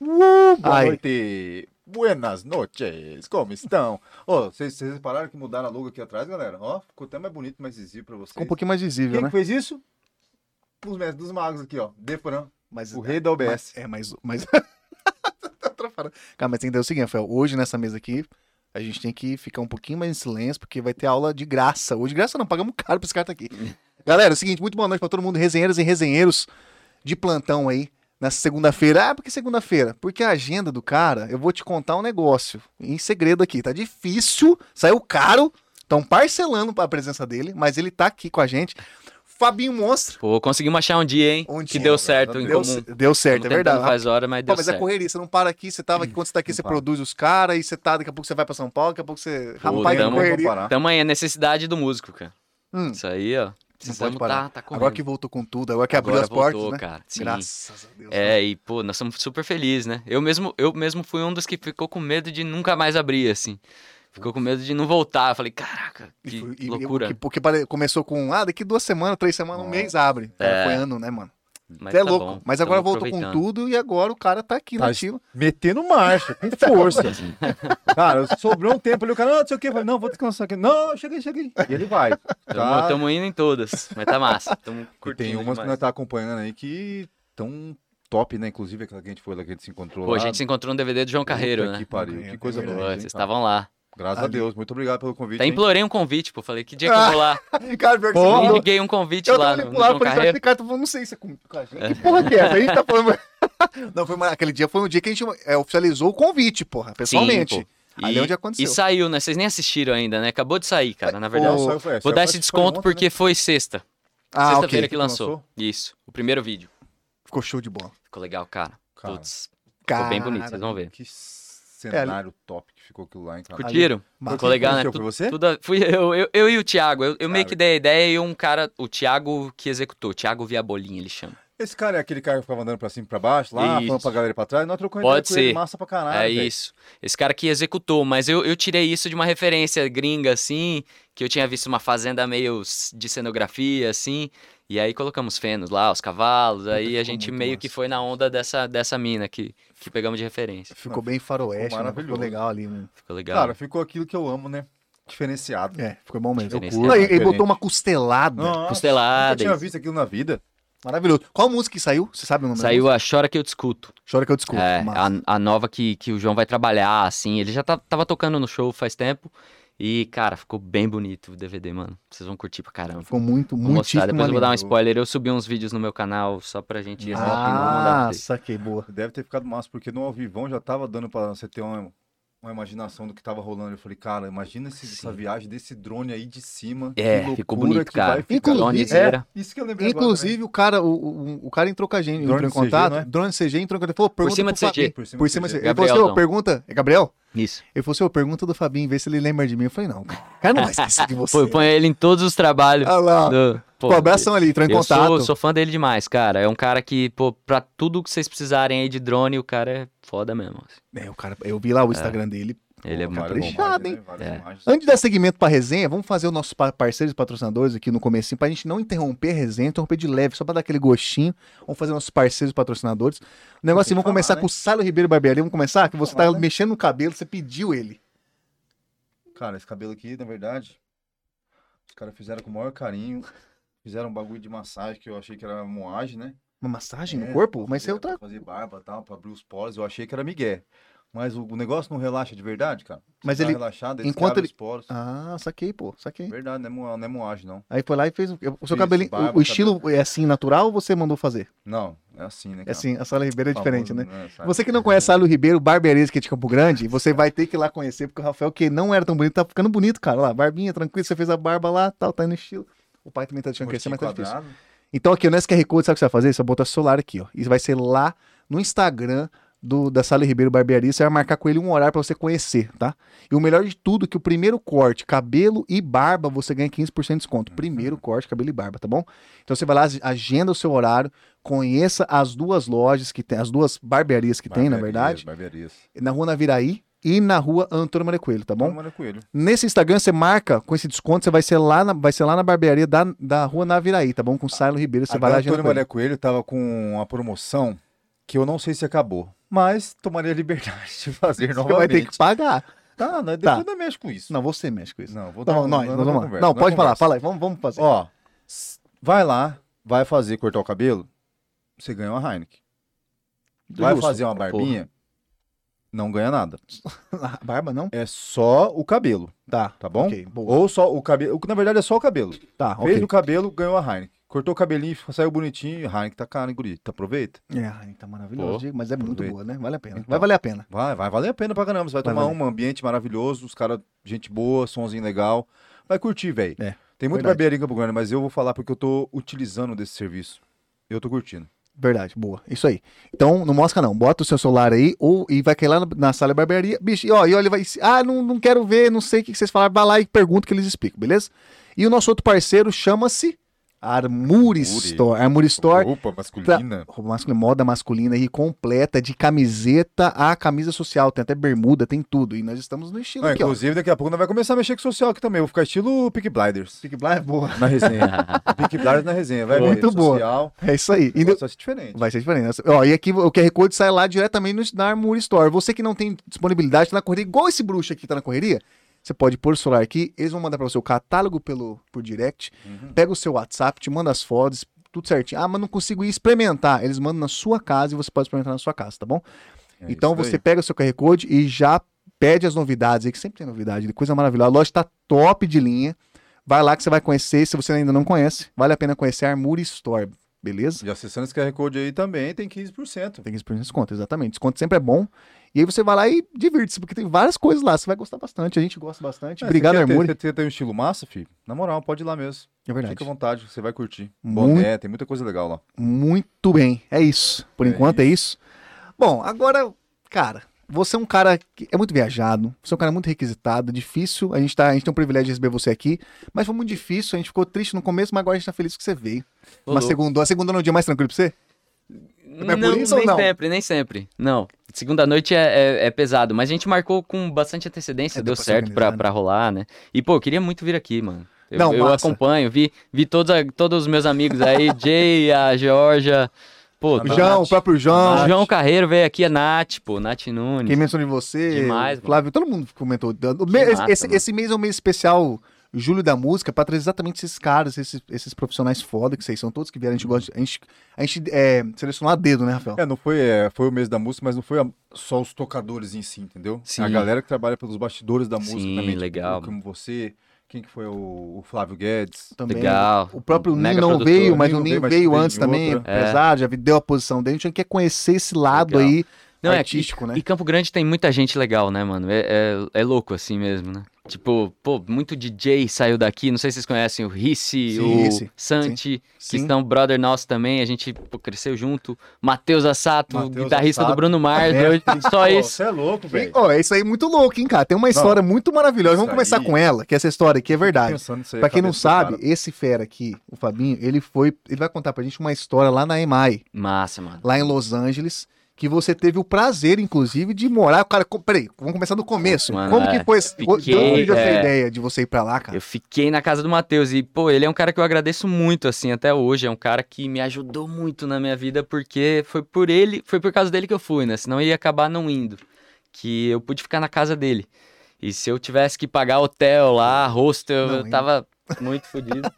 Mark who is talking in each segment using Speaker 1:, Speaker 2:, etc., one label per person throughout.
Speaker 1: Muito boa
Speaker 2: Ai.
Speaker 1: noite. Buenas noches. Como estão? Ô, vocês vocês repararam que mudaram a logo aqui atrás, galera? Ó, ficou até mais bonito, mais visível pra vocês.
Speaker 2: Ficou um pouquinho mais
Speaker 1: Quem
Speaker 2: visível,
Speaker 1: que
Speaker 2: né?
Speaker 1: fez isso? Os mestres dos magos aqui, ó. Defran,
Speaker 2: Mas,
Speaker 1: o rei da OBS.
Speaker 2: É, mas. mas... Tá atrapalhando. Cara, mas tem que entender o seguinte, Rafael. Hoje nessa mesa aqui, a gente tem que ficar um pouquinho mais em silêncio, porque vai ter aula de graça. Hoje de graça não, pagamos caro pra esse cara tá aqui. Galera, é o seguinte, muito boa noite pra todo mundo, resenheiras e resenheiros de plantão aí. Nessa segunda-feira. Ah, por que segunda-feira? Porque a agenda do cara, eu vou te contar um negócio em segredo aqui. Tá difícil, saiu caro. Estão parcelando a presença dele, mas ele tá aqui com a gente. Fabinho Monstro.
Speaker 3: Pô, conseguimos achar um dia, hein?
Speaker 2: Um
Speaker 3: que
Speaker 2: dia,
Speaker 3: deu
Speaker 1: velho.
Speaker 3: certo em
Speaker 2: Deu,
Speaker 3: comum.
Speaker 2: ce- deu certo, é
Speaker 3: Tentando
Speaker 2: verdade.
Speaker 3: Faz hora, mas
Speaker 2: Pô,
Speaker 3: deu
Speaker 2: mas é
Speaker 3: certo.
Speaker 2: correria, você não para aqui, você tava aqui, quando você tá aqui,
Speaker 1: Hum,
Speaker 2: você
Speaker 1: para.
Speaker 2: produz os caras, e você tá, daqui a pouco você vai pra São Paulo, daqui a pouco você.
Speaker 3: Pô,
Speaker 2: Rapaz, que
Speaker 3: tamo-
Speaker 2: correria.
Speaker 1: parar.
Speaker 3: Tamo aí, a necessidade do músico, cara.
Speaker 2: Hum,
Speaker 3: Isso aí, ó. Precisamos
Speaker 2: parar.
Speaker 3: tá, tá correndo.
Speaker 2: agora que voltou com tudo, agora que abriu
Speaker 3: Agora
Speaker 2: as portas,
Speaker 3: voltou,
Speaker 2: né?
Speaker 3: cara. Sim.
Speaker 2: Graças a Deus. né?
Speaker 3: É, e pô, nós somos super felizes, né? Eu mesmo, eu mesmo fui um dos que ficou com medo de nunca mais abrir, assim. Ficou com medo de não voltar. Eu falei, caraca,
Speaker 2: E
Speaker 3: que
Speaker 2: foi- e- e-
Speaker 3: loucura.
Speaker 2: Porque, porque pare- começou com, ah, daqui duas semanas, três semanas, um
Speaker 1: Nossa.
Speaker 2: mês abre. Cara,
Speaker 3: É.
Speaker 2: Foi ano, né, mano?
Speaker 3: Mas
Speaker 2: Cê é
Speaker 3: tá
Speaker 2: louco.
Speaker 3: bom,
Speaker 2: Mas agora
Speaker 3: tamo
Speaker 2: voltou com
Speaker 3: aproveitando.
Speaker 2: tudo e agora o cara tá aqui
Speaker 1: Tá,
Speaker 2: nativo.
Speaker 1: Metendo marcha, com força. cara, sobrou um tempo ali, o cara, não, não sei o que, não, vou descansar aqui. Não, cheguei, cheguei. E ele vai.
Speaker 3: Tamo,
Speaker 1: Tá?
Speaker 3: tamo indo em todas, mas tá massa. Tamo
Speaker 1: E
Speaker 3: curtindo
Speaker 1: tem umas que
Speaker 3: demais.
Speaker 1: nós tá acompanhando aí que tão top, né? Inclusive aquela que a gente foi lá, que a gente se encontrou
Speaker 3: Pô, a
Speaker 1: lá.
Speaker 3: gente se encontrou no DVD do João Carreiro,
Speaker 1: Puta
Speaker 3: né?
Speaker 1: Que pariu, que
Speaker 2: Carreiro,
Speaker 1: coisa
Speaker 2: é
Speaker 3: Pô,
Speaker 1: boa. hein,
Speaker 3: vocês
Speaker 1: cara?
Speaker 3: estavam lá.
Speaker 1: Graças a
Speaker 2: Ali.
Speaker 1: Deus, muito obrigado pelo convite.
Speaker 3: Até
Speaker 1: hein?
Speaker 3: implorei um convite, pô. Falei, que dia que eu vou lá?
Speaker 2: Cara, pior que
Speaker 1: Porra.
Speaker 2: você
Speaker 3: Eu
Speaker 2: falou-
Speaker 3: liguei um convite
Speaker 2: Eu tava
Speaker 3: lá no,
Speaker 2: ali
Speaker 3: no
Speaker 2: pro lado,
Speaker 3: João
Speaker 2: pra ele,
Speaker 3: Carreiro.
Speaker 2: esse cara tá falando, não sei se é comigo, cara. Que porra que é essa? Aí tá falando... Não, foi, mar- aquele dia foi um dia que a gente é, oficializou o convite, porra, pessoalmente.
Speaker 3: Sim, pô. E,
Speaker 2: Ali é onde aconteceu.
Speaker 3: e saiu, né? Vocês nem assistiram ainda, né? Acabou de sair, cara, na verdade.
Speaker 1: Não, saiu- foi-
Speaker 3: Vou
Speaker 1: saiu-
Speaker 3: dar
Speaker 1: acho
Speaker 3: esse
Speaker 1: que
Speaker 3: desconto
Speaker 1: foi ontem,
Speaker 3: porque
Speaker 1: né?
Speaker 3: foi sexta.
Speaker 2: Ah,
Speaker 3: é Sexta-feira
Speaker 2: ok.
Speaker 3: que lançou.
Speaker 1: Lançou?
Speaker 3: Isso, o primeiro vídeo.
Speaker 2: Ficou show de bola.
Speaker 3: Ficou legal, cara.
Speaker 1: Cara,
Speaker 3: Putz,
Speaker 2: Cara,
Speaker 3: ficou bem bonito, vocês vão ver.
Speaker 1: Que cenário top que ficou aquilo lá, hein, cara.
Speaker 3: Curtiram?
Speaker 2: Massa.
Speaker 3: Ficou legal, né?
Speaker 1: Foi
Speaker 3: Tu-
Speaker 1: você?
Speaker 3: tudo a- fui eu, eu, eu e o Thiago. Eu, eu meio
Speaker 1: Cara.
Speaker 3: que dei a ideia e um cara, o Thiago que executou, o Thiago Viabolinha, ele chama.
Speaker 1: Esse cara é aquele cara que ficava andando pra cima e pra baixo, lá,
Speaker 3: Isso.
Speaker 1: falando pra galera ir pra trás. Nós trocamos
Speaker 3: Pode
Speaker 1: ideia com ele,
Speaker 3: ser.
Speaker 1: massa pra caralho.
Speaker 3: é
Speaker 1: velho.
Speaker 3: isso. Esse cara que executou, mas eu, eu tirei isso de uma referência gringa, assim, que eu tinha visto uma fazenda meio s- de cenografia, assim, e aí colocamos fenos lá, os cavalos, aí
Speaker 2: ficou
Speaker 3: a gente
Speaker 2: muito
Speaker 3: meio
Speaker 2: massa.
Speaker 3: que foi na onda dessa, dessa mina que, que pegamos de referência.
Speaker 2: Ficou bem faroeste,
Speaker 1: Ficou
Speaker 2: né? ficou
Speaker 1: maravilhoso.
Speaker 2: legal ali. mano.
Speaker 3: Ficou legal.
Speaker 1: Cara, ficou aquilo que eu amo, né? Diferenciado.
Speaker 2: É, ficou bom mesmo.
Speaker 3: Diferenciado.
Speaker 2: Não, e- e
Speaker 1: Diferente. Ah.
Speaker 2: botou uma costelada.
Speaker 1: Nossa,
Speaker 3: Costelada,
Speaker 1: Nunca tinha
Speaker 3: né? isso.
Speaker 1: visto um aquilo na vida.
Speaker 2: Maravilhoso. Qual música que saiu? Você sabe o nome da
Speaker 3: Saiu
Speaker 2: música?
Speaker 3: a Chora Que Eu Discuto.
Speaker 2: Chora que eu desculpo.
Speaker 3: É,
Speaker 2: Massa.
Speaker 3: a, a nova que, que o João vai trabalhar, assim. Ele já tá- tava tocando no show faz tempo. E, cara, ficou bem bonito o DVD, mano. Vocês vão curtir pra caramba.
Speaker 2: Ficou muito,
Speaker 3: Vou
Speaker 2: muito
Speaker 3: mostrar, depois eu vou dar um spoiler. Eu subi uns vídeos no meu canal só pra gente ir lá, tem como mandar pra
Speaker 2: Ah,
Speaker 3: vocês.
Speaker 2: saquei, boa.
Speaker 1: Deve ter ficado massa, porque no ao vivão já tava dando pra você ter uma, uma imaginação do que tava rolando. Eu falei, cara, imagina esse- essa viagem desse drone aí de cima.
Speaker 3: É,
Speaker 1: que
Speaker 3: ficou
Speaker 1: loucura
Speaker 3: bonito,
Speaker 1: que
Speaker 3: cara.
Speaker 1: vai ficar. É,
Speaker 2: Inclusive-
Speaker 3: Dronezeira.
Speaker 1: Isso que eu lembrei agora né?
Speaker 2: Inclusive, o cara, o, um, o, o cara entrou com a gente,
Speaker 1: É, Drone
Speaker 2: entrou em
Speaker 1: CG,
Speaker 2: contato.
Speaker 1: não é?
Speaker 2: Drone CG entrou em contato. Falou, pergunta pro
Speaker 3: cima de CG.
Speaker 2: Fabinho.
Speaker 1: também. Por cima,
Speaker 2: Por cima de CG. Ele falou
Speaker 3: Gabriel,
Speaker 2: assim, ô,
Speaker 3: então.
Speaker 2: pergunta, é Gabriel?
Speaker 3: Isso.
Speaker 2: Ele falou assim, ô, pergunta do Fabinho, vê se ele lembra de mim. Eu falei, não, cara, o cara não vai esquecer de você.
Speaker 3: Põe, põe ele em todos os trabalhos.
Speaker 2: Ah lá,
Speaker 3: do- pô,
Speaker 2: Pô, abração ali, entrou em
Speaker 3: eu
Speaker 2: contato.
Speaker 3: sou, sou fã dele demais, cara. É um cara que, pô, pra tudo que vocês precisarem aí de drone, o cara é foda mesmo. assim.
Speaker 2: É, o cara, eu vi lá o Instagram dele.
Speaker 3: Ele é
Speaker 1: Pô,
Speaker 3: muito
Speaker 1: várias
Speaker 3: bom.
Speaker 2: caprichado,
Speaker 1: imagens, né?
Speaker 2: hein?
Speaker 1: Várias
Speaker 3: É.
Speaker 1: imagens.
Speaker 2: Antes de dar segmento pra resenha, vamos fazer os nossos pa- parceiros e patrocinadores aqui no comecinho, pra gente não interromper a resenha, interromper de leve, só pra dar aquele gostinho. Vamos fazer nossos parceiros e patrocinadores. O negócio, é,
Speaker 1: Tem que
Speaker 2: vamos começar
Speaker 1: falar, né?
Speaker 2: com o Sário Ribeiro Barbearia, vamos começar? Que você tá
Speaker 1: Falar, né?
Speaker 2: mexendo no cabelo, você pediu ele.
Speaker 1: Cara, esse cabelo aqui, na verdade, os caras fizeram com o maior carinho. Fizeram um bagulho de massagem que eu achei que era moagem, né?
Speaker 2: Uma massagem
Speaker 1: É,
Speaker 2: no corpo?
Speaker 1: pra
Speaker 2: Mas isso
Speaker 1: fazer-
Speaker 2: é outra...
Speaker 1: pra Fazer barba e tal, pra abrir os poros. Eu achei que era migué. Mas o, o negócio não relaxa de verdade, cara. Você
Speaker 2: Mas
Speaker 1: dá
Speaker 2: ele-
Speaker 1: uma relaxada, ele
Speaker 2: enquanto
Speaker 1: enquanto
Speaker 2: ele-
Speaker 1: os poros.
Speaker 2: Ah, saquei, pô, saquei.
Speaker 1: Verdade, não é, mo- não é moagem, não.
Speaker 2: Aí foi lá e fez... O o
Speaker 1: Fiz
Speaker 2: seu cabelinho...
Speaker 1: barba,
Speaker 2: o- o estilo é assim, natural, ou você mandou fazer?
Speaker 1: Não, é assim, né,
Speaker 2: É
Speaker 1: cara?
Speaker 2: assim, a Sário Ribeiro é diferente, né?
Speaker 1: sabe?
Speaker 2: Você que não conhece Alho Ribeiro, barbeirês aqui de Campo Grande, você vai ter que ir lá conhecer, porque o Rafael, que não era tão bonito, tá ficando bonito, cara. Lá, barbinha, tranquilo, você fez a barba lá, tal, tá indo no estilo. O pai também tá deixando crescer, mas tá
Speaker 1: Rostinho
Speaker 2: difícil.
Speaker 1: quadrado.
Speaker 2: Então aqui, nesse QR Code, sabe o que você vai fazer? Você vai botar seu celular aqui, ó. Isso vai ser lá no Instagram do, da Sally Ribeiro Barbearia. Você vai marcar com ele um horário pra você conhecer, tá? E o melhor de tudo, é que o primeiro corte, cabelo e barba, você ganha 15% de desconto. Primeiro corte, cabelo e barba, tá bom? Então você vai lá, agenda o seu horário, conheça as duas lojas que tem, as duas barbearias que tem, na verdade
Speaker 1: Barbearias, barbearias.
Speaker 2: na rua Naviraí e na rua Antônio Maria Coelho, tá bom?
Speaker 1: Então, Mário Coelho.
Speaker 2: Nesse Instagram você marca com esse desconto, você vai ser lá na, vai ser lá na barbearia da, da rua Naviraí, tá bom? Com o Silo Ribeiro, você
Speaker 1: A
Speaker 2: vai lá
Speaker 1: da
Speaker 2: agenda
Speaker 1: Antônio
Speaker 2: com ele.
Speaker 1: Maria Coelho tava com uma promoção que eu não sei se acabou. Mas tomaria a liberdade de fazer
Speaker 2: Você vai ter
Speaker 1: novamente.
Speaker 2: que pagar.
Speaker 1: Tá, nós depois não mexe com isso.
Speaker 2: Não, você mexe com isso.
Speaker 1: Não, vou
Speaker 2: Não, nós, nós vamos lá. não, pode falar, fala aí, vamos, vamos fazer.
Speaker 1: Ó, s- vai lá, vai fazer cortar o cabelo, você ganha uma Heineken. Vai
Speaker 2: Justo.
Speaker 1: fazer uma barbinha, não ganha nada.
Speaker 2: A barba não?
Speaker 1: É só o cabelo,
Speaker 2: Tá.
Speaker 1: tá bom?
Speaker 2: Ok, boa.
Speaker 1: Ou só o cabelo, na verdade é só o cabelo.
Speaker 2: Tá,
Speaker 1: Fez
Speaker 2: ok.
Speaker 1: o cabelo, ganhou a Heineken. Cortou o cabelinho, saiu bonitinho, Heineken tá caro, hein, guri? Então aproveita.
Speaker 2: É, a Heineken tá maravilhoso,
Speaker 3: Pô,
Speaker 2: Diego, mas é muito
Speaker 1: aproveita.
Speaker 2: boa, né? Vale a pena.
Speaker 1: Então.
Speaker 2: Vai valer a pena.
Speaker 1: Vai, vai valer a pena pra caramba. Você vai,
Speaker 2: Vai
Speaker 1: tomar
Speaker 2: valer.
Speaker 1: um ambiente maravilhoso, os caras, gente boa, somzinho legal. Vai curtir, velho.
Speaker 2: É,
Speaker 1: Tem muito
Speaker 2: verdade.
Speaker 1: barbearia em Campo Grande, mas eu vou falar porque eu tô utilizando desse serviço. Eu tô curtindo.
Speaker 2: Verdade, boa. Isso aí. Então, não mosca não. Bota o seu celular aí ou, e vai cair lá na, na sala de barbearia. Bicho, e, ó, e olha, vai. Ah, não, não quero ver, não sei o que que vocês falaram. Vai lá e pergunta que eles explicam, beleza? E o nosso outro parceiro chama-se
Speaker 1: Armure.
Speaker 2: Armure Store. Armure Store.
Speaker 1: Roupa masculina.
Speaker 2: roupa masculina, moda masculina e completa, de camiseta a camisa social. Tem até bermuda, tem tudo. E nós estamos no estilo
Speaker 1: Ah,
Speaker 2: aqui, ó.
Speaker 1: inclusive, daqui a pouco nós vai começar a mexer com o social aqui também. Eu vou ficar estilo Pick Blinders.
Speaker 2: Pique Blá é boa.
Speaker 1: Na resenha.
Speaker 3: Ah,
Speaker 1: Pick Blinders na resenha. Vai
Speaker 2: Boa.
Speaker 1: ver.
Speaker 2: Muito boa.
Speaker 1: Social.
Speaker 2: É isso aí. E
Speaker 1: Só se diferente.
Speaker 2: Vai ser diferente. Nossa, Ó, e aqui o QR Code sai lá diretamente no, na Armory Store. Você que não tem disponibilidade, tá na correria, igual esse bruxo aqui que tá na correria, você pode pôr o celular aqui, eles vão mandar pra você o catálogo pelo, por direct,
Speaker 1: Uhum.
Speaker 2: pega o seu WhatsApp, te manda as fotos, tudo certinho. Ah, mas não consigo ir experimentar. Eles mandam na sua casa e você pode experimentar na sua casa, tá bom?
Speaker 1: É
Speaker 2: então
Speaker 1: isso aí.
Speaker 2: você pega o seu QR Code e já pede as novidades aí, que sempre tem novidade, coisa maravilhosa. A loja tá top de linha. Vai lá que você vai conhecer. Se você ainda não conhece, vale a pena conhecer a Armory Store, beleza?
Speaker 1: E acessando esse QR Code aí também tem 15%.
Speaker 2: Tem 15% de desconto, exatamente. Desconto sempre é bom. E aí você vai lá e divirte-se, porque tem várias coisas lá. Você vai gostar bastante. A gente gosta bastante.
Speaker 1: É,
Speaker 2: Obrigado,
Speaker 1: você quer ter-
Speaker 2: Armuri.
Speaker 1: Você tem- tem um estilo massa, filho? Na moral, pode ir lá mesmo.
Speaker 2: É verdade.
Speaker 1: Fica à vontade, você vai curtir.
Speaker 2: Muito.
Speaker 1: Boné, tem muita coisa legal lá.
Speaker 2: Muito bem. É isso. Por
Speaker 1: É
Speaker 2: enquanto é isso. Bom, agora, cara, você é um cara que é muito viajado. Você é um cara muito requisitado, difícil. A gente, tá, a gente tem o privilégio de receber você aqui. Mas foi muito difícil. A gente ficou triste no começo, mas agora a gente tá feliz que você veio.
Speaker 3: Ô,
Speaker 2: Uma
Speaker 3: louco.
Speaker 2: segunda, a segunda não é um dia mais tranquilo pra você?
Speaker 3: Não,
Speaker 2: é por isso ou
Speaker 3: nem
Speaker 2: não?
Speaker 3: sempre, nem sempre. Não. Segunda noite é, é- é pesado, mas a gente marcou com bastante antecedência,
Speaker 2: É, deu
Speaker 3: deu
Speaker 2: pra se
Speaker 3: certo pra,
Speaker 2: organizar, né?
Speaker 3: pra rolar, né? E, pô, eu queria muito vir aqui, mano. Eu,
Speaker 2: Não,
Speaker 3: eu
Speaker 2: massa.
Speaker 3: acompanho, vi, vi todos, a- todos os meus amigos aí, Jay, a Georgia, pô,
Speaker 2: O
Speaker 1: Nath.
Speaker 2: João, o próprio João.
Speaker 3: o João Carreiro veio aqui, a Nath, pô, Nath Nunes.
Speaker 2: Quem mencionou em você,
Speaker 3: Hum. Demais, mano.
Speaker 2: Flávio, todo mundo comentou. O me-
Speaker 3: massa,
Speaker 2: esse,
Speaker 3: mano.
Speaker 2: esse mês é um mês especial, Julho da Música, pra trazer exatamente esses caras, esses, esses profissionais foda que vocês são, todos que vieram. A gente gosta de, A gente, a gente é, selecionou a dedo, né, Rafael?
Speaker 1: É, não foi, é, foi o mês da música, mas não foi a- só os tocadores em si, entendeu?
Speaker 3: Sim.
Speaker 1: A galera que trabalha pelos bastidores da música
Speaker 3: Sim,
Speaker 1: também. tipo,
Speaker 3: legal.
Speaker 1: Como você, quem que foi o, o Flávio Guedes.
Speaker 2: Também.
Speaker 3: Legal.
Speaker 2: O próprio Ninho
Speaker 3: mega
Speaker 2: não
Speaker 3: produtor.
Speaker 2: veio, mas
Speaker 1: Ninho
Speaker 2: o
Speaker 1: não
Speaker 2: Ninho
Speaker 1: veio, mas
Speaker 2: veio
Speaker 1: veio
Speaker 2: antes
Speaker 1: em
Speaker 2: também,
Speaker 1: outra.
Speaker 3: É.
Speaker 2: apesar, já deu a posição dele. A gente quer conhecer esse lado
Speaker 3: Legal.
Speaker 2: aí,
Speaker 3: Não, é,
Speaker 2: artístico, né?
Speaker 3: E Campo Grande tem muita gente legal, né, mano? É, é, é louco assim mesmo, né? Tipo, pô, muito DJ saiu daqui. Não sei se vocês conhecem o Rissi,
Speaker 2: Sim,
Speaker 3: o
Speaker 2: Rissi,
Speaker 3: Santi, que
Speaker 2: Sim.
Speaker 3: estão brother nosso também. A gente pô, cresceu junto. Matheus Assato,
Speaker 1: Matheus
Speaker 3: guitarrista
Speaker 1: Assato.
Speaker 3: do Bruno Mars. eu- só
Speaker 1: Pô,
Speaker 3: isso.
Speaker 1: Você é louco,
Speaker 2: E,
Speaker 1: velho.
Speaker 2: ó, é isso aí muito louco, hein, cara? Tem uma história muito maravilhosa. Vamos
Speaker 1: isso
Speaker 2: começar
Speaker 1: aí-
Speaker 2: com ela, que essa história aqui é verdade.
Speaker 1: Pensando nisso aí,
Speaker 2: Pra
Speaker 1: a
Speaker 2: quem não
Speaker 1: cabeça do cara.
Speaker 2: sabe, esse fera aqui, o Fabinho, ele foi. Ele vai contar pra gente uma história lá na EMAI,
Speaker 3: Massa, mano.
Speaker 2: lá em Los Angeles, que você teve o prazer, inclusive, de morar. Cara, co- peraí, vamos começar do começo.
Speaker 3: Mano,
Speaker 2: Como
Speaker 3: é,
Speaker 2: que foi esse-
Speaker 3: fiquei,
Speaker 2: o- de onde veio essa
Speaker 3: é.
Speaker 2: ideia de você ir pra lá, cara?
Speaker 3: Eu fiquei na casa do Matheus e, pô, ele é um cara que eu agradeço muito, assim, até hoje. É um cara que me ajudou muito na minha vida, porque foi por ele, foi por causa dele que eu fui, né? Senão eu ia acabar não indo. Que eu pude ficar na casa dele. E se eu tivesse que pagar hotel lá, hostel,
Speaker 2: Não,
Speaker 3: eu
Speaker 2: hein?
Speaker 3: tava muito fodido.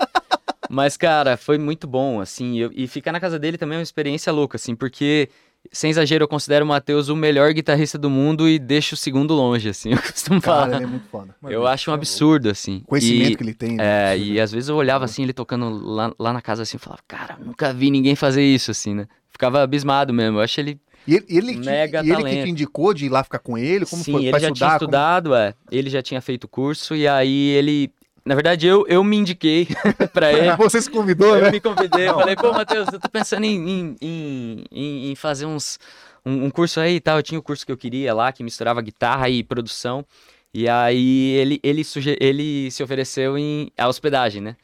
Speaker 3: Mas, cara, foi muito bom, assim. eu- e ficar na casa dele também é uma experiência louca, assim, porque, sem exagero, eu considero o Matheus o melhor guitarrista do mundo e deixo o segundo longe, assim. Eu costumo
Speaker 2: Cara,
Speaker 3: falar.
Speaker 2: ele é muito foda.
Speaker 1: Mas,
Speaker 3: Eu
Speaker 1: velho,
Speaker 3: acho um
Speaker 1: você é
Speaker 3: absurdo, assim.
Speaker 2: O conhecimento
Speaker 3: E-
Speaker 2: que ele tem. né?
Speaker 3: é,
Speaker 2: absurdo,
Speaker 3: e às vezes eu olhava assim, ele tocando lá, lá na casa assim, eu falava, cara, eu nunca vi ninguém fazer isso assim, né? Ficava abismado mesmo. Eu acho ele.
Speaker 2: E ele, e ele que-
Speaker 3: Mega
Speaker 2: e ele que
Speaker 3: talento.
Speaker 2: te indicou de ir lá ficar com ele? Como
Speaker 3: Sim,
Speaker 2: foi?
Speaker 3: ele
Speaker 2: pra
Speaker 3: já tinha
Speaker 2: estudar? como-
Speaker 3: estudado, é. Ele já tinha feito curso, e aí ele. Na verdade, eu, eu me indiquei pra ele.
Speaker 2: Você se convidou,
Speaker 3: Eu
Speaker 2: né?
Speaker 3: me convidei, eu falei, pô, Matheus, eu tô pensando em, em- em, em, em fazer uns, um, um curso aí e tal. Eu tinha o curso que eu queria lá, que misturava guitarra e produção. E aí ele, ele, suge... ele se ofereceu em a hospedagem, né?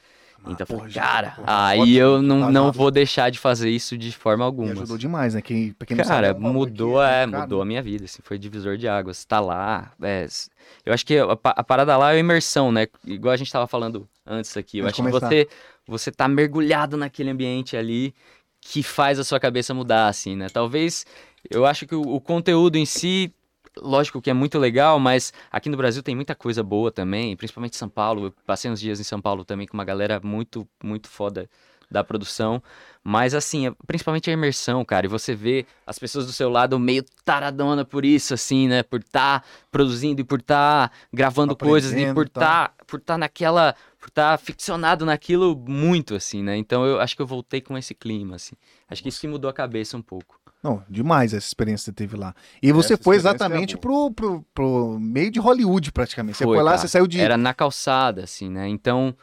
Speaker 3: Então eu
Speaker 2: Ah, pô,
Speaker 3: falei,
Speaker 2: já-
Speaker 3: cara,
Speaker 2: pô, foda,
Speaker 3: aí eu não,
Speaker 2: tá
Speaker 3: não
Speaker 2: massa.
Speaker 3: vou deixar de fazer isso de
Speaker 2: Me
Speaker 3: forma alguma.
Speaker 2: ajudou demais, né? Quem, pra quem não sabe,
Speaker 3: Cara,
Speaker 2: é um valor
Speaker 3: mudou,
Speaker 2: que-
Speaker 3: é,
Speaker 2: cara,
Speaker 3: mudou a minha vida, assim, foi divisor de águas, tá lá, é, s- eu acho que a, pa- a parada lá é a imersão, né, igual a gente tava falando antes aqui, eu
Speaker 2: Antes
Speaker 3: acho
Speaker 2: de
Speaker 3: que
Speaker 2: começar.
Speaker 3: você, você tá mergulhado naquele ambiente ali que faz a sua cabeça mudar, assim, né, talvez Eu acho que o, o conteúdo em si, lógico que é muito legal, mas aqui no Brasil tem muita coisa boa também, principalmente em São Paulo. Eu passei uns dias em São Paulo também com uma galera muito, muito foda da produção. Mas assim, é- principalmente a imersão, cara. E você vê as pessoas do seu lado meio taradona por isso, assim, né? Por estar produzindo e por estar gravando coisas e
Speaker 1: Aprendendo
Speaker 3: por
Speaker 1: e tal.
Speaker 3: estar por tá naquela. por estar ficcionado naquilo muito, assim, né? Então eu acho que eu voltei com esse clima, assim. Acho que isso que mudou a cabeça um pouco.
Speaker 2: Não, demais essa experiência que você teve lá. E você
Speaker 1: Essa
Speaker 2: foi
Speaker 1: experiência é
Speaker 2: exatamente pro,
Speaker 1: boa.
Speaker 2: pro, pro meio de Hollywood, praticamente. Você
Speaker 3: Foi,
Speaker 2: foi lá,
Speaker 3: cara.
Speaker 2: você saiu de.
Speaker 3: Era na calçada, assim, né? Então,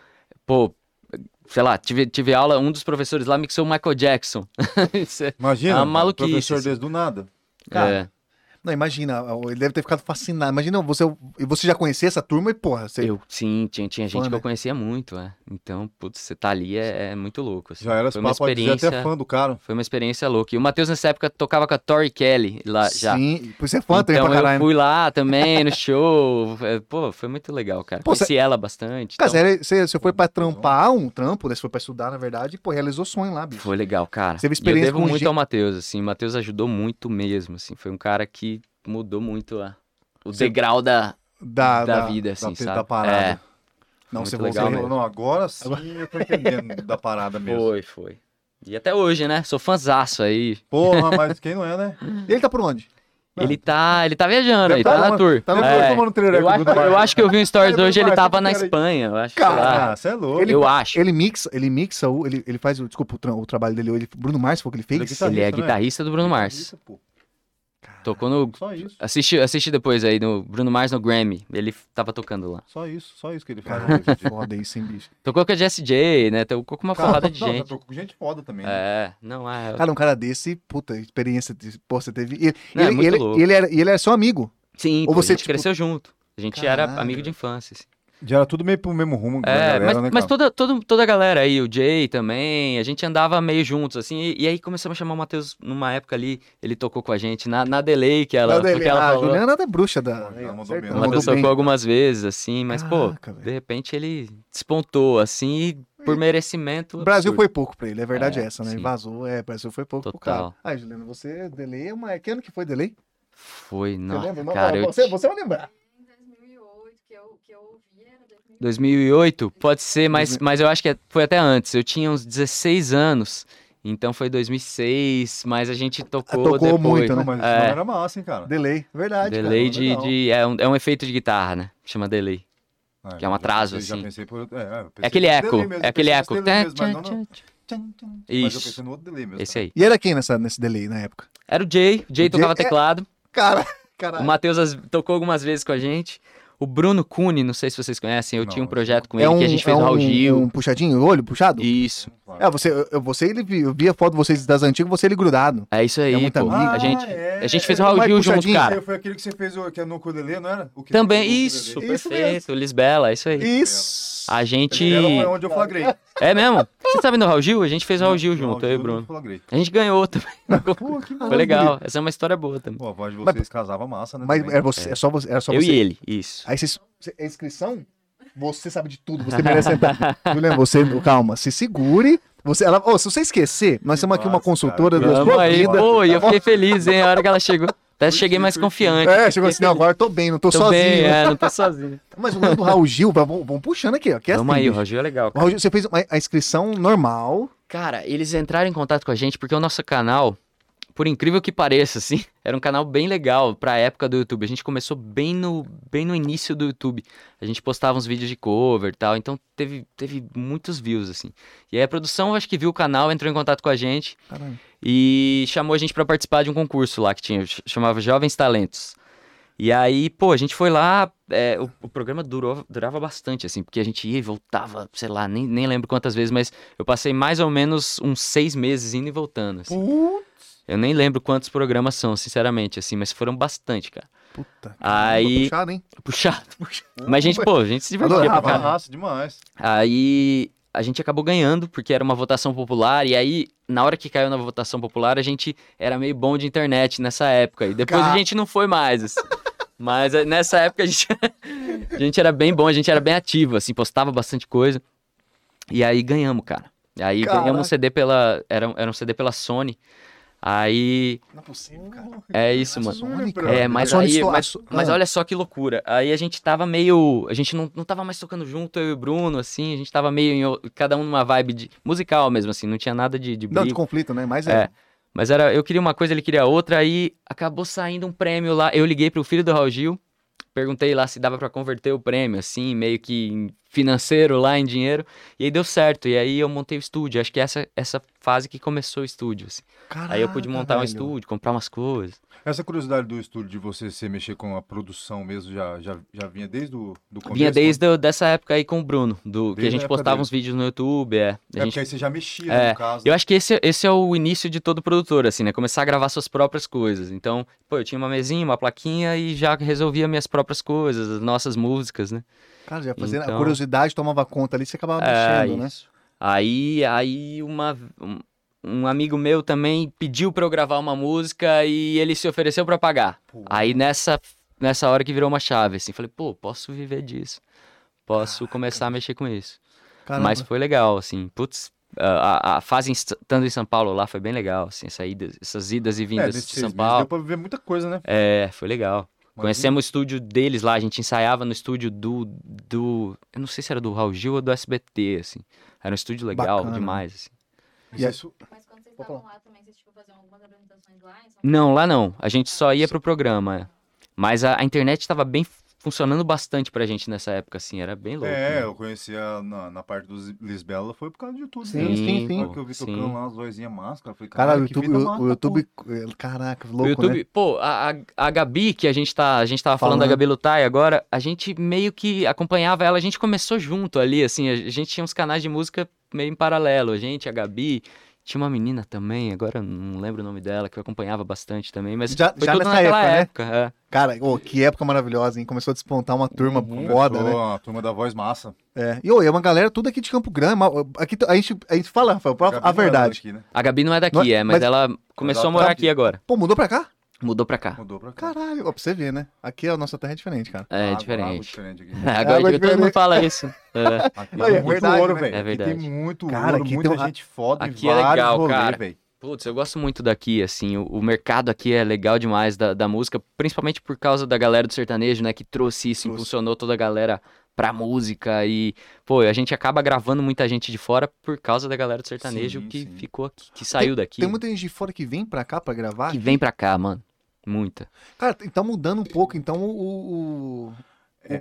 Speaker 3: pô. Sei lá, tive, tive aula, um dos professores lá mixou o Michael Jackson. Isso é-
Speaker 1: Imagina,
Speaker 3: Ah, maluquice,
Speaker 1: professor
Speaker 3: assim.
Speaker 1: desde do nada. Cara,
Speaker 3: é.
Speaker 2: Não, imagina, ele deve ter ficado fascinado. Imagina, você, e você já conhecia essa turma e, porra, você.
Speaker 3: Eu, sim, tinha, tinha gente
Speaker 2: Fã,
Speaker 3: que eu
Speaker 2: né?
Speaker 3: conhecia muito, é. Então, putz, você tá ali é, é muito louco. assim.
Speaker 1: já era,
Speaker 3: foi
Speaker 1: esse
Speaker 3: uma
Speaker 1: papo, pode dizer,
Speaker 3: experiência.
Speaker 1: até fã do cara.
Speaker 3: Foi uma experiência louca. E o Matheus nessa época tocava com a Tori Kelly lá já.
Speaker 2: Sim, você é fã também
Speaker 3: então
Speaker 2: pra
Speaker 3: eu
Speaker 2: caralho. né?
Speaker 3: fui lá também no show. É, Pô, foi muito legal, cara.
Speaker 2: Pô,
Speaker 3: Conheci ela bastante.
Speaker 2: Cara,
Speaker 3: então,
Speaker 2: você- você, você foi pra trampar um trampo, né? Você foi pra estudar, na verdade, e, pô, realizou sonho lá, bicho.
Speaker 3: Foi legal, cara.
Speaker 2: Teve
Speaker 3: E
Speaker 2: experiência
Speaker 3: eu devo
Speaker 2: com
Speaker 3: muito
Speaker 2: gente-
Speaker 3: ao Matheus, assim. O Matheus ajudou muito mesmo, assim. Foi um cara que mudou muito a- o
Speaker 2: Você-
Speaker 3: degrau da,
Speaker 2: Da,
Speaker 3: da
Speaker 2: da-
Speaker 3: vida, assim,
Speaker 1: da
Speaker 3: sabe?
Speaker 1: parada.
Speaker 3: É,
Speaker 2: Não,
Speaker 3: Muito
Speaker 1: Você
Speaker 2: você
Speaker 3: legal
Speaker 2: voltou.
Speaker 1: falou,
Speaker 3: mesmo.
Speaker 1: não, agora sim eu tô entendendo da parada mesmo.
Speaker 3: foi, foi. E até hoje, né? Sou fãzaço aí.
Speaker 1: Porra, mas quem não é, né?
Speaker 2: Ele tá por onde?
Speaker 3: Ele tá, ele tá viajando
Speaker 2: Deve
Speaker 3: aí,
Speaker 2: tá
Speaker 3: tá na
Speaker 2: tomando-
Speaker 3: tour.
Speaker 2: tá na
Speaker 3: É.
Speaker 2: tour tomando trailer
Speaker 3: eu,
Speaker 2: com o é
Speaker 3: acho,
Speaker 2: Dudu Barros.
Speaker 3: eu acho que eu vi um stories
Speaker 1: Ele
Speaker 3: hoje, ele
Speaker 1: vai,
Speaker 3: tava
Speaker 1: esse
Speaker 3: na
Speaker 1: cara aí.
Speaker 3: Espanha, eu acho. sei lá.
Speaker 1: Cara, você é louco.
Speaker 2: Ele- tá-
Speaker 3: eu acho. Ele,
Speaker 2: Ele mixa, ele mixa o. Ele, ele faz o. Desculpa, o, tra- o trabalho dele hoje. Bruno Mars foi o que ele
Speaker 1: Ele é
Speaker 2: fez?
Speaker 1: guitarrista, né?
Speaker 3: é guitarrista do Bruno Mars.
Speaker 1: Isso, pô,
Speaker 3: Tocou no.
Speaker 1: Só isso.
Speaker 3: Assiste, assiste depois aí no Bruno Mars no Grammy. Ele tava tocando lá.
Speaker 1: Só isso, só isso que ele faz.
Speaker 2: Caralho, que foda isso, hein, bicho.
Speaker 3: Tocou com a Jessie J, né? Tocou com uma porrada de
Speaker 1: não, já
Speaker 3: gente.
Speaker 1: tô com gente foda também. né?
Speaker 3: É, não é.
Speaker 2: Cara, um cara desse, puta, experiência. de- Pô, você teve. Ele,
Speaker 3: Não, é
Speaker 2: ele,
Speaker 3: muito
Speaker 2: ele,
Speaker 3: louco.
Speaker 2: ele era, e ele era seu amigo.
Speaker 3: Sim,
Speaker 2: Ou
Speaker 3: pô,
Speaker 2: você,
Speaker 3: a gente
Speaker 2: tipo-
Speaker 3: cresceu junto. A gente
Speaker 2: Caralho.
Speaker 3: era amigo de infância. assim.
Speaker 1: Já era tudo meio pro mesmo rumo da
Speaker 3: É,
Speaker 1: galera,
Speaker 3: mas,
Speaker 1: né,
Speaker 3: mas
Speaker 1: cara?
Speaker 3: toda, todo- toda a galera aí, o Jay também, a gente andava meio juntos, assim, e, e aí começamos a chamar o Matheus numa época ali, ele tocou com a gente na, na delay que ela,
Speaker 2: Não, dele-
Speaker 3: porque ela
Speaker 2: ah, a
Speaker 3: falou.
Speaker 2: Juliana é bruxa da.
Speaker 1: Ela mandou
Speaker 2: certo,
Speaker 1: bem, ela
Speaker 2: ela
Speaker 3: O
Speaker 2: mandou
Speaker 3: Matheus
Speaker 2: bem.
Speaker 3: tocou algumas vezes, assim, mas,
Speaker 2: Caraca,
Speaker 3: pô,
Speaker 2: velho.
Speaker 3: de repente ele despontou, assim, e por merecimento.
Speaker 2: O Brasil
Speaker 3: absurdo.
Speaker 2: foi pouco pra ele, a verdade é,
Speaker 3: É,
Speaker 2: essa, né?
Speaker 3: sim.
Speaker 2: Vazou, é, o Brasil foi pouco pro
Speaker 3: Total.
Speaker 2: cara. Ai, Juliana, você delay é uma. Que ano que foi delay?
Speaker 3: Foi,
Speaker 2: você lembra?
Speaker 3: nossa,
Speaker 2: Não,
Speaker 3: cara.
Speaker 2: não,
Speaker 3: eu
Speaker 2: você, é
Speaker 3: te-
Speaker 2: você vai lembrar.
Speaker 4: em 2008, que eu, que eu ouvi era 2008.
Speaker 3: 2008, pode ser, mas,
Speaker 2: 2000.
Speaker 3: mas eu acho que é- foi até antes. Eu tinha uns 16 anos, então foi 2006, mas a gente tocou,
Speaker 2: Ah, tocou
Speaker 3: depois.
Speaker 2: muito,
Speaker 1: Não,
Speaker 2: né?
Speaker 1: mas isso
Speaker 3: É.
Speaker 1: não era massa, hein, cara?
Speaker 2: Delay, verdade. cara,
Speaker 3: Delay de,
Speaker 2: é legal.
Speaker 3: de- é, um, é um efeito de guitarra, né? Chama delay. que é um
Speaker 1: já
Speaker 3: atraso,
Speaker 1: pensei-
Speaker 3: assim.
Speaker 1: Já pensei por... outro- É, eu pensei
Speaker 3: É aquele
Speaker 1: nesse
Speaker 3: eco,
Speaker 1: delay mesmo,
Speaker 3: é aquele
Speaker 1: pensei
Speaker 3: eco.
Speaker 1: nesse delay mesmo, mas não no- Mas eu
Speaker 3: Isso.
Speaker 1: pensei no outro delay mesmo. tá?
Speaker 3: Esse é- aí.
Speaker 2: E era quem nessa, nesse delay na época?
Speaker 3: Era o Jay, o Jay
Speaker 2: O Jay
Speaker 3: tocava
Speaker 2: é-
Speaker 3: teclado,
Speaker 2: Cara,
Speaker 3: o
Speaker 2: caralho.
Speaker 3: Matheus as- tocou algumas vezes com a gente. O Bruno Cune, não sei se vocês conhecem, eu
Speaker 1: Não,
Speaker 3: tinha um
Speaker 1: esse
Speaker 3: projeto com
Speaker 2: é
Speaker 3: ele
Speaker 2: um,
Speaker 3: que a gente fez
Speaker 2: é
Speaker 3: o Raul
Speaker 2: um-
Speaker 3: Gil.
Speaker 2: um puxadinho, olho puxado?
Speaker 3: Isso.
Speaker 1: Claro.
Speaker 2: É, você, eu- eu, você ele, vi- eu via foto de vocês das antigas, você ele grudado.
Speaker 3: É isso aí,
Speaker 2: muito
Speaker 3: pô.
Speaker 2: amigo.
Speaker 3: A gente,
Speaker 1: é.
Speaker 3: a gente fez o
Speaker 2: é,
Speaker 3: Raul
Speaker 2: mais
Speaker 3: Gil junto,
Speaker 2: puxadinho,
Speaker 3: cara.
Speaker 1: Foi aquele que você fez o, que é no ukulele, não era? O que
Speaker 3: Também,
Speaker 1: o ukulele.
Speaker 3: isso,
Speaker 2: Isso
Speaker 3: perfeito. Lisbela, é isso aí.
Speaker 2: Isso. um-
Speaker 3: A gente.
Speaker 1: Ela foi onde eu flagrei.
Speaker 3: É mesmo? Você sabe no Raul Gil? A gente fez o Raul Gil junto, eu e o
Speaker 1: não
Speaker 3: Bruno.
Speaker 1: flagrei.
Speaker 3: A gente ganhou também. Foi
Speaker 2: maravilha.
Speaker 3: legal. Essa é uma história boa também.
Speaker 1: Pô, a voz de vocês casava massa, né?
Speaker 2: Mas
Speaker 1: também.
Speaker 2: era, você, é só você, era só
Speaker 3: eu
Speaker 2: você.
Speaker 3: e ele, isso.
Speaker 2: Aí vocês, você- a inscrição, você sabe de tudo, você merece entrar. Juliana, você, calma, se segure. Você, ela, ô, se você esquecer, nós
Speaker 1: Que
Speaker 2: temos aqui uma
Speaker 1: massa,
Speaker 2: consultora
Speaker 1: cara.
Speaker 2: da
Speaker 3: Vamos
Speaker 2: sua
Speaker 3: aí,
Speaker 2: vida.
Speaker 3: pô, e eu
Speaker 2: tá bom?
Speaker 3: fiquei feliz, hein? A hora que ela chegou. Até cheguei mais confiante.
Speaker 2: É, chegou assim, não, agora eu tô bem, não tô,
Speaker 3: Tô
Speaker 2: sozinho.
Speaker 3: bem,
Speaker 2: né?
Speaker 3: é, não tô sozinho.
Speaker 2: Mas o lance do Raul Gil, vamos, vamos puxando aqui, ó. Que é
Speaker 3: Vamos
Speaker 2: assim,
Speaker 3: aí, o
Speaker 2: bicho.
Speaker 3: Raul Gil é legal.
Speaker 2: O Raul Gil, você fez uma- a inscrição normal.
Speaker 3: Cara, eles entraram em contato com a gente porque o nosso canal, por incrível que pareça, assim, era um canal bem legal pra época do YouTube. A gente começou bem no, bem no início do YouTube. A gente postava uns vídeos de cover e tal, então teve, teve muitos views, assim. E aí a produção, acho que viu o canal, entrou em contato com a gente
Speaker 2: Caralho.
Speaker 3: e chamou a gente pra participar de um concurso lá que tinha, ch- chamava Jovens Talentos. E aí, pô, a gente foi lá, é, o, o programa durou, durava bastante, assim, porque a gente ia e voltava, sei lá, nem, nem lembro quantas vezes, mas eu passei mais ou menos uns seis meses indo e voltando, assim. Eu nem lembro quantos programas são, sinceramente, assim, mas foram bastante, cara.
Speaker 2: Puta.
Speaker 3: Aí-
Speaker 2: Puxado, hein?
Speaker 3: Puxado, puxado. Mas, gente, pô, a gente se divertia pra
Speaker 2: Adorava,
Speaker 1: Tava
Speaker 3: caralho.
Speaker 1: raça demais.
Speaker 3: Aí a gente acabou ganhando, porque era uma votação popular, e aí, na hora que caiu na votação popular, a gente era meio bom de internet nessa época. E depois
Speaker 2: Ca-
Speaker 3: a gente não foi mais. assim. Mas eh, nessa época a gente, a gente era bem bom, a gente era bem ativo, assim, postava bastante coisa. E aí ganhamos, cara. E aí
Speaker 2: Caraca.
Speaker 3: ganhamos um CD pela. Era, um- era um CD pela Sony. Aí
Speaker 2: Não é possível, cara.
Speaker 3: é isso, mano.
Speaker 2: Sônica.
Speaker 3: É, mas,
Speaker 2: Sonic
Speaker 3: aí,
Speaker 2: Splash.
Speaker 3: mas, mas
Speaker 2: Ah.
Speaker 3: olha só que loucura. Aí a gente tava meio. A gente não, não tava mais tocando junto, eu e o Bruno, assim. A gente tava meio. Em, o- cada um numa vibe de, musical mesmo, assim. Não tinha nada de, de
Speaker 2: Não, de
Speaker 3: briga.
Speaker 2: conflito, né? Mas
Speaker 3: É.
Speaker 2: é.
Speaker 3: Mas era, eu queria uma coisa, ele queria outra, aí acabou saindo um prêmio lá. Eu liguei pro filho do Raul Gil, perguntei lá se dava pra converter o prêmio, assim, meio que em financeiro lá, em dinheiro. E aí deu certo, e aí eu montei o estúdio. Acho que essa essa fase que começou o estúdio, assim. aí eu pude
Speaker 2: Caraca,
Speaker 3: montar um
Speaker 2: velho.
Speaker 3: estúdio, comprar umas coisas.
Speaker 1: Essa curiosidade do estúdio de você se mexer com a produção mesmo já, já, já vinha desde o do começo?
Speaker 3: Vinha desde o- dessa época aí com o Bruno, do, que
Speaker 1: Desde
Speaker 3: a
Speaker 1: a
Speaker 3: gente
Speaker 1: época
Speaker 3: postava
Speaker 1: dele.
Speaker 3: uns vídeos no YouTube, é. A
Speaker 1: É
Speaker 3: gente-
Speaker 1: porque aí você já mexia,
Speaker 3: É,
Speaker 1: no caso.
Speaker 3: Eu acho que esse, esse é o início de todo produtor, assim, né? Começar a gravar suas próprias coisas. Então, pô, eu tinha uma mesinha, uma plaquinha e já resolvia minhas próprias coisas, as nossas músicas, né?
Speaker 2: Cara, já fazendo a
Speaker 3: Então-
Speaker 2: curiosidade tomava conta ali, você acabava
Speaker 3: É,
Speaker 2: mexendo, né?
Speaker 3: isso. Aí, aí uma, um, um amigo meu também pediu pra eu gravar uma música e ele se ofereceu pra pagar.
Speaker 1: Pô,
Speaker 3: Aí né, nessa, nessa hora que virou uma chave, assim, falei, pô, posso viver disso. Posso começar a mexer com isso.
Speaker 2: Caramba.
Speaker 3: Mas foi legal, assim. Putz, a, a- a fase em- estando em São Paulo lá foi bem legal, assim, essa ida- essas idas e
Speaker 1: é,
Speaker 3: vindas
Speaker 1: nesses
Speaker 3: de
Speaker 1: seis
Speaker 3: São
Speaker 1: meses
Speaker 3: Paulo.
Speaker 1: Deu pra ver muita coisa, né?
Speaker 3: É, foi legal.
Speaker 1: Mas
Speaker 3: Conhecemos o estúdio deles lá, a gente ensaiava no estúdio do, do. Eu não sei se era do Raul Gil ou do SBT, assim. Era um estúdio legal
Speaker 2: Bacana.
Speaker 3: demais, assim.
Speaker 1: Mas isso-
Speaker 4: Mas quando vocês
Speaker 2: Opa.
Speaker 4: estavam lá também, vocês tipo, faziam algumas apresentações lá? em São
Speaker 3: Não,
Speaker 4: Paulo?
Speaker 3: lá não. A gente só ia
Speaker 4: Só-
Speaker 3: pro programa. é. Mas a, a internet tava bem funcionando bastante pra gente nessa época, assim. Era bem louco.
Speaker 1: É,
Speaker 3: né?
Speaker 1: eu conhecia na, na parte do Lisbela, foi por causa do YouTube.
Speaker 2: Sim,
Speaker 1: né?
Speaker 2: sim, sim.
Speaker 1: Na hora que eu vi
Speaker 3: Sim.
Speaker 1: tocando lá as vozinhas máscara, eu falei,
Speaker 2: Cara, o
Speaker 1: caralho, que
Speaker 2: YouTube,
Speaker 1: vida
Speaker 2: o-
Speaker 1: mata,
Speaker 2: o YouTube- Caraca, louco,
Speaker 3: O YouTube,
Speaker 2: né?
Speaker 3: pô, a, a, a Gabi, que a gente, tá, a gente tava falando, da
Speaker 2: Falando.
Speaker 3: Gabi Lutai agora, a gente meio que acompanhava ela, a gente começou junto ali, assim, a gente tinha uns canais de música meio em paralelo, a gente, a Gabi, tinha uma menina também, agora eu não lembro o nome dela, que eu acompanhava bastante também, mas
Speaker 2: Já-
Speaker 3: foi
Speaker 2: já
Speaker 3: tudo
Speaker 2: nessa
Speaker 3: naquela
Speaker 2: época,
Speaker 3: época, é.
Speaker 2: Cara, ô, que época maravilhosa, hein? Começou a despontar uma turma
Speaker 3: Uhum.
Speaker 1: pô.
Speaker 2: foda, né?
Speaker 1: Começou A turma da voz massa.
Speaker 2: É. E, ô, é uma galera tudo aqui de Campo Grande. mas, ó, Aqui, t- a, gente, a gente fala, Rafael, pra-
Speaker 1: Gabi
Speaker 2: a
Speaker 1: não era
Speaker 2: verdade.
Speaker 1: daqui, né?
Speaker 3: A Gabi não é daqui,
Speaker 2: Não,
Speaker 3: é, mas
Speaker 2: mas-
Speaker 3: ela começou a
Speaker 1: ela
Speaker 3: morar
Speaker 1: tá-
Speaker 3: aqui agora,
Speaker 2: Pô, mudou pra cá?
Speaker 3: mudou pra cá.
Speaker 1: Mudou Ah, pra cá.
Speaker 2: Caralho, ó, pra você ver, né? Aqui a nossa terra é diferente, cara.
Speaker 3: É,
Speaker 1: Água, água
Speaker 3: diferente.
Speaker 1: diferente aqui.
Speaker 2: Água
Speaker 3: Agora todo mundo
Speaker 2: diferente.
Speaker 3: fala isso. É.
Speaker 1: Aqui
Speaker 2: Não,
Speaker 1: tem
Speaker 2: é
Speaker 1: muito
Speaker 2: verdade,
Speaker 1: ouro,
Speaker 2: né?
Speaker 1: velho.
Speaker 3: É
Speaker 1: Aqui
Speaker 3: verdade.
Speaker 1: tem um muito
Speaker 2: Cara,
Speaker 1: ouro,
Speaker 2: aqui tem
Speaker 1: muita
Speaker 2: uma-
Speaker 1: gente foda
Speaker 3: Aqui
Speaker 1: e
Speaker 3: é
Speaker 1: vários
Speaker 3: legal,
Speaker 1: rolê,
Speaker 3: cara.
Speaker 1: velho.
Speaker 3: Putz, eu gosto muito daqui, assim, o, o mercado aqui é legal demais da, da música, principalmente por causa da galera do sertanejo, né, que trouxe isso,
Speaker 2: Trouxe.
Speaker 3: impulsionou toda a galera pra música e, pô, a gente acaba gravando muita gente de fora por causa da galera do sertanejo
Speaker 1: Sim,
Speaker 3: que
Speaker 1: sim.
Speaker 3: ficou aqui, que saiu daqui,
Speaker 2: Tem muita gente de fora que vem pra cá pra gravar.
Speaker 3: que vem pra cá, mano, muita.
Speaker 2: Cara, t- tá mudando um pouco, então, o, o, o-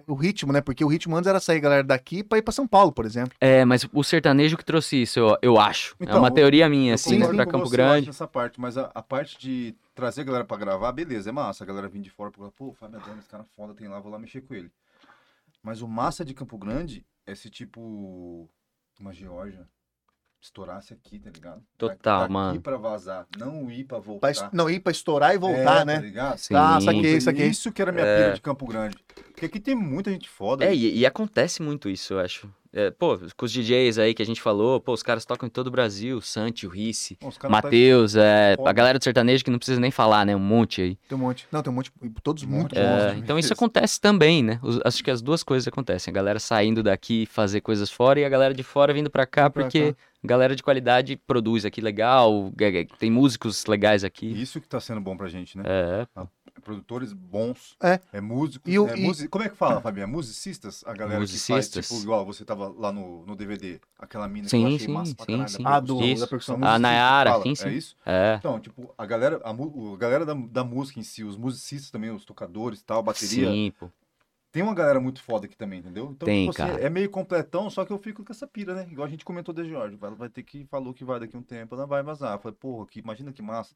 Speaker 2: o ritmo, né? Porque o ritmo antes era sair galera daqui pra ir pra São Paulo, por exemplo.
Speaker 3: É, mas o sertanejo que trouxe isso, eu, eu acho, é
Speaker 1: Então,
Speaker 3: uma teoria minha,
Speaker 1: Eu
Speaker 3: assim,
Speaker 2: concordo
Speaker 3: pra
Speaker 1: com
Speaker 3: Campo
Speaker 1: você, eu acho,
Speaker 3: Grande.
Speaker 1: Nessa parte, mas a, a parte de trazer a galera pra gravar, beleza, é massa. A galera vem de fora, pra, pô, Fábio Adamo, esse cara foda, tem lá, vou lá mexer com ele. Mas o massa de Campo Grande é se, tipo, uma Georgia estourasse aqui, tá ligado?
Speaker 3: Total,
Speaker 1: daqui
Speaker 3: mano.
Speaker 1: pra vazar, não ir pra voltar.
Speaker 2: Pra es- não, ir pra estourar e voltar,
Speaker 1: Tá. É, Tá
Speaker 2: né?
Speaker 1: ligado?
Speaker 3: Sim.
Speaker 2: Ah, saquei,
Speaker 1: Isso,
Speaker 2: saquei.
Speaker 1: isso que era minha pira de Campo Grande. Porque aqui tem muita gente foda.
Speaker 3: É, e, e acontece muito isso, eu acho. É, pô, com os DJs aí que a gente falou, pô, os caras tocam em todo o Brasil, o Santi, o Risse,
Speaker 1: Pô, os caras tá-
Speaker 3: Matheus, é,
Speaker 1: foda.
Speaker 3: a galera do sertanejo que não precisa nem falar, né? Um monte aí.
Speaker 2: Tem um monte. Não, tem um monte. Todos
Speaker 1: Um monte.
Speaker 2: muito bons. né?
Speaker 3: É,
Speaker 1: Nossa,
Speaker 3: então isso
Speaker 1: isso.
Speaker 3: acontece também, né? Os- acho que as duas coisas acontecem. A galera saindo daqui fazer coisas fora e a galera de fora vindo pra cá,
Speaker 2: pra
Speaker 3: porque a galera de qualidade produz aqui legal, é, é, tem músicos legais aqui.
Speaker 1: Isso que tá sendo bom pra gente, né?
Speaker 3: É,
Speaker 1: produtores bons,
Speaker 2: É.
Speaker 1: é músicos,
Speaker 2: E o-
Speaker 1: é
Speaker 2: e-
Speaker 1: musi- como é que fala, Fabi? É musicistas? A galera que
Speaker 3: Musicistas.
Speaker 1: faz, tipo, igual você tava lá no, no DVD, aquela mina
Speaker 3: Sim,
Speaker 1: que eu achei
Speaker 3: sim,
Speaker 1: massa pra
Speaker 3: sim,
Speaker 1: caralho, né,
Speaker 3: sim.
Speaker 2: Ah, do-
Speaker 1: percussão.
Speaker 3: da
Speaker 2: percussão.
Speaker 1: São musicista
Speaker 3: A
Speaker 1: que
Speaker 3: Nayara,
Speaker 1: fala,
Speaker 3: sim, sim.
Speaker 1: É isso?
Speaker 3: é.
Speaker 1: Então, tipo, a galera, a, mu- a galera da, da música em si, os musicistas também, os tocadores e tal, bateria,
Speaker 3: Sim, pô.
Speaker 1: tem uma galera muito foda aqui também, entendeu? Então,
Speaker 3: Tem,
Speaker 1: tipo, assim,
Speaker 3: cara.
Speaker 1: é meio completão, só que eu fico com essa pira, né? Igual a gente comentou da Jorge, vai, vai ter que, falou que vai daqui um tempo, ela vai vazar. Eu Falei, porra, que, imagina que massa.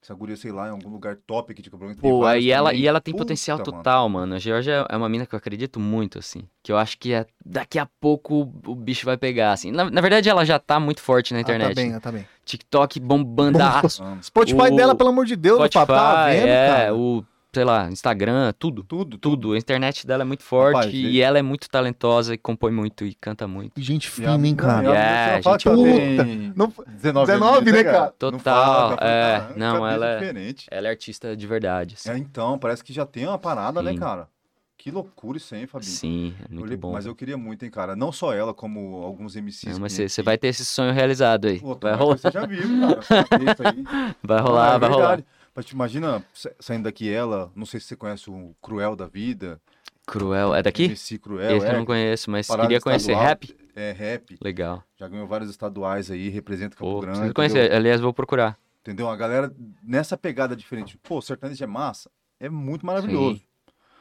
Speaker 1: Essa guria, sei lá, em algum lugar top tipo, aqui de Campo Grande, tem
Speaker 3: Pô,
Speaker 1: vários
Speaker 3: aí ela,
Speaker 1: também.
Speaker 3: e ela tem
Speaker 1: Puta,
Speaker 3: potencial
Speaker 1: mano.
Speaker 3: total, mano. A Georgia é uma mina que eu acredito muito, assim. Que eu acho que é- daqui a pouco o bicho vai pegar, assim. Na, na verdade, ela já tá muito forte na
Speaker 2: Ah, tá
Speaker 3: internet.
Speaker 2: bem, ah, tá bem.
Speaker 3: TikTok bombando a
Speaker 1: Mano,
Speaker 2: Spotify
Speaker 3: O-
Speaker 2: dela, pelo amor de Deus,
Speaker 3: Spotify,
Speaker 2: Spotify, tá vendo,
Speaker 3: é,
Speaker 2: cara?
Speaker 3: o, sei lá, Instagram, tudo.
Speaker 1: Tudo, tudo.
Speaker 3: Tudo. A internet dela é muito forte
Speaker 1: Rapaz,
Speaker 3: e
Speaker 1: gente.
Speaker 3: ela é muito talentosa e compõe muito e canta muito.
Speaker 2: Que Gente
Speaker 1: E a-
Speaker 2: fina, hein, cara?
Speaker 1: não, e a-
Speaker 3: É,
Speaker 1: ela fala que
Speaker 2: gente,
Speaker 1: ela tem
Speaker 2: Não,
Speaker 1: 19,
Speaker 2: 19, né, cara?
Speaker 1: Não fala,
Speaker 3: Total,
Speaker 1: cara, fala,
Speaker 3: é.
Speaker 1: "Caramba,
Speaker 3: Não,
Speaker 1: cabeça
Speaker 3: ela é-
Speaker 1: diferente.
Speaker 3: Ela é artista de verdade, assim.
Speaker 1: É, então, parece que já tem uma parada, né,
Speaker 3: Sim.
Speaker 1: cara? Que loucura isso, hein, Fabinho?
Speaker 3: Sim, é
Speaker 1: Eu
Speaker 3: muito
Speaker 1: li-
Speaker 3: bom.
Speaker 1: Mas eu queria muito, hein, cara. Não só ela, como alguns MCs.
Speaker 3: Não, mas
Speaker 1: que-
Speaker 3: você vai ter esse sonho realizado aí.
Speaker 1: Pô,
Speaker 3: vai,
Speaker 1: tomara que
Speaker 3: rolar,
Speaker 1: Você já viu, cara. Você tem isso aí.
Speaker 3: vai
Speaker 1: Não,
Speaker 3: rolar,
Speaker 1: é
Speaker 3: vai rolar.
Speaker 1: verdade. Mas te imagina sa- saindo daqui ela, não sei se você conhece o Cruel da Vida.
Speaker 3: Cruel. É daqui?
Speaker 1: MC Cruel,
Speaker 3: Esse eu
Speaker 1: é,
Speaker 3: não conheço, mas
Speaker 1: parada
Speaker 3: queria conhecer.
Speaker 1: estadual.
Speaker 3: Rap?
Speaker 1: é rap.
Speaker 3: Legal.
Speaker 1: Já ganhou vários estaduais aí, representa Campo
Speaker 3: Pô,
Speaker 1: Grande.
Speaker 3: preciso conhecer.
Speaker 1: Entendeu?
Speaker 3: Aliás, vou procurar.
Speaker 1: Entendeu? A galera nessa pegada diferente. Pô, sertanejo é massa. É muito maravilhoso.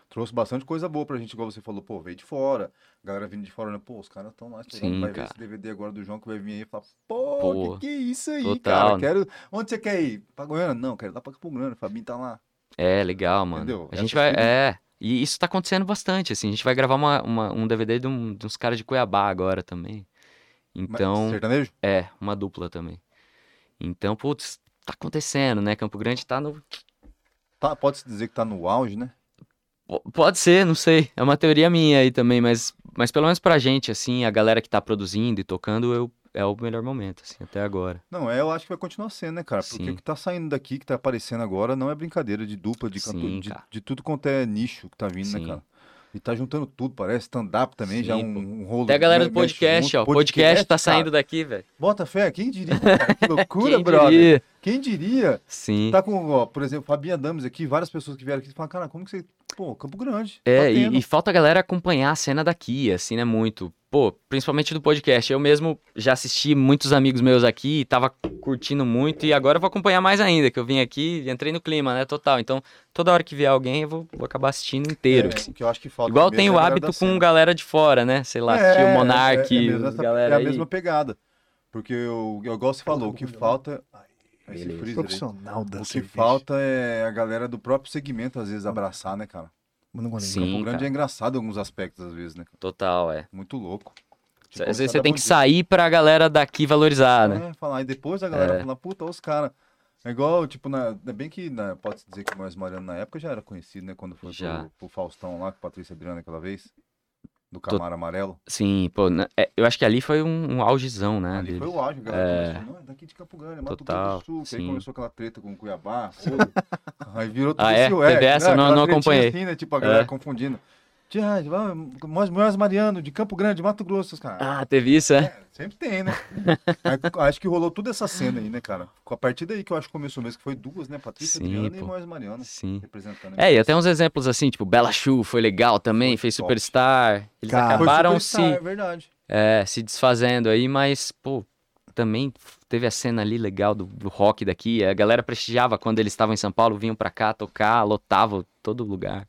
Speaker 1: Trouxe bastante coisa boa pra gente, igual você falou, pô, veio de fora. A galera vindo de fora, né? Pô, os caras estão lá estourando.
Speaker 3: Sim,
Speaker 1: vai
Speaker 3: cara.
Speaker 1: ver esse DVD agora do João que vai vir aí e falar, pô,
Speaker 3: Pô,
Speaker 1: que, que é isso aí,
Speaker 3: total,
Speaker 1: cara?
Speaker 3: né?
Speaker 1: Quero. Onde você quer ir? Pra Goiânia? Não, quero ir lá pra Campo Grande. O Fabinho tá lá.
Speaker 3: É, legal, mano.
Speaker 1: Entendeu?
Speaker 3: A
Speaker 1: É
Speaker 3: gente vai.
Speaker 1: possível.
Speaker 3: É. E isso tá acontecendo bastante, assim. A gente vai gravar uma, uma- um DVD de, um- de uns caras de Cuiabá agora também.
Speaker 1: Mas-
Speaker 3: Então,
Speaker 1: Sertanejo?
Speaker 3: é, uma dupla também. Então, putz, tá acontecendo, né? Campo Grande tá no.
Speaker 1: Tá, Pode-se dizer que tá no auge, né?
Speaker 3: P- Pode ser, não sei. É uma teoria minha aí também, mas, mas pelo menos pra gente, assim, a galera que tá produzindo e tocando, eu, é o melhor momento, assim, até agora.
Speaker 1: Não, é, eu acho que vai continuar sendo, né, cara? Porque
Speaker 3: Sim.
Speaker 1: o que tá saindo daqui, que tá aparecendo agora, não é brincadeira de dupla, de cantor,
Speaker 3: Sim,
Speaker 1: de,
Speaker 3: cara.
Speaker 1: de tudo quanto é nicho que tá vindo,
Speaker 3: Sim.
Speaker 1: né, cara? E tá juntando tudo, parece stand-up também,
Speaker 3: Sim,
Speaker 1: já
Speaker 3: pô.
Speaker 1: um, um rolo.
Speaker 3: Até a galera do
Speaker 1: me- mexe
Speaker 3: podcast,
Speaker 1: junto.
Speaker 3: ó. O podcast tá
Speaker 1: cara.
Speaker 3: saindo daqui, velho.
Speaker 1: Bota fé, quem diria? cara? Que loucura,
Speaker 3: Quem
Speaker 1: brother.
Speaker 3: diria?
Speaker 1: Quem diria?
Speaker 3: Sim.
Speaker 1: Tá com, ó, por exemplo, Fabinha Dames aqui, várias pessoas que vieram aqui e falam, cara, como que você. Pô, Campo Grande.
Speaker 3: É,
Speaker 1: tá tendo.
Speaker 3: e, e falta a galera acompanhar a cena daqui, assim, né? Muito. Pô, principalmente do podcast. Eu mesmo já assisti muitos amigos meus aqui, tava curtindo muito, e agora eu vou acompanhar mais ainda, que eu vim aqui e entrei no clima, né? Total. Então, toda hora que vier alguém, eu vou, vou acabar assistindo inteiro.
Speaker 1: É,
Speaker 3: assim.
Speaker 1: o que eu acho que falta.
Speaker 3: Igual
Speaker 1: mesmo
Speaker 3: tem
Speaker 1: é a
Speaker 3: o
Speaker 1: galera
Speaker 3: hábito
Speaker 1: da
Speaker 3: com um
Speaker 1: cena.
Speaker 3: galera de fora, né? Sei lá, tio Monark,
Speaker 1: é mesmo
Speaker 3: os
Speaker 1: essa-
Speaker 3: galera
Speaker 1: é a
Speaker 3: aí.
Speaker 1: mesma pegada. Porque eu, eu gosto você falou, o que falta. Esse
Speaker 3: Beleza.
Speaker 1: freezer aí. né?
Speaker 2: Profissional da
Speaker 1: O que
Speaker 2: cerveja.
Speaker 1: falta é a galera do próprio segmento, às vezes, abraçar, né, cara?
Speaker 2: Mas não vou nem-
Speaker 1: O
Speaker 3: Sim,
Speaker 1: grande é
Speaker 3: cara,
Speaker 1: engraçado em alguns aspectos, às vezes, né?
Speaker 3: total, é.
Speaker 1: Muito louco. Tipo, o
Speaker 3: Às vezes
Speaker 1: cara
Speaker 3: você tem
Speaker 1: é
Speaker 3: que
Speaker 1: bandido,
Speaker 3: sair pra galera daqui valorizar, né?
Speaker 1: né? Falar, e depois a galera fala, puta, olha os caras. É igual, tipo, na... ainda bem que na... pode dizer que o Moisés Mariano na época já era conhecido, né? Quando foi
Speaker 3: Já.
Speaker 1: pro, pro Faustão lá, com a Patrícia Adriana aquela vez. Do Camaro Amarelo.
Speaker 3: Sim, pô, né? É, eu acho que ali foi um, um augezão, né?
Speaker 1: Ali
Speaker 3: dele.
Speaker 1: foi o auge, a galera.
Speaker 3: É.
Speaker 1: Começou, não, é daqui de Campo Grande, é Mato
Speaker 3: Total,
Speaker 1: Grosso do Sul. que
Speaker 3: sim.
Speaker 1: Aí começou aquela treta com Cuiabá. foda. aí virou tudo
Speaker 3: Ah, é?
Speaker 1: esse
Speaker 3: Teve essa? Não-
Speaker 1: aquela
Speaker 3: não
Speaker 1: tretinha
Speaker 3: acompanhei.
Speaker 1: Assim, né? Tipo, a galera
Speaker 3: É.
Speaker 1: confundindo. Tia, nós mulheres Mariano, de Campo Grande, Mato Grosso, os caras.
Speaker 3: Ah, teve isso, é?
Speaker 1: Sempre tem, né? Aí, acho que rolou toda essa cena aí, né, cara? Com A partir daí que eu acho que começou mesmo, que foi duas, né? Patrícia
Speaker 3: Sim,
Speaker 1: Adriana e
Speaker 3: pô.
Speaker 1: Moisés Mariano
Speaker 3: Sim.
Speaker 1: representando.
Speaker 3: É, e até uns exemplos assim, tipo, Bela Chu foi legal também,
Speaker 1: Foi
Speaker 3: fez
Speaker 1: top.
Speaker 3: Superstar. Eles
Speaker 2: Cara.
Speaker 1: Foi
Speaker 3: acabaram se,
Speaker 1: superstar, É verdade.
Speaker 3: é, se desfazendo aí, mas, pô, também teve a cena ali legal do, do rock daqui. A galera prestigiava quando eles estavam em São Paulo, vinham pra cá tocar, lotavam todo lugar.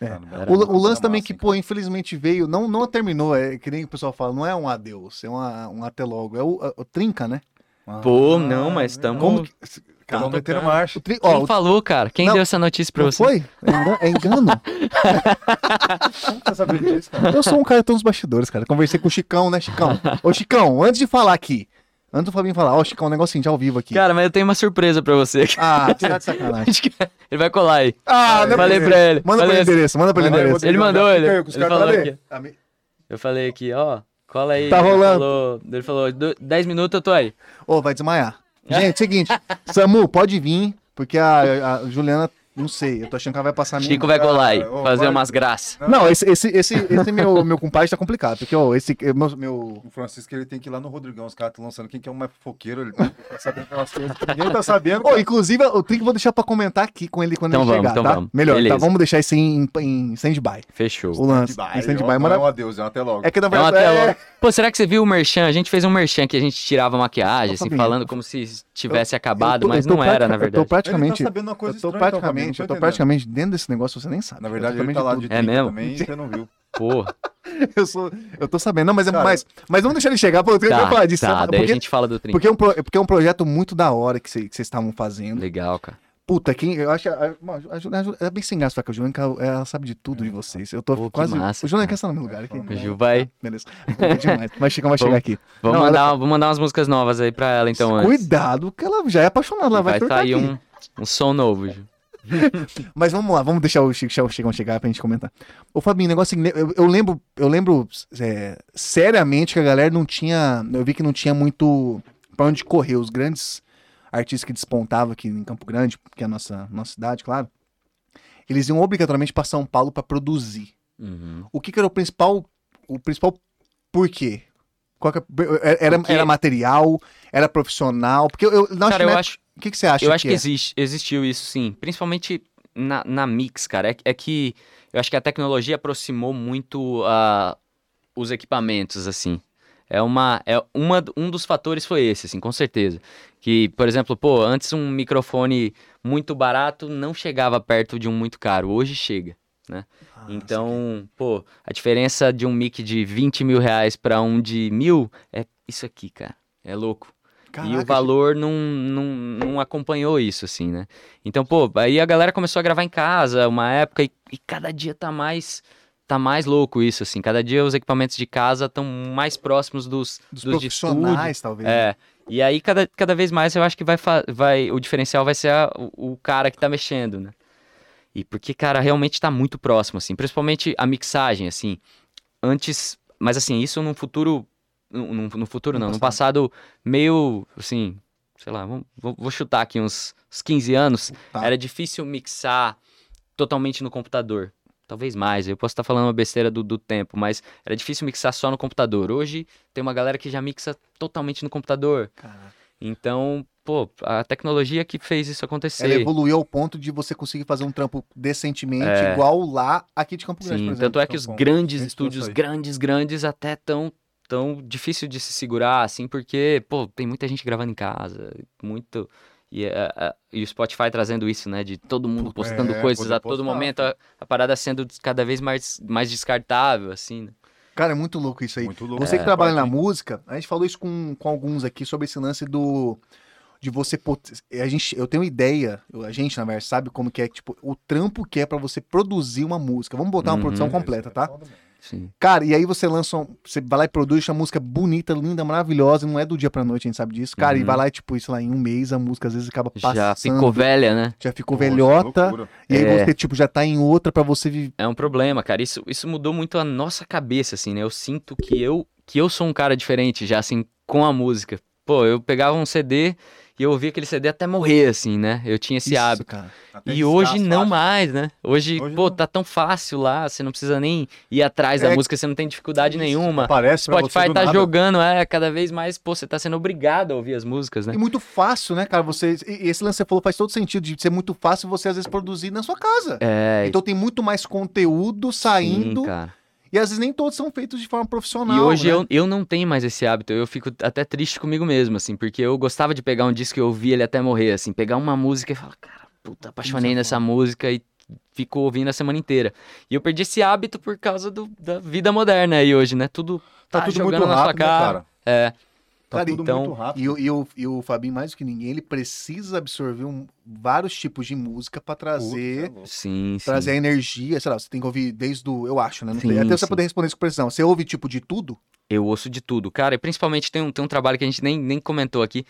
Speaker 2: É.
Speaker 1: Cara,
Speaker 3: O-
Speaker 2: O,
Speaker 1: uma
Speaker 2: o
Speaker 1: coisa
Speaker 2: lance também
Speaker 1: massa,
Speaker 2: que,
Speaker 1: hein,
Speaker 2: pô, infelizmente veio, não, não terminou, é que nem o pessoal fala, não é um adeus, é uma- um até logo, é o, a- o trinca, né?
Speaker 1: cara.
Speaker 3: Pô,
Speaker 1: Ah,
Speaker 3: não,
Speaker 1: verdade.
Speaker 3: mas estamos.
Speaker 2: Como que.
Speaker 1: Cada um
Speaker 3: Cara,
Speaker 1: metendo
Speaker 3: tá-
Speaker 1: marcha.
Speaker 2: O trin-
Speaker 3: Quem
Speaker 2: ó, o-
Speaker 3: falou, cara? Quem
Speaker 2: Não.
Speaker 3: deu essa notícia pra
Speaker 2: não
Speaker 3: você?
Speaker 2: foi? É engan- É engano?
Speaker 1: Como você sabe disso, cara?
Speaker 2: Eu sou um cara tão dos bastidores, cara. Conversei com o Chicão, né, Chicão? Ô, Chicão, antes de falar aqui, antes do Fabinho falar, ó, Chicão, um negocinho de ao vivo aqui.
Speaker 3: Cara, mas eu tenho uma surpresa pra você.
Speaker 2: Ah, você tá de sacanagem.
Speaker 3: Acho que ele vai colar aí.
Speaker 2: Ah, não é
Speaker 3: Falei
Speaker 2: possível.
Speaker 3: pra ele.
Speaker 2: Manda pra
Speaker 3: Falei
Speaker 2: ele o
Speaker 3: assim,
Speaker 2: endereço, manda pra ele o
Speaker 1: Vai, vai,
Speaker 2: endereço.
Speaker 1: Rodrigo,
Speaker 3: Ele mandou,
Speaker 1: é já
Speaker 3: ele-
Speaker 1: fica aí com os
Speaker 3: ele
Speaker 1: caras,
Speaker 3: falou
Speaker 1: cadê?
Speaker 3: aqui.
Speaker 1: Ah, me-
Speaker 3: Eu falei aqui, ó, cola aí.
Speaker 2: Tá
Speaker 3: Ele
Speaker 2: rolando.
Speaker 3: falou- Ele falou, "Du- 10 minutos eu tô aí.
Speaker 2: Ô, vai desmaiar. Gente, seguinte, Samu, pode vir, porque a, a Juliana, não sei, eu tô achando que ela vai passar a minha.
Speaker 3: Chico vai colar aí,
Speaker 1: cara, ô,
Speaker 3: fazer
Speaker 1: vai-
Speaker 3: umas graças.
Speaker 2: Não, esse, esse, esse, esse meu, meu compadre tá complicado, porque, ó, esse meu, meu-
Speaker 1: O Francisco ele tem que ir lá no Rodrigão, os caras estão lançando quem que é o mais fofoqueiro, ele tá sabendo aquelas coisas que ninguém tá sabendo.
Speaker 2: Ô, inclusive, o Trick eu vou deixar pra comentar aqui com ele quando
Speaker 3: Então
Speaker 2: ele
Speaker 3: vamos,
Speaker 2: chegar,
Speaker 3: então
Speaker 2: tá?
Speaker 3: vamos.
Speaker 2: Melhor, tá?
Speaker 3: Beleza.
Speaker 2: Vamos deixar isso em, em stand-by. O
Speaker 3: Fechou.
Speaker 2: lance.
Speaker 1: Stand-by,
Speaker 2: Em
Speaker 1: ó,
Speaker 2: stand-by.
Speaker 1: não é um
Speaker 2: Mano,
Speaker 1: adeus, é um até logo.
Speaker 2: é que na
Speaker 3: Então,
Speaker 2: verdade.
Speaker 3: até
Speaker 2: é-
Speaker 3: logo. Pô, será que você viu o merchan? A gente fez um merchan que a gente tirava a maquiagem, assim,
Speaker 2: Fabinho,
Speaker 3: falando como se tivesse
Speaker 2: eu
Speaker 3: acabado,
Speaker 2: tô-
Speaker 3: mas
Speaker 2: eu tô
Speaker 3: não era,
Speaker 2: pratica-
Speaker 3: na
Speaker 2: Eu
Speaker 3: verdade.
Speaker 2: tô praticamente.
Speaker 1: Ele tá sabendo uma coisa
Speaker 2: eu tô
Speaker 1: estranha, então, Fabinho,
Speaker 2: praticamente,
Speaker 1: não tô
Speaker 2: eu tô
Speaker 1: entendendo.
Speaker 2: praticamente dentro desse negócio, você nem sabe.
Speaker 1: Na
Speaker 2: Eu tô
Speaker 1: verdade, ele
Speaker 2: sabendo
Speaker 1: tá
Speaker 2: de
Speaker 1: lá
Speaker 2: tudo.
Speaker 1: de
Speaker 3: É
Speaker 1: 30
Speaker 3: mesmo?
Speaker 1: também, e você não viu.
Speaker 3: Pô,
Speaker 2: Eu, sou, eu tô sabendo. Não, mas, é-
Speaker 1: Cara.
Speaker 2: mas, mas vamos deixar ele chegar. Pô, eu queria
Speaker 3: tá,
Speaker 2: falar disso.
Speaker 3: tá,
Speaker 2: sabe?
Speaker 3: daí a
Speaker 2: porque,
Speaker 3: gente fala do trinco.
Speaker 2: porque, é um pro- porque é um projeto muito da hora que vocês estavam fazendo.
Speaker 3: Legal, cara.
Speaker 2: Puta, quem. Eu acho. A, a- mano, a, Ju- a, Ju- é bem sem graça ficar com a Juliana, que ela, ela sabe de tudo de vocês. Eu tô
Speaker 3: Pô, que
Speaker 2: quase.
Speaker 3: massa,
Speaker 2: o Juliana
Speaker 3: cara.
Speaker 2: quer estar no meu lugar aqui.
Speaker 1: Vamos.
Speaker 3: O Gil vai.
Speaker 2: Beleza. É demais. Mas Chicão vai chegar aqui.
Speaker 3: Vamos
Speaker 2: Não, tá- olha
Speaker 3: mandar, vou mandar umas músicas novas aí pra ela então antes.
Speaker 2: Cuidado, que ela já é apaixonada, ela vai,
Speaker 3: vai
Speaker 2: trocar
Speaker 3: sair
Speaker 2: aqui.
Speaker 3: um, um som novo, Gil.
Speaker 2: Mas vamos lá, vamos deixar o Chico Chicão chegar, chegar pra gente comentar. Ô, Fabinho, negócio assim, eu, eu lembro, eu lembro é, seriamente que a galera não tinha. Eu vi que não tinha muito pra onde correr. Os grandes artistas que despontavam aqui em Campo Grande, que é a nossa, nossa cidade, claro, eles iam obrigatoriamente pra São Paulo pra produzir.
Speaker 3: Uhum.
Speaker 2: O que, que era o principal. O principal porquê? Qual que é- era,
Speaker 3: Porque-
Speaker 2: era material? Era profissional? Porque eu, eu, na
Speaker 3: Cara, eu
Speaker 2: China-
Speaker 3: acho,
Speaker 2: O que, que você acha?
Speaker 3: eu acho que,
Speaker 2: é?
Speaker 3: existe, existiu isso, sim. Principalmente na, na Mix, cara. É, que- é que eu acho que a tecnologia aproximou muito ah, os equipamentos, assim. É uma, é uma, um dos fatores foi esse, assim, com certeza. Que, por exemplo, pô, antes um microfone muito barato não chegava perto de um muito caro. Hoje chega.
Speaker 2: Ah,
Speaker 3: Então, pô, a diferença de um mic de 20 mil reais pra um de mil é isso aqui, cara. É louco.
Speaker 2: saquei.
Speaker 3: e o
Speaker 2: Caraca,
Speaker 3: valor não, não, não acompanhou isso, assim, né? Então, pô, aí a galera começou a gravar em casa uma época e, e cada dia tá mais. Tá mais louco isso, assim. Cada dia os equipamentos de casa estão mais próximos dos,
Speaker 2: Dos
Speaker 3: dos de estúdio.
Speaker 2: profissionais, talvez. né?
Speaker 3: É. E aí, cada, cada vez mais, eu acho que vai, fa- vai o diferencial vai ser a- o, o cara que tá mexendo, né? E porque, cara, realmente tá muito próximo, assim. Principalmente a mixagem, assim. Antes... Mas, assim, isso num futuro... num- num- No, futuro,
Speaker 2: No
Speaker 3: não. No passado, meio, assim... Sei lá, vamos- vou, vou chutar aqui uns, uns 15 anos.
Speaker 2: Tá.
Speaker 3: Era difícil mixar totalmente no computador. Talvez mais, eu posso estar falando uma besteira do, do tempo, mas era difícil mixar só no computador. Hoje tem uma galera que já mixa totalmente no computador.
Speaker 2: Caraca.
Speaker 3: Então, pô, a tecnologia que fez isso
Speaker 2: Ela
Speaker 3: acontecer.
Speaker 2: evoluiu ao ponto de você conseguir fazer um trampo decentemente, igual lá aqui de Campo Grande, por
Speaker 3: É. Sim,
Speaker 2: exemplo.
Speaker 3: tanto é que
Speaker 1: Então,
Speaker 3: os
Speaker 1: bom,
Speaker 3: grandes
Speaker 1: esse
Speaker 3: estúdios,
Speaker 1: ponto aí.
Speaker 3: grandes, grandes, até tão, tão difícil de se segurar, assim, porque, pô, tem muita gente gravando em casa, muito... E, é, é, e o Spotify trazendo isso, né? De todo mundo
Speaker 1: Puta,
Speaker 3: postando
Speaker 1: é,
Speaker 3: coisas
Speaker 1: poder
Speaker 3: a todo
Speaker 1: postar,
Speaker 3: momento, a, a parada sendo cada vez mais, mais descartável, assim, né?
Speaker 2: Cara, é muito louco isso aí.
Speaker 1: Muito louco.
Speaker 2: Você que
Speaker 1: É,
Speaker 2: trabalha na
Speaker 1: pode-
Speaker 2: música, a gente falou isso com, com alguns aqui sobre esse lance do. De você. pot- A gente, eu tenho ideia, eu- a gente, na verdade, sabe como que é, tipo, o trampo que é pra você produzir uma música. Vamos botar uma
Speaker 3: Uhum.
Speaker 2: produção completa,
Speaker 1: É,
Speaker 2: tá?
Speaker 3: Sim.
Speaker 2: Cara, e aí você lança. um- Você vai lá e produz uma música bonita, linda, maravilhosa, não é do dia pra noite, a gente sabe disso. Cara, e
Speaker 3: Uhum.
Speaker 2: vai lá e, tipo, isso lá, em um mês a música às vezes acaba passando.
Speaker 3: Já ficou velha, né?
Speaker 2: já ficou velhota. E aí
Speaker 3: É.
Speaker 2: você, tipo, já tá em outra pra você viver.
Speaker 3: É um problema, cara. Isso, isso mudou muito a nossa cabeça, assim, né? Eu sinto que eu, que eu sou um cara diferente já, assim, com a música. Pô, eu pegava um CD e eu ouvia aquele CD até morrer, assim, né? Eu tinha esse hábito.
Speaker 2: cara.
Speaker 1: Tá
Speaker 3: E hoje não mais, né? Hoje,
Speaker 1: Hoje
Speaker 3: pô,
Speaker 1: não.
Speaker 3: tá tão fácil lá, você não precisa nem ir atrás da
Speaker 2: É-
Speaker 3: música, você não tem dificuldade nenhuma.
Speaker 1: Parece
Speaker 3: Spotify tá jogando, é, cada vez mais, pô, você tá sendo obrigado a ouvir as músicas, né?
Speaker 1: Então,
Speaker 2: E muito fácil, né, cara? Você, e- e esse lance que você falou faz todo sentido de ser muito fácil você às vezes produzir na sua casa.
Speaker 3: É,
Speaker 2: Então tem muito mais conteúdo
Speaker 1: tá
Speaker 2: saindo
Speaker 3: sim, cara.
Speaker 2: e às vezes nem todos são feitos de forma profissional.
Speaker 3: E hoje
Speaker 2: né?
Speaker 3: eu, eu não tenho mais esse hábito, eu fico até triste comigo mesmo, assim, porque eu gostava de pegar um disco e ouvir ele até morrer, assim, pegar uma música e falar, cara, puta, apaixonei
Speaker 2: Isso é
Speaker 3: nessa música e fico ouvindo a semana inteira. E eu perdi esse hábito por causa do- da vida moderna aí hoje, né? Tudo tá,
Speaker 1: Tá tudo
Speaker 3: jogando
Speaker 1: muito
Speaker 3: na sua
Speaker 1: rápido, né,
Speaker 3: cara.
Speaker 1: cara.
Speaker 3: É,
Speaker 1: Tá
Speaker 2: Cara,
Speaker 1: tudo
Speaker 3: então-
Speaker 1: muito rápido.
Speaker 2: E, o- e o, e o Fabinho, mais do que ninguém, ele precisa absorver um- vários tipos de música pra trazer.
Speaker 1: Puta, é
Speaker 3: sim, sim.
Speaker 2: Trazer a energia, sei lá, você tem que ouvir desde o. Eu acho, né? Não
Speaker 3: Sim,
Speaker 2: sei, até você
Speaker 3: sim.
Speaker 2: poder responder isso com precisão. Você ouve tipo de tudo?
Speaker 3: Eu ouço de tudo, cara, e principalmente tem um, tem um trabalho que a gente nem, nem comentou aqui,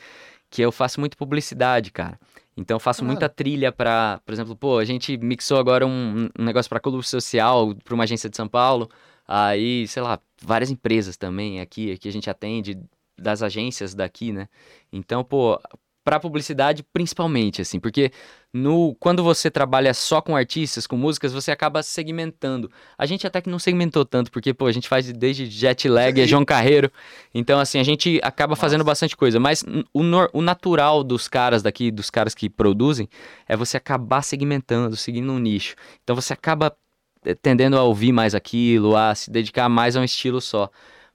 Speaker 3: que eu faço muito publicidade, cara. Então eu faço
Speaker 2: Claro.
Speaker 3: muita trilha pra, por exemplo, pô, a gente mixou agora um, um negócio pra clube social, pra uma agência de São Paulo, aí, sei lá, várias empresas também aqui, aqui a gente atende das agências daqui, né? Então, pô, pra publicidade principalmente, assim, porque no quando você trabalha só com artistas, com músicas, você acaba segmentando. A gente até que não segmentou tanto, porque, pô, a gente faz desde jet lag, é João Carreiro, então, assim, a gente acaba fazendo bastante coisa, mas n- o, nor- o natural dos caras daqui, dos caras que produzem, é você acabar segmentando, seguindo um nicho. Então, você acaba eh, tendendo a ouvir mais aquilo, a se dedicar mais a um estilo só.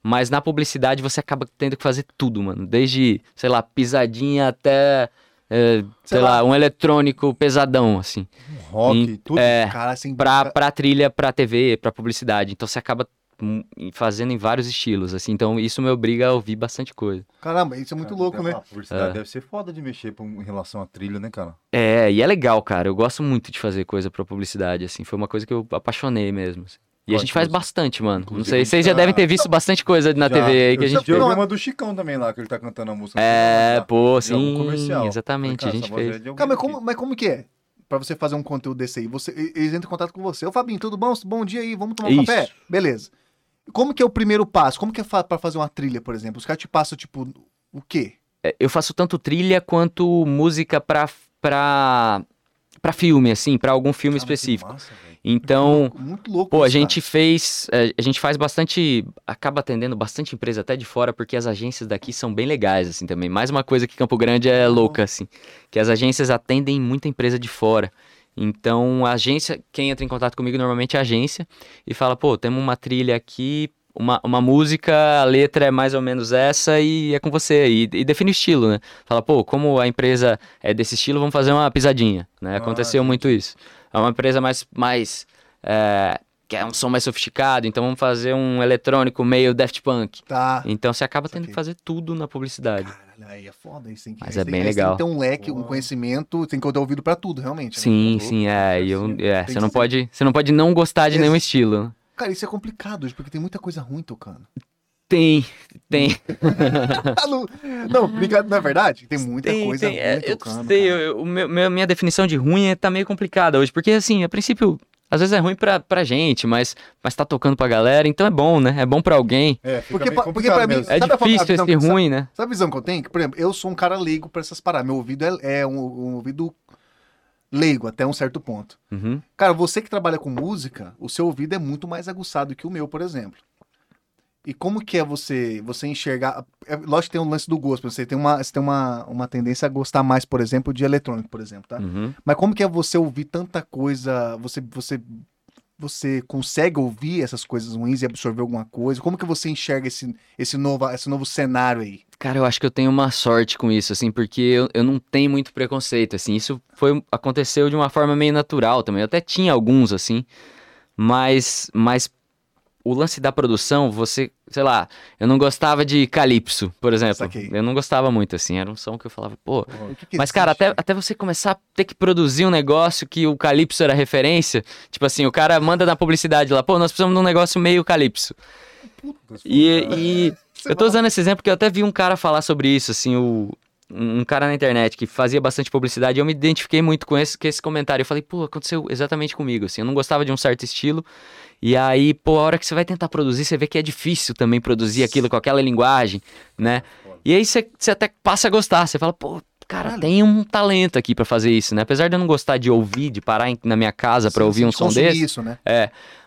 Speaker 3: Mas na publicidade, você acaba tendo que fazer tudo, mano. Desde, sei lá, pisadinha até, eh, sei, lá, um eletrônico pesadão, assim.
Speaker 1: um Rock, tudo.
Speaker 3: É,
Speaker 2: Cara, assim.
Speaker 3: pra, pra trilha, pra TV, pra publicidade. Então, você acaba hum, fazendo em vários estilos, assim. Então, isso me obriga a ouvir bastante coisa.
Speaker 2: Caramba, isso é muito
Speaker 1: Cara,
Speaker 2: louco,
Speaker 1: deve-
Speaker 2: né?
Speaker 1: A publicidade
Speaker 3: É.
Speaker 1: deve ser foda de mexer pra um- em relação à trilha, né, cara?
Speaker 3: É, e é legal, cara. Eu gosto muito de fazer coisa pra publicidade, assim. Foi uma coisa que eu apaixonei mesmo. assim. E a
Speaker 1: Ó,
Speaker 3: gente faz
Speaker 1: inclusive-
Speaker 3: bastante, mano. Não
Speaker 1: inclusive a
Speaker 3: sei,
Speaker 1: gente
Speaker 3: vocês já
Speaker 1: tá-
Speaker 3: devem ter visto bastante coisa na
Speaker 1: Já-
Speaker 3: TV aí que a
Speaker 1: eu já-
Speaker 3: gente
Speaker 1: Eu
Speaker 3: fez.
Speaker 1: vi uma do Chicão também lá, que ele tá cantando a música.
Speaker 3: É,
Speaker 1: lá.
Speaker 3: pô,
Speaker 1: de algum
Speaker 3: sim,
Speaker 1: um comercial. Falei,
Speaker 3: exatamente,
Speaker 1: cara,
Speaker 3: a gente
Speaker 1: essa voz
Speaker 3: fez.
Speaker 1: é de alguém
Speaker 2: Cara, mas
Speaker 1: aqui.
Speaker 2: como, mas como que é? Pra você fazer um conteúdo desse aí, você, e- eles entram em contato com você. Ô, Fabinho, tudo bom? Bom dia aí, vamos tomar um
Speaker 3: Isso.
Speaker 2: café? Beleza. Como que é o primeiro passo? Como que é fa pra fazer uma trilha, por exemplo? Os caras te passam, tipo, o quê?
Speaker 3: É, Eu faço tanto trilha quanto música pra, pra, pra filme, assim, pra algum filme
Speaker 1: Cara, Ah, que
Speaker 3: específico.
Speaker 1: massa, velho.
Speaker 3: Então,
Speaker 2: Muito louco, muito louco
Speaker 3: Pô, a
Speaker 2: isso, cara.
Speaker 3: gente fez. é, A gente faz bastante. Acaba atendendo bastante empresa até de fora, porque as agências daqui são bem legais, assim, também. Mais uma coisa que Campo Grande é louca, assim. Que as agências atendem muita empresa de fora. Então, a agência, quem entra em contato comigo normalmente é a agência e fala, pô, temos uma trilha aqui, uma, uma música, a letra é mais ou menos essa e é com você. E, e define o estilo, né? Fala, pô, como a empresa é desse estilo, vamos fazer uma pisadinha, né? Aconteceu
Speaker 1: Ah,
Speaker 3: muito isso. É uma empresa mais, mais é, que é um som mais sofisticado, então vamos fazer um eletrônico meio Daft Punk.
Speaker 2: Tá.
Speaker 3: Então você acaba tendo
Speaker 2: Saquei.
Speaker 3: que fazer tudo na publicidade.
Speaker 2: Caralho, aí é foda. Isso tem que,
Speaker 3: Mas
Speaker 2: aí
Speaker 3: é
Speaker 2: tem-
Speaker 3: bem
Speaker 2: aí
Speaker 3: legal.
Speaker 2: Tem que ter um leque, um
Speaker 1: Boa.
Speaker 2: conhecimento, tem que ter ouvido pra tudo, realmente. né?
Speaker 3: sim,
Speaker 2: Tá
Speaker 3: sim,
Speaker 2: louco.
Speaker 3: é. E eu,
Speaker 2: Assim,
Speaker 3: é,
Speaker 2: tem
Speaker 3: você não
Speaker 2: que ser-
Speaker 3: pode, você não pode não gostar de
Speaker 2: Ex-
Speaker 3: nenhum estilo. né?
Speaker 2: Cara, isso é complicado hoje, porque tem muita coisa ruim tocando.
Speaker 3: Tem, tem.
Speaker 2: Ah, não, não, brincadeira, não é verdade? Tem muita
Speaker 3: Tem,
Speaker 2: coisa
Speaker 3: tem, é,
Speaker 2: ruim
Speaker 3: eu
Speaker 2: tocando.
Speaker 3: sei,
Speaker 2: cara.
Speaker 3: eu- o meu- meu- minha definição de ruim é, tá meio complicada hoje, porque assim, a princípio, às vezes é ruim pra, pra gente, mas, mas tá tocando pra galera, então é bom, né? É bom pra alguém.
Speaker 1: É, fica
Speaker 2: Porque
Speaker 1: meio
Speaker 2: pa- porque pra
Speaker 1: complicado
Speaker 2: mim-
Speaker 1: mesmo.
Speaker 3: É
Speaker 2: Sabe a fa- a
Speaker 3: difícil
Speaker 2: visão
Speaker 3: esse
Speaker 2: que-
Speaker 3: ruim, né?
Speaker 2: Sabe a visão que eu tenho? Que, por exemplo, eu sou um cara leigo pra essas paradas. Meu ouvido é, é um, um ouvido leigo até um certo ponto.
Speaker 3: Uhum.
Speaker 2: Cara, você que trabalha com música, o seu ouvido é muito mais aguçado que o meu, por exemplo. E como que é você você enxergar? é, lógico que tem um lance do gosto, você tem uma você tem uma, uma tendência a gostar mais, por exemplo, de eletrônico, por exemplo, tá?
Speaker 3: Uhum.
Speaker 2: Mas como que é você ouvir tanta coisa, você você você consegue ouvir essas coisas ruins e absorver alguma coisa? Como que você enxerga esse esse novo esse novo cenário aí?
Speaker 3: Cara, eu acho que eu tenho uma sorte com isso, assim, porque eu, eu não tenho muito preconceito, assim. Isso foi, aconteceu de uma forma meio natural também. Eu até tinha alguns, assim, mas, mas o lance da produção, você, sei lá, eu não gostava de calypso, por exemplo.
Speaker 2: Saquei.
Speaker 3: Eu não gostava muito, assim, era um som que eu falava, pô,
Speaker 2: O que que
Speaker 3: Mas, cara,
Speaker 2: existe?
Speaker 3: até, até você começar a ter que produzir um negócio que o Calypso era referência, tipo assim, o cara manda na publicidade lá, pô, nós precisamos de um negócio meio Calypso.
Speaker 1: Puta,
Speaker 3: E,
Speaker 1: cara.
Speaker 2: É,
Speaker 3: e eu tô usando esse exemplo porque eu até vi um cara falar sobre isso, assim, o, um cara na internet que fazia bastante publicidade, eu me identifiquei muito com esse, com esse comentário. Eu falei, pô, aconteceu exatamente comigo, assim, eu não gostava de um certo estilo. E aí, pô, a hora que você vai tentar produzir, você vê que é difícil também produzir aquilo com aquela linguagem, né? E aí você, você até passa a gostar, você fala, pô, cara,
Speaker 2: Caralho.
Speaker 3: tem um talento aqui pra fazer isso, né? Apesar de eu não gostar de ouvir, de parar em- na minha casa pra
Speaker 2: Sim,
Speaker 3: ouvir
Speaker 2: sim,
Speaker 3: um
Speaker 2: de
Speaker 3: som
Speaker 2: consumir
Speaker 3: desse.
Speaker 2: isso, né?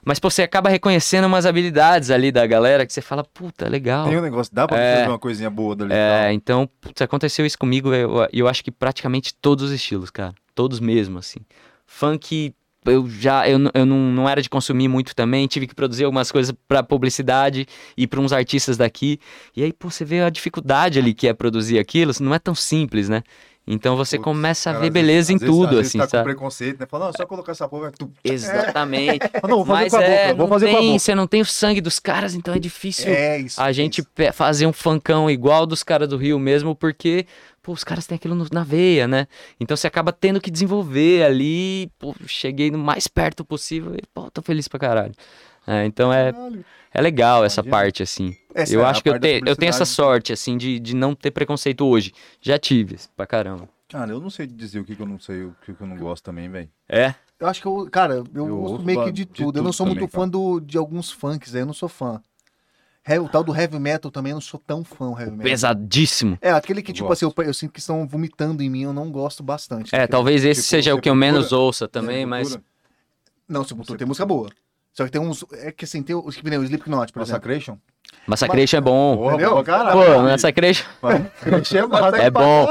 Speaker 3: Mas pô, você acaba reconhecendo umas habilidades ali da galera que você fala, puta, legal.
Speaker 1: Tem um negócio, dá pra
Speaker 3: É.
Speaker 1: fazer uma coisinha boa dali.
Speaker 3: É, então, putz, aconteceu isso comigo, eu, eu acho que praticamente todos os estilos, cara. Todos mesmo, assim. Funk, eu já, eu, n- eu não, não era de consumir muito também, tive que produzir algumas coisas pra publicidade e pra uns artistas daqui. E aí, pô, você vê a dificuldade ali que é produzir aquilo, não é tão simples, né? Então você
Speaker 1: Putz,
Speaker 3: começa a
Speaker 1: Cara,
Speaker 3: ver
Speaker 1: às vezes-
Speaker 3: beleza em
Speaker 1: às vezes-
Speaker 3: tudo,
Speaker 1: às vezes
Speaker 3: assim,
Speaker 1: tá com
Speaker 3: sabe?
Speaker 1: preconceito, né? Fala, não, só colocar essa porra, tu...
Speaker 3: Exatamente.
Speaker 1: Ah, não, vou fazer
Speaker 3: Mas
Speaker 1: com a
Speaker 3: é,
Speaker 1: boca, vou
Speaker 3: não
Speaker 1: fazer com a
Speaker 3: tem-
Speaker 1: boca.
Speaker 3: você não tem o sangue dos caras, então é difícil
Speaker 2: É isso.
Speaker 3: a
Speaker 2: é
Speaker 3: gente
Speaker 2: isso.
Speaker 3: pe- fazer um funkão igual dos caras do Rio mesmo, porque pô, os caras têm aquilo no- na veia, né? Então você acaba tendo que desenvolver ali. Pô, cheguei no mais perto possível e pô, tô feliz pra caralho. É, então é,
Speaker 1: Caralho.
Speaker 3: é legal essa
Speaker 1: Imagina.
Speaker 3: parte, assim.
Speaker 2: Essa
Speaker 3: eu
Speaker 2: é a
Speaker 3: acho que eu,
Speaker 1: parte da
Speaker 3: te- eu tenho essa
Speaker 1: publicidade.
Speaker 3: sorte, assim, de, de não ter preconceito hoje. Já tive, pra caramba.
Speaker 1: Cara, eu não sei dizer o que, que eu não sei, o que, que eu não gosto também, velho.
Speaker 3: É?
Speaker 2: Eu acho que eu, cara, eu,
Speaker 1: Eu
Speaker 2: ouço
Speaker 1: ouço
Speaker 2: meio
Speaker 1: ba-
Speaker 2: que
Speaker 1: de
Speaker 2: de tudo. eu não
Speaker 1: tudo
Speaker 2: sou muito
Speaker 1: também,
Speaker 2: fã do, de alguns funks, aí eu não sou fã. He- O tal do heavy metal também eu não sou tão fã do heavy metal.
Speaker 3: Pesadíssimo.
Speaker 2: É, aquele que,
Speaker 1: Eu
Speaker 2: tipo
Speaker 1: gosto.
Speaker 2: assim, eu, eu sinto que estão vomitando em mim, eu não gosto bastante.
Speaker 3: É,
Speaker 2: Daquele-
Speaker 3: talvez esse
Speaker 1: Tipo,
Speaker 3: seja o que eu
Speaker 1: Sepultura.
Speaker 3: menos ouça também, mas.
Speaker 1: Sepultura,
Speaker 2: Não, Sepultura
Speaker 1: Você-
Speaker 2: tem música boa. Só que tem uns. É que assim, tem os que nem o Slipknot, por exemplo.
Speaker 1: Massacration?
Speaker 3: Massacration é bom.
Speaker 1: Porra,
Speaker 2: Entendeu?
Speaker 1: boa, caralho.
Speaker 3: Pô, Massacration.
Speaker 1: Massacration é massa.
Speaker 3: É bom.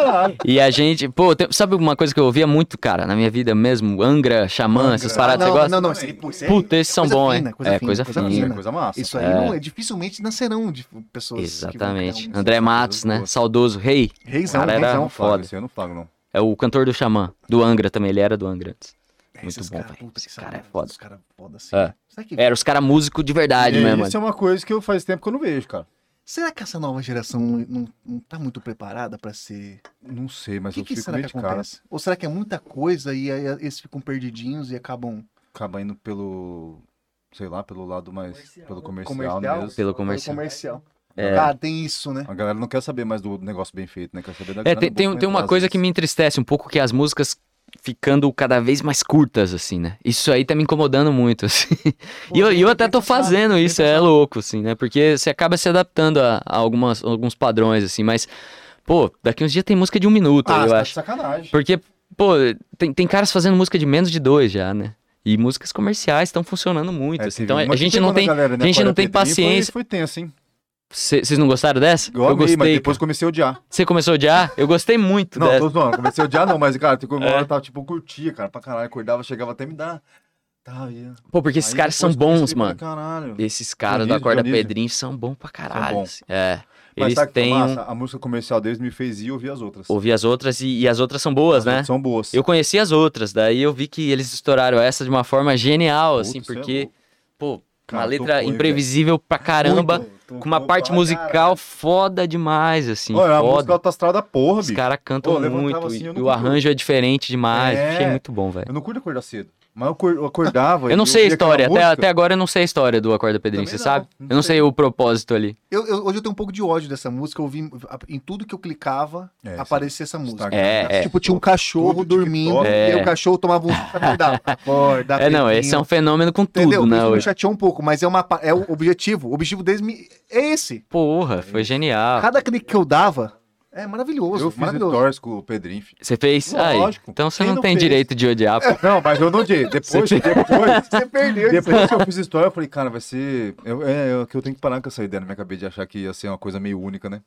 Speaker 3: E a gente, pô, tem- sabe uma coisa que eu ouvia muito, cara, na minha vida mesmo? Angra, Xamã, essas
Speaker 1: Angra.
Speaker 2: Ah,
Speaker 3: paradas,
Speaker 2: não,
Speaker 3: você gosta?
Speaker 2: não, não, esse- pô, esse é-
Speaker 3: Puta, esses são
Speaker 2: coisa
Speaker 3: bons, hein?
Speaker 2: fina, coisa
Speaker 3: é,
Speaker 2: fina,
Speaker 3: coisa
Speaker 2: coisa
Speaker 3: fina.
Speaker 1: Isso é
Speaker 2: fina.
Speaker 1: coisa massa.
Speaker 2: Isso aí
Speaker 3: É.
Speaker 2: não é dificilmente nascerão de pessoas. que vão criar um
Speaker 3: Exatamente.
Speaker 2: instrumento.
Speaker 3: André Matos, né?
Speaker 1: Boa.
Speaker 3: Saudoso, rei.
Speaker 2: Reizão,
Speaker 3: Cara, era-
Speaker 2: reizão.
Speaker 1: não flago,
Speaker 3: foda.
Speaker 1: esse eu
Speaker 2: um
Speaker 1: não flago, não.
Speaker 3: É o cantor do Xamã, do Angra também, ele era do Angra antes. Muito
Speaker 2: É, Esses
Speaker 3: bom,
Speaker 2: cara,
Speaker 3: velho.
Speaker 2: puta que
Speaker 3: Esse cara é
Speaker 2: saudade,
Speaker 3: foda.
Speaker 2: Os caras foda assim.
Speaker 3: É.
Speaker 2: Será que
Speaker 3: Era os caras músicos de verdade né,
Speaker 1: E
Speaker 3: mesmo.
Speaker 1: Isso é uma coisa que eu faz tempo que eu não vejo, cara.
Speaker 2: Será que essa nova geração não, não tá muito preparada pra ser.
Speaker 1: Não sei,
Speaker 2: O
Speaker 1: mas
Speaker 2: que,
Speaker 1: eu
Speaker 2: que
Speaker 1: fico
Speaker 2: será que
Speaker 1: meio de cara.
Speaker 2: acontece? Ou será que é muita coisa e aí eles ficam perdidinhos e acabam.
Speaker 1: Acaba indo pelo, sei lá, pelo lado mais, pelo comercial,
Speaker 2: Comercial?
Speaker 1: mesmo.
Speaker 3: Pelo comercial. É.
Speaker 2: Cara, tem isso, né?
Speaker 1: A galera não quer saber mais do negócio bem feito, né? Quer saber da
Speaker 3: É,
Speaker 1: grana
Speaker 3: tem,
Speaker 1: boa
Speaker 3: tem,
Speaker 1: pra
Speaker 3: tem uma
Speaker 1: entrar, às
Speaker 3: coisa que
Speaker 1: vezes.
Speaker 3: me entristece um pouco, que é as músicas ficando cada vez mais curtas, assim, né? Isso aí tá me incomodando muito, assim. e eu, e eu até tô fazendo isso, é louco, assim, né? Porque você acaba se adaptando a, a algumas, alguns padrões, assim, mas, pô, daqui uns dias tem música de um minuto,
Speaker 1: Ah,
Speaker 3: eu
Speaker 1: você tá de
Speaker 3: acho.
Speaker 1: sacanagem.
Speaker 3: Porque, Pô, tem, tem caras fazendo música de menos de dois já, né? E músicas comerciais estão funcionando muito.
Speaker 1: É,
Speaker 3: assim.
Speaker 1: teve
Speaker 3: Então
Speaker 1: uma
Speaker 3: a
Speaker 1: que
Speaker 3: gente
Speaker 1: pegou
Speaker 3: não
Speaker 1: na
Speaker 3: tem.
Speaker 1: galera, né,
Speaker 3: a gente
Speaker 1: Glória
Speaker 3: não tem
Speaker 1: Pedrinho, foi-
Speaker 3: paciência.
Speaker 1: Foi tenso, hein?
Speaker 3: Cê- Vocês não gostaram dessa?
Speaker 1: Eu
Speaker 3: eu
Speaker 1: amei,
Speaker 3: gostei.
Speaker 1: mas depois comecei a odiar.
Speaker 3: cara. Você começou a odiar? Eu gostei muito
Speaker 1: Não,
Speaker 3: dessa.
Speaker 1: tô zoando, comecei a odiar não, mas, cara, tem uma hora
Speaker 3: É.
Speaker 1: eu tava, tipo, eu curtia, cara, pra caralho, acordava, chegava até me dar... Tá, ia.
Speaker 3: Pô, porque esses
Speaker 1: Aí
Speaker 3: caras são
Speaker 1: depois
Speaker 3: bons,
Speaker 1: comecei pra
Speaker 3: mano.
Speaker 1: Caralho.
Speaker 3: Esses caras da
Speaker 1: Dionísio,
Speaker 3: Corda
Speaker 1: Dionísio.
Speaker 3: Pedrinho são bons pra caralho.
Speaker 1: bons.
Speaker 3: assim. É.
Speaker 1: Mas
Speaker 3: Eles
Speaker 1: sabe o que foi
Speaker 3: têm. Um...
Speaker 1: massa? A música comercial deles me fez ir ouvir as outras.
Speaker 3: Ouvi as outras e, e as outras são boas,
Speaker 1: As
Speaker 3: né?
Speaker 1: outras São boas.
Speaker 3: Eu conheci as outras, daí eu vi que eles estouraram essa de uma forma genial, assim,
Speaker 1: Puta, cê é
Speaker 3: porque,
Speaker 1: louco.
Speaker 3: pô,
Speaker 1: Cara,
Speaker 3: uma
Speaker 1: tô
Speaker 3: letra
Speaker 1: com ele,
Speaker 3: imprevisível pra caramba,
Speaker 1: Muito, tô
Speaker 3: com uma
Speaker 1: bom
Speaker 3: parte
Speaker 1: pra
Speaker 3: musical
Speaker 1: caralho.
Speaker 3: foda demais, assim,
Speaker 1: Olha, é uma música
Speaker 3: foda.
Speaker 1: autoastral da porra,
Speaker 3: Os
Speaker 1: bicho.
Speaker 3: caras cantam
Speaker 1: Ô, levantava
Speaker 3: muito
Speaker 1: assim,
Speaker 3: e
Speaker 1: eu
Speaker 3: o
Speaker 1: não curto.
Speaker 3: arranjo é diferente demais.
Speaker 1: É.
Speaker 3: Achei muito bom, velho.
Speaker 1: Eu não curto acordar cedo, mas eu acor- eu acordava...
Speaker 3: Eu não
Speaker 1: e
Speaker 3: sei a
Speaker 1: ouvia aquela
Speaker 3: história, até,
Speaker 1: música.
Speaker 3: até agora eu não sei a história do Acorda Pedrinho,
Speaker 1: Também
Speaker 3: você
Speaker 1: não,
Speaker 3: sabe?
Speaker 1: não
Speaker 3: Eu não sei o propósito ali.
Speaker 2: Eu, eu- hoje eu tenho um pouco de ódio dessa música. Eu vi em tudo que eu clicava,
Speaker 1: É,
Speaker 2: aparecia essa música.
Speaker 1: Instagram,
Speaker 3: É,
Speaker 1: né?
Speaker 3: é.
Speaker 2: Tipo, tinha um cachorro
Speaker 1: Tudo, TikTok.
Speaker 2: dormindo, e aí o cachorro tomava um susto acordava. Acorda,
Speaker 3: É, não,
Speaker 2: Pedrinho.
Speaker 3: esse é um fenômeno com tudo,
Speaker 2: Entendeu?
Speaker 3: né?
Speaker 2: Isso me
Speaker 3: hoje.
Speaker 2: chateou um pouco, mas é, uma, pa- é o objetivo. O objetivo deles me- é esse.
Speaker 3: Porra, foi genial.
Speaker 2: Cada clique que eu dava é maravilhoso.
Speaker 1: Eu fiz
Speaker 2: maravilhoso.
Speaker 1: stories com o Pedrinho, filho.
Speaker 3: Você fez?
Speaker 1: Lógico.
Speaker 3: Aí. Então você
Speaker 1: Quem
Speaker 3: não,
Speaker 1: não
Speaker 3: tem
Speaker 1: fez?
Speaker 3: direito de odiar, pô.
Speaker 1: Não, mas eu não odiei. Depois,
Speaker 3: Você-
Speaker 1: depois...
Speaker 2: Você perdeu.
Speaker 1: Depois que eu fiz história, eu falei, cara, vai ser. Eu, é, é que eu tenho que parar com essa ideia, né? Me acabei de achar que ia ser uma coisa meio única, né?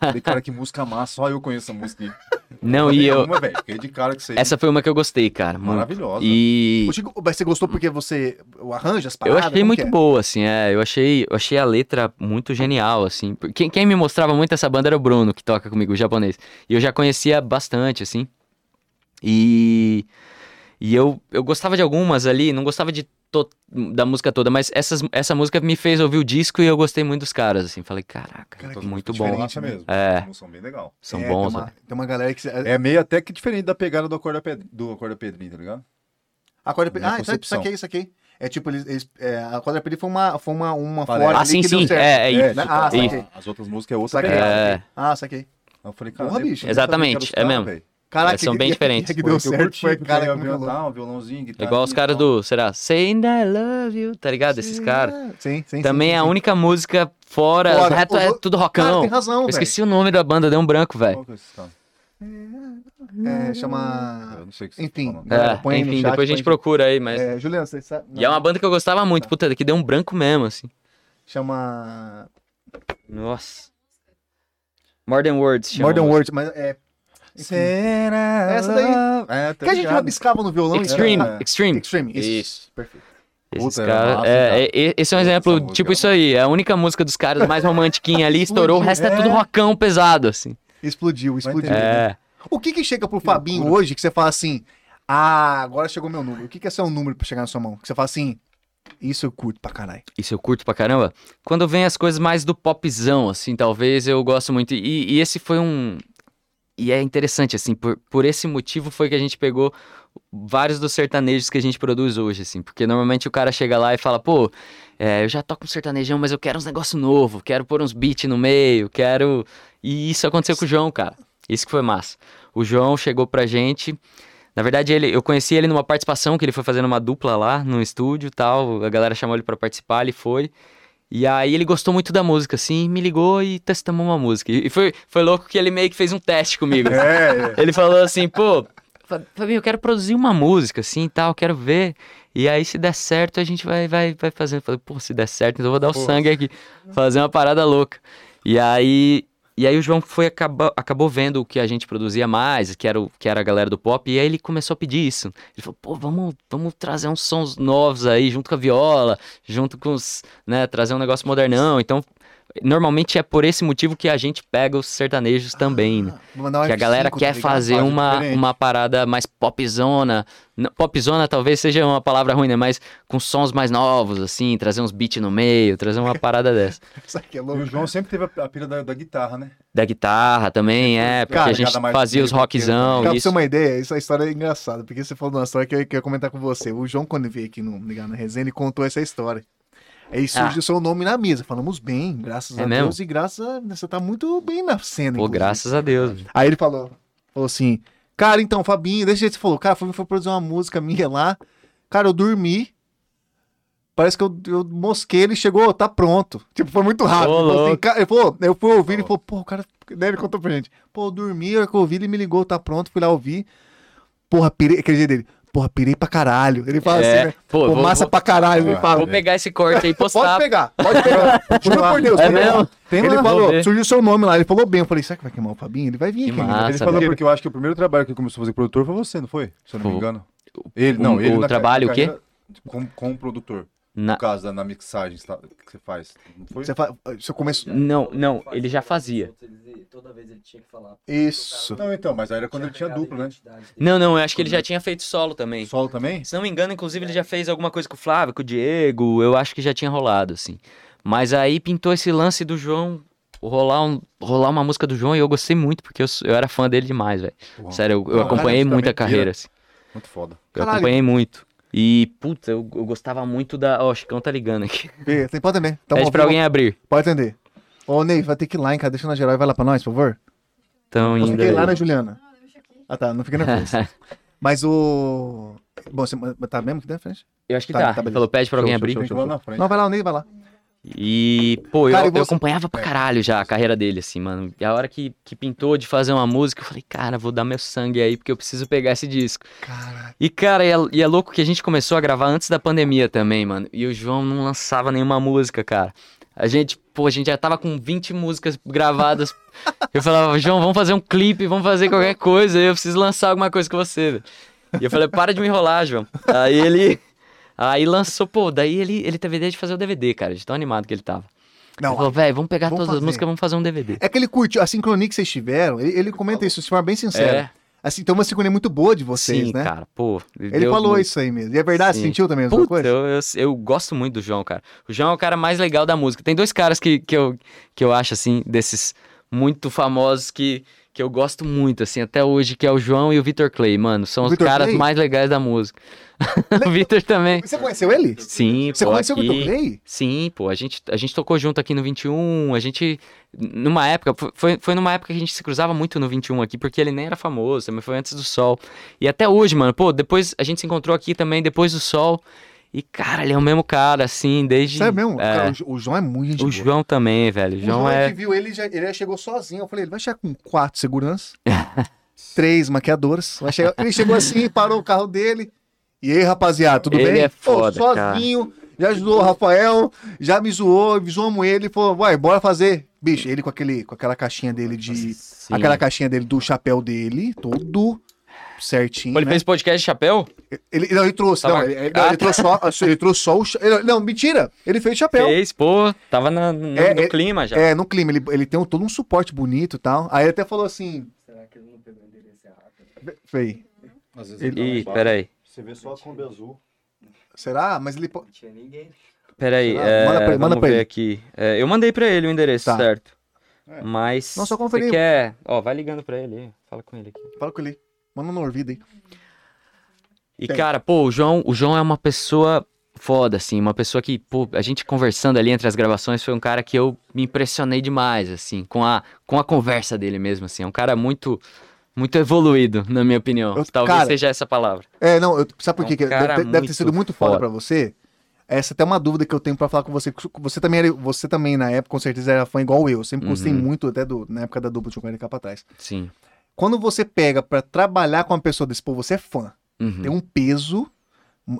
Speaker 1: Falei, cara, que música massa, só eu conheço essa música. aí.
Speaker 3: Não,
Speaker 1: Falei,
Speaker 3: e eu. É
Speaker 1: Uma, velho, fiquei de cara com isso aí.
Speaker 3: Essa foi uma que eu gostei, cara. Muito.
Speaker 1: Maravilhosa.
Speaker 3: E
Speaker 2: O Chico, mas você gostou porque você o arranja as
Speaker 3: eu
Speaker 2: paradas?
Speaker 3: achei
Speaker 2: Como
Speaker 3: muito
Speaker 2: que é?
Speaker 3: boa, assim, é. Eu achei, eu achei a letra muito genial, assim. Por- Quem, quem me mostrava muito essa banda era o Bruno, que toca comigo, o japonês. E eu já conhecia bastante, assim. E. E eu, eu gostava de algumas ali, não gostava de to- da música toda, mas essas, essa música me fez ouvir o disco e eu gostei muito dos caras, assim. Falei, caraca,
Speaker 2: Cara, que
Speaker 3: muito
Speaker 1: Diferente
Speaker 3: bom.
Speaker 1: mesmo.
Speaker 3: É.
Speaker 1: Um som bem legal.
Speaker 3: São
Speaker 2: É,
Speaker 3: bons,
Speaker 2: tem uma,
Speaker 3: né?
Speaker 2: tem uma galera que. se-
Speaker 1: É meio até que diferente da pegada do Acorda, Ped... do Acorda Pedrinho, tá ligado?
Speaker 2: Acorda
Speaker 1: Minha
Speaker 2: Ah, isso aqui, isso
Speaker 1: concepção.
Speaker 2: aqui, isso aqui. É tipo, eles, eles, é, a quadra Pedrinho foi uma, foi uma, uma
Speaker 1: Parece.
Speaker 2: fora
Speaker 3: Ah,
Speaker 2: ali
Speaker 3: sim,
Speaker 2: que
Speaker 3: sim.
Speaker 2: deu certo.
Speaker 3: É, é isso.
Speaker 1: né?
Speaker 2: Ah,
Speaker 1: Ah,
Speaker 3: é
Speaker 2: saquei.
Speaker 3: isso.
Speaker 1: As outras músicas é outra
Speaker 2: Saquei.
Speaker 1: pegada.
Speaker 3: É.
Speaker 2: Ah, saquei.
Speaker 1: Eu falei, cara,
Speaker 2: Porra,
Speaker 1: nem-
Speaker 2: bicho.
Speaker 1: nem sabia que era os
Speaker 3: Exatamente, é
Speaker 1: caras,
Speaker 3: mesmo.
Speaker 1: velho.
Speaker 2: Caraca,
Speaker 3: Elas são
Speaker 2: que-
Speaker 3: bem
Speaker 2: que-
Speaker 3: diferentes.
Speaker 2: Que
Speaker 1: Foi
Speaker 2: deu
Speaker 1: o que eu
Speaker 2: certo
Speaker 1: curti,
Speaker 2: foi o
Speaker 1: porque
Speaker 2: cara
Speaker 1: era
Speaker 2: que me falou.
Speaker 1: violão, violãozinho, guitarra.
Speaker 3: É Igual os caras do, será? Saying I Love You, tá ligado? Esses caras.
Speaker 2: Sim, sim.
Speaker 3: Também
Speaker 2: sim,
Speaker 3: é a
Speaker 2: sim.
Speaker 3: única música fora.
Speaker 2: Fora.
Speaker 3: o resto é
Speaker 2: Os-
Speaker 3: tudo
Speaker 2: Cara,
Speaker 3: rockão.
Speaker 2: tem razão,
Speaker 3: Eu
Speaker 2: velho.
Speaker 3: esqueci o nome da banda, deu um branco, velho.
Speaker 1: Qual que é esse cara?
Speaker 2: É,
Speaker 1: Eu
Speaker 2: chama.
Speaker 1: não sei o que você tá
Speaker 2: Enfim,
Speaker 1: falando.
Speaker 2: galera,
Speaker 3: É,
Speaker 2: põe aí no
Speaker 3: enfim,
Speaker 2: chat,
Speaker 3: depois a
Speaker 2: põe
Speaker 3: gente
Speaker 2: aí.
Speaker 3: procura aí, mas.
Speaker 2: É, Juliano, você sabe.
Speaker 3: E é uma banda que eu gostava muito, puta, que deu um branco mesmo, assim.
Speaker 2: Chama.
Speaker 3: Nossa. More Than Words. chama a
Speaker 2: Modern
Speaker 3: música.
Speaker 2: Words, mas é. Enfim.
Speaker 1: Será?
Speaker 2: Essa daí-
Speaker 1: É,
Speaker 3: Tá
Speaker 2: Que a gente rabiscava no violão e-
Speaker 3: Extreme,
Speaker 1: É.
Speaker 3: Extreme.
Speaker 2: Extreme, isso.
Speaker 3: Isso.
Speaker 2: Perfeito.
Speaker 3: Esses
Speaker 1: Puta, era
Speaker 3: caras-
Speaker 1: massa,
Speaker 3: é,
Speaker 1: cara.
Speaker 3: é, é, esse é um
Speaker 1: Essa
Speaker 3: exemplo,
Speaker 1: música
Speaker 3: tipo
Speaker 1: era
Speaker 3: isso aí. É a única música dos caras mais romantiquinha ali, estourou. O resto é tudo
Speaker 1: É.
Speaker 3: rockão pesado, assim.
Speaker 2: Explodiu, explodiu.
Speaker 1: entender.
Speaker 3: É.
Speaker 2: O que que chega pro Fabinho hoje que você fala assim, ah, agora chegou meu número. O que que é seu número pra chegar na sua mão? Que você fala assim, isso eu curto pra caralho.
Speaker 3: Isso eu curto pra caramba. Quando vem as coisas mais do popzão, assim, talvez eu gosto muito. E, e esse foi um. E é interessante, assim, por, por esse motivo foi que a gente pegou vários dos sertanejos que a gente produz hoje, assim. Porque normalmente o cara chega lá e fala, pô, é, eu já toco um sertanejão, mas eu quero uns negócios novos, quero pôr uns beats no meio, quero. E isso aconteceu com o João, cara. Isso que foi massa. O João chegou pra gente na verdade, ele, eu conheci ele numa participação que ele foi fazendo uma dupla lá no estúdio e tal. A galera chamou ele pra participar, ele foi. E aí ele gostou muito da música, assim, me ligou e testamos uma música. E e foi, foi louco que ele meio que fez um teste comigo. assim.
Speaker 1: É, é.
Speaker 3: Ele falou assim, pô, Fa- Fabinho, eu quero produzir uma música, assim, e tal, quero ver. E aí, se der certo, a gente vai, vai, vai fazendo. Eu Falei, pô, se der certo, então eu vou dar o
Speaker 1: Pô.
Speaker 3: sangue aqui. Fazer uma parada louca. E aí, e aí o João foi acaba, acabou vendo o que a gente produzia mais, que era, o, que era a galera do pop, e aí ele começou a pedir isso. Ele falou, pô, vamos, vamos trazer uns sons novos aí, junto com a viola, junto com os, né, trazer um negócio modernão. Então, normalmente é por esse motivo que a gente pega os sertanejos também, né?
Speaker 2: Ah, vou mandar um
Speaker 3: Que a
Speaker 2: F5,
Speaker 3: galera
Speaker 2: tá
Speaker 3: quer
Speaker 2: ligado?
Speaker 3: fazer
Speaker 1: Fase
Speaker 3: uma,
Speaker 1: diferente.
Speaker 3: uma parada mais popzona. N- Popzona talvez seja uma palavra ruim, né? Mas com sons mais novos, assim, trazer uns beats no meio, trazer uma parada dessa.
Speaker 2: Isso aqui é
Speaker 1: E
Speaker 2: louco.
Speaker 1: o João sempre teve a- a pira da, da guitarra, né?
Speaker 3: Da guitarra também, é, porque
Speaker 2: Cara,
Speaker 3: a gente
Speaker 1: cada mais
Speaker 3: fazia os
Speaker 1: dele,
Speaker 3: rockzão.
Speaker 2: Cara, pra você ter
Speaker 3: Isso.
Speaker 2: uma ideia, essa história é engraçada, porque você falou de uma história que eu queria comentar com você. O João, quando veio aqui no Ligado na Resenha, ele contou essa história. Aí surge o seu nome na mesa. Falamos bem, graças
Speaker 3: Ah. É
Speaker 2: a
Speaker 3: mesmo?
Speaker 2: Deus, e graças a... Você tá muito bem na cena,
Speaker 3: Pô,
Speaker 2: inclusive.
Speaker 3: graças a Deus.
Speaker 2: Aí ele falou, falou assim, cara, então, Fabinho, deixa eu você falou, cara, o Fabinho foi produzir uma música minha lá, cara, eu dormi, parece que eu, eu mosquei, ele chegou, tá pronto. Tipo, foi muito rápido.
Speaker 3: Ô,
Speaker 2: Ele falou assim,
Speaker 3: louco.
Speaker 2: cara, ele falou, eu fui ouvir, ele falou, pô, o cara, né, ele contou pra gente, pô, eu dormi, a hora que eu ouvi, ele me ligou, tá pronto, fui lá ouvir. Porra, pirei. Aquele jeito dele. Porra, pirei pra caralho. Ele fala assim, né?
Speaker 3: É, Pô,
Speaker 2: Pô,
Speaker 3: vou,
Speaker 2: massa
Speaker 3: vou,
Speaker 2: pra caralho, ele
Speaker 1: Ah,
Speaker 2: fala.
Speaker 3: vou pegar esse corte aí e
Speaker 2: Pode
Speaker 3: postar.
Speaker 2: pegar, pode pegar. Juro por Deus.
Speaker 3: É
Speaker 2: pode pegar.
Speaker 3: mesmo?
Speaker 1: Tem
Speaker 2: Ele
Speaker 1: lá.
Speaker 3: Vou
Speaker 2: falou,
Speaker 3: ver.
Speaker 2: surgiu seu nome lá, ele falou bem. Eu falei, será que vai queimar o Fabinho? Ele vai vir
Speaker 3: Que
Speaker 2: aqui. ainda.
Speaker 3: massa,
Speaker 1: Ele falou
Speaker 3: velho.
Speaker 1: porque eu acho que o primeiro trabalho que ele começou a fazer com produtor foi você, não foi? Se eu não me
Speaker 3: Foi.
Speaker 1: engano. Ele, não,
Speaker 3: o-
Speaker 1: ele.
Speaker 3: o
Speaker 1: na
Speaker 3: trabalho, o quê?
Speaker 1: carreira Com, com o produtor.
Speaker 3: Na-
Speaker 1: No caso, da, na mixagem sei lá, que você faz. Não foi?
Speaker 2: Você fala, você começou.
Speaker 3: Não, não, ele já fazia.
Speaker 5: Toda vez ele tinha que falar. tá
Speaker 2: Isso.
Speaker 1: Não, então, mas aí era quando ele tinha duplo, né?
Speaker 3: Não, não, eu acho que ele já tinha feito solo também.
Speaker 1: Solo também?
Speaker 3: Se não me engano,
Speaker 2: É.
Speaker 3: inclusive, ele já fez alguma coisa com o Flávio, com o Diego. Eu acho que já tinha rolado, assim. Mas aí pintou esse lance do João. Rolar, um- rolar uma música do João e eu gostei muito, porque eu, sou- eu era fã dele demais, velho.
Speaker 1: Porra,
Speaker 3: Sério, eu, eu
Speaker 2: Não,
Speaker 3: acompanhei
Speaker 1: cara,
Speaker 3: muito a
Speaker 1: justamente,
Speaker 3: carreira, assim.
Speaker 1: Muito foda.
Speaker 3: Eu
Speaker 2: Caralho.
Speaker 3: acompanhei muito. E, puta, eu, eu gostava muito da. Ó, o Chicão tá ligando aqui.
Speaker 2: Vê, Tem, pode atender. Tá
Speaker 3: Pede
Speaker 2: bom,
Speaker 3: pra alguém abrir.
Speaker 2: Pode atender. Ô, Ney, vai ter que ir lá, hein, cara? Deixa na geral e vai lá pra nós, por favor.
Speaker 3: Então,
Speaker 2: Eu
Speaker 3: indo.
Speaker 2: fiquei
Speaker 3: aí.
Speaker 2: lá, né, Juliana?
Speaker 4: Não, deixa aqui.
Speaker 2: Ah, tá, não fica nervoso. Mas o. Bom, você tá mesmo aqui na frente?
Speaker 3: Eu acho que
Speaker 2: Tá,
Speaker 3: tá.
Speaker 2: tá, beleza.
Speaker 3: Falou, pede pra alguém
Speaker 2: Show,
Speaker 3: abrir.
Speaker 2: show, show,
Speaker 1: Lá
Speaker 2: show.
Speaker 1: na frente.
Speaker 2: Não, vai lá, o Ney, vai lá.
Speaker 3: E, pô, eu,
Speaker 2: Cara, e
Speaker 3: eu
Speaker 2: você- É.
Speaker 3: acompanhava pra caralho já a carreira dele, assim, mano. E a hora que, que pintou de fazer uma música, eu falei, cara, vou dar meu sangue aí, porque eu preciso pegar esse disco.
Speaker 2: Caralho.
Speaker 3: E, cara, e é, e é louco que a gente começou a gravar antes da pandemia também, mano. E o João não lançava nenhuma música, cara. A gente, pô, a gente já tava com 20 músicas gravadas. eu falava, João, vamos fazer um clipe, vamos fazer qualquer coisa, eu preciso lançar alguma coisa com você, velho. E eu falei, para de me enrolar, João. Aí ele. Aí lançou, pô, daí ele, ele teve a ideia de fazer o DVD, cara, de tão animado que ele tava. ele
Speaker 2: Não,
Speaker 3: falou, velho, vamos pegar
Speaker 2: vamos
Speaker 3: todas as
Speaker 2: fazer."
Speaker 3: músicas, vamos fazer um DVD.
Speaker 2: é que ele curtiu a sincronia que vocês tiveram. Ele, ele comenta isso de forma bem sincera.
Speaker 3: É,
Speaker 2: Assim, tem uma sincronia muito boa de vocês,
Speaker 3: sim,
Speaker 2: né?
Speaker 3: cara, pô.
Speaker 2: Ele falou isso aí mesmo. E é verdade, você
Speaker 3: Sim.
Speaker 2: sentiu também a mesma
Speaker 3: Puta,
Speaker 2: coisa?
Speaker 3: eu, eu, eu gosto muito do João, cara. O João é o cara mais legal da música. Tem dois caras que, que, eu, que eu acho, assim, desses muito famosos que, que eu gosto muito, assim, até hoje, que é o João e o Vitor Clay, mano. São
Speaker 2: O
Speaker 3: os
Speaker 2: Vitor
Speaker 3: caras
Speaker 2: Clay?
Speaker 3: mais legais da música. o Vitor também.
Speaker 2: Você conheceu ele?
Speaker 3: Sim,
Speaker 2: Você
Speaker 3: pô,
Speaker 2: conheceu
Speaker 3: aqui...
Speaker 2: o Vitor Clay?
Speaker 3: Sim, pô, a gente, a gente tocou junto aqui no 21, a gente, numa época, fo- foi, foi numa época que a gente se cruzava muito no 21 aqui, porque ele nem era famoso, também foi antes do Sol, e até hoje, mano, pô, depois, a gente se encontrou aqui também, depois do Sol, e cara, ele é o mesmo cara, assim, desde...
Speaker 2: Sério mesmo?
Speaker 3: É.
Speaker 2: Cara, o Jo- o João é muito gente
Speaker 3: o
Speaker 2: boa.
Speaker 3: João também, velho, o
Speaker 2: O
Speaker 3: João,
Speaker 2: a
Speaker 3: é...
Speaker 2: gente viu ele, já, ele já chegou sozinho. Eu falei, ele vai chegar com quatro seguranças, três maquiadoras. Vai chegar... Ele chegou assim, parou o carro dele. E aí, rapaziada, tudo
Speaker 3: Ele
Speaker 2: bem?
Speaker 3: é foda,
Speaker 2: Pô,
Speaker 3: cara.
Speaker 2: sozinho, já ajudou o Rafael, já me zoou, zoamos ele, falou, vai, bora fazer. Bicho, ele com, aquele, com aquela caixinha dele de...
Speaker 3: é Sim.
Speaker 2: Aquela caixinha dele do chapéu dele, todo certinho,
Speaker 3: Pô, ele
Speaker 2: né?
Speaker 3: fez podcast de chapéu?
Speaker 2: Ele, não, ele trouxe.
Speaker 3: Tava-
Speaker 2: Não, ele, ele-
Speaker 3: Ah,
Speaker 2: ele trouxe só, ele trouxe só o. cha- ele- não, mentira! Ele fez chapéu.
Speaker 3: Fez, pô, tava na- no,
Speaker 2: É,
Speaker 3: no
Speaker 2: é-
Speaker 3: clima já.
Speaker 2: É, no clima. Ele, ele tem um- todo um suporte bonito e tal. Aí ele até falou assim.
Speaker 5: Será que ele não pegou o endereço errado?
Speaker 2: Fei,
Speaker 1: Às vezes
Speaker 2: Ele-
Speaker 1: tá lá
Speaker 3: Ih,
Speaker 1: embaixo.
Speaker 3: peraí,
Speaker 1: Você vê só a Kombi azul.
Speaker 2: será? Mas ele. po-
Speaker 5: Não tinha ninguém.
Speaker 3: peraí,
Speaker 2: Será?
Speaker 3: é,
Speaker 2: Manda pra ele, manda
Speaker 3: vamos
Speaker 2: pra
Speaker 3: ver
Speaker 2: ele.
Speaker 3: aqui. É, eu mandei pra ele o endereço,
Speaker 2: Tá.
Speaker 3: certo?
Speaker 1: É.
Speaker 3: Mas...
Speaker 2: Não, só
Speaker 3: você
Speaker 2: conferir.
Speaker 3: quer... Ó, vai ligando pra ele, aí, fala com ele aqui.
Speaker 2: Fala com ele. Manda no ouvido aí.
Speaker 3: E,
Speaker 2: Tem.
Speaker 3: cara, pô, o João, o João é uma pessoa foda, assim, uma pessoa que, pô, a gente conversando ali entre as gravações foi um cara que eu me impressionei demais, assim, com a, com a conversa dele mesmo, assim. É um cara muito, muito evoluído, na minha opinião.
Speaker 2: Eu-
Speaker 3: Talvez
Speaker 2: cara-
Speaker 3: seja essa palavra.
Speaker 2: É, não, eu- sabe por
Speaker 3: É um
Speaker 2: quê? que deve, ter-
Speaker 3: cara
Speaker 2: deve ter
Speaker 3: muito
Speaker 2: sido muito foda,
Speaker 3: foda.
Speaker 2: pra você. Essa até é uma dúvida que eu tenho pra falar com você. Você também, era- você também, na época, com certeza, era fã igual eu. Eu Sempre gostei
Speaker 3: Uhum.
Speaker 2: muito até do, na época da dupla de Jogar Capa Atrás.
Speaker 3: Sim.
Speaker 2: Quando você pega pra trabalhar com uma pessoa desse, pô, você é fã.
Speaker 3: Uhum.
Speaker 2: tem um peso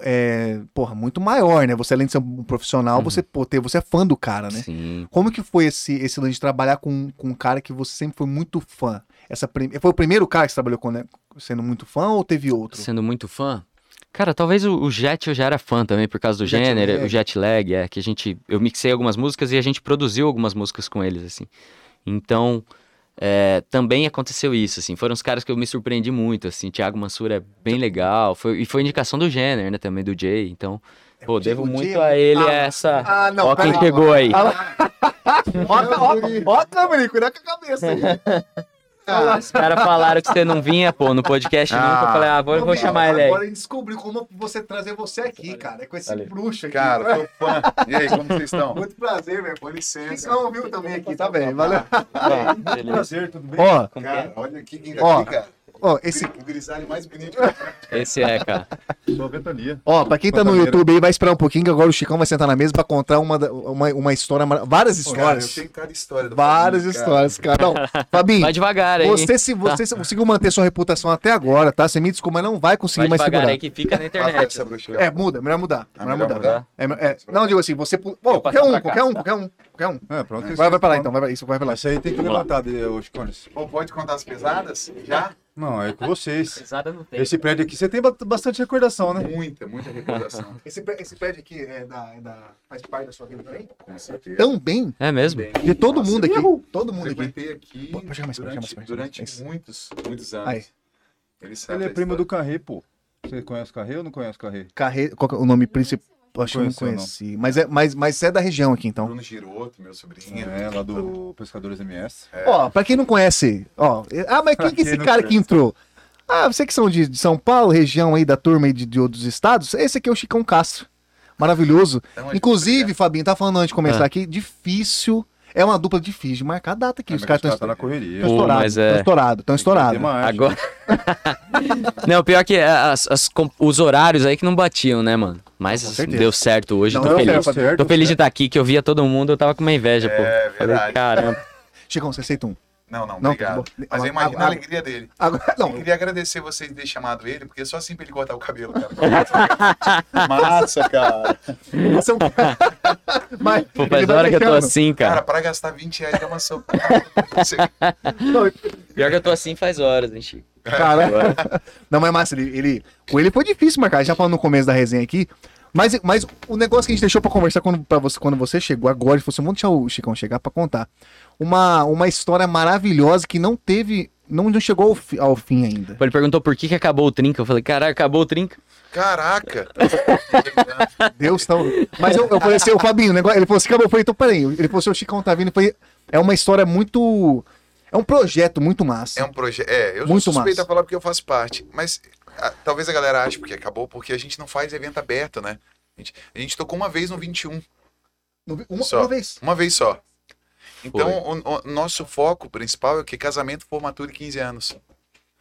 Speaker 2: é, porra, muito maior, né? Você, além de ser um profissional,
Speaker 3: Uhum.
Speaker 2: você, pô, ter- você é fã do cara, né?
Speaker 3: Sim.
Speaker 2: Como que foi esse, esse lance de trabalhar com, com um cara que você sempre foi muito fã? Essa prim- Foi o primeiro cara que você trabalhou com, né? Sendo muito fã ou teve outro?
Speaker 3: Sendo muito fã. Cara, talvez o, o Jet eu já era fã também, por causa do
Speaker 2: O Jet
Speaker 3: gênero,
Speaker 2: Lag.
Speaker 3: o Jet Lag, é, que a gente, eu mixei algumas músicas e a gente produziu algumas músicas com eles, assim. Então, é, também aconteceu isso, assim, foram os caras que eu me surpreendi muito, assim, Thiago Mansur é
Speaker 2: Então,
Speaker 3: bem legal, foi, e foi indicação do gênero, né, também, do Jay, então, pô,
Speaker 2: o Jay-
Speaker 3: devo
Speaker 2: o
Speaker 3: muito
Speaker 2: Jay-
Speaker 3: a ele
Speaker 2: Ah,
Speaker 3: essa...
Speaker 2: ah, não,
Speaker 3: Ó
Speaker 2: pera
Speaker 3: quem
Speaker 2: lá.
Speaker 3: chegou aí.
Speaker 2: Ah, Ó, Camille, cuidado com a cabeça. aí.
Speaker 1: É.
Speaker 2: Ah,
Speaker 3: Os caras falaram que você não vinha, pô, no podcast
Speaker 1: Ah.
Speaker 3: nunca, eu falei, ah, vou,
Speaker 2: não,
Speaker 3: vou
Speaker 2: bicho,
Speaker 3: chamar ele aí.
Speaker 2: Agora ele descobriu como você trazer você aqui, cara. É com esse
Speaker 3: Valeu.
Speaker 2: bruxo aqui.
Speaker 1: Cara, tô fã. E aí, como vocês estão?
Speaker 2: muito prazer, velho. Com licença. Não, viu também aqui, tá bem. Valeu.
Speaker 1: Prazer, tudo bem?
Speaker 2: Ó,
Speaker 1: Cara, olha aqui quem tá
Speaker 2: Ó.
Speaker 1: aqui, cara.
Speaker 2: Ó, esse,
Speaker 1: O grisalho mais bonito.
Speaker 3: Esse é, cara.
Speaker 1: Só ventania.
Speaker 2: ó, pra quem tá no
Speaker 1: Pantaneira.
Speaker 2: YouTube aí, vai esperar um pouquinho que agora o Chicão vai sentar na mesa pra contar uma, da- uma, uma história, mara- várias
Speaker 1: Pô, cara,
Speaker 2: histórias.
Speaker 1: eu tenho cada história. do
Speaker 2: várias
Speaker 1: Fabinho, cara.
Speaker 2: histórias, cara. Não, Fabinho,
Speaker 3: Vai devagar aí. hein?
Speaker 2: você, se, você se- conseguiu manter sua reputação até agora, tá? Você me desculpa, mas não vai
Speaker 3: Vai
Speaker 2: conseguir mais
Speaker 3: devagar
Speaker 2: segurar.
Speaker 3: aí que fica na
Speaker 1: Ah, deve
Speaker 3: internet.
Speaker 1: ser a bruxeira.
Speaker 2: É, muda, melhor mudar.
Speaker 1: Ah,
Speaker 2: melhor
Speaker 1: melhor
Speaker 2: mudar.
Speaker 1: mudar.
Speaker 2: É, é, não, digo assim, você. pula- Pô, qualquer um, qualquer um, qualquer um, qualquer um.
Speaker 1: É, pronto.
Speaker 2: Vai, vai pra lá então, vai, pra- isso vai pra lá.
Speaker 1: Isso aí tem que
Speaker 3: Vamos lá.
Speaker 1: levantar, de- os cones.
Speaker 6: Ou pode contar as pesadas? Já?
Speaker 1: Não, é com vocês.
Speaker 3: Pesada não tem.
Speaker 1: Esse prédio aqui, você tem ba- bastante recordação, né?
Speaker 6: Muita, muita recordação.
Speaker 2: Esse, pé- esse pad aqui é da, é da- faz parte da sua vida também?
Speaker 6: Com certeza.
Speaker 2: Também?
Speaker 3: É mesmo?
Speaker 6: Bem,
Speaker 2: De todo
Speaker 6: nossa,
Speaker 2: mundo aqui.
Speaker 6: eu
Speaker 2: Todo mundo aqui.
Speaker 6: Frequentei aqui
Speaker 2: Pô, pode chegar mais perto,
Speaker 6: durante,
Speaker 2: chega mais perto,
Speaker 6: durante
Speaker 2: mais perto.
Speaker 6: muitos, muitos
Speaker 2: Aí.
Speaker 6: anos. Ele sabe.
Speaker 1: Ele é
Speaker 6: a
Speaker 1: primo
Speaker 6: história.
Speaker 1: do Carré, pô. Você conhece o Carré ou não conhece o Carré?
Speaker 2: Carre... Qual que é o nome principal?
Speaker 4: Não
Speaker 2: Acho que eu não
Speaker 1: Conheceu, não.
Speaker 2: conheci. Mas, é, mas, mas é da região aqui, então.
Speaker 6: Bruno Giroto, meu sobrinho.
Speaker 1: É, lá do Pescadores MS.
Speaker 2: Ó, pra quem não conhece, ó. eh, Ah, mas quem que é esse
Speaker 1: Quem não
Speaker 2: cara que entrou? Ah, você que são de, de São Paulo, região aí da turma aí de, de outros estados, esse aqui é o Chicão Castro. Maravilhoso.
Speaker 6: Então,
Speaker 2: Inclusive, Fabinho, tá falando antes de começar
Speaker 3: Ah.
Speaker 2: aqui, difícil. É uma dupla difícil de marcar a data
Speaker 1: Ah,
Speaker 2: aqui. É, os
Speaker 1: mas
Speaker 2: caras tá
Speaker 1: os
Speaker 2: estão
Speaker 1: na correria.
Speaker 3: Pô,
Speaker 2: estourados.
Speaker 3: mas é-
Speaker 2: Estão estourados, estão estourados.
Speaker 1: Agora.
Speaker 3: Agora. não, pior que é, as- as com- os horários aí que não batiam, né, mano?
Speaker 2: Com
Speaker 3: Mas
Speaker 2: certeza.
Speaker 3: deu certo hoje.
Speaker 2: Não,
Speaker 3: tô
Speaker 2: deu
Speaker 3: feliz.
Speaker 2: certo.
Speaker 3: Tô feliz de estar aqui, que eu via todo mundo, eu tava com uma inveja, pô.
Speaker 6: É
Speaker 3: Falei,
Speaker 6: verdade.
Speaker 3: caramba.
Speaker 2: Chicão, você aceita um?
Speaker 6: Não, não,
Speaker 2: Não,
Speaker 6: obrigado.
Speaker 2: tá bom.
Speaker 6: Mas eu imagino a
Speaker 2: Agora-
Speaker 6: alegria dele.
Speaker 2: Agora,
Speaker 6: Não.
Speaker 2: não,
Speaker 6: queria agradecer vocês de ter chamado ele, porque só assim pra ele cortar o cabelo, cara. Massa, cara.
Speaker 2: Você é um cara- Mas
Speaker 3: Pô,
Speaker 2: ele
Speaker 3: faz
Speaker 2: vai
Speaker 3: hora que eu tô
Speaker 2: deixando.
Speaker 3: assim,
Speaker 6: Cara,
Speaker 3: cara.
Speaker 6: para gastar 20 reais é uma só.
Speaker 3: Pior que eu tô assim faz horas, hein, Chico.
Speaker 2: Cara. Não, mas massa, ele, ele. Com ele foi difícil marcar, já falando no começo da resenha aqui. Mas, mas o negócio que a gente deixou pra conversar quando, pra você, quando você chegou agora, ele falou assim: vamos deixar o Chicão chegar pra contar. Uma, uma história maravilhosa que não teve. Não, não chegou ao, fi- ao fim ainda.
Speaker 3: Pô, Ele perguntou por que, que acabou o trinca. Eu falei, caralho, acabou o trinca.
Speaker 6: Caraca.
Speaker 2: Deus tão. Mas eu, eu falei assim, o Fabinho, o negócio. Ele falou assim, acabou, eu falei, então peraí. Ele falou assim, o Chicão tá vindo. Eu falei, é uma história muito. É um projeto muito massa.
Speaker 6: É um projeto. É, eu
Speaker 2: Muito
Speaker 6: sou suspeito
Speaker 2: massa.
Speaker 6: a falar porque eu faço parte. Mas ah, talvez a galera ache porque acabou, porque a gente não faz evento aberto, né? A gente, a gente tocou uma vez no 21,
Speaker 2: Não vi- Uma,
Speaker 6: Só.
Speaker 2: uma vez.
Speaker 6: uma vez só. Então, o, o nosso foco principal é o que casamento, formatura e 15 anos.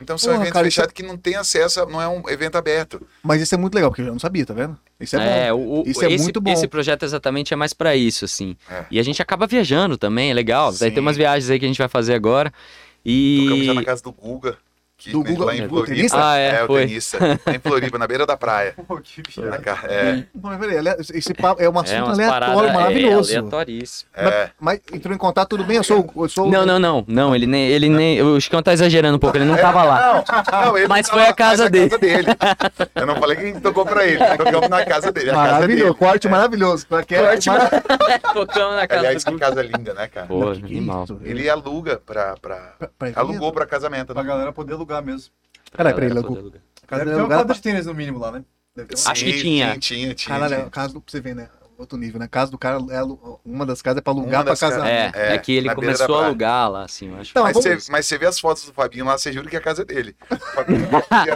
Speaker 6: Então são
Speaker 2: Porra,
Speaker 6: eventos
Speaker 2: cara, isso
Speaker 6: fechados que não tem acesso, a- não é um evento aberto.
Speaker 2: Mas isso é muito legal, porque eu não sabia, tá vendo? Isso é, bom.
Speaker 3: o- o-
Speaker 2: Isso é
Speaker 3: esse,
Speaker 2: muito bom.
Speaker 3: Esse projeto exatamente é mais pra isso, assim.
Speaker 6: É.
Speaker 3: E a gente acaba viajando também, é legal. Daí
Speaker 6: Sim.
Speaker 3: tem umas viagens aí que a gente vai fazer agora. E.
Speaker 6: Tocamos já na casa do Guga. Que,
Speaker 2: Do
Speaker 6: né,
Speaker 2: Guga,
Speaker 6: lá
Speaker 2: né,
Speaker 6: em
Speaker 2: do
Speaker 6: Floripa.
Speaker 2: tenista?
Speaker 3: Ah, é,
Speaker 6: é, o
Speaker 3: foi.
Speaker 6: tenista. lá em Floripa, na beira da praia.
Speaker 1: Pô, que
Speaker 6: Na
Speaker 1: viado.
Speaker 6: ca- É,
Speaker 2: Bom, mas peraí, aliás, esse papo é um assunto aleatório,
Speaker 3: é,
Speaker 2: maravilhoso.
Speaker 3: aleatoríssimo.
Speaker 6: é.
Speaker 2: Mas entrou em contato, tudo bem? Eu sou. Eu sou
Speaker 3: Não, não, não. Não, ele nem. Ele nem o Chicão tá exagerando um pouco, ele não tava lá.
Speaker 6: É, Não, ele
Speaker 3: Mas
Speaker 6: tava
Speaker 3: foi a
Speaker 6: na
Speaker 3: casa dele.
Speaker 6: Eu não falei que a gente tocou pra ele. Tocamos na casa dele. A casa dele.
Speaker 2: Maravilhoso, corte maravilhoso. Pra quem é- mara-
Speaker 3: Focamos na casa
Speaker 6: Aliás,
Speaker 3: do
Speaker 6: que casa linda, né, cara?
Speaker 3: Pô,
Speaker 2: Que
Speaker 3: animal.
Speaker 2: isso?
Speaker 6: Ele aluga pra. pra...
Speaker 2: Pra- pra-
Speaker 6: Alugou pra casamento,
Speaker 1: Pra
Speaker 6: né?
Speaker 1: galera poder alugar mesmo.
Speaker 6: é,
Speaker 2: Caralho, peraí,
Speaker 3: Galera,
Speaker 2: Lagu.
Speaker 3: poder alugar.
Speaker 2: Casa
Speaker 1: Deve
Speaker 2: do
Speaker 1: ter uma
Speaker 2: lugar
Speaker 1: quadra
Speaker 2: pra-
Speaker 1: de tênis no mínimo lá, né? Deve ter uma-
Speaker 3: Acho que tinha.
Speaker 6: Sim, tinha, tinha.
Speaker 2: Caralho,
Speaker 6: tinha.
Speaker 2: é casa do pra você ver, né? Outro nível, né? Casa do cara, é alu- uma das casas é pra alugar
Speaker 6: Uma
Speaker 2: pra
Speaker 6: das
Speaker 2: casa.
Speaker 6: casas.
Speaker 3: É, é,
Speaker 6: É,
Speaker 3: que ele
Speaker 6: na beira da
Speaker 3: começou a
Speaker 6: praia.
Speaker 3: alugar lá, assim, eu acho.
Speaker 2: Então,
Speaker 6: Mas
Speaker 2: vamos-
Speaker 6: você, mas você vê as fotos do Fabinho lá, você jura que é a casa dele.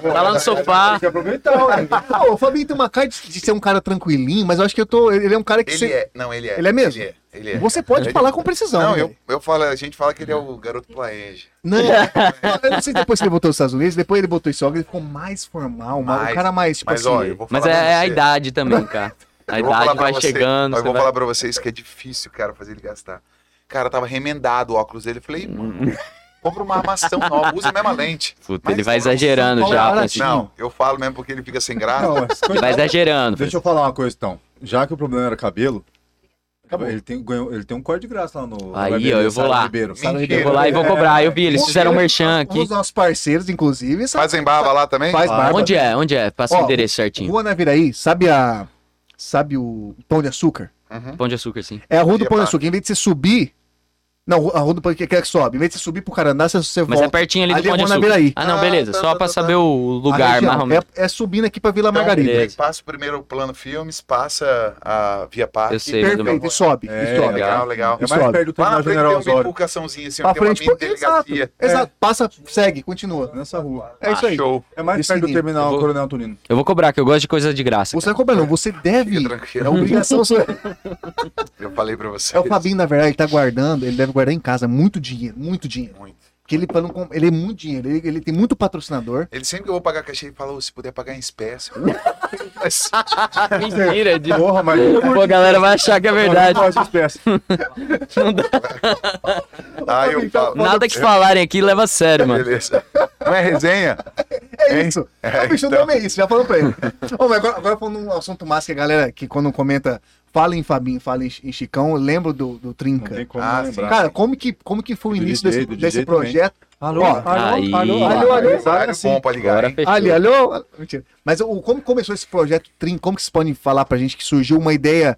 Speaker 3: Tá lá no sofá.
Speaker 1: Tem que aproveitar, né?
Speaker 2: Ah, o Fabinho tem uma cara de, de ser um cara tranquilinho, mas eu acho que eu tô. Ele é um cara que.
Speaker 6: Ele
Speaker 2: você,
Speaker 6: é. Não, ele é.
Speaker 2: Ele é mesmo?
Speaker 6: Ele é. Ele é.
Speaker 2: você pode
Speaker 6: Ele-
Speaker 2: falar com precisão.
Speaker 6: Não, eu,
Speaker 2: velho.
Speaker 6: eu falo, a gente fala que ele é o garoto planeja.
Speaker 2: Não, eu não sei depois que ele botou os Estados Unidos, depois ele botou isso, ele ficou mais formal, mais,
Speaker 6: Mais,
Speaker 2: um cara mais, tipo
Speaker 6: Mas
Speaker 2: assim,
Speaker 6: ó, eu vou falar
Speaker 3: Mas
Speaker 6: pra
Speaker 3: é, é a
Speaker 6: você.
Speaker 3: idade também, cara. A
Speaker 6: Eu vou falar
Speaker 3: idade
Speaker 6: pra
Speaker 3: vai
Speaker 6: você-
Speaker 3: chegando.
Speaker 6: ó, Eu
Speaker 3: você
Speaker 6: vou
Speaker 3: vai-
Speaker 6: falar pra vocês que é difícil, cara, fazer ele gastar. Cara, tava remendado o óculos dele. Eu falei,
Speaker 3: Hum.
Speaker 6: mano, compra uma armação nova, usa a mesma lente.
Speaker 3: Puta,
Speaker 6: Mas
Speaker 3: ele vai
Speaker 6: não,
Speaker 3: exagerando
Speaker 2: São
Speaker 3: já.
Speaker 2: Paulo,
Speaker 3: Francisco.
Speaker 6: Não, eu falo mesmo porque ele fica sem
Speaker 2: é.
Speaker 6: graça.
Speaker 1: Não, mas
Speaker 3: Ele vai exagerando.
Speaker 1: Deixa eu falar uma coisa, então. Já que o problema era cabelo,
Speaker 2: Acabou.
Speaker 1: ele tem, ganhou- ele tem um corte de graça lá no.
Speaker 3: Aí,
Speaker 1: no
Speaker 3: ó, eu vou
Speaker 1: Sábado
Speaker 3: lá.
Speaker 1: Ribeiro.
Speaker 6: Mentira.
Speaker 3: Eu vou lá
Speaker 6: é,
Speaker 3: e vou cobrar. Eu vi, eles
Speaker 2: Um
Speaker 3: fizeram um
Speaker 2: deles-
Speaker 3: merchan
Speaker 2: Um
Speaker 3: aqui.
Speaker 2: dos nossos parceiros, inclusive, sabe?
Speaker 6: Fazem barba lá também?
Speaker 2: Faz barba.
Speaker 3: Onde é? Onde é? Passa
Speaker 2: Ó,
Speaker 3: o endereço certinho.
Speaker 2: Rua Naviraí, sabe a. Sabe o Pão de Açúcar?
Speaker 6: Uhum.
Speaker 3: Pão de açúcar, sim.
Speaker 2: É a Rua do
Speaker 6: Ia
Speaker 2: Pão de
Speaker 6: pra-
Speaker 2: Açúcar. Em vez de você subir. Não, a Rua do Pão de Açúcar que sobe. Em vez de você subir pro Carandá, você, você
Speaker 3: Mas
Speaker 2: volta.
Speaker 3: é pertinho ali do
Speaker 2: Ali é
Speaker 3: Pão de
Speaker 2: Rua
Speaker 3: Açúcar.
Speaker 2: Naviraí.
Speaker 3: Ah, não,
Speaker 6: Ah,
Speaker 3: beleza.
Speaker 6: tá,
Speaker 3: Só
Speaker 6: tá,
Speaker 3: pra
Speaker 6: tá,
Speaker 3: saber o
Speaker 2: A
Speaker 3: lugar,
Speaker 2: região.
Speaker 3: mais ou menos.
Speaker 2: é, é subindo aqui pra Vila
Speaker 6: Então,
Speaker 2: Margarida.
Speaker 3: beleza.
Speaker 6: Passa o primeiro plano filmes, passa a Via Parque.
Speaker 3: Eu sei.
Speaker 2: Perfeito. E sobe.
Speaker 1: É,
Speaker 2: e sobe.
Speaker 3: legal.
Speaker 6: Legal, legal.
Speaker 1: É mais
Speaker 2: Sobe.
Speaker 1: perto do
Speaker 6: Lá
Speaker 1: terminal
Speaker 6: na frente
Speaker 1: General
Speaker 6: tem uma
Speaker 1: Osório.
Speaker 6: bifurcaçãozinha, assim,
Speaker 2: Pra
Speaker 6: tem uma
Speaker 2: frente,
Speaker 6: mini
Speaker 2: pô, exato,
Speaker 6: delegacia. É.
Speaker 2: exato. Passa, segue, continua.
Speaker 1: Nessa rua.
Speaker 2: É isso
Speaker 6: Ah,
Speaker 2: aí.
Speaker 6: Show.
Speaker 1: É mais
Speaker 2: Esse
Speaker 1: perto do
Speaker 2: nível.
Speaker 1: terminal
Speaker 3: Eu vou-
Speaker 1: Coronel Antonino.
Speaker 3: Eu vou cobrar, que eu gosto de coisa de graça.
Speaker 2: Você não cobra, não. Você deve.
Speaker 6: Fica
Speaker 2: ir. É
Speaker 6: tranquilo.
Speaker 2: obrigação sua.
Speaker 6: Eu falei pra você.
Speaker 2: É o Fabinho, na verdade, ele tá guardando, ele deve guardar em casa muito dinheiro, muito dinheiro.
Speaker 6: Muito.
Speaker 2: Que ele, pra não, com- ele é muito dinheiro, ele, ele tem muito patrocinador.
Speaker 6: Ele sempre que eu vou pagar cachê, ele fala, "Ô, se puder pagar em espécie. Mas,
Speaker 2: tá
Speaker 3: Ah, Mentira, de...
Speaker 1: Porra, mas.
Speaker 3: Pô, a galera vai achar que é verdade.
Speaker 1: Não pode espécie.
Speaker 6: aí eu falo,
Speaker 3: Nada que falarem aqui leva a sério, mano.
Speaker 6: beleza. Não é resenha?
Speaker 2: É
Speaker 6: Hein?
Speaker 2: isso.
Speaker 6: É,
Speaker 2: o bicho do
Speaker 6: então.
Speaker 2: nome é isso, já falou pra ele. Ô, mas agora, agora falando um assunto massa que a galera que quando comenta fala em Fabinho, fala em, Chi- em Chicão, eu lembro do, do
Speaker 1: Não tem
Speaker 2: Trinca.
Speaker 1: como
Speaker 6: Ah,
Speaker 1: não
Speaker 6: sim.
Speaker 1: lembrar.
Speaker 2: Cara, como que, como que foi o
Speaker 1: Do
Speaker 2: início
Speaker 1: DJ,
Speaker 2: desse,
Speaker 1: do
Speaker 2: desse
Speaker 1: DJ também.
Speaker 2: projeto?
Speaker 1: Alô,
Speaker 2: Ó,
Speaker 3: aí.
Speaker 1: alô,
Speaker 2: Alô, alô.
Speaker 1: Sabe
Speaker 6: Horário
Speaker 1: assim,
Speaker 6: bom pra ligar,
Speaker 3: Agora
Speaker 6: hein?
Speaker 3: fechou.
Speaker 2: Ali, alô? Mentira. Mas o, como começou esse projeto Trinca? Como que vocês podem falar pra gente que surgiu uma ideia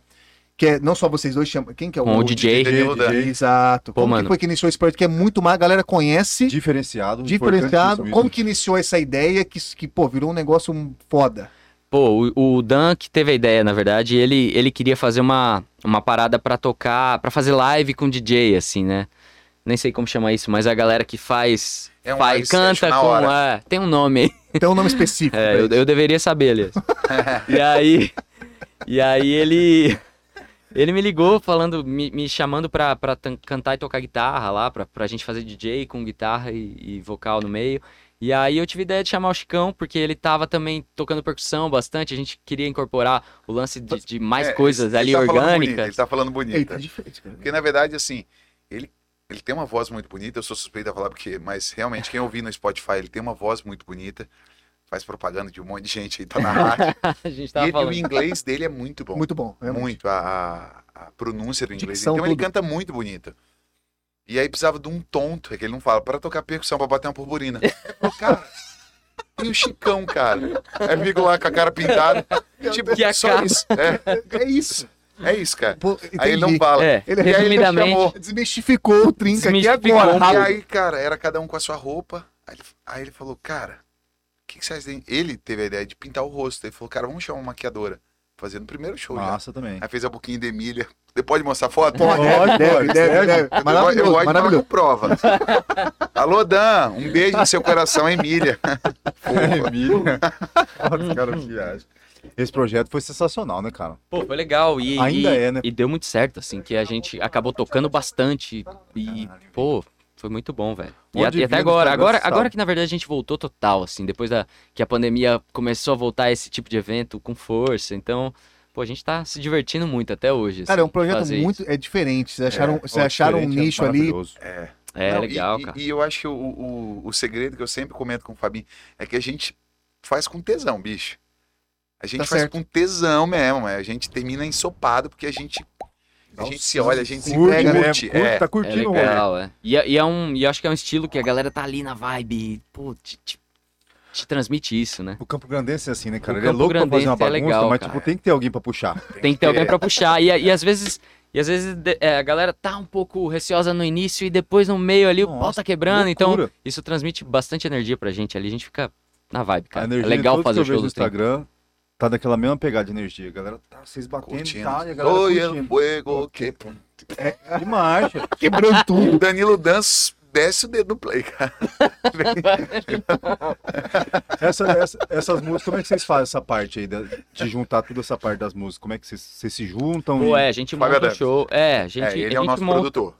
Speaker 2: que é, não só vocês dois chamam, quem que é o,
Speaker 3: Com o DJ.
Speaker 6: Danilo
Speaker 1: DJ.
Speaker 6: Dan.
Speaker 2: Exato.
Speaker 3: Pô,
Speaker 2: como que
Speaker 3: mano.
Speaker 2: foi que iniciou esse projeto que é muito mais, a galera conhece,
Speaker 1: Diferenciado.
Speaker 2: diferenciado.
Speaker 1: importantíssimo
Speaker 2: Como
Speaker 1: isso.
Speaker 2: que iniciou essa ideia que, que pô, virou um negócio foda?
Speaker 3: Pô, o, o Dan que teve a ideia, na verdade, ele, ele queria fazer uma, uma parada pra tocar, pra fazer live com DJ, assim, né? Nem sei como chama isso, mas a galera que faz.
Speaker 6: É um
Speaker 3: faz
Speaker 6: live session
Speaker 3: canta
Speaker 6: na
Speaker 3: com.
Speaker 6: hora.
Speaker 3: é, tem um nome aí.
Speaker 2: Tem um nome específico. pra
Speaker 3: É, eu,
Speaker 2: isso.
Speaker 3: eu deveria saber, aliás. e aí. E aí ele. Ele me ligou falando, me, me chamando pra, pra tan- cantar e tocar guitarra lá, pra, pra gente fazer DJ com guitarra e, e vocal no meio. E aí eu tive a ideia de chamar o Chicão, porque ele tava também tocando percussão bastante, a gente queria incorporar o lance de, de mais
Speaker 6: É,
Speaker 3: coisas ali
Speaker 6: ele tá falando bonito,
Speaker 3: orgânicas.
Speaker 6: Ele tá falando
Speaker 2: Ei,
Speaker 6: bonito.
Speaker 2: tá diferente, cara.
Speaker 6: Porque, na verdade, assim, ele, ele tem uma voz muito bonita, eu sou suspeito a falar porque, mas realmente, quem ouvir no Spotify, ele tem uma voz muito bonita, faz propaganda de um monte de gente aí, tá na rádio.
Speaker 3: a gente
Speaker 6: e
Speaker 3: tava
Speaker 6: ele- o
Speaker 3: Tá falando.
Speaker 6: inglês dele é muito bom.
Speaker 2: é Muito bom. realmente.
Speaker 6: muito a, a- a pronúncia do inglês.
Speaker 2: Dicção,
Speaker 6: então ele
Speaker 2: tudo.
Speaker 6: canta muito bonito. E aí precisava de um tonto, é que ele não fala, para tocar percussão, pra bater uma purpurina. Eu falo, cara, e o Chicão, cara? Aí fico lá com a cara pintada. tipo,
Speaker 3: Que
Speaker 6: só
Speaker 3: acaba.
Speaker 6: isso. É,
Speaker 2: É isso.
Speaker 6: é isso, cara.
Speaker 2: Pô,
Speaker 6: Aí ele não
Speaker 2: entendi.
Speaker 6: fala.
Speaker 3: É,
Speaker 2: Ele-
Speaker 6: E aí ele me
Speaker 3: Resumidamente.
Speaker 6: chamou.
Speaker 2: Desmistificou o trinca aqui
Speaker 3: Desmistificou. um
Speaker 2: agora.
Speaker 6: E
Speaker 2: Raul.
Speaker 6: aí, cara, era cada um com a sua roupa. Aí ele, aí ele falou, cara, o que, que vocês têm? Ele teve a ideia de pintar o rosto. Ele falou, cara, vamos chamar uma maquiadora. Fazendo o primeiro show já.
Speaker 1: Massa também.
Speaker 6: Aí fez a boquinha de Emília. Você pode mostrar foto?
Speaker 2: Pode, deve, deve, deve,
Speaker 6: É, Eu gosto- Eu
Speaker 2: Maravilhoso,
Speaker 6: gosto de falar
Speaker 2: maravilhoso.
Speaker 6: com prova. Alô, Dan, um beijo no seu coração, Emília. Fofa.
Speaker 1: Emília. Olha os caras que viajam. Esse projeto foi sensacional, né, cara?
Speaker 3: Pô, foi legal. E,
Speaker 1: Ainda
Speaker 3: e-
Speaker 1: é, né?
Speaker 3: e deu muito certo, assim, que a gente acabou tocando bastante. E, pô, foi muito bom, velho. E,
Speaker 1: Onde
Speaker 3: a- e
Speaker 1: viu
Speaker 3: até
Speaker 1: no
Speaker 3: agora.
Speaker 1: Instagram,
Speaker 3: Agora,
Speaker 1: você
Speaker 3: agora
Speaker 1: sabe.
Speaker 3: que, na verdade, a gente voltou total, assim, depois da que a pandemia começou a voltar esse tipo de evento com força. Então, pô, a gente tá se divertindo muito até hoje.
Speaker 2: Cara, é um
Speaker 3: assim,
Speaker 2: projeto
Speaker 3: fazer
Speaker 2: muito. É diferente. Vocês acharam, vocês
Speaker 1: Pô,
Speaker 2: acharam um
Speaker 1: diferente, é
Speaker 2: nicho ali.
Speaker 1: maravilhoso.
Speaker 3: isso. É,
Speaker 6: Não, e-
Speaker 3: legal,
Speaker 6: e,
Speaker 3: cara.
Speaker 6: E eu acho que o, o, o segredo que eu sempre comento com o Fabinho é que a gente faz com tesão, bicho. A gente
Speaker 2: Tá
Speaker 6: faz
Speaker 2: certo.
Speaker 6: com tesão mesmo. é. A gente termina ensopado porque a gente, a gente se olha, a gente se
Speaker 1: Curte,
Speaker 6: pega,
Speaker 1: né?
Speaker 6: curte.
Speaker 1: Curte,
Speaker 6: é.
Speaker 1: Tá
Speaker 3: É
Speaker 1: curtindo o rolê.
Speaker 3: legal, é. E, é- e é um, e eu acho que é um estilo que a galera tá ali na vibe. e, Pô, te, te- te transmite isso, né?
Speaker 1: O Campo Grandense é assim, né, cara?
Speaker 3: O
Speaker 1: Ele é
Speaker 3: Campo
Speaker 1: louco pra fazer uma
Speaker 3: Grandense é
Speaker 1: bagunça,
Speaker 3: legal,
Speaker 1: mas
Speaker 3: cara.
Speaker 1: tipo, tem que ter alguém pra puxar.
Speaker 3: Tem que ter alguém pra puxar. E, e às vezes, e às vezes de- é, a galera tá um pouco receosa no início e depois no meio ali o pau
Speaker 1: Nossa,
Speaker 3: tá quebrando. Então,
Speaker 1: Loucura.
Speaker 3: isso transmite bastante energia pra gente ali. A gente fica na vibe,
Speaker 1: a
Speaker 3: cara. É
Speaker 1: energia
Speaker 3: legal
Speaker 1: todos
Speaker 3: fazer o
Speaker 1: que eu
Speaker 3: show
Speaker 1: vejo no
Speaker 3: do tempo.
Speaker 1: Instagram tá daquela mesma pegada de energia. A galera tá vocês batendo e
Speaker 6: Curtindo.
Speaker 1: tal, e a galera
Speaker 6: Oi, eu
Speaker 1: curtindo.
Speaker 6: fuego, que...
Speaker 1: Que marcha.
Speaker 2: Quebrando tudo.
Speaker 6: O Danilo Danço desce o dedo no play, cara.
Speaker 1: Essa- essa- essas músicas, como é que vocês fazem essa parte aí da- de juntar toda essa parte das músicas? Como é que vocês, vocês se juntam?
Speaker 3: Pô,
Speaker 1: e...
Speaker 3: é, a gente
Speaker 6: Fábio
Speaker 3: monta um
Speaker 6: Adams.
Speaker 3: show. É, a gente,
Speaker 6: é, ele
Speaker 3: a
Speaker 6: é o
Speaker 3: gente
Speaker 6: nosso
Speaker 3: monta.
Speaker 6: produtor.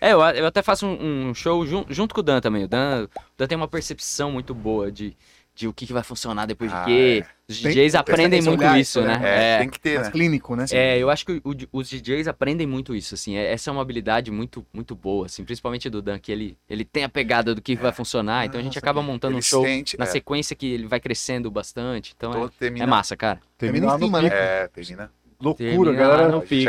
Speaker 3: É, eu, eu até faço um, um show jun- junto com o Dan também. O Dan, o Dan tem uma percepção muito boa de, de o que, que vai funcionar depois de
Speaker 6: Ah,
Speaker 3: quê. Os
Speaker 2: Tem-
Speaker 3: DJs aprendem
Speaker 2: tem que
Speaker 3: muito
Speaker 2: olhar
Speaker 3: isso,
Speaker 2: isso,
Speaker 3: né?
Speaker 6: É, tem que ter,
Speaker 2: Mas
Speaker 6: né?
Speaker 2: clínico, né?
Speaker 3: É, eu acho que o- o- os DJs aprendem muito isso, assim. é- essa é uma habilidade muito, muito boa, assim, principalmente do Dan, que ele, ele tem a pegada do que vai funcionar, então a gente acaba montando um
Speaker 6: É. Ele
Speaker 3: show
Speaker 6: sente,
Speaker 3: na
Speaker 6: é,
Speaker 3: sequência que ele vai crescendo bastante. Então é-
Speaker 6: todo
Speaker 3: é,
Speaker 6: termina.
Speaker 3: massa, cara.
Speaker 1: Termina
Speaker 2: Termina
Speaker 1: lá
Speaker 2: em
Speaker 1: no
Speaker 2: cima, né?
Speaker 1: pico.
Speaker 6: É, termina.
Speaker 1: Loucura, a
Speaker 3: Termina lá
Speaker 1: galera.
Speaker 3: no
Speaker 6: A gente
Speaker 3: pico.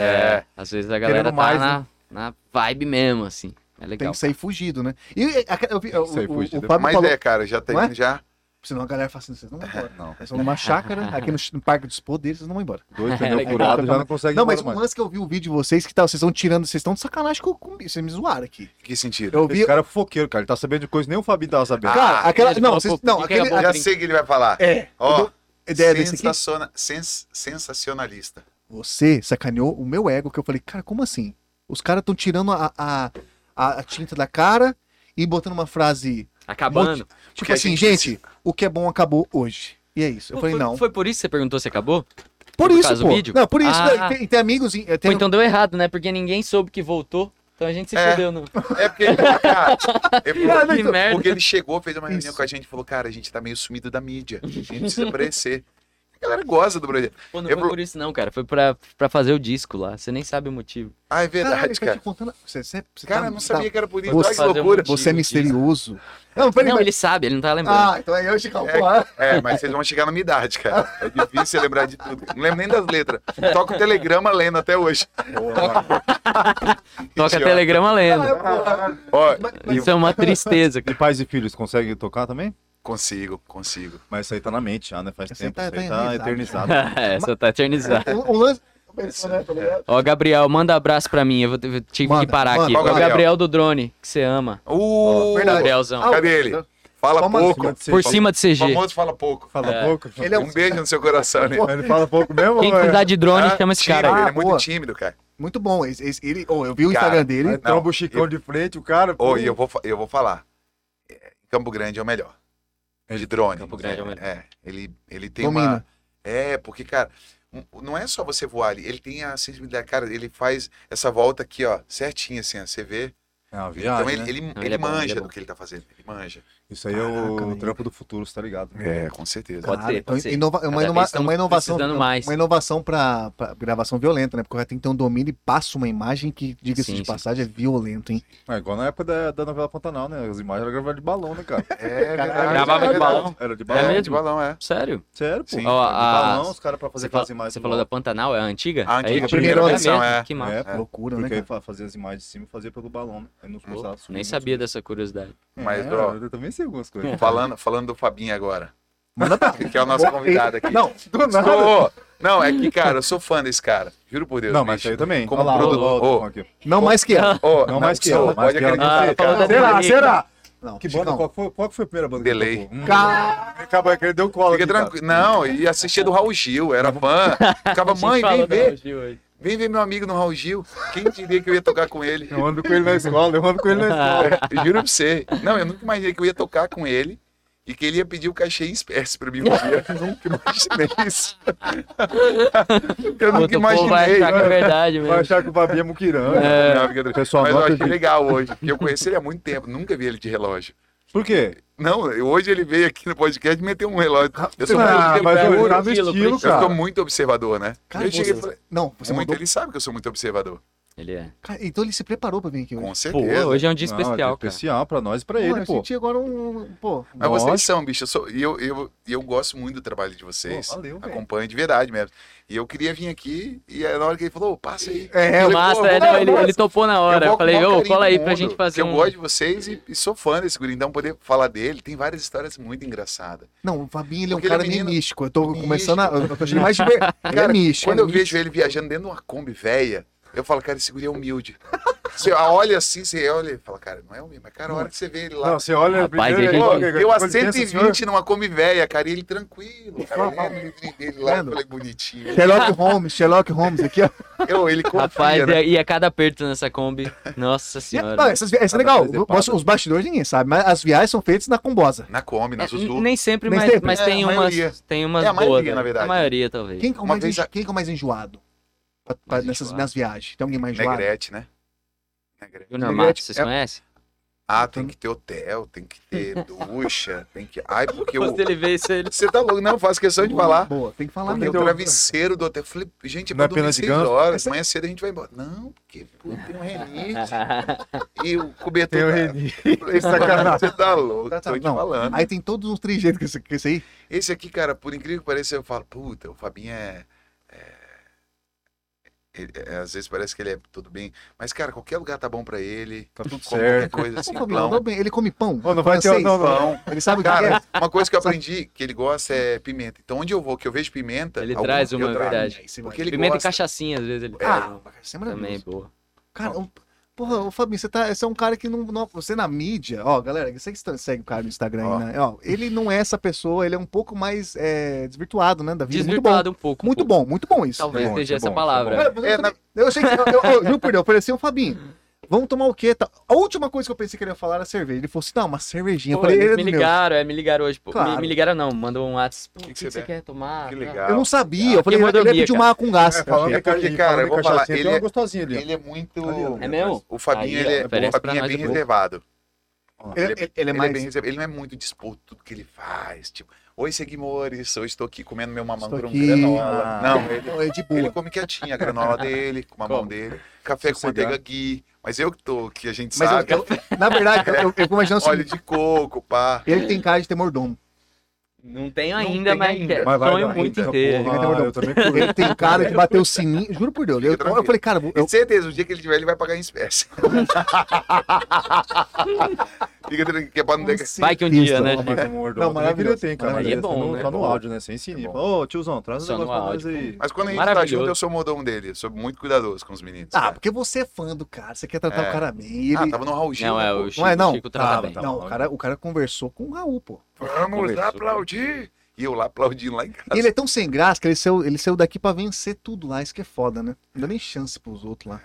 Speaker 3: É,
Speaker 6: É.
Speaker 3: às vezes a galera tá
Speaker 1: mais,
Speaker 6: né?
Speaker 3: na, na vibe mesmo, assim. É
Speaker 2: Tem
Speaker 3: legal.
Speaker 2: que sair fugido, né? E e, a- eu vi-
Speaker 1: Tem que sair
Speaker 2: o- o-
Speaker 1: fugido.
Speaker 2: o Fábio
Speaker 6: Mas
Speaker 2: falou,
Speaker 6: é, cara, já tem,
Speaker 2: Não é?
Speaker 6: já.
Speaker 2: senão a galera fala assim, vocês não vão embora.
Speaker 1: Não,
Speaker 2: Vocês vão numa chácara, aqui no, no Parque dos Poderes, vocês não vão embora.
Speaker 1: dois
Speaker 3: É
Speaker 1: pneus
Speaker 3: legal.
Speaker 1: furados já não consegue
Speaker 2: Não,
Speaker 1: ir embora
Speaker 2: mas o
Speaker 1: mais.
Speaker 2: lance que eu vi o vídeo de vocês, que tal? Vocês estão tirando, vocês estão de sacanagem com, com vocês me zoaram aqui.
Speaker 6: Que sentido?
Speaker 2: Eu vi.
Speaker 1: Esse cara é fofoqueiro, cara. Ele tá sabendo de coisa que nem o Fabi tava sabendo.
Speaker 2: Cara,
Speaker 6: Ah,
Speaker 2: aquela.
Speaker 3: ele
Speaker 2: Não,
Speaker 3: falou,
Speaker 2: vocês.
Speaker 3: pô,
Speaker 2: Não,
Speaker 3: que que é
Speaker 2: aquele.
Speaker 3: bom?
Speaker 6: Já sei o que ele vai falar.
Speaker 2: É.
Speaker 6: Ó,
Speaker 2: a Ideia desse aqui. é
Speaker 6: sensaciona- sens- sensacionalista.
Speaker 2: Você sacaneou o meu ego, que eu falei, cara, como assim? Os caras estão tirando a, a, a- a tinta da cara e botando uma frase.
Speaker 6: um
Speaker 3: Acabando.
Speaker 2: Tipo
Speaker 6: Que a
Speaker 2: assim,
Speaker 6: gente-
Speaker 2: gente, o que é bom acabou hoje. E é isso. Eu
Speaker 3: Pô,
Speaker 2: falei,
Speaker 3: foi,
Speaker 2: não.
Speaker 3: foi por isso que você perguntou se acabou?
Speaker 2: por
Speaker 3: por
Speaker 2: isso,
Speaker 3: causa do
Speaker 2: pô.
Speaker 3: vídeo?
Speaker 2: Não, por isso.
Speaker 3: Ah. então
Speaker 2: né? E tem, e tem amigos. em-
Speaker 3: Pô,
Speaker 2: Tem,
Speaker 3: então deu errado, né? Porque ninguém soube que voltou. Então a gente se
Speaker 6: um É.
Speaker 3: fudeu no.
Speaker 6: É porque, cara, é porque-
Speaker 3: Cara, que
Speaker 6: porque
Speaker 3: merda.
Speaker 6: ele chegou, fez uma reunião
Speaker 2: Ah, Isso.
Speaker 6: com a gente e falou, cara, a gente tá meio sumido da mídia. A gente precisa aparecer. A galera goza do brasileiro.
Speaker 3: Pô, não
Speaker 6: Eu
Speaker 3: foi
Speaker 6: pro-
Speaker 3: por isso, não, cara. Foi pra, pra fazer o disco lá. Você nem sabe o motivo.
Speaker 6: Ah, é
Speaker 2: Caralho,
Speaker 6: verdade,
Speaker 2: ele tá
Speaker 6: cara.
Speaker 2: te contando- Você, você, você
Speaker 6: Cara,
Speaker 2: tá-
Speaker 6: eu não sabia que era por isso.
Speaker 2: Você-
Speaker 6: Olha que
Speaker 3: fazer um-
Speaker 6: loucura.
Speaker 2: tá- você é
Speaker 3: disso.
Speaker 2: misterioso. Não, peraí,
Speaker 3: não,
Speaker 2: mas-
Speaker 3: ele sabe, ele não tá lembrando.
Speaker 2: Ah, então é eu, Chicão.
Speaker 6: É.
Speaker 2: porra.
Speaker 6: É, mas vocês vão chegar na minha idade, cara. É difícil lembrar de tudo. Não lembro nem das letras. Toca o telegrama lendo até hoje.
Speaker 3: Toca
Speaker 6: idiota. Ah,
Speaker 3: telegrama lendo.
Speaker 6: Ó,
Speaker 2: Mas-
Speaker 6: e-
Speaker 3: Isso é uma tristeza,
Speaker 1: E
Speaker 3: cara.
Speaker 1: pais e filhos conseguem tocar também?
Speaker 6: Consigo, consigo.
Speaker 1: Mas isso aí tá na mente já, né? Faz
Speaker 2: Isso aí
Speaker 1: tempo.
Speaker 2: tá-
Speaker 1: isso aí
Speaker 2: tá
Speaker 1: tá
Speaker 2: eternizado.
Speaker 1: eternizado.
Speaker 3: Essa tá eternizada.
Speaker 2: O, o lance. né, tá ligado?
Speaker 3: Ó, Gabriel, manda abraço pra mim. Eu, vou, eu tive
Speaker 2: Manda,
Speaker 3: que parar
Speaker 2: manda.
Speaker 3: aqui.
Speaker 6: Qual
Speaker 3: O Gabriel?
Speaker 6: Gabriel
Speaker 3: do drone, que você ama.
Speaker 6: Uh,
Speaker 2: verdade.
Speaker 3: Gabrielzão.
Speaker 2: Ah,
Speaker 6: Cadê ele? Fala
Speaker 2: Palmas
Speaker 6: pouco.
Speaker 1: Acima de
Speaker 3: Por
Speaker 1: ser-
Speaker 3: cima de CG.
Speaker 6: Famoso fala pouco.
Speaker 1: Fala
Speaker 3: É.
Speaker 1: pouco.
Speaker 2: Ele é um-
Speaker 6: Um beijo no seu coração, né?
Speaker 1: Ele fala pouco mesmo?
Speaker 3: Quem
Speaker 1: ou é?
Speaker 3: cuidar de drone,
Speaker 6: Ah,
Speaker 3: chama esse
Speaker 6: tímido,
Speaker 3: cara aí.
Speaker 6: Ele
Speaker 2: Ah,
Speaker 6: é muito
Speaker 2: boa.
Speaker 6: tímido, cara.
Speaker 2: Muito bom. Esse, esse- ele, oh, eu vi o
Speaker 6: Cara,
Speaker 2: Instagram dele.
Speaker 1: Aí tromba o Chicão
Speaker 6: eu-
Speaker 1: de frente, o cara.
Speaker 6: Ô,
Speaker 1: pô.
Speaker 6: e eu vou, fa- eu vou falar. É, Campo Grande é o melhor. De drone.
Speaker 3: Campo Grande é o melhor.
Speaker 6: É, ele, ele tem
Speaker 2: Domina.
Speaker 6: uma... É, porque, cara, um- não é só você voar ali. Ele tem a sensibilidade. Cara, ele faz essa volta aqui, ó, certinha, assim, ó, você vê.
Speaker 1: É uma
Speaker 6: Então
Speaker 1: viagem,
Speaker 6: ele,
Speaker 1: né?
Speaker 6: ele,
Speaker 3: Não,
Speaker 6: ele
Speaker 3: ele é bom, ele
Speaker 6: manja
Speaker 3: é bom.
Speaker 6: do que ele tá fazendo. Ele manja.
Speaker 1: Isso aí é
Speaker 2: Caraca,
Speaker 1: o
Speaker 2: velho.
Speaker 1: trampo do futuro, você tá ligado? né?
Speaker 6: É, com certeza.
Speaker 3: Pode ser, pode ser.
Speaker 2: inova- é uma,
Speaker 3: Cada
Speaker 2: inova-
Speaker 3: vez
Speaker 2: é uma
Speaker 3: estamos
Speaker 2: inovação,
Speaker 3: precisando mais.
Speaker 2: uma inovação para gravação violenta, né? Porque o cara tem que ter um domínio e passa uma imagem que, diga-se
Speaker 3: Sim,
Speaker 2: de
Speaker 3: sim.
Speaker 2: passagem, é violento, hein?
Speaker 1: É igual na época da, da novela Pantanal, né? As imagens eram gravadas de balão, né, cara?
Speaker 6: É, verdade,
Speaker 3: Gravava
Speaker 6: é
Speaker 3: de
Speaker 6: verdade.
Speaker 3: balão.
Speaker 1: Era de
Speaker 6: É,
Speaker 1: balão.
Speaker 3: mesmo?
Speaker 6: de balão, é.
Speaker 3: Sério?
Speaker 1: Sério, pô.
Speaker 6: Sim.
Speaker 1: Era
Speaker 3: Ó,
Speaker 1: de
Speaker 3: a-
Speaker 1: balão, os caras pra fazer
Speaker 3: Você,
Speaker 1: aquelas
Speaker 3: fala-
Speaker 1: imagens.
Speaker 3: você
Speaker 1: do
Speaker 3: falou da
Speaker 1: balão.
Speaker 3: Pantanal, é a antiga?
Speaker 6: assim, A antiga,
Speaker 3: Aí,
Speaker 6: a
Speaker 2: primeira
Speaker 6: versão,
Speaker 3: mesmo,
Speaker 6: é.
Speaker 3: Que massa.
Speaker 1: É, pô.
Speaker 2: Loucura, né?
Speaker 1: Porque
Speaker 2: cara?
Speaker 1: aí fa- fazia as imagens de cima e fazia pelo balão, né? Aí nos
Speaker 3: Pô,
Speaker 1: costados. subia,
Speaker 3: Nem
Speaker 1: nos
Speaker 3: sabia
Speaker 1: costados.
Speaker 3: dessa curiosidade.
Speaker 6: Mas,
Speaker 1: É,
Speaker 6: ó,
Speaker 1: eu também sei algumas coisas.
Speaker 6: falando, falando do Fabinho agora.
Speaker 2: Manda pra
Speaker 6: Que é o nosso convidado aqui.
Speaker 2: Não,
Speaker 1: Do
Speaker 6: Ô, ô, não, é que, cara, eu sou fã desse cara. Juro por Deus.
Speaker 1: Não, mas
Speaker 6: bicho.
Speaker 1: isso aí também.
Speaker 6: Como
Speaker 1: Olha lá, ó,
Speaker 6: produtor.
Speaker 1: ó,
Speaker 6: Ô,
Speaker 1: aqui.
Speaker 2: não mais que ela.
Speaker 6: ô,
Speaker 1: Não, mais que
Speaker 6: só
Speaker 1: ela, mais que
Speaker 6: Pode
Speaker 1: ela.
Speaker 6: acreditar,
Speaker 3: Ah,
Speaker 6: cara.
Speaker 3: falou da- Delay,
Speaker 2: Não,
Speaker 1: Que banda? Qual foi, qual que foi a primeira banda
Speaker 6: Delay.
Speaker 1: que tocou? Hum, Acaba que ele deu cola.
Speaker 6: Fica
Speaker 1: aqui, cara.
Speaker 6: tranquilo. Não, e assistia do Raul Gil, era fã. Ficava, mãe,
Speaker 3: né,
Speaker 6: vem ver. Vem ver meu amigo no Raul Gil. Quem diria que eu ia tocar com ele?
Speaker 1: Eu ando com ele na escola, eu ando com ele na escola.
Speaker 6: Eu juro pra você. Não, eu nunca imaginei que eu ia tocar com ele e que ele ia pedir o cachê em espécie pra mim um dia. Eu nunca imaginei isso. Eu
Speaker 3: Puta,
Speaker 6: nunca
Speaker 3: o povo vai
Speaker 6: imaginei.
Speaker 3: achar que é verdade mesmo.
Speaker 1: Vai achar que o Babi é muquirana.
Speaker 6: Não, brincadeira.
Speaker 1: Pessoal,
Speaker 6: Mas eu
Speaker 1: nota
Speaker 6: achei
Speaker 1: de-
Speaker 6: legal hoje, porque eu conheci ele há muito tempo, nunca vi ele de relógio.
Speaker 1: Por quê?
Speaker 6: Não, eu- hoje ele veio aqui no podcast e meteu um relógio. Eu sou,
Speaker 1: ah,
Speaker 6: muito,
Speaker 1: mas eu
Speaker 3: puro
Speaker 1: tava no
Speaker 3: estilo,
Speaker 1: estilo,
Speaker 3: puro
Speaker 6: eu sou
Speaker 1: cara.
Speaker 6: muito observador, né?
Speaker 2: Cara,
Speaker 6: eu cheguei e
Speaker 2: você-
Speaker 6: falei,
Speaker 2: Não, você
Speaker 6: muito,
Speaker 2: mandou.
Speaker 6: ele sabe que eu sou muito observador.
Speaker 3: Ele é.
Speaker 2: Cara, então ele se preparou pra vir aqui hoje.
Speaker 6: Com
Speaker 3: Pô,
Speaker 6: certeza.
Speaker 3: hoje é um dia
Speaker 1: Não,
Speaker 3: especial, cara.
Speaker 1: especial pra nós e pra
Speaker 2: Pô,
Speaker 1: ele,
Speaker 2: eu
Speaker 1: pô.
Speaker 2: senti agora um. Pô,
Speaker 6: Mas vocês
Speaker 1: Lógico.
Speaker 6: são, bicho, eu sou, e eu, eu, e eu gosto muito do trabalho de vocês.
Speaker 1: Pô, valeu, velho.
Speaker 6: Acompanho de verdade mesmo. E eu queria vir aqui, e aí na hora que ele falou, "Ô, passa aí.
Speaker 2: É,
Speaker 6: Eu falei,
Speaker 3: Massa,
Speaker 6: "Pô,
Speaker 3: é,
Speaker 6: vou-
Speaker 3: não, ele,
Speaker 6: vou-
Speaker 3: ele topou na
Speaker 6: Eu
Speaker 3: hora. Eu
Speaker 6: vou com o
Speaker 3: falei,
Speaker 6: maior
Speaker 3: ô,
Speaker 6: carinho
Speaker 3: cola
Speaker 6: do
Speaker 3: aí pra
Speaker 6: mundo,
Speaker 3: gente
Speaker 6: que
Speaker 3: fazer
Speaker 6: Eu
Speaker 3: um...
Speaker 6: gosto de vocês e, e sou fã desse guri, então poder falar dele. Tem várias histórias muito engraçadas.
Speaker 2: Não, o Fabinho ele é um
Speaker 6: Porque ele é
Speaker 2: cara meio
Speaker 6: menino-
Speaker 2: místico. Eu tô
Speaker 6: místico.
Speaker 2: começando a. Eu tô achando mais de ver. Ele é místico.
Speaker 6: Quando
Speaker 2: é
Speaker 6: eu vejo ele viajando dentro de uma Kombi velha, eu falo, cara, esse guri é humilde. Você olha assim, você olha e fala, cara, não é humilde, mas cara, a hora que você vê ele lá.
Speaker 1: Não, você olha
Speaker 3: Rapaz,
Speaker 1: primeiro,
Speaker 3: a gente-
Speaker 1: ó,
Speaker 6: Pô,
Speaker 1: que-
Speaker 6: eu a
Speaker 1: com licença, senhor.
Speaker 6: 120 numa Kombi velha, cara, e ele tranquilo. Cara, eu lembro do livrinho dele lá, eu falei, bonitinho.
Speaker 2: Sherlock Holmes, Sherlock Holmes aqui, ó.
Speaker 6: Eu, ele confia,
Speaker 3: Rapaz, é
Speaker 6: né?
Speaker 3: e, e a cada aperto nessa Kombi, nossa senhora.
Speaker 2: Não, essas, vi- essa
Speaker 1: Cada
Speaker 2: é legal.
Speaker 1: presepada.
Speaker 2: Os, os bastidores ninguém sabe, mas as viagens são feitas na combosa.
Speaker 6: Na Kombi, na
Speaker 3: É,
Speaker 6: Zuzu.
Speaker 3: nem sempre,
Speaker 2: Nem
Speaker 3: mas,
Speaker 2: sempre.
Speaker 3: mas
Speaker 6: É,
Speaker 3: tem,
Speaker 6: a maioria.
Speaker 3: umas, tem umas
Speaker 6: É, a maioria,
Speaker 3: boas, né?
Speaker 6: na verdade.
Speaker 3: A maioria, talvez.
Speaker 2: Quem que é o
Speaker 6: Uma
Speaker 2: mais,
Speaker 6: vez
Speaker 2: enjo-
Speaker 6: a-
Speaker 2: quem que é o mais enjoado? Pra- pra-
Speaker 3: Mais
Speaker 2: nessas,
Speaker 3: enjoado.
Speaker 2: Nas viagens. Tem alguém mais enjoado?
Speaker 6: Negrete, né? Negrete.
Speaker 3: O Normato,
Speaker 2: Negrete
Speaker 3: vocês
Speaker 2: é-
Speaker 3: conhecem?
Speaker 6: Ah, tem que ter hotel, tem que ter ducha, tem que. Ai, porque
Speaker 3: Depois
Speaker 6: o.
Speaker 3: dele ver isso, ele...
Speaker 6: Você tá louco? Não, eu faço questão de
Speaker 2: Boa,
Speaker 6: falar.
Speaker 2: Boa, tem que falar
Speaker 6: Porque é o
Speaker 2: mesmo.
Speaker 6: travesseiro do hotel. Eu Falei, gente, é
Speaker 1: Não
Speaker 6: pra
Speaker 1: é pena
Speaker 6: dormir
Speaker 1: de
Speaker 6: 6
Speaker 1: ganso?
Speaker 6: horas. Amanhã cedo a gente vai embora. Não, porque pô, tem um renite. e o cobertor.
Speaker 1: Tem um o
Speaker 6: tá-
Speaker 1: Reni.
Speaker 6: Eu falei,
Speaker 1: Sacanagem.
Speaker 6: Você tá louco,
Speaker 2: Tá, tá,
Speaker 6: tô te
Speaker 2: não.
Speaker 6: falando.
Speaker 2: Aí tem todos uns trejeitos com esse, com esse aí.
Speaker 6: Esse aqui, cara, por incrível que pareça, eu falo, puta, o Fabinho é. é- ele- é, às vezes parece que ele é tudo bem, mas cara, qualquer lugar tá bom pra ele.
Speaker 1: Tá tudo
Speaker 6: com qualquer
Speaker 1: certo.
Speaker 6: coisa assim,
Speaker 3: Tá
Speaker 2: Ô, Fabinho, andou
Speaker 6: pão.
Speaker 2: bem. Ele come pão.
Speaker 1: Ô, não vai ter... um-
Speaker 2: francês.
Speaker 1: Não, não.
Speaker 6: Pão.
Speaker 2: Ele sabe o que
Speaker 6: Cara,
Speaker 2: é.
Speaker 6: uma coisa que eu aprendi que ele gosta é pimenta. Então onde eu vou que eu vejo pimenta,
Speaker 3: Ele
Speaker 6: alguma-
Speaker 3: traz
Speaker 6: eu
Speaker 3: uma, é
Speaker 6: trago.
Speaker 3: verdade.
Speaker 2: Aí você vai.
Speaker 6: Porque ele
Speaker 3: Pimenta e
Speaker 6: gosta.
Speaker 3: cachaçinha, às vezes, ele faz
Speaker 2: Ah,
Speaker 3: uma.
Speaker 2: isso é
Speaker 3: Também,
Speaker 2: maravilhoso.
Speaker 3: boa.
Speaker 2: Cara, um- porra, ô Fabinho, você, tá, você é um cara que não, não- Você na mídia, ó, galera, você que está- segue o cara no Instagram,
Speaker 6: Ó.
Speaker 2: aí, né? Ó, ele não é essa pessoa, ele é um pouco mais é, desvirtuado, né? Da vida.
Speaker 3: Desvirtuado um pouco.
Speaker 2: Muito
Speaker 3: pô.
Speaker 2: bom, muito bom, muito bom isso.
Speaker 3: Talvez
Speaker 1: É bom,
Speaker 3: seja
Speaker 1: é
Speaker 3: essa
Speaker 1: bom, é
Speaker 3: palavra.
Speaker 2: Cara, mas eu,
Speaker 6: É,
Speaker 2: falei- eu achei que. Eu, eu, eu, juro por Deus, eu falei assim, ô Fabinho. Vamos tomar o quê? Tá- A última coisa que eu pensei que ele ia falar era cerveja. Ele falou assim: não, uma cervejinha.
Speaker 3: Pô,
Speaker 2: eu falei,
Speaker 3: eles
Speaker 2: "Meu,
Speaker 3: me ligaram, é, me ligaram hoje. pô.
Speaker 2: Claro.
Speaker 3: Me, me ligaram não, mandou um WhatsApp. Pô, o
Speaker 6: que
Speaker 3: que,
Speaker 6: você
Speaker 3: que você
Speaker 6: quer?
Speaker 3: quer tomar?
Speaker 6: Que
Speaker 3: Tá.
Speaker 6: legal.
Speaker 2: Eu não sabia. Eu falei,
Speaker 3: Ah, que
Speaker 2: ele ele ia
Speaker 3: mordomia,
Speaker 2: pedir
Speaker 3: cara.
Speaker 2: uma água com gás.
Speaker 6: falando-
Speaker 1: É
Speaker 6: porque, cara, eu vou falar, ele
Speaker 1: é
Speaker 6: é-
Speaker 1: gostosinho ali. ó.
Speaker 6: Ele é muito.
Speaker 1: Ali, ó.
Speaker 3: É mesmo?
Speaker 6: O Fabinho,
Speaker 3: Aí, ó,
Speaker 6: ele, é-
Speaker 3: oferece
Speaker 6: o Fabinho
Speaker 3: pra
Speaker 6: é
Speaker 3: nós
Speaker 6: bem
Speaker 3: de boa.
Speaker 6: reservado.
Speaker 2: Ele,
Speaker 6: Ele-
Speaker 2: ele- ele é
Speaker 6: Ele é
Speaker 2: mais.
Speaker 6: bem reservado. Ele não é muito disposto tudo que ele faz. Tipo, oi, seguimores, eu estou aqui comendo meu mamão
Speaker 2: Estou
Speaker 6: com
Speaker 2: aqui.
Speaker 6: granola.
Speaker 1: Ah.
Speaker 6: Não, ele,
Speaker 2: Não, é de
Speaker 6: ele
Speaker 2: boa.
Speaker 6: come quietinho a granola dele, com o mamão
Speaker 3: Como?
Speaker 6: dele, café com
Speaker 1: Sossegado.
Speaker 6: manteiga ghee. Mas eu que tô, que a gente
Speaker 2: Mas eu-
Speaker 6: sabe,
Speaker 2: Na verdade, eu, eu fico imaginando o
Speaker 6: óleo
Speaker 2: seguinte:
Speaker 6: de coco, pá.
Speaker 2: ele tem cara de ter mordomo.
Speaker 3: Não tenho
Speaker 6: Não
Speaker 3: ainda,
Speaker 6: tem
Speaker 3: mas
Speaker 6: ainda.
Speaker 3: quer-
Speaker 1: Mas vai
Speaker 3: sonho
Speaker 1: dar
Speaker 3: muito
Speaker 1: ainda,
Speaker 3: inteiro.
Speaker 6: Ah,
Speaker 1: porra.
Speaker 2: Ele tem
Speaker 1: eu também
Speaker 2: Ele
Speaker 1: curto.
Speaker 2: tem cara que bateu o sininho. Juro por Deus. Eu,
Speaker 6: Fica
Speaker 2: eu falei, cara, eu-
Speaker 6: E certeza, o dia que ele tiver, ele vai pagar em espécie. Fica tranquilo, que é pra não ter que-
Speaker 3: Vai que um dia, né?
Speaker 6: é
Speaker 1: Não, mas o mordomo
Speaker 2: Não,
Speaker 1: também
Speaker 2: maravilhoso.
Speaker 1: tem, cara.
Speaker 3: Aí é
Speaker 1: Mas
Speaker 3: bom,
Speaker 1: tá no-
Speaker 3: né?
Speaker 1: Tá no
Speaker 6: Bom.
Speaker 1: áudio, né? Você ensina. Fala, Ô, tiozão, traz um
Speaker 3: Só no
Speaker 1: negócio pra nós
Speaker 3: áudio,
Speaker 1: aí.
Speaker 6: Mas quando a gente tá
Speaker 3: Maravilhoso.
Speaker 6: junto, eu sou o mordomo dele. Eu sou muito cuidadoso com os meninos.
Speaker 2: Ah,
Speaker 6: cara.
Speaker 2: porque você é fã do cara, você quer tratar
Speaker 6: É.
Speaker 2: o cara bem. e Ele...
Speaker 6: Ah, tava no Raul Gil.
Speaker 3: Não,
Speaker 6: né,
Speaker 3: é,
Speaker 6: pô?
Speaker 3: o Chico,
Speaker 2: Não é, não.
Speaker 3: Chico trata
Speaker 2: Tá,
Speaker 3: bem.
Speaker 1: tá.
Speaker 2: não, o cara, o cara conversou com o Raul, pô.
Speaker 6: Vamos
Speaker 3: Conversou,
Speaker 6: aplaudir! E eu lá aplaudindo lá em casa.
Speaker 2: E ele é tão sem graça que ele saiu, ele saiu daqui pra vencer tudo lá. Isso que é foda, né? Não dá nem chance pros outros lá.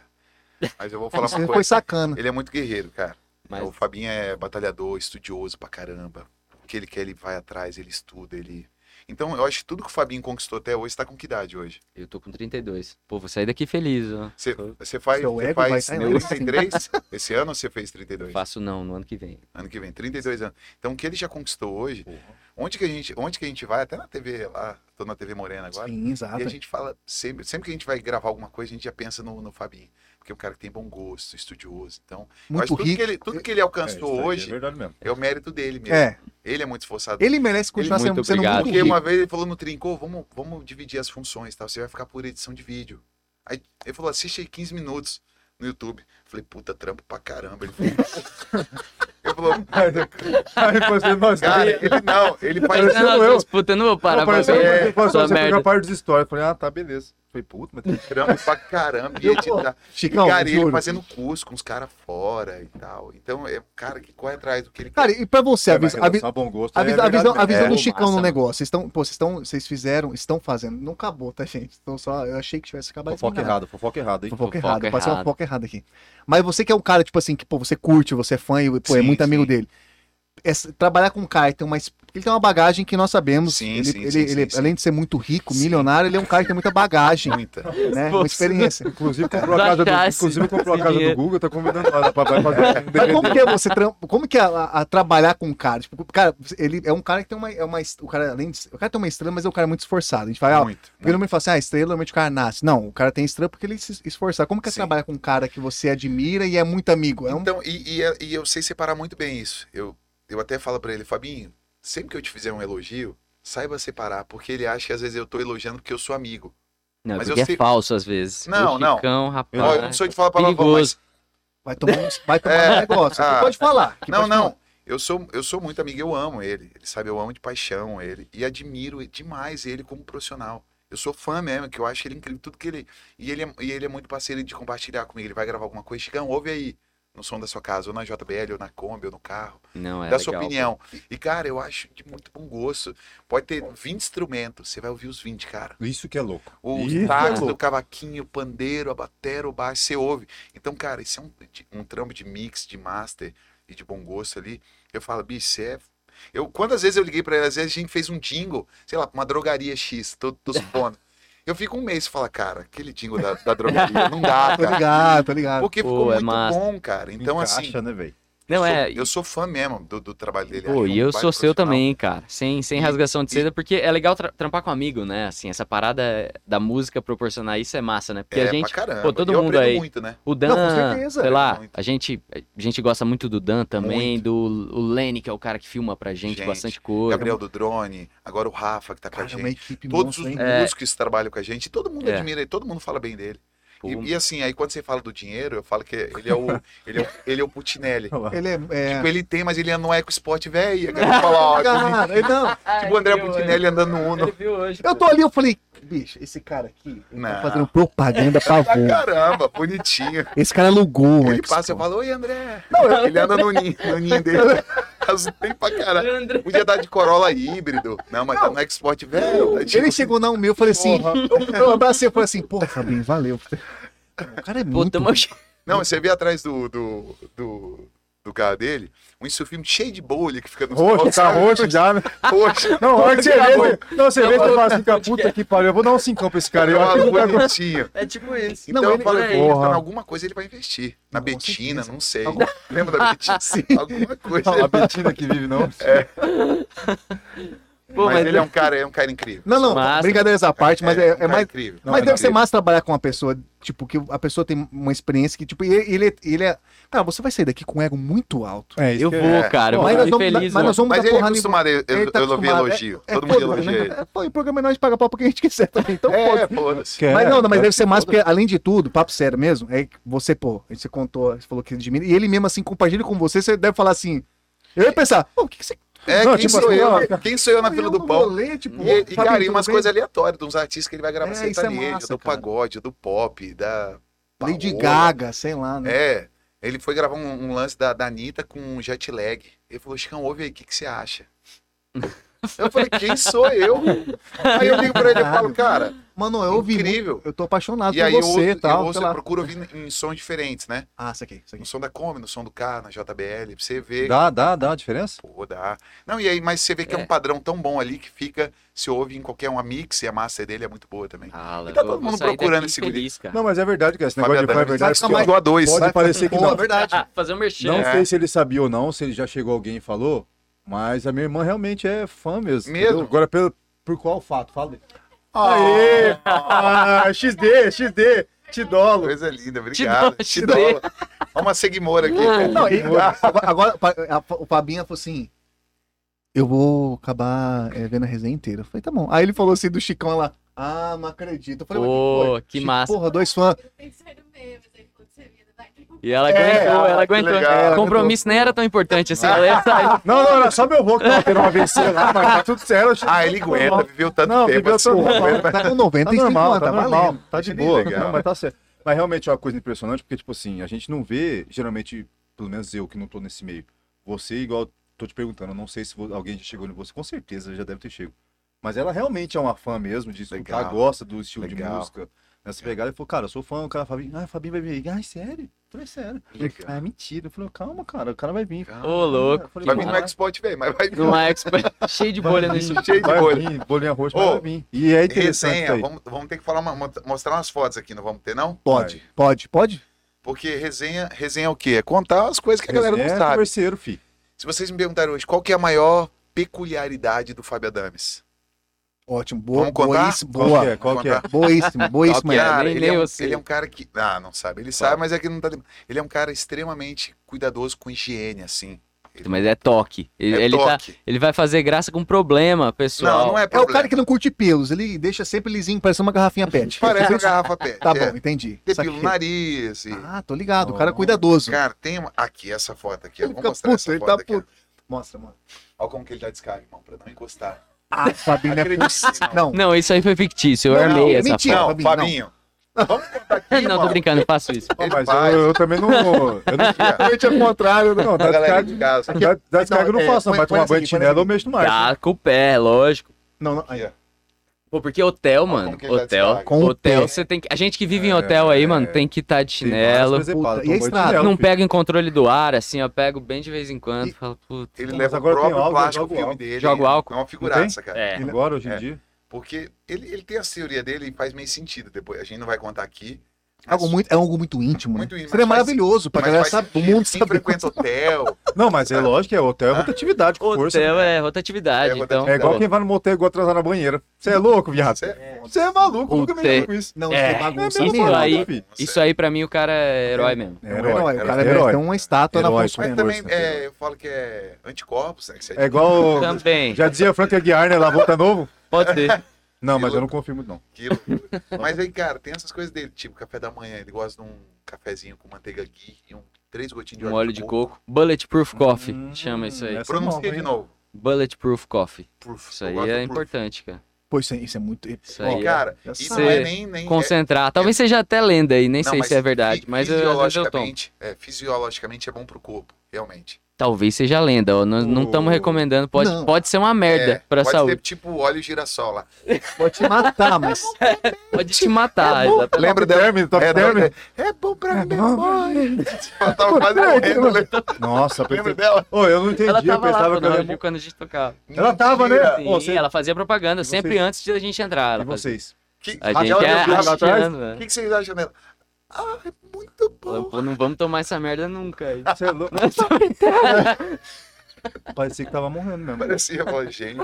Speaker 6: Mas eu vou falar
Speaker 2: Isso
Speaker 6: uma
Speaker 2: foi
Speaker 6: coisa.
Speaker 2: sacana.
Speaker 6: Ele é muito guerreiro, cara. O
Speaker 3: Mas
Speaker 6: Fabinho é batalhador, estudioso pra caramba. O que ele quer, ele vai atrás, ele estuda, ele. Então, eu acho que tudo que o Fabinho conquistou até hoje tá com que idade hoje?
Speaker 3: eu tô com 32. Pô, vou sair daqui feliz, ó.
Speaker 6: Você- Você faz,
Speaker 2: Seu
Speaker 6: você
Speaker 2: ego vai
Speaker 6: faz
Speaker 2: sair lá em cima.
Speaker 6: 33? Esse ano ou você fez
Speaker 3: Não
Speaker 6: 32?
Speaker 3: faço não, no ano que vem.
Speaker 6: Ano que vem, 32 anos. Então, o que ele já conquistou hoje, onde que a gente, onde que a gente vai, até na TV lá, tô na TV Morena é agora, né?
Speaker 2: Sim, exato.
Speaker 6: E a gente fala, sempre, sempre que a gente vai gravar alguma coisa, a gente já pensa no, no Fabinho. Porque é um cara que tem bom gosto, estudioso. Então, eu acho
Speaker 2: Muito
Speaker 6: que tudo que
Speaker 2: rico.
Speaker 6: ele, tudo que ele alcançou
Speaker 1: É, isso aí, É
Speaker 6: hoje
Speaker 1: verdade mesmo.
Speaker 6: é o mérito dele mesmo.
Speaker 2: É,
Speaker 6: Ele é muito esforçado.
Speaker 2: ele merece continuar
Speaker 3: Muito
Speaker 2: sendo, sendo
Speaker 3: obrigado.
Speaker 2: muito
Speaker 6: Porque
Speaker 2: rico.
Speaker 6: uma vez ele falou no Trincô, vamos, vamos dividir as funções, tá? Você vai ficar por edição de vídeo. Aí ele falou, assiste aí 15 minutos no YouTube. Falei, puta, trampo pra caramba. Ele falou, ele falou,
Speaker 1: assim, Aí depois ele, nós
Speaker 6: cara, ele não, ele faz...
Speaker 1: Parecendo
Speaker 3: Não, não,
Speaker 1: eu.
Speaker 3: não, disputa, eu não vou parar pra
Speaker 1: Apareceu,
Speaker 6: mim,
Speaker 3: ver.
Speaker 6: é,
Speaker 1: é, apareceu
Speaker 3: sua
Speaker 1: você
Speaker 3: merda.
Speaker 1: pegar parte dos stories. Falei, ah, tá, beleza. Falei, puta, mas tem
Speaker 6: trampo pra caramba e editar.
Speaker 2: Chicão,
Speaker 6: e, cara, ele
Speaker 2: juro.
Speaker 6: fazendo curso com os caras fora e tal. Então, é um cara que corre atrás do que ele
Speaker 2: Cara, e pra você,
Speaker 6: É,
Speaker 2: a,
Speaker 1: mas
Speaker 2: vis- a, vi-
Speaker 1: relação a bom gosto.
Speaker 2: a,
Speaker 1: é
Speaker 2: vis- a
Speaker 1: verdade
Speaker 2: visão, a
Speaker 1: mesmo.
Speaker 2: visão
Speaker 3: É,
Speaker 2: do
Speaker 3: massa,
Speaker 2: Chicão no
Speaker 3: mano.
Speaker 2: negócio. Vocês, estão, pô, vocês, estão, vocês fizeram, estão fazendo. Não acabou, tá, gente? Então só, eu achei que tivesse acabado. isso,
Speaker 1: Fofoca
Speaker 2: mas não.
Speaker 1: errada, fofoca errada, hein?
Speaker 2: Fofoca
Speaker 3: Fofoca
Speaker 2: errada, pode ser uma
Speaker 3: errada.
Speaker 2: fofoca errada aqui. Mas você que é um cara, tipo assim, que pô, você curte, você é fã e pô, é
Speaker 6: Sim,
Speaker 2: muito amigo
Speaker 6: sim.
Speaker 2: dele. Essa- trabalhar com um cara que tem uma. es- Ele tem uma bagagem que nós sabemos.
Speaker 6: Sim,
Speaker 2: ele,
Speaker 6: sim,
Speaker 2: ele-
Speaker 6: sim,
Speaker 2: ele-
Speaker 6: sim, sim.
Speaker 2: além de ser muito rico,
Speaker 6: Sim.
Speaker 2: milionário, ele é um cara que tem muita bagagem,
Speaker 6: Muita.
Speaker 2: né? Muita experiência.
Speaker 1: Inclusive comprou a casa do,
Speaker 3: Achasse
Speaker 1: inclusive, comprou a
Speaker 3: esse
Speaker 1: casa do
Speaker 3: dinheiro.
Speaker 1: Google, tá convidando lá pra vai fazer um
Speaker 2: Mas
Speaker 1: DVD.
Speaker 2: como que é você tram- como que é a, a trabalhar com um cara? Tipo, cara, ele é um cara que tem uma, é uma est- o cara além de, o cara tem uma estrela, mas é um cara muito esforçado. A gente fala, ah,
Speaker 6: Muito.
Speaker 2: porque
Speaker 6: muito.
Speaker 2: não me fala assim, ah, estrela normalmente o cara nasce. Não, o cara tem estrela porque ele se esforçar. Como que é
Speaker 6: Sim.
Speaker 2: trabalhar com um cara que você admira e é muito amigo? É um
Speaker 6: Então, e, e- e eu sei separar muito bem isso. Eu, eu até falo pra ele, Fabinho, sempre que eu te fizer um elogio, saiba separar, porque ele acha que às vezes eu tô elogiando porque eu sou amigo.
Speaker 3: Não,
Speaker 6: Mas
Speaker 3: porque
Speaker 6: eu
Speaker 3: é
Speaker 6: sei-
Speaker 3: falso às vezes.
Speaker 6: Não,
Speaker 3: o
Speaker 6: não.
Speaker 3: Chicão, rapaz.
Speaker 6: Ó, eu não sou de falar palavrão,
Speaker 3: Perigoso.
Speaker 6: mas...
Speaker 2: Vai tomar, um- vai tomar
Speaker 6: É.
Speaker 2: um negócio. Aqui
Speaker 6: Ah.
Speaker 2: pode falar. aqui
Speaker 6: Não,
Speaker 2: pode
Speaker 6: não.
Speaker 2: falar.
Speaker 6: Eu sou, eu sou muito amigo, eu amo ele. Ele sabe, eu amo de paixão ele. E admiro demais ele como profissional. Eu sou fã mesmo, que eu acho ele incrível. Tudo que ele. E ele é, e ele é muito parceiro de compartilhar comigo. Ele vai gravar alguma coisa. Chicão, ouve aí. No som da sua casa, ou na JBL, ou na Kombi, ou no carro.
Speaker 3: Não, é
Speaker 6: dá
Speaker 3: legal.
Speaker 6: sua opinião. E, cara, eu acho de muito bom gosto. Pode ter 20 instrumentos, você vai ouvir os 20, cara.
Speaker 1: Isso que é louco.
Speaker 6: O
Speaker 1: Isso é
Speaker 6: sax, o
Speaker 1: louco.
Speaker 6: cavaquinho, o pandeiro, a batera, o baixo, você ouve. Então, cara, isso é um, de- um trampo de mix, de master e de bom gosto ali. Eu falo, bicho, você é. Eu, quantas vezes eu liguei pra ele, às vezes a gente fez um jingle, sei lá, pra uma drogaria X, tô, tô supondo. Eu fico um mês e falo, cara, aquele jingle da, da drogaria não dá,
Speaker 2: Tô
Speaker 6: cara.
Speaker 2: ligado, tô ligado.
Speaker 6: Porque
Speaker 3: Tá Pô,
Speaker 6: ficou
Speaker 3: é
Speaker 6: muito
Speaker 3: massa.
Speaker 6: bom, cara. Então, assim,
Speaker 1: Encaixa, né, velho?
Speaker 3: Não,
Speaker 6: sou-
Speaker 3: é.
Speaker 6: Eu sou fã mesmo do, do trabalho dele.
Speaker 3: Pô,
Speaker 6: acho
Speaker 3: e
Speaker 6: um
Speaker 3: eu
Speaker 6: baita
Speaker 3: sou seu
Speaker 6: profissional.
Speaker 3: também, cara. Sem, sem
Speaker 6: E-
Speaker 3: rasgação de
Speaker 6: e-
Speaker 3: seda, porque é legal tra- trampar com amigo, né? Assim, essa parada da música proporcionar isso é massa, né? Porque
Speaker 6: é,
Speaker 3: a gente,
Speaker 6: pra caramba.
Speaker 3: pô, todo
Speaker 6: eu
Speaker 3: mundo
Speaker 6: aprendo
Speaker 3: aí.
Speaker 6: muito, né?
Speaker 3: o Dan,
Speaker 2: Não, com certeza,
Speaker 3: sei lá,
Speaker 6: muito.
Speaker 3: a gente, a gente gosta muito do Dan também, do o Lenny, que é o cara que filma pra gente,
Speaker 6: Gente,
Speaker 3: bastante coisa.
Speaker 6: Gabriel do Drone, agora o Rafa que tá com a
Speaker 2: Cara, é uma
Speaker 6: gente.
Speaker 2: equipe
Speaker 6: Todos os
Speaker 2: monstro, hein?
Speaker 6: músicos que trabalham com a gente, todo mundo
Speaker 3: É.
Speaker 6: admira ele, todo mundo fala bem dele.
Speaker 3: Pô,
Speaker 6: E, e assim, aí quando você fala do dinheiro, eu falo que ele é o, ele é o, ele é o Putinelli.
Speaker 1: Olha Tá lá.
Speaker 2: Ele é. é... Ah,
Speaker 6: Tipo, é. ele tem, mas ele anda no Eco Sport, velho. fala, ó,
Speaker 2: Cara, ele não.
Speaker 6: tipo o André Putinelli andando no Uno.
Speaker 3: viu hoje.
Speaker 2: Eu tô ali, eu falei, bicho, esse cara aqui tá
Speaker 6: Não.
Speaker 2: fazendo propaganda pra
Speaker 6: Pra
Speaker 2: avô.
Speaker 6: caramba, bonitinho.
Speaker 2: Esse cara alugou,
Speaker 6: Ele
Speaker 2: mano.
Speaker 6: passa e fala, oi André. ele anda no ninho, no ninho dele. Azul bem pra caralho. Podia dar de Corolla híbrido. Não, mas tá no Eco Sport, velho. tá
Speaker 2: Ele chegou na meu, eu falei assim,
Speaker 1: Porra.
Speaker 2: eu abracei, eu falei assim, porra, Fabinho, valeu. O cara é
Speaker 3: Pô,
Speaker 2: muito.
Speaker 3: tamo...
Speaker 6: Não, você vê atrás do, do, do, do carro dele um insufilme cheio de bolha que fica no
Speaker 7: Roxo, tá roxo já, né?
Speaker 6: Roxo.
Speaker 7: Não, olha que você vê. Não, você vê que
Speaker 3: Acabou.
Speaker 7: eu falo assim, fica puta que pariu. Eu vou dar um cincão pra esse cara. Eu acho
Speaker 6: Uma
Speaker 7: que tá com-
Speaker 6: bonitinha.
Speaker 3: É tipo isso.
Speaker 6: Então
Speaker 2: Não,
Speaker 6: eu
Speaker 2: ele-
Speaker 6: falei,
Speaker 3: é,
Speaker 6: pô,
Speaker 7: porra.
Speaker 6: tá, alguma coisa ele vai investir. Na
Speaker 2: Não, com
Speaker 6: Betina,
Speaker 2: certeza.
Speaker 6: não sei.
Speaker 2: Algum-
Speaker 6: Lembra da Betina? Alguma coisa.
Speaker 1: A Betina que vive, não?
Speaker 3: Pô,
Speaker 6: mas,
Speaker 3: mas
Speaker 6: ele é um cara, é um cara incrível.
Speaker 2: Não, não,
Speaker 3: Massa.
Speaker 2: brincadeiras à parte, mas é,
Speaker 6: um
Speaker 2: é
Speaker 6: cara
Speaker 2: mais.
Speaker 6: incrível.
Speaker 1: é
Speaker 2: mas deve ser
Speaker 1: incrível.
Speaker 2: massa trabalhar com uma pessoa, tipo, que a pessoa tem uma experiência que, tipo, e ele, ele, é. Cara, você vai sair daqui com um ego muito alto.
Speaker 7: É, isso
Speaker 3: eu
Speaker 7: que é.
Speaker 3: vou, cara. Eu
Speaker 2: mas, nós
Speaker 3: vou
Speaker 2: vamos,
Speaker 3: feliz,
Speaker 2: mas nós vamos
Speaker 3: mano.
Speaker 6: Mas
Speaker 2: dar
Speaker 6: ele é
Speaker 2: porrada em-
Speaker 6: acostumado, eu,
Speaker 2: Ele tá
Speaker 6: eu ouvi
Speaker 2: acostumado,
Speaker 6: elogio.
Speaker 2: é-
Speaker 6: Todo
Speaker 2: é
Speaker 6: mundo
Speaker 2: foda-se,
Speaker 6: elogia
Speaker 2: né?
Speaker 6: ele.
Speaker 2: É, pô, e o programa é nós paga pau pra quem a gente quiser também. Então, pô,
Speaker 6: É, foda-se.
Speaker 7: Que é,
Speaker 2: Mas não, não, mas
Speaker 7: é-
Speaker 2: deve ser mais porque, além de tudo, papo sério mesmo, é que você, pô, você contou, você falou que admira, e ele mesmo assim compartilha com você, você deve falar assim. Eu ia pensar, pô, o que, que você.
Speaker 6: É,
Speaker 7: Não,
Speaker 6: quem,
Speaker 7: tipo
Speaker 6: sou
Speaker 7: assim,
Speaker 6: eu,
Speaker 7: ó,
Speaker 6: quem sou eu tá na fila
Speaker 2: Eu
Speaker 6: do
Speaker 2: não
Speaker 6: pão?
Speaker 2: vou ler, tipo,
Speaker 6: E,
Speaker 2: sabe,
Speaker 6: e, cara, e
Speaker 2: tudo
Speaker 6: umas
Speaker 2: bem?
Speaker 6: coisas aleatórias, de uns artistas que ele vai gravar
Speaker 2: É, isso é
Speaker 6: sertanejo,
Speaker 2: massa,
Speaker 6: do
Speaker 2: cara.
Speaker 6: pagode, do pop, da.
Speaker 2: Lady
Speaker 6: Paola.
Speaker 2: Gaga, sei lá, né?
Speaker 6: É. Ele foi gravar um, um lance da, da Anitta com um jet lag. Ele falou, Chicão, ouve aí, o que, que você acha? Eu falei, quem sou eu? Aí eu ligo pra ele e falo, cara,
Speaker 2: Mano, eu ouvi.
Speaker 6: Incrível.
Speaker 2: muito, Eu tô apaixonado
Speaker 6: e
Speaker 2: por
Speaker 6: aí eu ouço,
Speaker 2: Ah, você e
Speaker 6: eu,
Speaker 2: tal.
Speaker 6: ouço,
Speaker 2: sei
Speaker 6: eu
Speaker 2: lá.
Speaker 6: procuro ouvir em, em sons diferentes, né?
Speaker 2: Ah, isso aqui, isso aqui.
Speaker 6: No som da Kombi, no som do carro, na JBL, pra você ver.
Speaker 1: Dá, dá, dá a diferença?
Speaker 6: Pô, dá. Não, e aí, mas você vê que é, um padrão tão bom ali que fica, se ouve em qualquer uma mix e a massa dele é muito boa também.
Speaker 3: Ah,
Speaker 6: E tá
Speaker 3: eu vou-
Speaker 6: todo mundo
Speaker 3: vou sair
Speaker 6: procurando
Speaker 3: daqui
Speaker 6: esse guri.
Speaker 3: feliz, cara.
Speaker 7: Não, mas é verdade, cara. Esse negócio de
Speaker 6: Fábio
Speaker 7: pai é
Speaker 6: Adame,
Speaker 7: verdade.
Speaker 6: sabe
Speaker 7: porque,
Speaker 6: que
Speaker 7: ó,
Speaker 6: eu dou a dois.
Speaker 7: Pode parecer que
Speaker 2: Pô,
Speaker 7: não.
Speaker 2: é verdade.
Speaker 3: Ah, fazer um merchan.
Speaker 7: Não
Speaker 6: É.
Speaker 7: sei se ele sabia ou não, se ele já chegou alguém e falou, mas a minha irmã realmente é fã mesmo.
Speaker 6: Mesmo?
Speaker 7: entendeu? Agora, pelo, por qual fato? Fala. Aê! Ah, XD, XD, te dolo.
Speaker 6: Coisa linda, obrigado.
Speaker 3: Te
Speaker 6: Te
Speaker 3: dou, te
Speaker 6: dou. Ó uma seguimora aqui. cara.
Speaker 2: Não, e- agora, agora, pa- a- o Fabinha falou assim. Eu vou acabar é, vendo a resenha inteira. Eu falei, tá bom. Aí ele falou assim do Chicão lá. Ah, não acredito. Eu falei, mas o
Speaker 3: Pô,
Speaker 2: foi?
Speaker 3: que
Speaker 2: Chico,
Speaker 3: massa.
Speaker 2: Porra, dois fãs.
Speaker 4: Eu tenho que sair do meio, mas aí quando você vira, dá aquele-
Speaker 3: E ela
Speaker 7: É,
Speaker 3: aguentou, ela
Speaker 6: que
Speaker 3: aguentou.
Speaker 6: legal.
Speaker 3: O
Speaker 6: Ela
Speaker 3: Compromisso nem era tão importante assim. Ela ia sair.
Speaker 7: Não, não, era só meu avô que tava tendo uma AVC lá, mas tá tudo certo.
Speaker 6: Ah, ele aguenta, viveu tanto
Speaker 7: Não,
Speaker 6: tempo.
Speaker 7: viveu
Speaker 6: assim,
Speaker 7: tanto
Speaker 6: aguenta.
Speaker 2: Tá com
Speaker 7: Tá
Speaker 2: 95
Speaker 7: normal,
Speaker 2: anos,
Speaker 7: tá
Speaker 2: tá
Speaker 7: normal,
Speaker 2: valendo.
Speaker 7: tá de
Speaker 6: Achei
Speaker 7: boa.
Speaker 6: legal.
Speaker 7: Não, mas tá certo. Mas realmente é uma coisa impressionante, porque, tipo assim, a gente não vê, geralmente, pelo menos eu que não tô nesse meio, você igual, tô te perguntando, eu não sei se vo- alguém já chegou em você, com certeza já deve ter chego. Mas ela realmente é uma fã mesmo de escutar,
Speaker 6: Legal.
Speaker 1: gosta do estilo de
Speaker 6: Legal. É.
Speaker 1: música. Nessa pegada, ele falou, cara, eu sou fã, o cara Fabinho, ah, Fabinho vai vir aí. Ai, sério? Eu
Speaker 7: é
Speaker 1: falei, sério.
Speaker 6: Legal.
Speaker 1: Ah, mentira. Eu falei, calma, cara, o cara vai vir.
Speaker 3: Ô, louco.
Speaker 1: Eu falei,
Speaker 6: Vai vir
Speaker 1: "Cara,
Speaker 6: no Xbox, velho, mas vai vir.
Speaker 3: Numa expo cheio de bolha no estúdio.
Speaker 6: Cheio de
Speaker 1: vai
Speaker 6: bolha.
Speaker 1: vir, bolinha roxa, mas
Speaker 6: Ô,
Speaker 1: vai vir. E é interessante isso
Speaker 6: Resenha,
Speaker 1: aí.
Speaker 6: vamos, vamos ter que falar uma- mostrar umas fotos aqui, não vamos ter, não?
Speaker 2: Pode, pode, pode.
Speaker 6: Porque resenha, resenha é o quê? É contar as coisas que a galera
Speaker 1: Resenha
Speaker 6: não
Speaker 1: é
Speaker 6: sabe.
Speaker 1: converseiro, fi.
Speaker 6: Se vocês me perguntaram hoje, qual que é a maior peculiaridade do Fábio Adames?
Speaker 2: Ótimo, boa,
Speaker 6: Vamos contar?
Speaker 2: boíssimo,
Speaker 1: Qual que é?
Speaker 2: boa.
Speaker 1: Qual que é?
Speaker 2: Boíssimo, boíssimo.
Speaker 3: Ok,
Speaker 2: é.
Speaker 6: Cara,
Speaker 3: nem-
Speaker 6: ele,
Speaker 3: nem
Speaker 6: é um,
Speaker 3: eu sei.
Speaker 6: ele é um cara que. Ah, não sabe. Ele sabe, mas é que não tá. lembrando. Ele é um cara extremamente cuidadoso com higiene, assim.
Speaker 3: Mas é toque. Ele,
Speaker 6: É
Speaker 3: ele tá-
Speaker 6: toque.
Speaker 3: ele vai fazer graça com problema, pessoal.
Speaker 6: Não, não é
Speaker 2: É o
Speaker 6: problema.
Speaker 2: cara que não curte pelos, ele deixa sempre lisinho, parece uma garrafinha pet.
Speaker 6: Parece uma garrafa pet.
Speaker 2: Tá
Speaker 6: é.
Speaker 2: bom, entendi.
Speaker 6: Depila
Speaker 2: Saquei.
Speaker 6: o nariz. e-
Speaker 2: Ah, tô ligado, o cara é cuidadoso.
Speaker 6: Cara, tem uma... Aqui, essa foto aqui. ó.
Speaker 2: Ele
Speaker 6: Vamos
Speaker 2: fica
Speaker 6: mostrar
Speaker 2: puto,
Speaker 6: essa
Speaker 2: ele
Speaker 6: foto
Speaker 2: tá
Speaker 6: aqui. ó.
Speaker 2: puto. Mostra, mano.
Speaker 6: Olha como que ele tá descarga, irmão, pra não encostar.
Speaker 2: Ah, Fabinho, não é possível. Não,
Speaker 3: Não, isso aí foi fictício. Eu
Speaker 2: Não,
Speaker 3: armei
Speaker 2: não,
Speaker 3: essa
Speaker 2: mentira.
Speaker 6: não, é
Speaker 2: Fabinho, não.
Speaker 6: Fabinho. Vamos contar aqui,
Speaker 3: foto. Não, tô
Speaker 6: irmão.
Speaker 3: brincando, eu faço isso.
Speaker 6: Ele
Speaker 1: mas
Speaker 6: faz.
Speaker 1: eu, eu também não. Eu não
Speaker 6: Aqui, ó.
Speaker 7: Realmente é o contrário, não.
Speaker 6: A
Speaker 7: Dá
Speaker 6: galera de
Speaker 7: descarga,
Speaker 6: casa.
Speaker 7: dá, dá descarga eu não
Speaker 2: Não, é,
Speaker 7: faço, não.
Speaker 2: põe-
Speaker 7: Vai tomar
Speaker 2: põe
Speaker 7: banho
Speaker 2: essa
Speaker 7: de
Speaker 2: aqui, põe
Speaker 7: chinelo
Speaker 2: essa
Speaker 7: ou mexo no
Speaker 6: é
Speaker 7: mar.
Speaker 3: Tá com o pé, lógico.
Speaker 2: não, É não.
Speaker 6: Aqui, ó.
Speaker 3: Pô, porque hotel, mano.
Speaker 6: como que ele tá
Speaker 3: Hotel.
Speaker 6: descarga.
Speaker 2: Com o
Speaker 3: Hotel,
Speaker 2: pé.
Speaker 3: você tem que. A gente que
Speaker 6: É,
Speaker 3: vive em hotel aí, mano, tem que estar de chinelo.
Speaker 2: e a estrada?
Speaker 1: É,
Speaker 3: Não pega em controle do ar, assim, ó. Pego bem de vez em quando.
Speaker 2: E-
Speaker 3: Falo, puta.
Speaker 6: Ele
Speaker 7: Mas
Speaker 6: leva o
Speaker 7: agora tem
Speaker 6: próprio
Speaker 7: álcool,
Speaker 6: plástico
Speaker 7: joga o
Speaker 6: o filme
Speaker 7: álcool.
Speaker 6: dele.
Speaker 3: Joga o álcool.
Speaker 6: É uma figuraça, cara.
Speaker 3: É.
Speaker 1: Agora, hoje em
Speaker 6: É.
Speaker 1: dia.
Speaker 6: Porque ele, ele tem as teorias dele e faz meio sentido depois. A gente não vai contar aqui. mas-
Speaker 2: Algo muito, é algo muito íntimo,
Speaker 6: Muito
Speaker 2: né?
Speaker 6: íntimo,
Speaker 2: Seria
Speaker 6: mas faz-
Speaker 2: maravilhoso pra
Speaker 6: mas
Speaker 2: galera
Speaker 6: faz
Speaker 2: saber, o
Speaker 6: sentido.
Speaker 2: mundo
Speaker 6: Quem
Speaker 2: saber.
Speaker 6: frequenta hotel.
Speaker 1: Não, mas é lógico que é hotel, é rotatividade com força.
Speaker 3: Hotel é rotatividade,
Speaker 6: É
Speaker 3: então.
Speaker 6: rotatividade.
Speaker 1: É igual quem vai no motel e igual atrasar na banheira. Você é louco, viado?
Speaker 6: Você é
Speaker 1: Você é maluco, eu nunca me
Speaker 3: Hotel.
Speaker 1: lembro com isso.
Speaker 2: Não,
Speaker 3: É,
Speaker 2: isso é bagunça
Speaker 1: é
Speaker 3: isso
Speaker 2: mesmo.
Speaker 3: aí-
Speaker 1: fi.
Speaker 3: Isso aí, pra mim, o cara é herói mesmo.
Speaker 1: É
Speaker 2: É um
Speaker 1: herói,
Speaker 2: herói, o cara
Speaker 1: é herói.
Speaker 2: merece ter uma estátua na
Speaker 1: Herói.
Speaker 2: Afonso
Speaker 6: Mas
Speaker 2: Pena.
Speaker 6: também,
Speaker 3: né?
Speaker 1: Força,
Speaker 6: é, eu falo que é anticorpos, né? Que você
Speaker 1: É igual.
Speaker 3: Também.
Speaker 1: Já dizia Frank Aguiar, né? Lá volta novo?
Speaker 3: Pode ser.
Speaker 1: Não, mas eu não confio muito, não.
Speaker 6: aquilo. Tipo, Mas aí, cara, tem essas coisas dele. Tipo, café da manhã. Ele gosta de um cafezinho com manteiga ghee e um, três gotinhas de
Speaker 3: Um óleo de coco. Bulletproof coffee. chama isso aí.
Speaker 1: Hum, essa é
Speaker 6: Pronuncia
Speaker 1: nova,
Speaker 6: de
Speaker 1: hein?
Speaker 6: novo.
Speaker 3: Bulletproof coffee.
Speaker 6: Proof.
Speaker 3: Isso
Speaker 6: Eu
Speaker 3: aí
Speaker 6: gosto do
Speaker 3: é
Speaker 6: proof.
Speaker 3: importante, cara.
Speaker 2: Pô, isso é, isso é muito.
Speaker 3: Isso aí
Speaker 2: Ó,
Speaker 3: é-
Speaker 6: Cara,
Speaker 2: Já
Speaker 6: isso
Speaker 2: sabe.
Speaker 6: não é
Speaker 3: Você
Speaker 6: nem... nem é-
Speaker 3: Concentrar. Talvez seja até lenda aí, nem sei se é verdade.
Speaker 6: fi-
Speaker 3: Mas eu, às vezes eu tomo.
Speaker 6: fisiologicamente, é, fisiologicamente é bom pro corpo, realmente.
Speaker 3: talvez seja lenda. Ó. Nós não estamos
Speaker 6: O-
Speaker 3: recomendando, pode,
Speaker 2: Não.
Speaker 3: pode ser uma
Speaker 6: É,
Speaker 3: merda pra
Speaker 6: pode
Speaker 3: saúde.
Speaker 6: ser tipo óleo girassol lá.
Speaker 2: Pode te matar, mas.
Speaker 3: Pode te
Speaker 1: É
Speaker 3: matar. Ah, tá- exatamente.
Speaker 6: Lembra dela?
Speaker 7: Term, top
Speaker 6: É,
Speaker 7: term.
Speaker 6: não, é, é bom pra memória. Ela tava quase morrendo, lembra-
Speaker 7: Nossa,
Speaker 6: lembra
Speaker 7: perfeito.
Speaker 6: dela?
Speaker 7: Ô, eu não entendi,
Speaker 3: Ela
Speaker 7: eu
Speaker 3: tava lá
Speaker 7: pensava
Speaker 3: quando,
Speaker 7: que ela
Speaker 3: nós-
Speaker 7: ia morrer.
Speaker 3: quando a gente tocava.
Speaker 7: Ela tava, né?
Speaker 3: Sim,
Speaker 7: Ô, você-
Speaker 3: ela fazia propaganda
Speaker 7: vocês-
Speaker 3: sempre antes de a gente entrar.
Speaker 7: E
Speaker 3: Ela fazia.
Speaker 7: vocês?
Speaker 6: Que-
Speaker 3: A
Speaker 6: Raquel
Speaker 3: gente é
Speaker 6: olhou pra-
Speaker 7: atrás?
Speaker 3: achando,
Speaker 6: O
Speaker 3: velho.
Speaker 6: que, que vocês acham dela? Ah, é muito
Speaker 3: Falou,
Speaker 6: bom.
Speaker 3: Pô, não vamos tomar essa merda nunca. aí.
Speaker 7: Você é louco? Parecia que tava morrendo mesmo. É
Speaker 6: Parecia, eu falei, gente.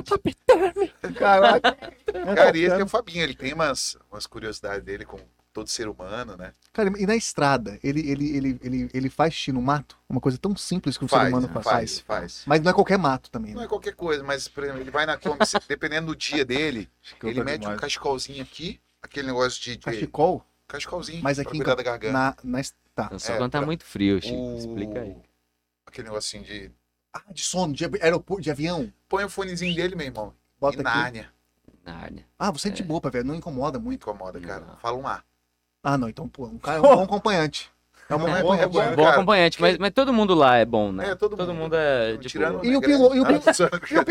Speaker 2: Caraca. tá
Speaker 6: Cara, e esse é o Fabinho, ele tem umas, umas curiosidades dele com todo ser humano, né?
Speaker 2: Cara, e na estrada? Ele, ele, ele, ele, ele faz xixi no mato? Uma coisa tão simples que o ser
Speaker 6: Faz,
Speaker 2: humano
Speaker 6: faz,
Speaker 2: faz.
Speaker 6: faz,
Speaker 2: Mas não é qualquer mato também,
Speaker 6: Não
Speaker 2: né?
Speaker 6: é qualquer coisa, mas por exemplo, ele vai na Kombi, se- dependendo do dia dele, ele mete um cachecolzinho aqui, aquele negócio de, de-
Speaker 2: Cachecol,
Speaker 6: cachecolzinho
Speaker 2: mas
Speaker 6: pra
Speaker 2: aqui em
Speaker 6: cuidar da
Speaker 2: Campo-
Speaker 6: garganta.
Speaker 2: na, na est- Tá.
Speaker 3: Então, só
Speaker 6: É,
Speaker 3: quando tá
Speaker 6: pra-
Speaker 3: muito frio, Chico.
Speaker 6: O-
Speaker 3: Explica aí.
Speaker 6: Aquele negocinho de...
Speaker 2: Ah, de sono, de avi- aeroporto, de avião.
Speaker 6: Põe o fonezinho dele, meu irmão,
Speaker 2: Bota
Speaker 6: e
Speaker 2: aqui.
Speaker 6: Nárnia.
Speaker 3: Nárnia.
Speaker 2: Ah, você é de boa, velho. Não incomoda
Speaker 6: Não
Speaker 2: muito.
Speaker 6: incomoda, cara.
Speaker 3: Não.
Speaker 6: Fala um ar.
Speaker 2: Ah, não. Então, pô, um cara é um bom acompanhante. É um
Speaker 6: Não,
Speaker 2: bom
Speaker 6: é-
Speaker 2: acompanhante.
Speaker 6: é bom,
Speaker 3: Bom
Speaker 6: cara.
Speaker 3: acompanhante, mas, mas todo mundo lá é bom, né?
Speaker 6: É, todo mundo.
Speaker 3: é de
Speaker 6: Tirando
Speaker 3: boa.
Speaker 2: E o
Speaker 6: né,
Speaker 2: piloto- e o
Speaker 6: grande-
Speaker 2: E o piloto? E o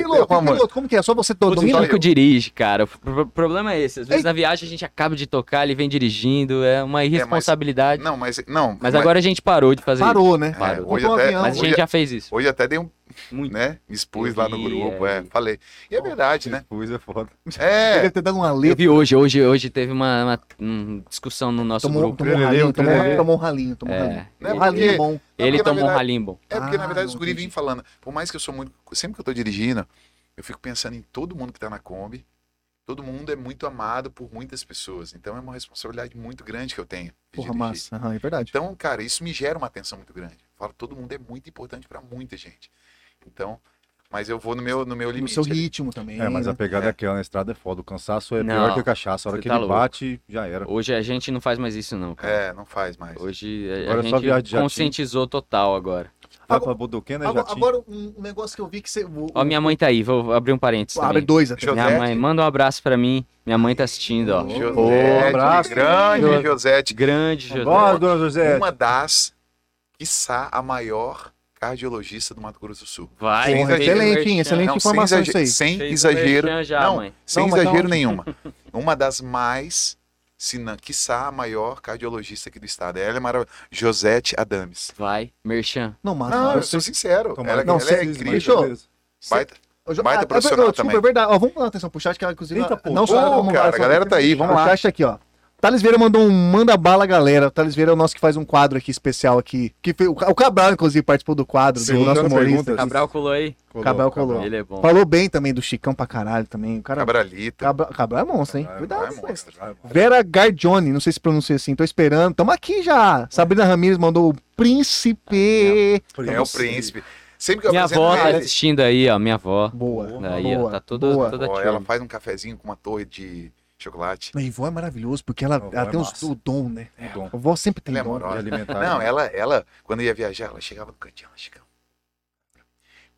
Speaker 2: piloto? Como que é? Só você todo
Speaker 3: O
Speaker 2: domina?
Speaker 6: Só eu.
Speaker 3: Chico dirige, cara. O pro- problema é esse. Às vezes
Speaker 2: Ei.
Speaker 3: na viagem a gente acaba de tocar, ele vem dirigindo, é uma irresponsabilidade.
Speaker 6: Não, mas... Não,
Speaker 3: mas, agora a gente parou de fazer
Speaker 2: Parou, né?
Speaker 6: É,
Speaker 3: Claro.
Speaker 6: hoje,
Speaker 2: Comprou um
Speaker 6: até,
Speaker 2: avião.
Speaker 3: isso. Mas a
Speaker 6: hoje,
Speaker 3: gente já fez isso.
Speaker 6: hoje até dei um,
Speaker 3: Muito.
Speaker 6: né? Me expus lá no
Speaker 3: Eu vi,
Speaker 6: grupo, é,
Speaker 3: é.
Speaker 6: falei. E é verdade, né?
Speaker 7: Pois é foda.
Speaker 2: Ele
Speaker 6: É,
Speaker 2: deve ter dado um uma
Speaker 3: Eu
Speaker 2: letra.
Speaker 3: vi hoje, hoje, hoje teve uma, uma, hum, discussão no nosso
Speaker 2: Tomou,
Speaker 3: grupo.
Speaker 2: tomou um
Speaker 7: Treleleu,
Speaker 2: ralinho, tomou,
Speaker 7: treleleu.
Speaker 2: tomou um ralinho, tomou um ralinho.
Speaker 3: É.
Speaker 6: né?
Speaker 2: Um
Speaker 6: Porque-
Speaker 2: ralinho bom.
Speaker 6: porque,
Speaker 3: Ele
Speaker 6: na
Speaker 3: tomou um
Speaker 6: verdade-
Speaker 3: ralimbo.
Speaker 6: É porque, na
Speaker 2: Ah,
Speaker 6: verdade, os
Speaker 2: não
Speaker 6: guris
Speaker 2: entendi.
Speaker 6: vêm falando. Por mais que eu sou muito. Sempre que eu tô dirigindo, eu fico pensando em todo mundo que tá na Kombi. Todo mundo é muito amado por muitas pessoas. Então é uma responsabilidade muito grande que eu tenho. de
Speaker 2: Porra,
Speaker 6: dirigir.
Speaker 2: massa. Aham, é verdade.
Speaker 6: Então, cara, isso me gera uma atenção muito grande. Eu falo, todo mundo é muito importante pra muita gente. Então, mas eu vou no meu, no meu
Speaker 2: No
Speaker 6: limite.
Speaker 2: seu
Speaker 6: ali.
Speaker 2: ritmo também.
Speaker 7: É, mas a
Speaker 2: né?
Speaker 7: pegada
Speaker 6: É.
Speaker 7: é aquela na estrada é foda. O cansaço é
Speaker 3: Não,
Speaker 7: pior que a cachaça. A hora
Speaker 3: você
Speaker 7: que
Speaker 3: tá
Speaker 7: ele
Speaker 3: louco.
Speaker 7: bate, já era.
Speaker 3: Hoje a gente não faz mais isso, não. cara.
Speaker 6: É, não faz mais.
Speaker 3: Hoje a- a,
Speaker 7: Agora é só viagem de
Speaker 3: gente
Speaker 7: jatinho.
Speaker 3: conscientizou total agora.
Speaker 7: Vai
Speaker 2: Agora-
Speaker 7: pra
Speaker 1: é
Speaker 7: Bodoquena e
Speaker 2: Agora,
Speaker 7: Jatinho.
Speaker 2: agora um um negócio que eu vi que você. o-
Speaker 3: Ó, minha mãe tá aí, vou abrir um parênteses
Speaker 2: o- Abre
Speaker 3: também.
Speaker 2: dois até.
Speaker 6: José.
Speaker 3: Minha mãe, manda um abraço pra mim. Minha mãe tá assistindo, ó.
Speaker 6: Josete,
Speaker 7: um abraço.
Speaker 6: grande
Speaker 3: Jo-
Speaker 6: Josete.
Speaker 3: Grande,
Speaker 2: Tá
Speaker 3: José.
Speaker 7: Bora, dona José.
Speaker 6: Uma das, quiçá, a maior cardiologista do Mato Grosso do Sul.
Speaker 3: Vai,
Speaker 6: Porra,
Speaker 3: fez o
Speaker 2: excelente, hein,
Speaker 3: merchan.
Speaker 2: excelente.
Speaker 6: Não,
Speaker 2: informação
Speaker 6: sem, exager-
Speaker 2: isso
Speaker 6: sem
Speaker 3: Fez o
Speaker 6: exagero,
Speaker 3: merchan já,
Speaker 6: não,
Speaker 3: mãe.
Speaker 6: sem
Speaker 2: Não, mas
Speaker 6: exagero
Speaker 2: não.
Speaker 6: nenhuma. Uma das mais, se não, quiçá, a maior cardiologista aqui do estado. Ela é maravilhosa. Josete Adames.
Speaker 3: Vai, Merchan.
Speaker 2: Não, mas.
Speaker 6: Não, eu Ah,
Speaker 2: mas-
Speaker 6: sou sincero.
Speaker 7: Tomara
Speaker 6: Ela,
Speaker 7: que não
Speaker 6: ela é
Speaker 7: seja
Speaker 6: incrível.
Speaker 2: Deixa eu-
Speaker 6: Baita-
Speaker 2: eu já-
Speaker 6: baita
Speaker 2: é- é-
Speaker 6: profissional
Speaker 2: desculpa,
Speaker 6: também.
Speaker 2: é verdade. Ó, vamos dar atenção pro chat, que ela, inclusive.
Speaker 7: Eita,
Speaker 2: ela-
Speaker 7: pô.
Speaker 2: Não só
Speaker 6: Ô,
Speaker 2: ela, como
Speaker 6: cara,
Speaker 2: várias
Speaker 6: a galera
Speaker 2: outras
Speaker 6: tá aí,
Speaker 2: pessoas.
Speaker 6: vamos
Speaker 2: O
Speaker 6: lá.
Speaker 2: chat aqui, ó. Thales Vieira mandou um manda bala, galera. Thales Vieira é o nosso que faz um quadro aqui especial aqui. Que fe- o Ca- o Cabral, inclusive, participou do quadro do
Speaker 7: Segunda
Speaker 2: nosso
Speaker 7: pergunta.
Speaker 6: é
Speaker 2: humorista.
Speaker 3: Cabral colou aí.
Speaker 2: Cabral colou.
Speaker 3: Ele é bom.
Speaker 2: Falou bem também do Chicão pra caralho também. O cara.
Speaker 6: Cabralita.
Speaker 2: Cabra- Cabral é monstro, hein?
Speaker 7: Cabral é
Speaker 2: Cuidado
Speaker 6: monstro.
Speaker 2: com isso. Vera Gardione, não sei se pronuncia assim, tô esperando. Tamo aqui já. Sabrina Ramirez mandou o príncipe.
Speaker 6: É o príncipe. Sempre que eu
Speaker 3: Minha avó tá
Speaker 6: apresento ele,
Speaker 3: assistindo aí, ó. Minha avó.
Speaker 2: Boa.
Speaker 3: Aí, ó.
Speaker 2: boa,
Speaker 3: Tá toda,
Speaker 2: boa.
Speaker 3: toda
Speaker 6: ó,
Speaker 3: tchau.
Speaker 6: ela faz um cafezinho com uma torre de chocolate.
Speaker 2: A vó é maravilhoso, porque ela,
Speaker 7: A vó
Speaker 2: ela
Speaker 7: é
Speaker 2: tem uns,
Speaker 7: massa.
Speaker 2: o dom, né?
Speaker 7: Bom,
Speaker 2: A vó sempre tem
Speaker 6: Ela é
Speaker 2: dom.
Speaker 6: amorosa.
Speaker 2: tá
Speaker 7: alimentar.
Speaker 6: Não, ela, ela, quando ia viajar, ela chegava no cantinho, ela chegava.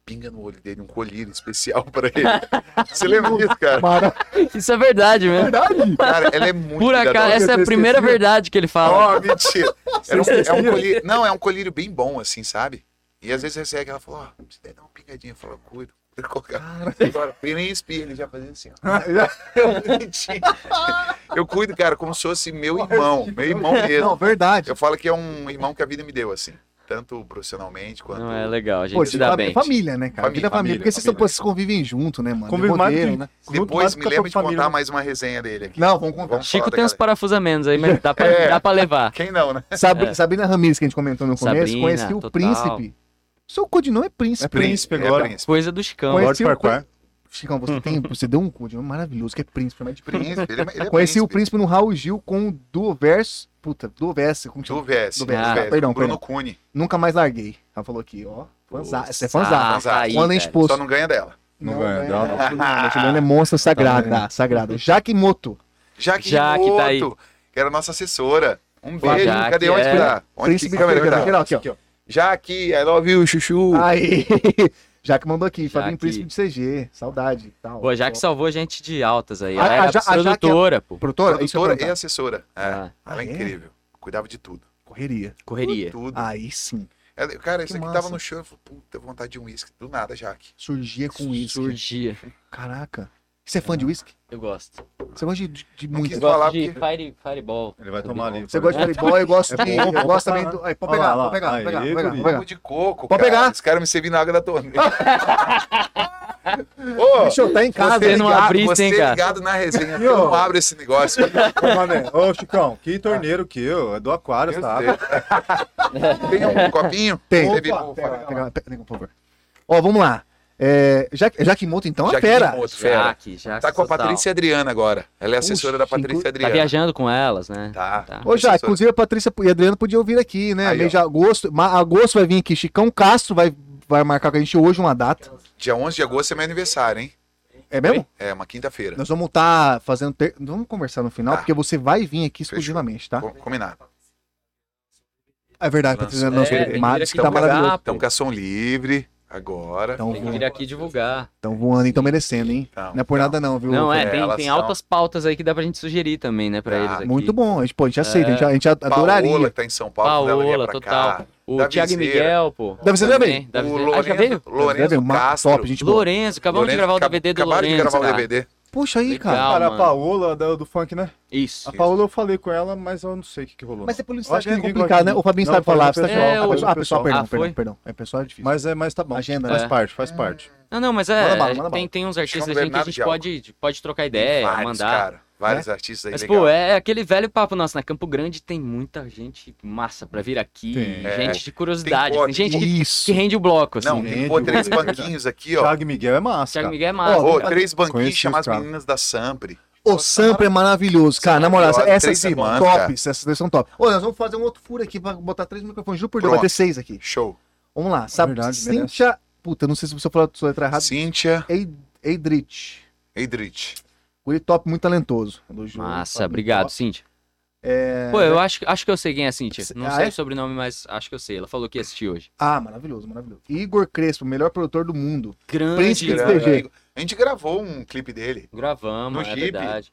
Speaker 6: Pinga no olho dele um colírio especial pra ele. Você lembra disso, cara?
Speaker 2: Mara-
Speaker 3: Isso é verdade mesmo.
Speaker 2: Verdade.
Speaker 6: Cara, ela é muito.
Speaker 3: Por acaso,
Speaker 6: cuidadosa.
Speaker 3: essa é a primeira
Speaker 2: né?
Speaker 3: verdade que ele fala.
Speaker 6: Ó, mentira. Era um- é um colírio, não, é um colírio bem bom, assim, sabe? E às vezes recebe, ela fala, ó, se der dar uma pingadinha, fala, cuida. cuida com o cara." Agora, príncipe, ele já fazendo assim, ó. Bonitinho. Eu cuido, cara, como se fosse meu irmão, meu irmão
Speaker 2: Não,
Speaker 6: mesmo.
Speaker 2: verdade.
Speaker 6: Eu falo que é um irmão que a vida me deu, assim. Tanto profissionalmente quanto.
Speaker 3: Não é legal, a gente
Speaker 2: Pô,
Speaker 3: se
Speaker 2: de
Speaker 3: dá
Speaker 2: fa-
Speaker 3: bem.
Speaker 2: família, né, cara?
Speaker 6: Família,
Speaker 2: Vida é família,
Speaker 7: família,
Speaker 2: porque vocês,
Speaker 7: família.
Speaker 2: pô, vocês convivem junto, né, mano?
Speaker 7: Convive mais
Speaker 2: Rodeio,
Speaker 7: que-
Speaker 2: né?
Speaker 6: Depois me lembra de contar
Speaker 7: mais.
Speaker 6: mais uma resenha dele aqui.
Speaker 2: Não, vamos contar.
Speaker 6: Vamos
Speaker 3: Chico
Speaker 6: falar da
Speaker 3: tem uns
Speaker 6: galera.
Speaker 3: parafusos a menos aí, mas dá pra,
Speaker 6: É.
Speaker 3: dá pra levar.
Speaker 6: Quem não, né?
Speaker 2: Sabri- Sabrina Ramirez, que a gente comentou no começo,
Speaker 3: Sabrina,
Speaker 2: conheci o
Speaker 3: total.
Speaker 2: príncipe. Seu codinome é príncipe.
Speaker 7: É príncipe
Speaker 6: É
Speaker 7: agora.
Speaker 6: príncipe.
Speaker 3: Coisa do Chicão.
Speaker 2: Conhe-
Speaker 7: Lorde
Speaker 2: Conheci o-
Speaker 7: Farquhar.
Speaker 2: Chicão, você, tem, você deu um codinome maravilhoso, que é príncipe, mas de príncipe.
Speaker 6: Príncipe, ele, é- ele é
Speaker 2: Conheci o príncipe no Raul Gil com o Duoverso. Puta, Duoverso, como que chama?
Speaker 6: Do VS.
Speaker 2: Do
Speaker 6: Do
Speaker 2: VS,
Speaker 3: ah,
Speaker 6: VS.
Speaker 2: perdão,
Speaker 6: Bruno Cune.
Speaker 2: Nunca mais larguei. Ela falou aqui, ó. Fanzá. Você é
Speaker 3: Ah,
Speaker 2: fanzá.
Speaker 6: Fanzá.
Speaker 3: aí,
Speaker 2: Quando a gente
Speaker 3: velho.
Speaker 2: pôs.
Speaker 6: Só não ganha dela.
Speaker 7: Não ganha, não, não.
Speaker 2: A Juliana é monstra sagrada. Sagrada. Jaque Moto.
Speaker 6: Jaque
Speaker 3: Jaque tá aí.
Speaker 6: Rimoto, que era nossa assessora. Um beijo.
Speaker 3: Jaque,
Speaker 6: Cadê? Onde
Speaker 3: é.
Speaker 6: que tá? Onde que
Speaker 2: Príncipe
Speaker 6: a câmera
Speaker 2: Caverna.
Speaker 6: tá?
Speaker 2: Geral, Ah, aqui, ó.
Speaker 6: Jaque, I love you, chuchu.
Speaker 2: Aí. Jaque mandou aqui.
Speaker 3: Jaque.
Speaker 2: Fabinho Príncipe de CG. Saudade. Tal.
Speaker 3: Pô, já que salvou gente de altas aí.
Speaker 2: A-
Speaker 3: Ela
Speaker 2: a
Speaker 3: era
Speaker 2: Ja- a Jaque é-
Speaker 3: produtora, pô.
Speaker 2: Produtora? Isso que eu ia
Speaker 6: Produtora e
Speaker 2: perguntar.
Speaker 6: assessora. É.
Speaker 3: Ah,
Speaker 6: Ela
Speaker 2: Ah,
Speaker 6: é
Speaker 2: é?
Speaker 6: incrível. Cuidava de tudo.
Speaker 2: Correria.
Speaker 3: É. correria.
Speaker 6: Tudo.
Speaker 2: Aí sim.
Speaker 6: Ela- Cara, isso
Speaker 2: Que
Speaker 6: aqui
Speaker 2: massa.
Speaker 6: tava no show, eu falei, puta, vontade de um uísque. Do nada, Jaque.
Speaker 2: Surgia com uísque.
Speaker 3: Surgia.
Speaker 2: Caraca. Você é fã de uísque?
Speaker 3: Eu gosto.
Speaker 2: Você gosta de, de
Speaker 6: Não
Speaker 2: muito.
Speaker 6: quis
Speaker 3: Eu
Speaker 6: falar
Speaker 3: gosto de
Speaker 6: porque-
Speaker 3: fire, Fireball.
Speaker 1: Ele vai tomar ali.
Speaker 2: Você gosta de futebol, eu gosto
Speaker 1: É
Speaker 2: de.
Speaker 1: bom,
Speaker 2: Eu
Speaker 1: bom,
Speaker 2: gosto
Speaker 1: bom,
Speaker 2: também
Speaker 1: bom.
Speaker 2: do. Aí, pode
Speaker 1: Olha
Speaker 2: pegar,
Speaker 1: lá,
Speaker 2: pode pegar,
Speaker 1: olha
Speaker 2: pode
Speaker 1: lá.
Speaker 2: pegar,
Speaker 1: Aí,
Speaker 2: pode pegar,
Speaker 1: guri.
Speaker 2: pode
Speaker 6: Água
Speaker 2: pegar.
Speaker 6: de coco,
Speaker 2: Pode
Speaker 6: cara.
Speaker 2: pegar.
Speaker 6: Os caras me servindo água da torneira. Ô,
Speaker 2: Deixa eu tá em casa.
Speaker 3: Você não
Speaker 6: ligado-
Speaker 3: abrisse,
Speaker 6: você
Speaker 3: hein, cara?
Speaker 6: ligado na resenha, eu não abro esse negócio.
Speaker 1: Ô, Mané, né? ô, Chicão, que torneiro que eu? É do Aquário,
Speaker 6: Eu
Speaker 1: sabe?
Speaker 6: sei. Tem um copinho?
Speaker 2: Tem.
Speaker 6: Teve-
Speaker 1: Opa, pega.
Speaker 2: Pegar, pe- por favor. Ó, vamos lá. É, já, já que monta, então, é
Speaker 6: Jaque
Speaker 2: fera.
Speaker 6: Mimoto, fera.
Speaker 3: Jaque, Jaque.
Speaker 6: Tá com a
Speaker 3: total.
Speaker 6: Patrícia Adriana agora. Ela é
Speaker 2: Puxa,
Speaker 6: assessora da Patrícia
Speaker 2: inclu-
Speaker 3: Tá
Speaker 6: Adriana.
Speaker 3: viajando com elas, né?
Speaker 6: Tá.
Speaker 3: Tá.
Speaker 2: Ô, já,
Speaker 6: Assessora.
Speaker 2: inclusive a Patrícia e a Adriana podiam vir aqui, né?
Speaker 6: Aí,
Speaker 2: Mês
Speaker 6: ó.
Speaker 2: de agosto. Ma agosto vai vir aqui. Chicão Castro vai, vai marcar com a gente hoje uma data.
Speaker 6: Dia 11 de agosto é meu aniversário, hein?
Speaker 2: É mesmo?
Speaker 6: É, uma quinta-feira.
Speaker 2: Nós vamos estar fazendo. ter- Vamos conversar no final,
Speaker 6: Tá.
Speaker 2: porque você vai vir aqui
Speaker 6: Fechou.
Speaker 2: exclusivamente, tá?
Speaker 6: Co- Combinado.
Speaker 2: É verdade,
Speaker 6: Lançou.
Speaker 2: Patrícia, nosso
Speaker 3: É,
Speaker 2: é,
Speaker 3: tem que vir aqui
Speaker 2: que tá
Speaker 3: divulgar,
Speaker 2: maravilhoso.
Speaker 3: pô.
Speaker 6: Então, Cação Livre, agora.
Speaker 2: Então,
Speaker 3: Tem que vir aqui divulgar.
Speaker 2: Estão voando, então merecendo, hein?
Speaker 6: Então,
Speaker 2: Não é por
Speaker 6: então.
Speaker 2: nada, não, viu?
Speaker 3: Não, é,
Speaker 6: É,
Speaker 3: tem,
Speaker 6: elas
Speaker 3: tem
Speaker 6: são-
Speaker 3: altas pautas aí que dá pra gente sugerir também, né, pra
Speaker 6: Tá,
Speaker 3: eles aqui. É.
Speaker 2: Muito bom. A gente, pô, a gente aceita, a gente, a gente
Speaker 6: Paola,
Speaker 2: adoraria.
Speaker 6: que tá em São Paulo.
Speaker 3: Paola,
Speaker 6: Paola, pra
Speaker 3: total.
Speaker 6: Cá.
Speaker 3: O
Speaker 6: Davi
Speaker 3: Thiago e
Speaker 6: Zeira.
Speaker 3: Miguel, pô.
Speaker 2: Deve ser também.
Speaker 3: Deve
Speaker 6: O
Speaker 3: ser. Ah, já veio?
Speaker 6: Lourenço,
Speaker 2: Deve,
Speaker 6: Lourenço
Speaker 2: uma
Speaker 6: Castro.
Speaker 2: top, gente boa.
Speaker 3: Lourenço, acabamos de
Speaker 6: tipo, Lourenço,
Speaker 3: gravar o
Speaker 6: acab-
Speaker 3: DVD do
Speaker 6: acabaram
Speaker 3: Lourenço. né?
Speaker 6: de gravar
Speaker 3: cara.
Speaker 6: o DVD.
Speaker 2: Puxa aí,
Speaker 3: Legal.
Speaker 2: cara.
Speaker 3: Calma.
Speaker 1: Cara, a Paola da- do funk, né?
Speaker 3: Isso.
Speaker 1: A Paola eu falei com ela, mas eu não sei o que, que rolou.
Speaker 2: Mas é pelo
Speaker 1: Acho que
Speaker 2: Instagram é
Speaker 1: ninguém
Speaker 2: complicado,
Speaker 1: gosta
Speaker 2: né?
Speaker 1: de-
Speaker 2: O Fabinho
Speaker 1: Não,
Speaker 2: sabe
Speaker 1: foi do
Speaker 2: falar. você tá
Speaker 1: pessoal,
Speaker 2: falando.
Speaker 3: foi do
Speaker 2: Ah, pessoal,
Speaker 1: pessoal.
Speaker 2: perdão,
Speaker 3: Ah, foi?
Speaker 2: perdão, perdão. É pessoal é difícil.
Speaker 1: Mas, é, mas tá bom.
Speaker 2: Agenda,
Speaker 1: faz
Speaker 3: né?
Speaker 1: parte, faz parte.
Speaker 3: Não, não, mas é.
Speaker 2: Manda bala,
Speaker 3: é,
Speaker 2: manda
Speaker 3: tem,
Speaker 2: bala.
Speaker 3: tem uns artistas assim que
Speaker 6: Chama o
Speaker 3: a
Speaker 6: Bernardo
Speaker 3: gente
Speaker 6: de Alba.
Speaker 3: pode, pode trocar
Speaker 6: Tem
Speaker 3: ideia,
Speaker 6: vários,
Speaker 3: mandar.
Speaker 6: cara. Vários artistas aí
Speaker 3: Mas,
Speaker 6: legal.
Speaker 3: pô, é aquele velho papo nosso. Na Campo Grande tem muita gente massa pra vir aqui.
Speaker 1: Tem.
Speaker 3: Gente de curiosidade.
Speaker 6: É. Tem
Speaker 3: Tem,
Speaker 6: foto.
Speaker 3: gente que,
Speaker 2: Isso.
Speaker 3: que rende o bloco, assim.
Speaker 6: Não,
Speaker 3: O
Speaker 6: tem pô,
Speaker 1: Entendi,
Speaker 6: três
Speaker 1: é verdade.
Speaker 6: banquinhos aqui, ó.
Speaker 1: Thiago Miguel é massa,
Speaker 3: Thiago
Speaker 1: cara.
Speaker 3: Miguel é massa.
Speaker 6: Ô,
Speaker 3: cara.
Speaker 6: três banquinhos
Speaker 1: Conheci
Speaker 6: chamar
Speaker 1: os
Speaker 6: as
Speaker 1: caras.
Speaker 6: meninas da Sampre.
Speaker 2: O Sampa é maravilhoso, cara. Na moral,
Speaker 6: Maravilhosa,
Speaker 2: essas
Speaker 6: é três
Speaker 2: são
Speaker 6: irmãs,
Speaker 2: tops. Essas três são top. Ô, nós vamos fazer um outro furo aqui pra botar três microfones. Juro por Deus, vai
Speaker 6: Pronto.
Speaker 2: ter seis aqui.
Speaker 6: Show.
Speaker 2: Vamos lá. Sabe,
Speaker 1: Verdade,
Speaker 2: Cíntia. Puta, eu não sei se você falou a sua letra errada.
Speaker 6: Cíntia,
Speaker 2: Ei- Eidrich.
Speaker 6: Eidrich.
Speaker 2: Guri top, muito talentoso. Elogio,
Speaker 3: Massa,
Speaker 2: Fabinho,
Speaker 3: obrigado,
Speaker 2: top.
Speaker 3: Cíntia. Pô, eu acho, que- acho que eu sei quem é a Cíntia. Não
Speaker 2: É, Ah,
Speaker 3: sei
Speaker 2: é?
Speaker 3: o sobrenome, mas acho que eu sei. Ela falou que ia assistir hoje.
Speaker 2: Ah, maravilhoso, maravilhoso. Igor Crespo, melhor produtor do mundo.
Speaker 3: Grande.
Speaker 2: Príncipe do
Speaker 3: grande.
Speaker 2: TG.
Speaker 6: A gente gravou um clipe dele.
Speaker 3: Gravamos, é
Speaker 6: No Jeep.
Speaker 3: verdade.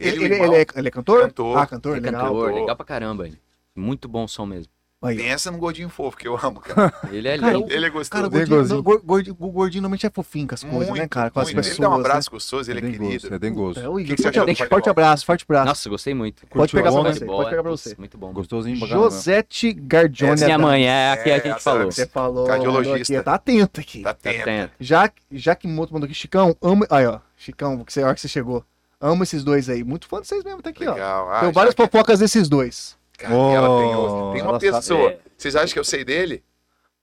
Speaker 6: Ele,
Speaker 2: Ele, ele-
Speaker 6: o irmão,
Speaker 2: ele é, ele é cantor?
Speaker 6: Cantor.
Speaker 2: Ah, cantor,
Speaker 3: Ele é
Speaker 2: legal.
Speaker 3: cantor,
Speaker 6: Pô.
Speaker 3: legal pra caramba ele. Muito bom o som mesmo.
Speaker 2: Aí, ó.
Speaker 6: Pensa num gordinho fofo, que eu amo, cara.
Speaker 3: Ele é
Speaker 2: Cara,
Speaker 3: lindo.
Speaker 6: Ele é
Speaker 2: Cara, o
Speaker 6: gostoso.
Speaker 2: gordinho,
Speaker 1: Dengozinho.
Speaker 2: não, gor- gordinho, o gordinho normalmente é fofinho com as coisas, né, cara? Com as
Speaker 6: muito.
Speaker 2: pessoas.
Speaker 6: Ele dá um
Speaker 2: né?
Speaker 6: abraço gostoso, ele é
Speaker 1: tem
Speaker 6: querido.
Speaker 1: gosto, é tem gosto.
Speaker 2: É, o Igor,
Speaker 6: que
Speaker 2: forte,
Speaker 6: você achou do
Speaker 2: abraço,
Speaker 6: Fireball?
Speaker 2: forte abraço, forte abraço.
Speaker 3: Nossa, gostei
Speaker 2: Tá.
Speaker 3: muito.
Speaker 2: pode
Speaker 1: Curtiu
Speaker 2: pegar
Speaker 1: a
Speaker 2: pra
Speaker 1: onda?
Speaker 2: você,
Speaker 3: Boa,
Speaker 2: pode pegar pra
Speaker 3: putz,
Speaker 2: você.
Speaker 3: Muito bom.
Speaker 1: Gostosinho, bacana.
Speaker 2: Josete Gardione.
Speaker 3: Minha mãe, é aqui
Speaker 6: É,
Speaker 3: a gente
Speaker 6: essa-
Speaker 3: falou.
Speaker 2: Você falou.
Speaker 6: Cardiologista.
Speaker 2: mandou Aqui, tá atento aqui.
Speaker 6: Tá
Speaker 3: Tá
Speaker 6: tempo.
Speaker 3: atento.
Speaker 2: Já, já que Moto mandou aqui, Chicão, amo. Aí, ó. Chicão, que você, a hora que você chegou. Amo esses dois aí. Muito fã de vocês mesmo, tá aqui, ó.
Speaker 6: Legal. Ah,
Speaker 2: Tem várias
Speaker 6: já-
Speaker 2: fofocas desses dois.
Speaker 6: Cara, ela tem,
Speaker 1: Oh,
Speaker 6: tem
Speaker 1: ela
Speaker 6: uma
Speaker 1: sabe.
Speaker 6: pessoa.
Speaker 3: É.
Speaker 6: Vocês acham que eu sei dele?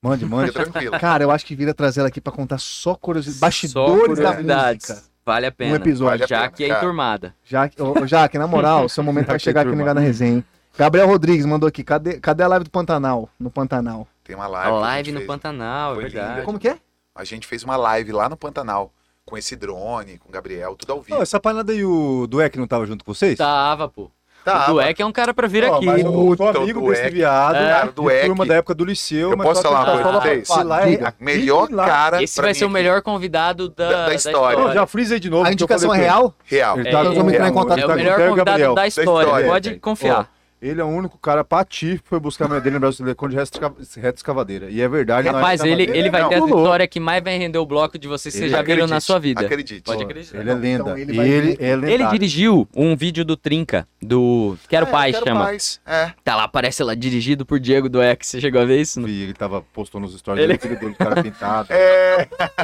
Speaker 1: Mande, mande.
Speaker 6: Fica tranquilo.
Speaker 2: Cara, eu acho que vira trazer ela aqui pra contar só curiosidades.
Speaker 3: Só
Speaker 2: Bastidores da
Speaker 3: curiosidades.
Speaker 2: música.
Speaker 3: Vale a
Speaker 2: Um
Speaker 3: pena.
Speaker 2: episódio.
Speaker 6: Vale a
Speaker 3: Já
Speaker 6: pena,
Speaker 3: que é
Speaker 6: cara.
Speaker 3: enturmada.
Speaker 2: Jaque, ô, ô, Jaque, na moral, seu momento vai
Speaker 1: Jaque,
Speaker 2: chegar aqui
Speaker 1: Tá
Speaker 2: no
Speaker 1: turma.
Speaker 2: Lugar na resenha, hein? Gabriel Rodrigues mandou aqui, cadê, cadê a live do Pantanal? No Pantanal.
Speaker 6: Tem uma
Speaker 3: A
Speaker 6: live. que
Speaker 3: live
Speaker 6: gente
Speaker 3: no
Speaker 6: fez.
Speaker 3: Pantanal, é
Speaker 6: Foi linda.
Speaker 3: verdade.
Speaker 2: Como que é?
Speaker 6: A gente fez uma live lá no Pantanal. Com esse drone, com o Gabriel, tudo ao vivo.
Speaker 1: Não, essa parada aí, o Dueck não tava junto com vocês?
Speaker 3: Tava, pô.
Speaker 6: Tá,
Speaker 3: o Dueck é um cara pra vir
Speaker 1: Ó,
Speaker 3: aqui.
Speaker 1: mas eu sou
Speaker 6: Puta,
Speaker 1: amigo
Speaker 6: o
Speaker 1: desse
Speaker 6: Dueck.
Speaker 1: viado.
Speaker 3: É.
Speaker 6: Cara, o Dueck.
Speaker 1: Turma da época do liceu.
Speaker 6: Eu
Speaker 1: mas
Speaker 6: posso
Speaker 1: só
Speaker 6: falar
Speaker 1: que-
Speaker 6: uma coisa
Speaker 1: Fala
Speaker 6: pra vocês?
Speaker 1: pra lá, é-
Speaker 6: melhor
Speaker 1: lá.
Speaker 6: cara.
Speaker 3: Esse
Speaker 6: pra
Speaker 3: vai
Speaker 6: mim
Speaker 3: ser o
Speaker 6: aqui,
Speaker 3: melhor convidado da,
Speaker 6: Da- da
Speaker 3: da história.
Speaker 6: história.
Speaker 1: Não, já frisa aí de novo.
Speaker 2: A
Speaker 1: porque eu falei
Speaker 2: indicação é
Speaker 1: pra ele.
Speaker 2: real?
Speaker 6: Real.
Speaker 1: Ele
Speaker 3: É,
Speaker 1: tá,
Speaker 3: nós vamos
Speaker 2: entrar em contato
Speaker 1: ele
Speaker 3: É
Speaker 1: tá
Speaker 3: o
Speaker 1: com o
Speaker 3: melhor
Speaker 1: Theo e o
Speaker 3: convidado
Speaker 1: Gabriel.
Speaker 3: da história,
Speaker 6: história,
Speaker 3: pode
Speaker 1: velho.
Speaker 3: confiar.
Speaker 1: Ele é o único cara patife que foi buscar a mulher dele no Brasil Telecom de reto esca- reto escavadeira. E é verdade. na
Speaker 3: Rapaz,
Speaker 1: reto
Speaker 3: ele,
Speaker 1: escavadeira,
Speaker 3: ele vai
Speaker 6: Não,
Speaker 3: ter a
Speaker 1: pulou.
Speaker 3: vitória que mais vai render o bloco de vocês que
Speaker 1: Ele
Speaker 3: vocês já viram na
Speaker 6: Acredite,
Speaker 3: sua vida.
Speaker 6: Acredite.
Speaker 3: Pode
Speaker 6: Pô,
Speaker 3: acreditar.
Speaker 1: Ele é lenda.
Speaker 2: Então, ele
Speaker 1: e
Speaker 2: vai-
Speaker 1: ele é lendário.
Speaker 3: Ele dirigiu um vídeo do Trinca, do Quero
Speaker 6: é,
Speaker 3: Paz,
Speaker 6: quero
Speaker 3: chama.
Speaker 6: paz, É.
Speaker 3: Tá lá, aparece lá, dirigido por Diego do Ex. Você chegou a ver isso?
Speaker 1: E ele tava postando nos stories
Speaker 3: né? Ele-
Speaker 1: dele, filho dele, cara pintado.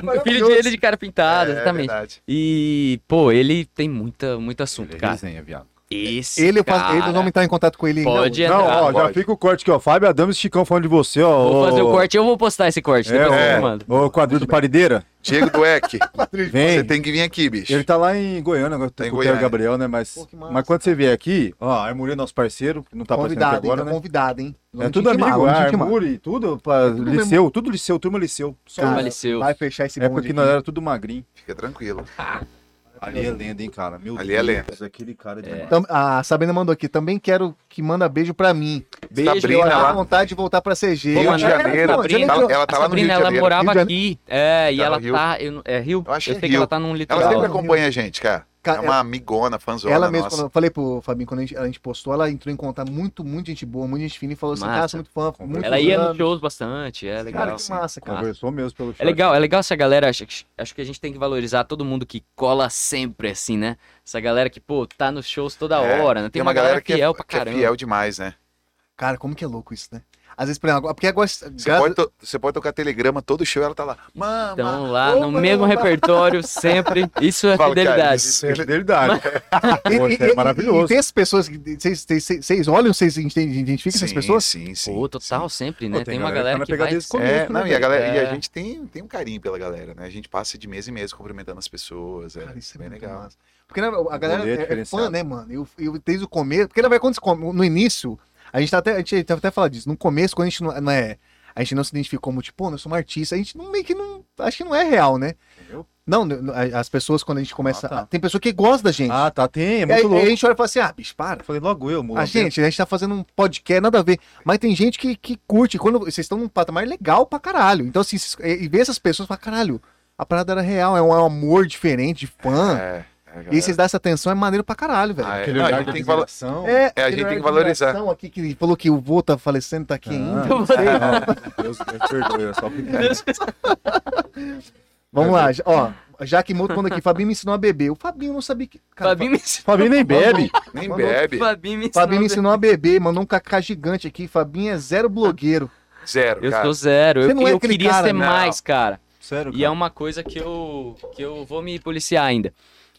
Speaker 3: No... Filho dele de cara pintado,
Speaker 6: é,
Speaker 3: exatamente.
Speaker 6: verdade.
Speaker 3: E, pô, ele tem muita, muito assunto,
Speaker 1: Ele é
Speaker 3: cara.
Speaker 1: resenha, viado.
Speaker 3: Esse
Speaker 2: Ele, eu faço,
Speaker 3: cara...
Speaker 2: ele, nós
Speaker 6: um
Speaker 2: vamos entrar em contato com ele então? ainda
Speaker 3: Pode
Speaker 2: hoje.
Speaker 3: entrar.
Speaker 1: Não, ó, já
Speaker 6: pode.
Speaker 1: fica o corte aqui, ó. Fábio Adams e Chicão falando de você, ó.
Speaker 3: Vou
Speaker 1: Ô,
Speaker 3: fazer o corte, eu vou postar esse corte,
Speaker 1: É,
Speaker 3: depois eu
Speaker 1: ó,
Speaker 3: te mando.
Speaker 1: o quadril do Parideira.
Speaker 6: Diego Dueck,
Speaker 1: Vem.
Speaker 6: você tem que vir aqui, bicho.
Speaker 1: Ele tá lá em Goiânia, agora
Speaker 6: Tá em
Speaker 1: tem com o Theo e o
Speaker 6: Goiânia.
Speaker 1: Gabriel, né? Mas,
Speaker 2: Pô, que massa.
Speaker 1: mas quando você vier aqui, ó, a Armoria é nosso parceiro, que não tá aparecendo aqui
Speaker 2: convidado,
Speaker 1: agora,
Speaker 2: hein?
Speaker 1: né?
Speaker 2: Convidado, hein?
Speaker 1: É tudo amigo, a Armory, tudo, pra,
Speaker 2: É tudo
Speaker 1: liceu, tudo liceu, turma liceu. Só
Speaker 2: Cara, é
Speaker 3: Faleceu.
Speaker 2: Vai fechar esse
Speaker 1: na época
Speaker 2: bonde
Speaker 1: que
Speaker 2: aqui.
Speaker 1: É nós era tudo magrinho.
Speaker 6: Fica tranquilo.
Speaker 1: Ali é lenda, hein, cara? Meu
Speaker 6: Ali é
Speaker 1: Deus, Aquele cara de
Speaker 2: Tam- a Sabrina mandou aqui, também quero que manda beijo pra mim.
Speaker 3: Beijo,
Speaker 2: Eu
Speaker 6: Sabrina
Speaker 2: à
Speaker 6: tá lá.
Speaker 2: vontade de voltar pra CG.
Speaker 3: Pô,
Speaker 6: Rio
Speaker 3: mano,
Speaker 6: de
Speaker 2: Eu-
Speaker 6: Janeiro.
Speaker 2: Não,
Speaker 3: Sabrina-
Speaker 2: Janeiro-
Speaker 6: Ela, ela tá
Speaker 3: a
Speaker 6: lá no Rio
Speaker 3: Sabrina,
Speaker 6: de
Speaker 3: ela é
Speaker 6: Janeiro.
Speaker 2: Rio
Speaker 3: morava
Speaker 2: de
Speaker 3: aqui. É, e
Speaker 6: Tá no
Speaker 3: ela
Speaker 6: Rio.
Speaker 3: tá. Eu, não- é Rio?
Speaker 6: Eu acho que é
Speaker 3: sei que ela
Speaker 6: Rio.
Speaker 3: tá num
Speaker 6: Ela é
Speaker 3: litoral.
Speaker 6: sempre acompanha a gente, cara. É uma amigona, fanzona
Speaker 2: ela mesmo,
Speaker 6: nossa.
Speaker 2: quando eu falei pro Fabinho, quando a gente, a gente postou, ela entrou em contato muito, muito gente boa, muito gente fina e falou assim,
Speaker 3: Massa.
Speaker 2: cara, sou muito fã. Muito
Speaker 3: Ela ia nos
Speaker 2: anos.
Speaker 3: shows bastante, é legal.
Speaker 2: Cara, que
Speaker 6: assim.
Speaker 2: massa, cara.
Speaker 7: Conversou mesmo pelo chat.
Speaker 3: É legal, é legal essa galera. Acho, acho que a gente tem que valorizar todo mundo que cola sempre, assim, né? Essa galera que, pô, tá nos shows toda
Speaker 6: É,
Speaker 3: hora, né? Tem, uma, galera, fiel pra
Speaker 6: que é
Speaker 3: caramba.
Speaker 6: fiel demais, né?
Speaker 2: Cara, como que é louco isso, né? Às vezes, por exemplo, agora- porque agora...
Speaker 6: Você,
Speaker 2: gra-
Speaker 6: pode, to- você pode tocar telegrama todo show, ela tá lá. Mama.
Speaker 3: Então lá, no
Speaker 2: Opa!
Speaker 3: mesmo repertório, sempre. Isso é
Speaker 6: Fala, cara,
Speaker 3: fidelidade.
Speaker 6: isso-
Speaker 7: Isso é fidelidade.
Speaker 2: e-
Speaker 7: Poxa,
Speaker 2: e-
Speaker 7: é
Speaker 2: e-
Speaker 7: maravilhoso.
Speaker 2: E tem as pessoas que vocês- vocês vocês olham, vocês ident- identificam essas
Speaker 6: Sim,
Speaker 2: pessoas?
Speaker 6: Sim, sim.
Speaker 3: Pô, total, sempre, né?
Speaker 7: Pô,
Speaker 3: tem, uma galera
Speaker 7: tá
Speaker 3: que
Speaker 7: na pegada
Speaker 3: vai...
Speaker 7: desde o começo,
Speaker 6: É,
Speaker 7: né,
Speaker 6: não, e a
Speaker 7: velho?
Speaker 6: galera, e
Speaker 3: É.
Speaker 6: a gente tem, tem um carinho pela galera, né? A gente passa de mês em mês cumprimentando as pessoas, é,
Speaker 2: Cara, isso é
Speaker 6: bem
Speaker 2: muito
Speaker 6: legal.
Speaker 2: massa. Porque né, a galera
Speaker 7: rolê é
Speaker 2: é- é, fã,
Speaker 7: diferenciado.
Speaker 2: né, mano? Eu, eu desde o começo. Porque na verdade, quando se come- no início, a gente tá até. A gente tava até falando disso. No começo, quando a gente não, não é. A gente não se identificou como, tipo, pô, eu sou um artista, a gente não meio que não. Acho que não é real, né?
Speaker 7: Eu?
Speaker 2: Não, n- n- a- as pessoas, quando a gente começa.
Speaker 7: Ah, tá.
Speaker 2: a- tem pessoa que gosta da gente.
Speaker 7: Ah, tá, tem, é
Speaker 2: E aí,
Speaker 7: muito
Speaker 2: aí a
Speaker 7: louco.
Speaker 2: gente olha e fala assim, ah, bicho, para.
Speaker 7: Falei logo eu,
Speaker 2: A
Speaker 7: moleque.
Speaker 2: gente, a gente tá fazendo um podcast, nada a ver. Mas tem gente que, que curte. Quando vocês estão num patamar legal pra caralho. Então, assim, vocês- e e ver essas pessoas e falar, caralho, a parada era real, é um, é um amor diferente de fã.
Speaker 6: É, é, a
Speaker 2: E aí
Speaker 6: galera-
Speaker 2: vocês dão essa atenção, é maneiro pra caralho, velho.
Speaker 6: Ah, é.
Speaker 7: Aquele
Speaker 6: Não, a
Speaker 7: olhar
Speaker 6: gente
Speaker 7: de
Speaker 6: tem que valo-
Speaker 7: admiração.
Speaker 2: É,
Speaker 6: a
Speaker 2: aquele
Speaker 6: gente tem que
Speaker 2: olhar de
Speaker 6: valorizar.
Speaker 2: admiração aqui que falou que o vô tá falecendo, tá aqui ainda.
Speaker 7: Ah, não, Deus, Deus perdoe,
Speaker 1: é
Speaker 7: era só brincadeira. é
Speaker 2: Vamos lá, já- ó. Já que Moto manda aqui, Fabinho me ensinou a beber. O Fabinho não sabia que. Cara,
Speaker 3: Fabinho me ensinou.
Speaker 7: Fabinho nem bebe.
Speaker 6: Nem
Speaker 2: Mandou-
Speaker 6: bebe.
Speaker 3: Fabinho me
Speaker 2: Fa- Fabinho me
Speaker 3: ensinou-
Speaker 2: ensinou a beber, mandou um cacá gigante aqui. Fabinho é zero blogueiro.
Speaker 6: Zero,
Speaker 3: Eu
Speaker 6: cara.
Speaker 3: sou zero.
Speaker 2: Você
Speaker 3: Eu,
Speaker 2: não é
Speaker 3: eu
Speaker 2: aquele
Speaker 3: queria
Speaker 2: cara,
Speaker 3: ser
Speaker 2: não.
Speaker 3: mais, cara.
Speaker 7: Sério,
Speaker 3: E
Speaker 7: cara.
Speaker 3: é uma coisa que eu, que eu vou me policiar ainda.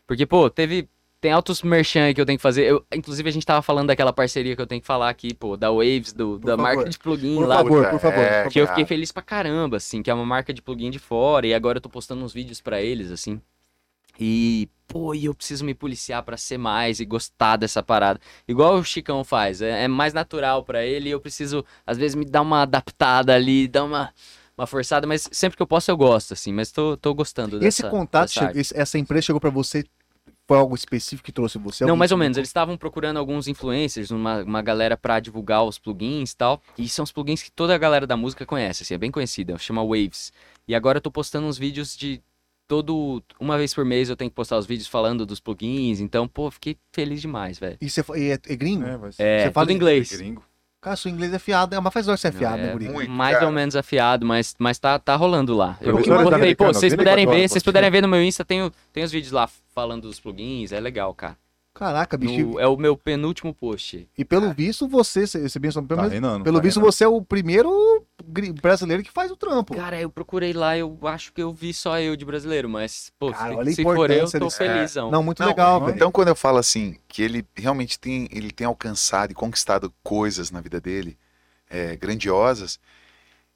Speaker 3: Porque, pô, teve. Tem altos merchan aí que eu tenho que fazer. Eu, inclusive, a gente tava falando daquela parceria que eu tenho que falar aqui, pô, da Waves, do, da
Speaker 2: favor.
Speaker 3: marca de plugin
Speaker 2: Por
Speaker 3: lá.
Speaker 2: favor, por favor.
Speaker 6: é,
Speaker 3: Que eu
Speaker 6: cara.
Speaker 3: fiquei feliz pra caramba, assim, que é uma marca de plugin de fora, e agora eu tô postando uns vídeos pra eles, assim. E, pô, e eu preciso me policiar pra ser mais e gostar dessa parada. Igual o Chicão faz, é, é mais natural pra ele, e eu preciso, às vezes, me dar uma adaptada ali, dar uma, uma forçada, mas sempre que eu posso eu gosto, assim, mas tô, tô gostando dessa.
Speaker 2: Esse contato,
Speaker 3: dessa
Speaker 2: che-
Speaker 3: arte.
Speaker 2: esse- essa empresa chegou pra você. Foi algo específico que trouxe você?
Speaker 3: Não,
Speaker 2: Alguém
Speaker 3: mais ou
Speaker 2: te
Speaker 3: menos.
Speaker 2: indicou?
Speaker 3: Eles estavam procurando alguns influencers, uma, uma galera pra divulgar os plugins e tal. E são os plugins que toda a galera da música conhece, assim, é bem conhecida, chama Waves. E agora eu tô postando uns vídeos de todo. Uma vez por mês eu tenho que postar os vídeos falando dos plugins. Então, pô, fiquei feliz demais, velho.
Speaker 2: E você fa- e é, é gringo?
Speaker 7: É, vai ser
Speaker 3: É,
Speaker 2: Você fala
Speaker 3: tudo inglês.
Speaker 7: gringo.
Speaker 2: Cara, seu inglês é fiado. É, mas faz hora que você é fiado, né,
Speaker 3: É,
Speaker 2: guri?
Speaker 6: Muito,
Speaker 3: mais
Speaker 6: cara.
Speaker 3: ou menos afiado, mas, mas tá, tá rolando lá. Eu, eu
Speaker 7: Professores
Speaker 3: botei, pô,
Speaker 7: americanos,
Speaker 3: se vocês
Speaker 7: vira
Speaker 3: puderem ver,
Speaker 7: Equador,
Speaker 3: se vocês
Speaker 7: pô.
Speaker 3: puderem ver no meu Insta, tem, o- tem os vídeos lá falando dos plugins, é legal, cara.
Speaker 2: Caraca, bicho.
Speaker 3: No- é o meu penúltimo post.
Speaker 2: E pelo visto, você, você você pensa, pelo,
Speaker 7: Tá
Speaker 2: menos-
Speaker 7: reinando.
Speaker 2: pelo
Speaker 7: tá
Speaker 2: visto,
Speaker 7: reinando.
Speaker 2: você é o primeiro gri- brasileiro que faz o trampo.
Speaker 3: Cara, eu procurei lá, eu acho que eu vi só eu de brasileiro, mas, pô,
Speaker 2: Cara,
Speaker 3: se-
Speaker 2: olha a
Speaker 3: se, for eu,
Speaker 2: importância
Speaker 3: tô
Speaker 2: desse-
Speaker 3: felizão.
Speaker 2: Não, muito
Speaker 6: Não,
Speaker 2: é legal, velho.
Speaker 6: Então, quando eu falo assim, que ele realmente tem, ele tem alcançado e conquistado coisas na vida dele é, grandiosas,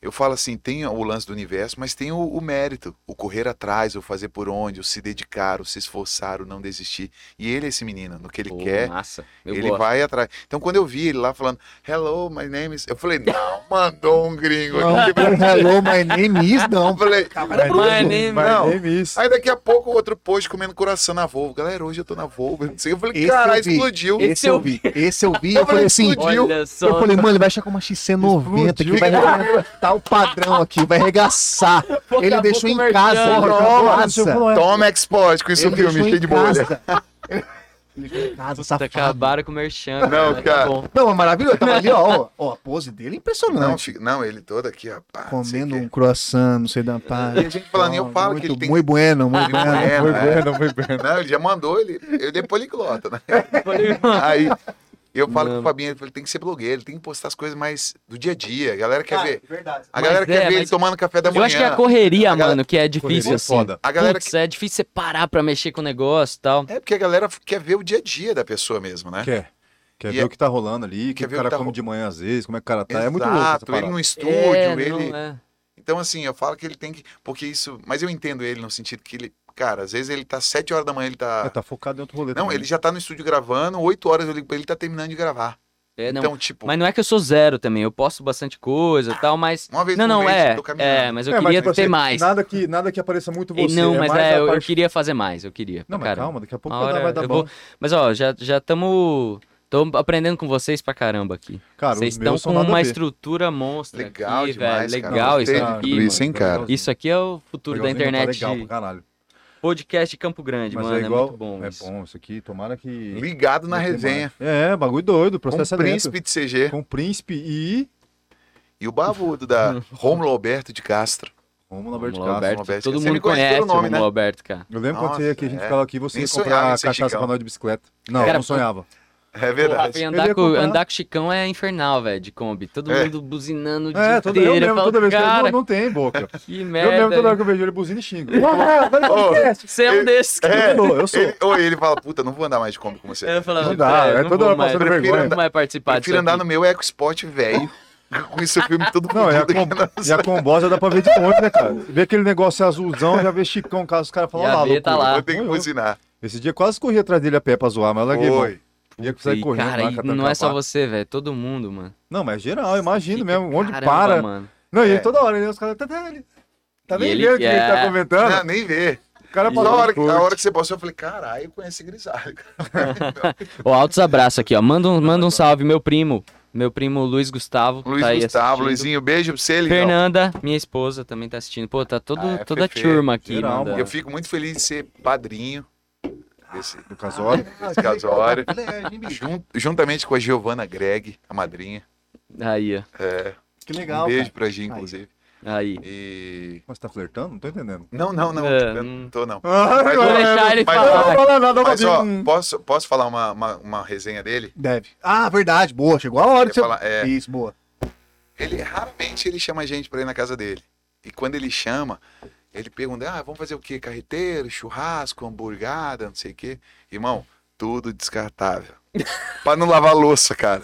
Speaker 6: eu falo assim, tem o lance do universo, mas tem o, o mérito, o correr atrás, o fazer por onde, o se dedicar, o se esforçar, o não desistir. E ele é esse menino, no que ele
Speaker 3: Pô,
Speaker 6: quer,
Speaker 3: massa. Eu
Speaker 6: ele
Speaker 3: gosto.
Speaker 6: vai atrás. Então, quando eu vi ele lá falando, hello, my name is... Eu falei, não, mandou um gringo
Speaker 2: Não,
Speaker 6: aqui.
Speaker 2: hello, my name is,
Speaker 6: Eu
Speaker 2: não.
Speaker 6: falei,
Speaker 3: Mas nem-
Speaker 7: Mas
Speaker 6: Não.
Speaker 7: nem vi isso.
Speaker 6: Aí daqui a pouco outro post comendo coração na Volvo. Galera, hoje eu tô na Volvo. não sei. Eu falei,
Speaker 2: Esse
Speaker 6: caralho,
Speaker 2: eu vi.
Speaker 6: explodiu.
Speaker 2: Esse eu vi, esse eu vi. Eu falei
Speaker 6: Eu falei,
Speaker 2: assim,
Speaker 6: explodiu.
Speaker 3: Olha só.
Speaker 2: eu falei, mano, ele vai achar com uma XC90 que vai arregaçar o padrão aqui, vai arregaçar. Ele
Speaker 3: a
Speaker 2: deixou
Speaker 3: pouco
Speaker 2: em casa,
Speaker 3: merchan.
Speaker 2: ele
Speaker 6: Porra,
Speaker 2: jogou
Speaker 6: porra,
Speaker 2: massa.
Speaker 6: Toma export com isso
Speaker 2: Ele
Speaker 6: filme,
Speaker 2: deixou
Speaker 6: cheio
Speaker 2: em
Speaker 6: de bolha.
Speaker 2: casa. Ele deixou em casa,
Speaker 3: Puta,
Speaker 2: safado.
Speaker 3: acabaram com o Merchan.
Speaker 6: Não,
Speaker 3: mas
Speaker 6: cara.
Speaker 3: Tá bom.
Speaker 2: Não, é maravilhoso. Tava ali, ó, ó, ó, a pose dele é
Speaker 6: Não,
Speaker 2: impressionante.
Speaker 6: fi- não, ele é todo aqui, rapaz.
Speaker 2: Comendo um
Speaker 6: um.
Speaker 2: croissant, não sei da
Speaker 6: E a
Speaker 2: parte.
Speaker 6: gente falando, eu falo
Speaker 2: muito,
Speaker 6: que ele tem.
Speaker 2: Muito bueno, muito
Speaker 6: Ele não
Speaker 2: bueno.
Speaker 6: é,
Speaker 7: Foi
Speaker 6: não é.
Speaker 7: vendo, foi vendo.
Speaker 6: Não, ele já mandou, ele, ele é poliglota, né?
Speaker 3: Eu falei, mano,
Speaker 6: Aí eu falo
Speaker 3: Não.
Speaker 6: com o Fabinho, ele falou, tem que ser blogueiro, ele tem que postar as coisas mais do dia a dia. A galera quer ver.
Speaker 2: Verdade.
Speaker 6: A galera
Speaker 3: Mas
Speaker 6: quer
Speaker 3: é,
Speaker 6: ver ele
Speaker 3: mas-
Speaker 6: tomando café da manhã.
Speaker 3: Eu acho que é a correria,
Speaker 6: A galera-
Speaker 3: mano, que é difícil,
Speaker 7: Correria é
Speaker 3: assim.
Speaker 7: foda.
Speaker 6: A galera
Speaker 3: Putz, é difícil você parar pra mexer com o negócio e tal.
Speaker 6: É porque a galera quer ver o dia a dia da pessoa mesmo, né?
Speaker 7: Quer. Quer
Speaker 6: E
Speaker 7: ver
Speaker 6: é-
Speaker 7: o que tá rolando ali, o que
Speaker 6: quer
Speaker 7: o
Speaker 6: ver o
Speaker 7: cara
Speaker 6: que tá
Speaker 7: come
Speaker 6: ro-
Speaker 7: de manhã às vezes, como é que o cara tá. é muito louco essa
Speaker 6: Exato, ele
Speaker 7: parada.
Speaker 6: no estúdio,
Speaker 3: É, não,
Speaker 6: ele.
Speaker 3: é.
Speaker 6: Então, assim, eu falo que ele tem que. Porque isso. Mas eu entendo ele no sentido que ele. Cara, às vezes ele tá 7 horas da manhã, ele tá.
Speaker 7: É, tá focado em outro rolê
Speaker 6: Não,
Speaker 7: também.
Speaker 6: ele já tá no estúdio gravando, 8 horas eu ligo pra ele, ele tá terminando de gravar.
Speaker 3: É, não.
Speaker 6: Então, tipo,
Speaker 3: Mas não é que eu sou zero também, eu posto bastante coisa e tal, mas...
Speaker 6: uma vez
Speaker 3: Não,
Speaker 6: por
Speaker 3: não,
Speaker 6: mês
Speaker 3: é,
Speaker 6: eu tô caminhando.
Speaker 3: é, mas eu
Speaker 7: É, mas,
Speaker 3: queria
Speaker 7: tipo
Speaker 3: ter
Speaker 7: assim,
Speaker 3: mais.
Speaker 7: Nada que, nada que apareça muito
Speaker 3: E
Speaker 7: você.
Speaker 3: não, mas
Speaker 7: mais
Speaker 3: é,
Speaker 7: a
Speaker 3: eu, eu
Speaker 7: parte-
Speaker 3: queria fazer mais, eu queria.
Speaker 7: Não,
Speaker 3: pra
Speaker 7: mas
Speaker 3: caramba.
Speaker 7: calma, daqui a pouco
Speaker 3: Uma
Speaker 7: vai dar,
Speaker 3: hora
Speaker 7: vai dar
Speaker 3: eu
Speaker 7: bom.
Speaker 3: vou- Mas ó, já já tamo tô aprendendo com vocês pra caramba aqui.
Speaker 7: Cara,
Speaker 3: vocês
Speaker 7: os
Speaker 3: estão
Speaker 7: meus
Speaker 3: com
Speaker 7: são nada
Speaker 3: uma
Speaker 7: a ver.
Speaker 3: estrutura monstra
Speaker 6: Legal
Speaker 3: aqui,
Speaker 6: demais,
Speaker 3: velho.
Speaker 6: cara.
Speaker 3: Legal
Speaker 6: Gostei
Speaker 3: isso
Speaker 6: de
Speaker 3: aqui.
Speaker 6: tudo isso,
Speaker 3: mano.
Speaker 6: hein, cara?
Speaker 3: Isso aqui é o futuro da
Speaker 7: Legalzinho, tá
Speaker 3: internet.
Speaker 7: Legal pra caralho.
Speaker 3: Podcast Campo Grande,
Speaker 1: Mas
Speaker 3: mano.
Speaker 1: é igual.
Speaker 3: muito bom
Speaker 1: é
Speaker 3: isso.
Speaker 1: bom isso aqui, tomara que.
Speaker 6: Ligado na
Speaker 1: Não tem
Speaker 6: resenha.
Speaker 1: É, bagulho doido,
Speaker 6: Com
Speaker 1: processo
Speaker 6: o
Speaker 1: é lento.
Speaker 6: príncipe de CG
Speaker 1: Com o príncipe e.
Speaker 6: e o bavudo da Romulo Alberto de Castro.
Speaker 1: Vamos Alberto
Speaker 3: Romulo
Speaker 1: Castro.
Speaker 3: Alberto,
Speaker 6: Roberto,
Speaker 3: todo
Speaker 6: você me
Speaker 3: mundo
Speaker 6: conhece
Speaker 3: conhece
Speaker 6: pelo
Speaker 3: o
Speaker 6: nome,
Speaker 3: Romulo
Speaker 6: né?
Speaker 3: Alberto, cara.
Speaker 1: Eu lembro quando
Speaker 6: Nossa,
Speaker 1: você ia aqui, a gente
Speaker 6: é.
Speaker 1: ficava aqui, você
Speaker 6: Nem
Speaker 1: ia
Speaker 6: sonhava
Speaker 1: comprar
Speaker 6: em ser
Speaker 1: cachaça
Speaker 6: Chicão.
Speaker 1: pra nós de bicicleta. Não,
Speaker 3: Cara,
Speaker 1: não sonhava.
Speaker 6: É
Speaker 3: Porra,
Speaker 6: verdade.
Speaker 3: vem
Speaker 1: Eu
Speaker 3: andar,
Speaker 1: ia
Speaker 3: com,
Speaker 1: comprar-
Speaker 3: andar com o Chicão é infernal, velho, de Kombi. Todo
Speaker 6: É.
Speaker 3: mundo buzinando de
Speaker 1: É, toda, eu mesmo, toda vez que eu não,
Speaker 3: cara,
Speaker 1: não tem boca.
Speaker 3: que
Speaker 1: Eu mesmo, toda hora
Speaker 3: merda.
Speaker 1: que eu vejo ele buzina e xingo. Ah, vai no
Speaker 6: Ô,
Speaker 1: podcast.
Speaker 3: Você é um desses, cara.
Speaker 1: Eu sou, eu sou.
Speaker 6: Ele, ou ele fala, puta, não vou andar mais de Kombi com você.
Speaker 3: Eu falava,
Speaker 1: Não dá,
Speaker 3: "Velho,
Speaker 1: é
Speaker 3: não
Speaker 1: toda
Speaker 3: vou
Speaker 1: hora
Speaker 3: mais,
Speaker 1: passando
Speaker 3: prefiro
Speaker 1: vergonha.
Speaker 3: não mais participar
Speaker 6: Prefiro
Speaker 3: disso
Speaker 6: andar
Speaker 3: aqui.
Speaker 6: no meu EcoSport velho. com esse filme todo
Speaker 1: Não, e a,
Speaker 6: fodido
Speaker 1: com...
Speaker 6: aqui na-
Speaker 1: e a combosa dá pra ver de longe, né, cara? Vê aquele negócio azulzão, já vê Chicão, caso os caras falam
Speaker 3: Já
Speaker 1: lá,
Speaker 3: vê, tá
Speaker 1: loucura."
Speaker 3: lá.
Speaker 6: Eu tenho que
Speaker 1: Oi, oi.
Speaker 6: buzinar.
Speaker 1: Esse dia quase corri atrás dele a pé pra zoar, mas eu larguei mão.
Speaker 6: Oi.
Speaker 1: Ia sair
Speaker 3: E,
Speaker 1: correndo
Speaker 3: cara,
Speaker 1: lá,
Speaker 3: e
Speaker 1: catando
Speaker 3: não é só
Speaker 1: cavalo.
Speaker 3: você, velho. Todo mundo, mano.
Speaker 1: Não, mas é geral, eu imagino
Speaker 3: Fica-
Speaker 1: mesmo. Onde
Speaker 3: caramba,
Speaker 1: para.
Speaker 3: mano.
Speaker 1: Não, e
Speaker 6: É.
Speaker 1: toda hora, né? Os caras. Tá, tá, ele- tá
Speaker 3: E
Speaker 1: nem
Speaker 3: ele
Speaker 1: vendo o que ele tá
Speaker 3: quer-
Speaker 1: comentando.
Speaker 6: Não, nem vê.
Speaker 1: O cara
Speaker 3: E
Speaker 6: Na
Speaker 1: falou.
Speaker 6: hora, que- na hora que você postou, eu falei, caralho, eu conheci grisalho.
Speaker 3: Ó, altos abraços aqui, ó. Manda um, manda um salve, meu primo. Meu primo Luiz Gustavo.
Speaker 6: Luiz
Speaker 3: tá aí
Speaker 6: Gustavo,
Speaker 3: assistindo.
Speaker 6: Luizinho, beijo pra você, Lindão.
Speaker 3: Fernanda, minha esposa, também tá assistindo. Pô, tá todo,
Speaker 6: Ah, é,
Speaker 3: toda a
Speaker 6: Fefe,
Speaker 3: turma aqui,
Speaker 1: geral,
Speaker 3: mandando.
Speaker 1: mano.
Speaker 6: Eu fico muito feliz de ser padrinho desse,
Speaker 1: Do casório.
Speaker 6: desse casório. Jun- juntamente com a Giovana Greg, a madrinha.
Speaker 3: Aí, ó.
Speaker 6: É,
Speaker 2: Que
Speaker 6: um
Speaker 2: legal.
Speaker 6: beijo
Speaker 2: cara.
Speaker 6: pra Gi,
Speaker 2: Aí.
Speaker 6: inclusive.
Speaker 3: Aí.
Speaker 6: E.
Speaker 1: Mas você tá flertando? Não tô entendendo.
Speaker 6: Não, não, não.
Speaker 3: É,
Speaker 6: eu
Speaker 3: não-
Speaker 6: não tô, não.
Speaker 1: Ah,
Speaker 6: Mas,
Speaker 1: não,
Speaker 3: Vou
Speaker 6: ó,
Speaker 3: deixar ele
Speaker 6: mas,
Speaker 1: não
Speaker 3: falar.
Speaker 1: fala nada,
Speaker 6: mas, ó,
Speaker 1: Robinho.
Speaker 6: posso, posso falar uma, uma, uma resenha dele?
Speaker 2: Deve. Ah, verdade. Boa. Chegou a hora
Speaker 6: Eu
Speaker 2: de você.
Speaker 6: falar, é,
Speaker 2: Isso, boa.
Speaker 6: ele raramente ele chama a gente pra ir na casa dele. E quando ele chama, ele pergunta: ah, vamos fazer o quê? Carreteiro, churrasco, hamburgada, não sei o quê. Irmão, tudo descartável. pra não lavar louça, cara.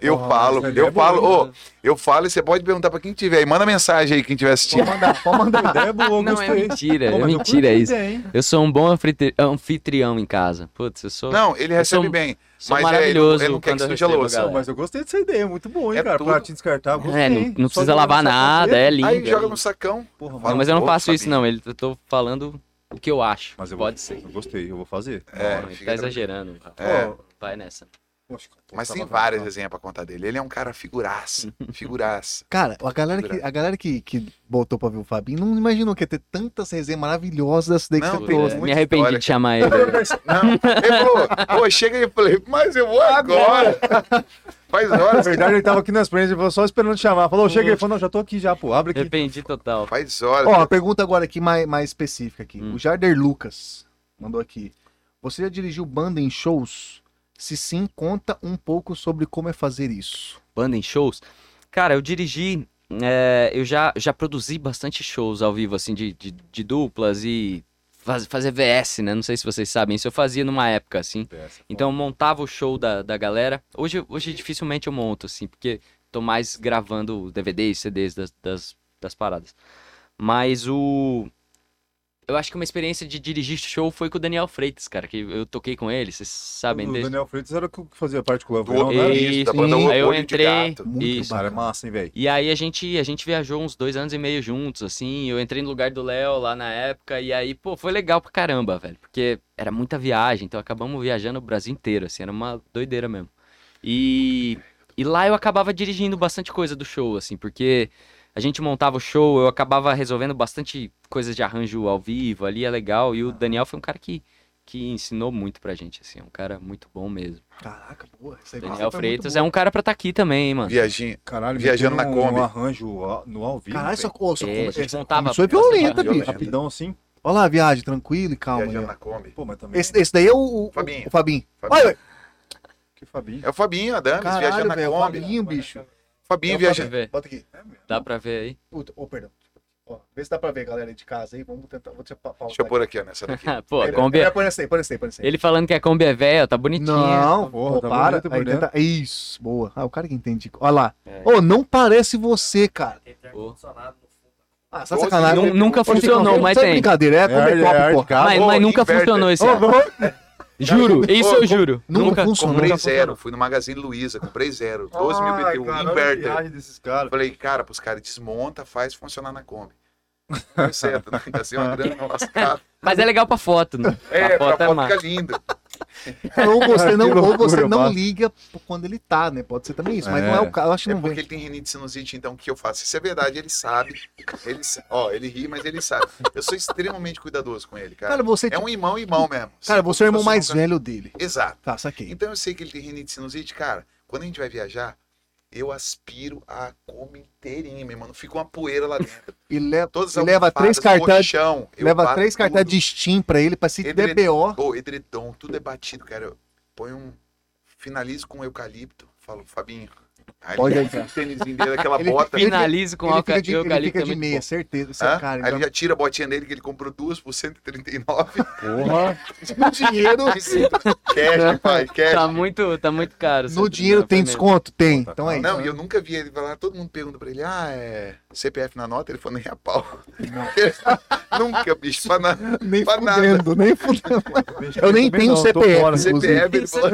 Speaker 6: Eu
Speaker 1: Nossa,
Speaker 6: falo,
Speaker 1: ele é
Speaker 6: eu falo,
Speaker 1: bom,
Speaker 6: ô, eu falo e você pode perguntar pra quem tiver. E manda mensagem aí, quem tiver assistindo.
Speaker 1: Pode mandar, pode mandar ideia boa, eu
Speaker 3: Não, é
Speaker 1: gostei.
Speaker 3: mentira,
Speaker 1: Pô, mas
Speaker 3: é
Speaker 1: eu
Speaker 3: mentira
Speaker 1: curti né? a
Speaker 3: isso.
Speaker 1: ideia, hein?
Speaker 3: Eu sou um bom anfitri- anfitrião em casa. Putz, eu sou,
Speaker 6: Não, ele recebe
Speaker 3: sou-
Speaker 6: bem.
Speaker 3: sou
Speaker 6: mas é, ele-
Speaker 3: maravilhoso
Speaker 6: ele não quer
Speaker 3: quando
Speaker 6: que
Speaker 3: eu
Speaker 6: suja a
Speaker 3: recebo a
Speaker 6: louça.
Speaker 1: Não,
Speaker 3: galera.
Speaker 1: mas eu gostei dessa ideia, muito boa, hein,
Speaker 6: É
Speaker 1: cara?
Speaker 6: tudo-
Speaker 1: Pra te descartar, gostei.
Speaker 3: É, não, não
Speaker 1: Só
Speaker 3: precisa
Speaker 1: de
Speaker 3: lavar
Speaker 1: jogar na
Speaker 3: nada,
Speaker 1: sacola
Speaker 3: é
Speaker 1: dele.
Speaker 3: lindo.
Speaker 6: Aí
Speaker 3: é
Speaker 6: joga
Speaker 3: lindo.
Speaker 6: no sacão.
Speaker 1: Porra,
Speaker 6: Não,
Speaker 1: mas-
Speaker 3: Não, mas eu não
Speaker 6: Outro
Speaker 3: faço isso,
Speaker 6: sabinho.
Speaker 3: não. Ele- Eu tô falando o que eu acho.
Speaker 1: Mas eu vou-
Speaker 3: Pode ser.
Speaker 1: eu gostei, eu vou fazer.
Speaker 6: É,
Speaker 3: Não, ele
Speaker 6: fica
Speaker 3: tá exagerando.
Speaker 6: É.
Speaker 3: Pô, Vai nessa.
Speaker 1: Poxa,
Speaker 6: Mas
Speaker 1: tava
Speaker 6: tem
Speaker 1: vendo,
Speaker 6: várias
Speaker 1: tá?
Speaker 6: resenhas pra contar dele. Ele é um cara figuraça. Figuraça.
Speaker 2: Cara, a galera, que, a galera que, que botou pra ver o Fabinho não imaginou que ia ter tantas resenhas maravilhosas dessa daí que
Speaker 6: Não,
Speaker 2: você
Speaker 6: tem
Speaker 2: trouxe.
Speaker 3: É,
Speaker 6: muita
Speaker 3: me arrependi
Speaker 6: história.
Speaker 3: de chamar ele.
Speaker 6: Não, ele falou, pô, chega aí, eu falei, mas eu vou agora. Faz
Speaker 1: Na
Speaker 2: Tá
Speaker 6: horas,
Speaker 1: verdade, ele tava aqui nas frentes, ele falou só esperando chamar. Falou, cheguei, falou, não, já tô aqui já, pô, abre aqui.
Speaker 3: arrependi total.
Speaker 6: faz horas.
Speaker 2: Ó, a pergunta agora aqui mais, mais específica aqui.
Speaker 3: Hum.
Speaker 2: O Jarder Lucas mandou aqui. Você já dirigiu banda em shows? Se sim, conta um pouco sobre como é fazer isso.
Speaker 3: Banda em shows. Cara, eu dirigi. é, eu já, já produzi bastante shows ao vivo, assim, de, de, de duplas e faz- fazer VS, né? Não sei se vocês sabem. Isso eu fazia numa época, assim. Então eu montava o show da, da galera. Hoje, hoje dificilmente eu monto, assim, porque tô mais gravando DVDs, CDs das, das, das paradas. Mas o. Eu acho que uma experiência de dirigir show foi com o Daniel Freitas, cara, que eu toquei com ele, vocês
Speaker 6: tá
Speaker 3: sabem
Speaker 1: o
Speaker 3: dele.
Speaker 1: Daniel Freitas era o que fazia parte com o
Speaker 6: Do
Speaker 1: Lampião, né?
Speaker 6: isso, da banda
Speaker 2: sim.
Speaker 3: Aí eu
Speaker 6: Olho de
Speaker 3: entrei.
Speaker 6: Gato.
Speaker 2: Muito
Speaker 3: Isso.
Speaker 1: Cara, é massa, hein, velho?
Speaker 3: E aí a gente, a gente viajou uns dois anos e meio juntos, assim. Eu entrei no lugar do Léo lá na época. E aí, pô, foi legal pra caramba, velho. Porque era muita viagem. Então acabamos viajando o Brasil inteiro, assim. Era uma doideira mesmo. E, e lá eu acabava dirigindo bastante coisa do show, assim. Porque a gente montava o show, eu acabava resolvendo bastante coisas de arranjo ao vivo ali. É legal. E o Daniel foi um cara que, que ensinou muito pra gente, assim. é Um cara muito bom mesmo.
Speaker 2: Caraca, boa. Essa aí foi
Speaker 3: Daniel
Speaker 2: muito
Speaker 3: Freitas
Speaker 2: boa.
Speaker 3: é um cara pra estar aqui também, hein, mano.
Speaker 6: Viajinho.
Speaker 1: Caralho,
Speaker 6: Viajando
Speaker 1: metendo
Speaker 6: na Kombi.
Speaker 1: Um arranjo ao- no ao vivo.
Speaker 2: Caralho,
Speaker 1: velho.
Speaker 2: essa coisa.
Speaker 3: É,
Speaker 2: como-
Speaker 3: a gente
Speaker 2: essa-
Speaker 3: montava-
Speaker 2: começou é
Speaker 3: montava
Speaker 2: violenta,
Speaker 6: violenta.
Speaker 2: bicho.
Speaker 1: Rapidão assim.
Speaker 2: Olha lá, viagem, tranquilo e calma.
Speaker 6: Viajando
Speaker 2: né?
Speaker 6: na Kombi.
Speaker 1: Pô, mas também.
Speaker 2: Esse, esse daí é o, o
Speaker 6: Fabinho.
Speaker 2: O Fabinho.
Speaker 6: Fabinho.
Speaker 2: Olha,
Speaker 1: Que Fabinho.
Speaker 6: É o Fabinho, Adames, viajando
Speaker 2: caralho,
Speaker 6: na
Speaker 2: velho. O
Speaker 6: Kombi.
Speaker 2: Fabinho, bicho.
Speaker 6: Fabinho
Speaker 2: É o
Speaker 6: viajando.
Speaker 3: Vê,
Speaker 2: Bota aqui.
Speaker 3: Dá pra ver aí?
Speaker 2: Puta, ô, perdão. Ó, vê se dá pra ver, galera aí de casa aí. Vamos tentar. Vou te pa- pausar
Speaker 6: Deixa eu
Speaker 2: aqui.
Speaker 6: pôr aqui, ó, nessa daqui.
Speaker 3: Ah, Pô, a
Speaker 2: Pera-
Speaker 3: Kombi é-
Speaker 2: pera, Põe essa aí, põe essa aí, põe essa aí.
Speaker 3: Ele falando que a Kombi é velha, tá bonitinha.
Speaker 2: Não,
Speaker 1: Porra,
Speaker 2: pô,
Speaker 1: tá
Speaker 2: para.
Speaker 1: bonito por
Speaker 2: Aí
Speaker 1: dentro.
Speaker 2: tenta- Isso, boa. Ah, o cara que entende. Olha lá.
Speaker 3: É.
Speaker 2: Ô, não parece você, cara.
Speaker 5: Tem
Speaker 3: Pô.
Speaker 5: ar-condicionado no fundo.
Speaker 2: Ah, essa
Speaker 6: Doze
Speaker 2: sacanagem.
Speaker 3: nu- nunca
Speaker 2: Ô, Chicão,
Speaker 3: funcionou,
Speaker 2: não,
Speaker 3: mas
Speaker 2: isso é
Speaker 3: tem.
Speaker 2: brincadeira, é como
Speaker 1: arte-
Speaker 2: é top,
Speaker 1: arte,
Speaker 2: pô.
Speaker 1: cara.
Speaker 3: mas,
Speaker 6: Ô,
Speaker 3: mas nunca
Speaker 6: inverte.
Speaker 3: funcionou esse ano. Juro, isso eu juro.
Speaker 2: Nunca
Speaker 3: Nunca.
Speaker 2: funcionou.
Speaker 6: Comprei zero, fui no Magazine Luiza, comprei zero. 12 mil
Speaker 1: Ai,
Speaker 6: BTU,
Speaker 1: cara, olha a
Speaker 6: inverter.
Speaker 1: viagem desses
Speaker 6: Eu
Speaker 1: caras.
Speaker 6: falei, cara, pros caras desmonta, faz funcionar na Kombi. Deu certo, né? Assim, uma grana lascada.
Speaker 3: Mas é legal pra foto, né?
Speaker 6: É,
Speaker 3: a foto
Speaker 6: pra
Speaker 3: é
Speaker 6: foto fica
Speaker 3: massa.
Speaker 6: linda.
Speaker 2: Ou você não,
Speaker 7: Que
Speaker 2: ou
Speaker 7: loucura,
Speaker 2: você não
Speaker 7: mano.
Speaker 2: liga quando ele tá, né? Pode ser também isso, mas
Speaker 7: É.
Speaker 2: não é o caso. Eu acho que
Speaker 6: É
Speaker 2: não
Speaker 6: porque
Speaker 2: vem.
Speaker 6: ele tem rinite e sinusite, então o que eu faço? Isso é verdade, ele sabe. Ele, sa- ó, ele ri, mas ele sabe. Eu sou extremamente cuidadoso com ele, cara.
Speaker 2: Cara, você,
Speaker 6: é um irmão, irmão mesmo.
Speaker 2: cara, você é o irmão
Speaker 6: Fosse um
Speaker 2: mais
Speaker 6: cara-
Speaker 2: velho dele.
Speaker 6: Exato.
Speaker 2: Tá, saquei.
Speaker 6: Então eu sei que ele tem rinite e sinusite, cara. Quando a gente vai viajar, eu aspiro a coma inteirinha, meu irmão. Não fica uma poeira lá dentro.
Speaker 2: E leva,
Speaker 6: Todas
Speaker 2: e leva três cartaz,
Speaker 6: colchão, eu
Speaker 2: leva
Speaker 6: bato
Speaker 2: três
Speaker 6: tudo.
Speaker 2: cartaz de Steam pra ele, pra se
Speaker 6: Ele-
Speaker 2: der BO.
Speaker 6: Ô, edredom, tudo é batido, cara. Eu ponho um. Finalizo com um eucalipto. Falo, Fabinho. Aí
Speaker 2: Pode
Speaker 6: ele
Speaker 2: aí,
Speaker 6: tira
Speaker 2: cara.
Speaker 6: o tênisinho dele, aquela
Speaker 2: Ele-
Speaker 6: bota.
Speaker 2: ele-
Speaker 3: Finalize com
Speaker 2: ele
Speaker 3: alca-
Speaker 2: fica de, ele
Speaker 3: eucalipto
Speaker 2: fica
Speaker 3: é
Speaker 2: de
Speaker 3: muito
Speaker 2: meia,
Speaker 3: bom.
Speaker 2: certeza. Esse
Speaker 6: Hã?
Speaker 2: cara,
Speaker 6: Aí
Speaker 2: então-
Speaker 6: ele já tira a botinha dele que ele comprou duas por 139.
Speaker 7: Porra.
Speaker 2: no dinheiro,
Speaker 6: é cash, pai, cash.
Speaker 3: Tá muito, tá muito caro.
Speaker 2: no
Speaker 3: seu
Speaker 2: dinheiro tem
Speaker 3: tratamento.
Speaker 2: desconto? Tem. Então é isso.
Speaker 6: Não, e eu nunca vi ele falar, todo mundo pergunta pra ele, ah, é CPF na nota? Ele falou, nem a pau. nunca, bicho, pra nada.
Speaker 2: Nem
Speaker 6: pra nada.
Speaker 2: fudendo, nem fudendo. Eu nem
Speaker 7: também
Speaker 2: tenho
Speaker 7: não, tô
Speaker 2: CPF,
Speaker 7: fora,
Speaker 2: inclusive.
Speaker 3: É,
Speaker 6: CPF, ele falou,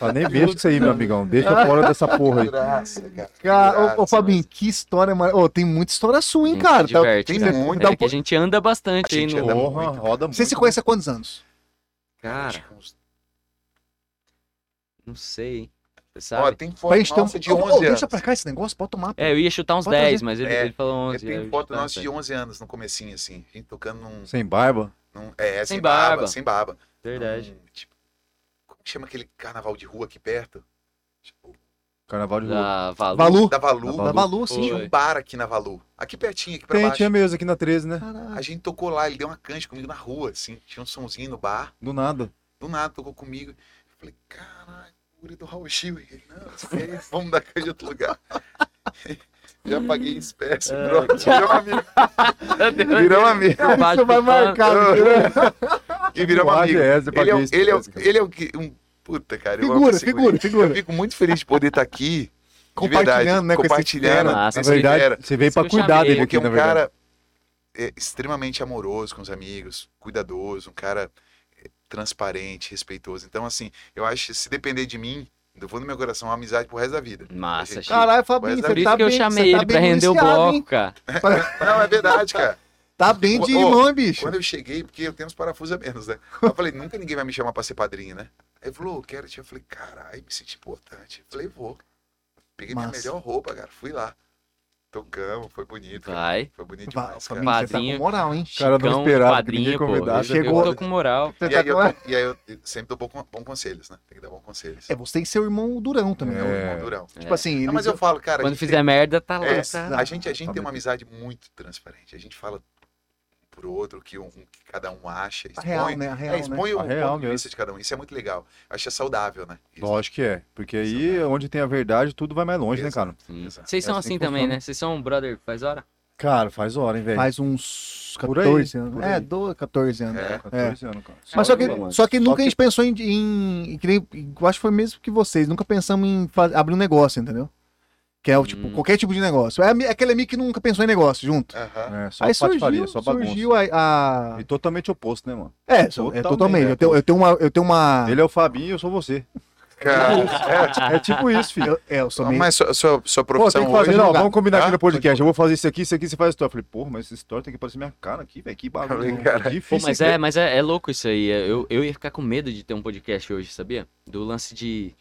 Speaker 7: Ah, nem vejo isso aí, meu amigão. Deixa eu fora dessa porra aí.
Speaker 6: graça, cara.
Speaker 2: Cara, ô, ô
Speaker 6: graça,
Speaker 2: Fabinho, que história maravilhosa. Tem muita história sua, hein,
Speaker 3: Gente,
Speaker 2: cara?
Speaker 3: se
Speaker 2: Tá-
Speaker 3: diverte,
Speaker 6: tem
Speaker 3: cara.
Speaker 6: muito.
Speaker 3: É que a gente anda bastante
Speaker 6: A
Speaker 3: aí
Speaker 6: gente
Speaker 3: no.
Speaker 6: anda
Speaker 7: Porra,
Speaker 6: muito,
Speaker 7: roda muito.
Speaker 2: Você se conhece há quantos anos?
Speaker 3: Cara,
Speaker 6: Acho que uns-
Speaker 3: não sei. Você
Speaker 6: Ó,
Speaker 3: sabe?
Speaker 6: tem
Speaker 2: Pra
Speaker 6: foto
Speaker 2: gente ter um-
Speaker 6: nossa de
Speaker 2: Ô, ô,
Speaker 6: 11 anos.
Speaker 2: Deixa pra cá esse negócio, pode tomar.
Speaker 3: É, eu ia chutar uns
Speaker 2: Quantas
Speaker 3: 10,
Speaker 2: vezes-
Speaker 3: mas ele,
Speaker 6: É,
Speaker 3: ele falou 11. eu
Speaker 6: Tem
Speaker 3: ia
Speaker 6: foto
Speaker 3: chutar
Speaker 6: nossa de
Speaker 3: bastante.
Speaker 6: 11 anos no comecinho, assim. A gente tocando num...
Speaker 7: Sem barba?
Speaker 6: num- é, sem,
Speaker 3: Sem
Speaker 6: barba.
Speaker 3: barba.
Speaker 6: Sem barba.
Speaker 3: Verdade.
Speaker 6: Num, tipo, como que chama aquele carnaval de rua aqui perto?
Speaker 7: Carnaval de rua.
Speaker 3: Da
Speaker 6: Ah,
Speaker 3: Valu.
Speaker 2: Valu.
Speaker 6: Da Valu.
Speaker 2: Da Valu, sim.
Speaker 6: Tinha um bar aqui na Valu. Aqui pertinho, aqui pra
Speaker 7: Tem,
Speaker 6: baixo.
Speaker 7: tinha mesmo aqui na 13, né?
Speaker 2: Caralho.
Speaker 6: A gente tocou lá, ele deu uma canja comigo na rua, assim. Tinha um somzinho no bar.
Speaker 7: Do nada.
Speaker 6: Do nada, tocou comigo. Eu falei, caralho, o guri do Raul Gil. Ele, não, esquece, vamos dar canja em outro lugar. Já paguei em espécie,
Speaker 2: É,
Speaker 6: pronto. Viramos amigo. Viramos amigo.
Speaker 3: Bate
Speaker 2: Isso vai
Speaker 3: pro pano.
Speaker 2: marcar.
Speaker 6: E viramos
Speaker 7: Porra,
Speaker 6: amigo.
Speaker 7: é, você
Speaker 6: Ele é,
Speaker 7: paguei
Speaker 6: o-
Speaker 7: isso,
Speaker 6: ele é, o-
Speaker 7: parece, cara.
Speaker 6: ele é o que. Um, puta, cara. eu amo
Speaker 2: Figura,
Speaker 6: esse guri.
Speaker 2: figura,
Speaker 6: Eu
Speaker 2: figura.
Speaker 6: fico muito feliz de poder estar aqui. de
Speaker 2: Compartilhando,
Speaker 6: verdade,
Speaker 2: né? com esse
Speaker 6: Compartilhando.
Speaker 3: fera.
Speaker 6: esse
Speaker 7: Na verdade,
Speaker 6: fera.
Speaker 7: você veio
Speaker 3: Isso
Speaker 7: pra
Speaker 3: que eu
Speaker 7: cuidar
Speaker 3: chamei,
Speaker 7: dele
Speaker 6: Porque
Speaker 7: aqui,
Speaker 6: é um
Speaker 7: na verdade.
Speaker 6: cara é, extremamente amoroso com os amigos, cuidadoso, um cara é, transparente, respeitoso. Então, assim, eu acho que se depender de mim, eu vou no meu coração é uma amizade pro resto da vida.
Speaker 3: Massa, Chico.
Speaker 2: Caralho, Fabinho,
Speaker 6: Mas é
Speaker 2: você
Speaker 3: Por isso
Speaker 2: tá
Speaker 3: que eu
Speaker 2: bem-
Speaker 3: chamei
Speaker 2: você tá
Speaker 3: ele pra
Speaker 2: bem
Speaker 3: render o
Speaker 2: municiado,
Speaker 3: bloco,
Speaker 2: hein?
Speaker 3: cara.
Speaker 6: Não, é verdade, cara.
Speaker 2: Tá bem de
Speaker 6: Ô, ô,
Speaker 2: irmão, hein, bicho.
Speaker 6: Quando eu cheguei, porque eu tenho uns parafusos a menos, né? Eu falei, nunca ninguém vai me chamar pra ser padrinho, né? Aí ele falou, eu quero te. Eu falei, caralho, me senti importante. Eu falei, vou. Peguei
Speaker 2: Massa.
Speaker 6: minha melhor roupa, cara. Fui lá. Tocamos, foi bonito. cara.
Speaker 3: Vai.
Speaker 6: Foi bonito
Speaker 2: Vai,
Speaker 6: demais, cara.
Speaker 2: Fabinho, você tá com
Speaker 3: Padrinho.
Speaker 2: moral, hein?
Speaker 7: O cara não
Speaker 3: Chicão,
Speaker 7: esperava que ninguém
Speaker 3: padrinho, pô. Eu,
Speaker 7: convidasse.
Speaker 2: Chegou-
Speaker 3: eu tô com moral.
Speaker 2: Você
Speaker 6: E
Speaker 2: tá
Speaker 6: aí, eu,
Speaker 2: com-
Speaker 6: e aí eu sempre dou bom, bom conselhos, né? Tem que dar bom conselhos.
Speaker 2: É, você tem que ser o irmão durão também.
Speaker 6: um
Speaker 2: né?
Speaker 7: É.
Speaker 6: Durão.
Speaker 2: Tipo assim, ele...
Speaker 6: Não, mas eu falo, cara, a
Speaker 3: Quando
Speaker 6: gente,
Speaker 3: fizer merda, tá lá.
Speaker 6: É,
Speaker 3: tá?
Speaker 6: tem, a gente, a gente tem
Speaker 7: Também.
Speaker 6: uma amizade muito transparente. A gente fala um por outro, o que, um, que cada um acha,
Speaker 2: A
Speaker 6: expõe.
Speaker 2: real, né? A
Speaker 6: É,
Speaker 2: real, né?
Speaker 6: expõe
Speaker 7: A
Speaker 6: o
Speaker 7: real
Speaker 6: ponto de
Speaker 7: mesmo.
Speaker 6: vista de cada um. Isso é muito legal. Acho que é saudável, né? Isso.
Speaker 7: Lógico que é. Porque aí, onde tem a verdade, tudo vai mais longe, né, cara?
Speaker 3: Sim.
Speaker 6: Exato.
Speaker 3: Vocês são
Speaker 7: É assim
Speaker 3: assim
Speaker 7: que
Speaker 3: também,
Speaker 7: funciona.
Speaker 3: né? Vocês são um brother faz hora?
Speaker 7: Cara, faz hora, hein, velho.
Speaker 3: É.
Speaker 2: Faz uns
Speaker 7: Por aí,
Speaker 2: 14 anos.
Speaker 7: por
Speaker 2: É,
Speaker 7: aí.
Speaker 2: 12, 14 anos.
Speaker 6: É.
Speaker 7: 14 anos, cara.
Speaker 2: Mas
Speaker 3: Só
Speaker 2: só que,
Speaker 3: que-
Speaker 2: só que
Speaker 7: só
Speaker 2: nunca a
Speaker 7: que-
Speaker 2: gente pensou em. em- em que nem- eu acho que foi mesmo que vocês. Nunca pensamos em fa- abrir um negócio, entendeu? Que é o tipo,
Speaker 3: Hum.
Speaker 2: qualquer tipo de negócio. É a mi- aquele amigo que nunca pensou em negócio junto.
Speaker 6: Aham.
Speaker 7: É, só
Speaker 2: Aí surgiu,
Speaker 7: patifaria, só bagunça.
Speaker 2: surgiu a. a-
Speaker 7: E totalmente oposto, né, mano?
Speaker 2: É, é
Speaker 7: totalmente,
Speaker 2: totalmente.
Speaker 7: né?
Speaker 2: Eu, tenho, eu tenho uma. Eu tenho uma.
Speaker 7: Ele é o Fabinho e eu sou você.
Speaker 6: Cara,
Speaker 7: É tipo isso, filho.
Speaker 2: Eu, é, eu sou meio.
Speaker 6: mas sua, sua, sua
Speaker 7: Pô,
Speaker 6: profissão
Speaker 7: tem que fazer,
Speaker 6: hoje...
Speaker 7: não,
Speaker 2: lugar.
Speaker 7: vamos combinar aqui
Speaker 6: Hã?
Speaker 7: no podcast. Eu vou fazer isso aqui, isso aqui, você faz história. Eu falei, porra, mas essa história tem que aparecer minha cara aqui, velho. Que bagulho.
Speaker 6: Falei, cara.
Speaker 7: Difícil.
Speaker 3: Pô, mas
Speaker 7: hein,
Speaker 3: é, mas é, é louco isso aí. É, Eu, eu ia ficar com medo de ter um podcast hoje, sabia? Do lance de.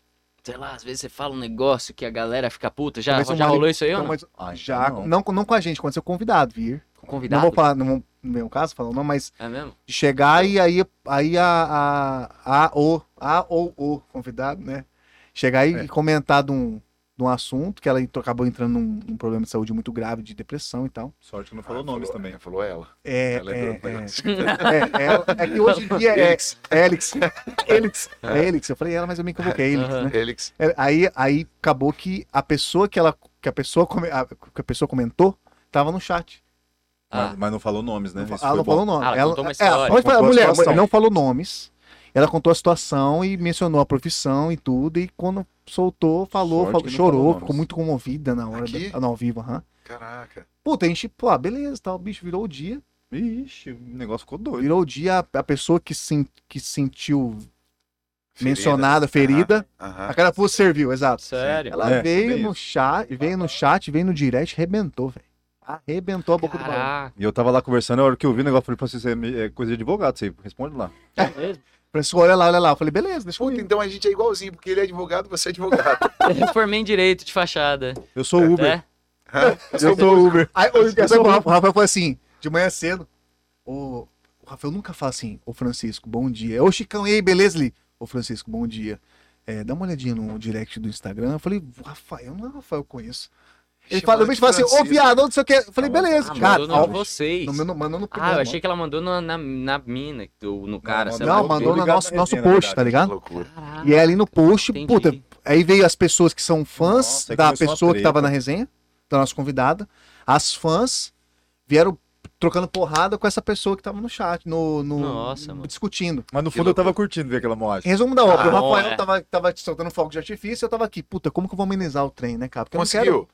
Speaker 3: Sei lá, às vezes você fala um negócio que a galera fica puta. Já,
Speaker 2: Talvez um
Speaker 3: já
Speaker 2: mali-
Speaker 3: rolou isso aí,
Speaker 2: Então,
Speaker 3: ou não?
Speaker 2: mas-
Speaker 7: Ah, então
Speaker 2: já.
Speaker 7: não.
Speaker 2: Não. com- não com a gente, quando seu convidado vir.
Speaker 3: Com
Speaker 2: Não
Speaker 3: Convidado?
Speaker 2: vou falar, não, vou- no meu caso, falar, não, mas
Speaker 3: É mesmo?
Speaker 2: de chegar e aí, aí a, a, a, o, a ou o convidado, né? Chegar e,
Speaker 7: É.
Speaker 2: e comentar de um, de um assunto que ela entrou- acabou entrando num, num problema de saúde muito grave, de depressão e tal.
Speaker 7: Sorte que não
Speaker 6: Ah,
Speaker 7: falou nomes
Speaker 6: falou-
Speaker 7: também.
Speaker 6: Falou ela.
Speaker 2: É,
Speaker 6: Ela entrou no
Speaker 2: é,
Speaker 6: negócio.
Speaker 2: é, é, é que hoje em dia é
Speaker 6: Helix,
Speaker 2: Helix. Helix. É Helix. Eu falei ela, mas eu me equivoquei. Helix,
Speaker 3: Aham.
Speaker 2: né?
Speaker 6: Helix.
Speaker 2: É, Aí, aí acabou que a pessoa que ela que a pessoa, come- a- que a pessoa comentou tava no chat.
Speaker 3: Ah,
Speaker 7: Mas, mas não falou nomes, né? Isso
Speaker 2: ela
Speaker 7: foi
Speaker 2: não
Speaker 7: bom.
Speaker 2: falou nome.
Speaker 3: Ah, ela
Speaker 2: ela,
Speaker 3: contou
Speaker 2: é,
Speaker 3: uma história.
Speaker 2: ela foi-
Speaker 7: Contou
Speaker 2: a
Speaker 7: a
Speaker 2: mulher
Speaker 7: situação.
Speaker 2: não falou nomes. Ela contou a situação e mencionou a profissão e tudo. E quando soltou, falou,
Speaker 7: Sorte
Speaker 2: falou-
Speaker 7: que não
Speaker 2: chorou,
Speaker 7: falou nomes.
Speaker 2: ficou muito comovida na hora
Speaker 6: Aqui?
Speaker 2: da, no ao vivo. aham.
Speaker 6: Caraca.
Speaker 2: Puta, a gente, pô, ah, beleza, tal, bicho, virou o dia.
Speaker 7: Ixi, o negócio ficou doido.
Speaker 2: Virou o dia a, a pessoa que se que se sentiu
Speaker 6: Ferida.
Speaker 2: mencionada, ferida.
Speaker 7: Ah,
Speaker 6: Aham.
Speaker 2: A cara pô, serviu, exato.
Speaker 3: sério?
Speaker 2: Ela
Speaker 7: É,
Speaker 2: veio
Speaker 7: também
Speaker 2: no chat, veio no chat, veio no direct, arrebentou, velho. Arrebentou a boca do balão.
Speaker 3: Caraca,
Speaker 7: E eu tava lá conversando, a hora que eu vi o negócio, eu falei pra você, isso é me- é coisa de advogado, você responde lá.
Speaker 3: mesmo?
Speaker 2: Francisco, assim, olha lá, olha lá. Eu falei, beleza, deixa eu
Speaker 6: Puta,
Speaker 2: ir.
Speaker 6: então a gente é igualzinho, porque ele é advogado, você é advogado.
Speaker 3: Eu formei em direito de fachada.
Speaker 1: Eu sou
Speaker 6: tá.
Speaker 1: o Uber.
Speaker 3: É?
Speaker 2: Eu sou Uber. Aí, eu, eu,
Speaker 6: sou
Speaker 2: o Rafa, o Rafa falou assim, de manhã cedo. Ô, o Rafael nunca fala assim, ô Francisco, bom dia. Ô Chicão, e aí, beleza? Ele, ô Francisco, bom dia. É, dá uma olhadinha no direct do Instagram. Eu falei, Rafael, não é o Rafael que eu conheço. Ele
Speaker 6: Chamado
Speaker 2: falou, eu falo assim, ô
Speaker 6: Francisco.
Speaker 2: viado, onde você quer? Eu falei, beleza,
Speaker 3: Ah,
Speaker 2: cara.
Speaker 3: mandou no
Speaker 2: ó,
Speaker 3: de vocês.
Speaker 2: no meu, mandou no
Speaker 3: Ah,
Speaker 2: programa.
Speaker 3: eu achei que ela mandou na, na, na mina, ou no cara, é sei lá.
Speaker 2: Não,
Speaker 3: o
Speaker 2: mandou
Speaker 3: quê.
Speaker 2: no
Speaker 1: Obrigado
Speaker 2: nosso,
Speaker 1: na
Speaker 2: nosso
Speaker 1: resenha, na
Speaker 2: post, tá
Speaker 1: verdade.
Speaker 2: ligado?
Speaker 6: Loucura.
Speaker 3: Caraca,
Speaker 2: E é ali no post,
Speaker 3: entendi.
Speaker 2: puta, Aí veio as pessoas que são fãs
Speaker 1: Nossa, aí
Speaker 2: da
Speaker 1: começou uma
Speaker 2: pessoa que
Speaker 1: treta.
Speaker 2: tava na resenha, da nossa convidada. As fãs vieram trocando porrada com essa pessoa que tava no chat, no, no-
Speaker 3: Nossa, mano.
Speaker 2: discutindo.
Speaker 1: Mas no
Speaker 6: Que
Speaker 1: fundo eu tava
Speaker 6: loucura.
Speaker 1: curtindo ver aquela moagem.
Speaker 2: Em resumo da obra,
Speaker 3: Ah,
Speaker 2: o Rafael
Speaker 3: é.
Speaker 2: tava, tava te soltando fogo de artifício, eu tava aqui, puta, como que eu vou amenizar o trem, né, cara? Porque eu não quero-
Speaker 6: Conseguiu?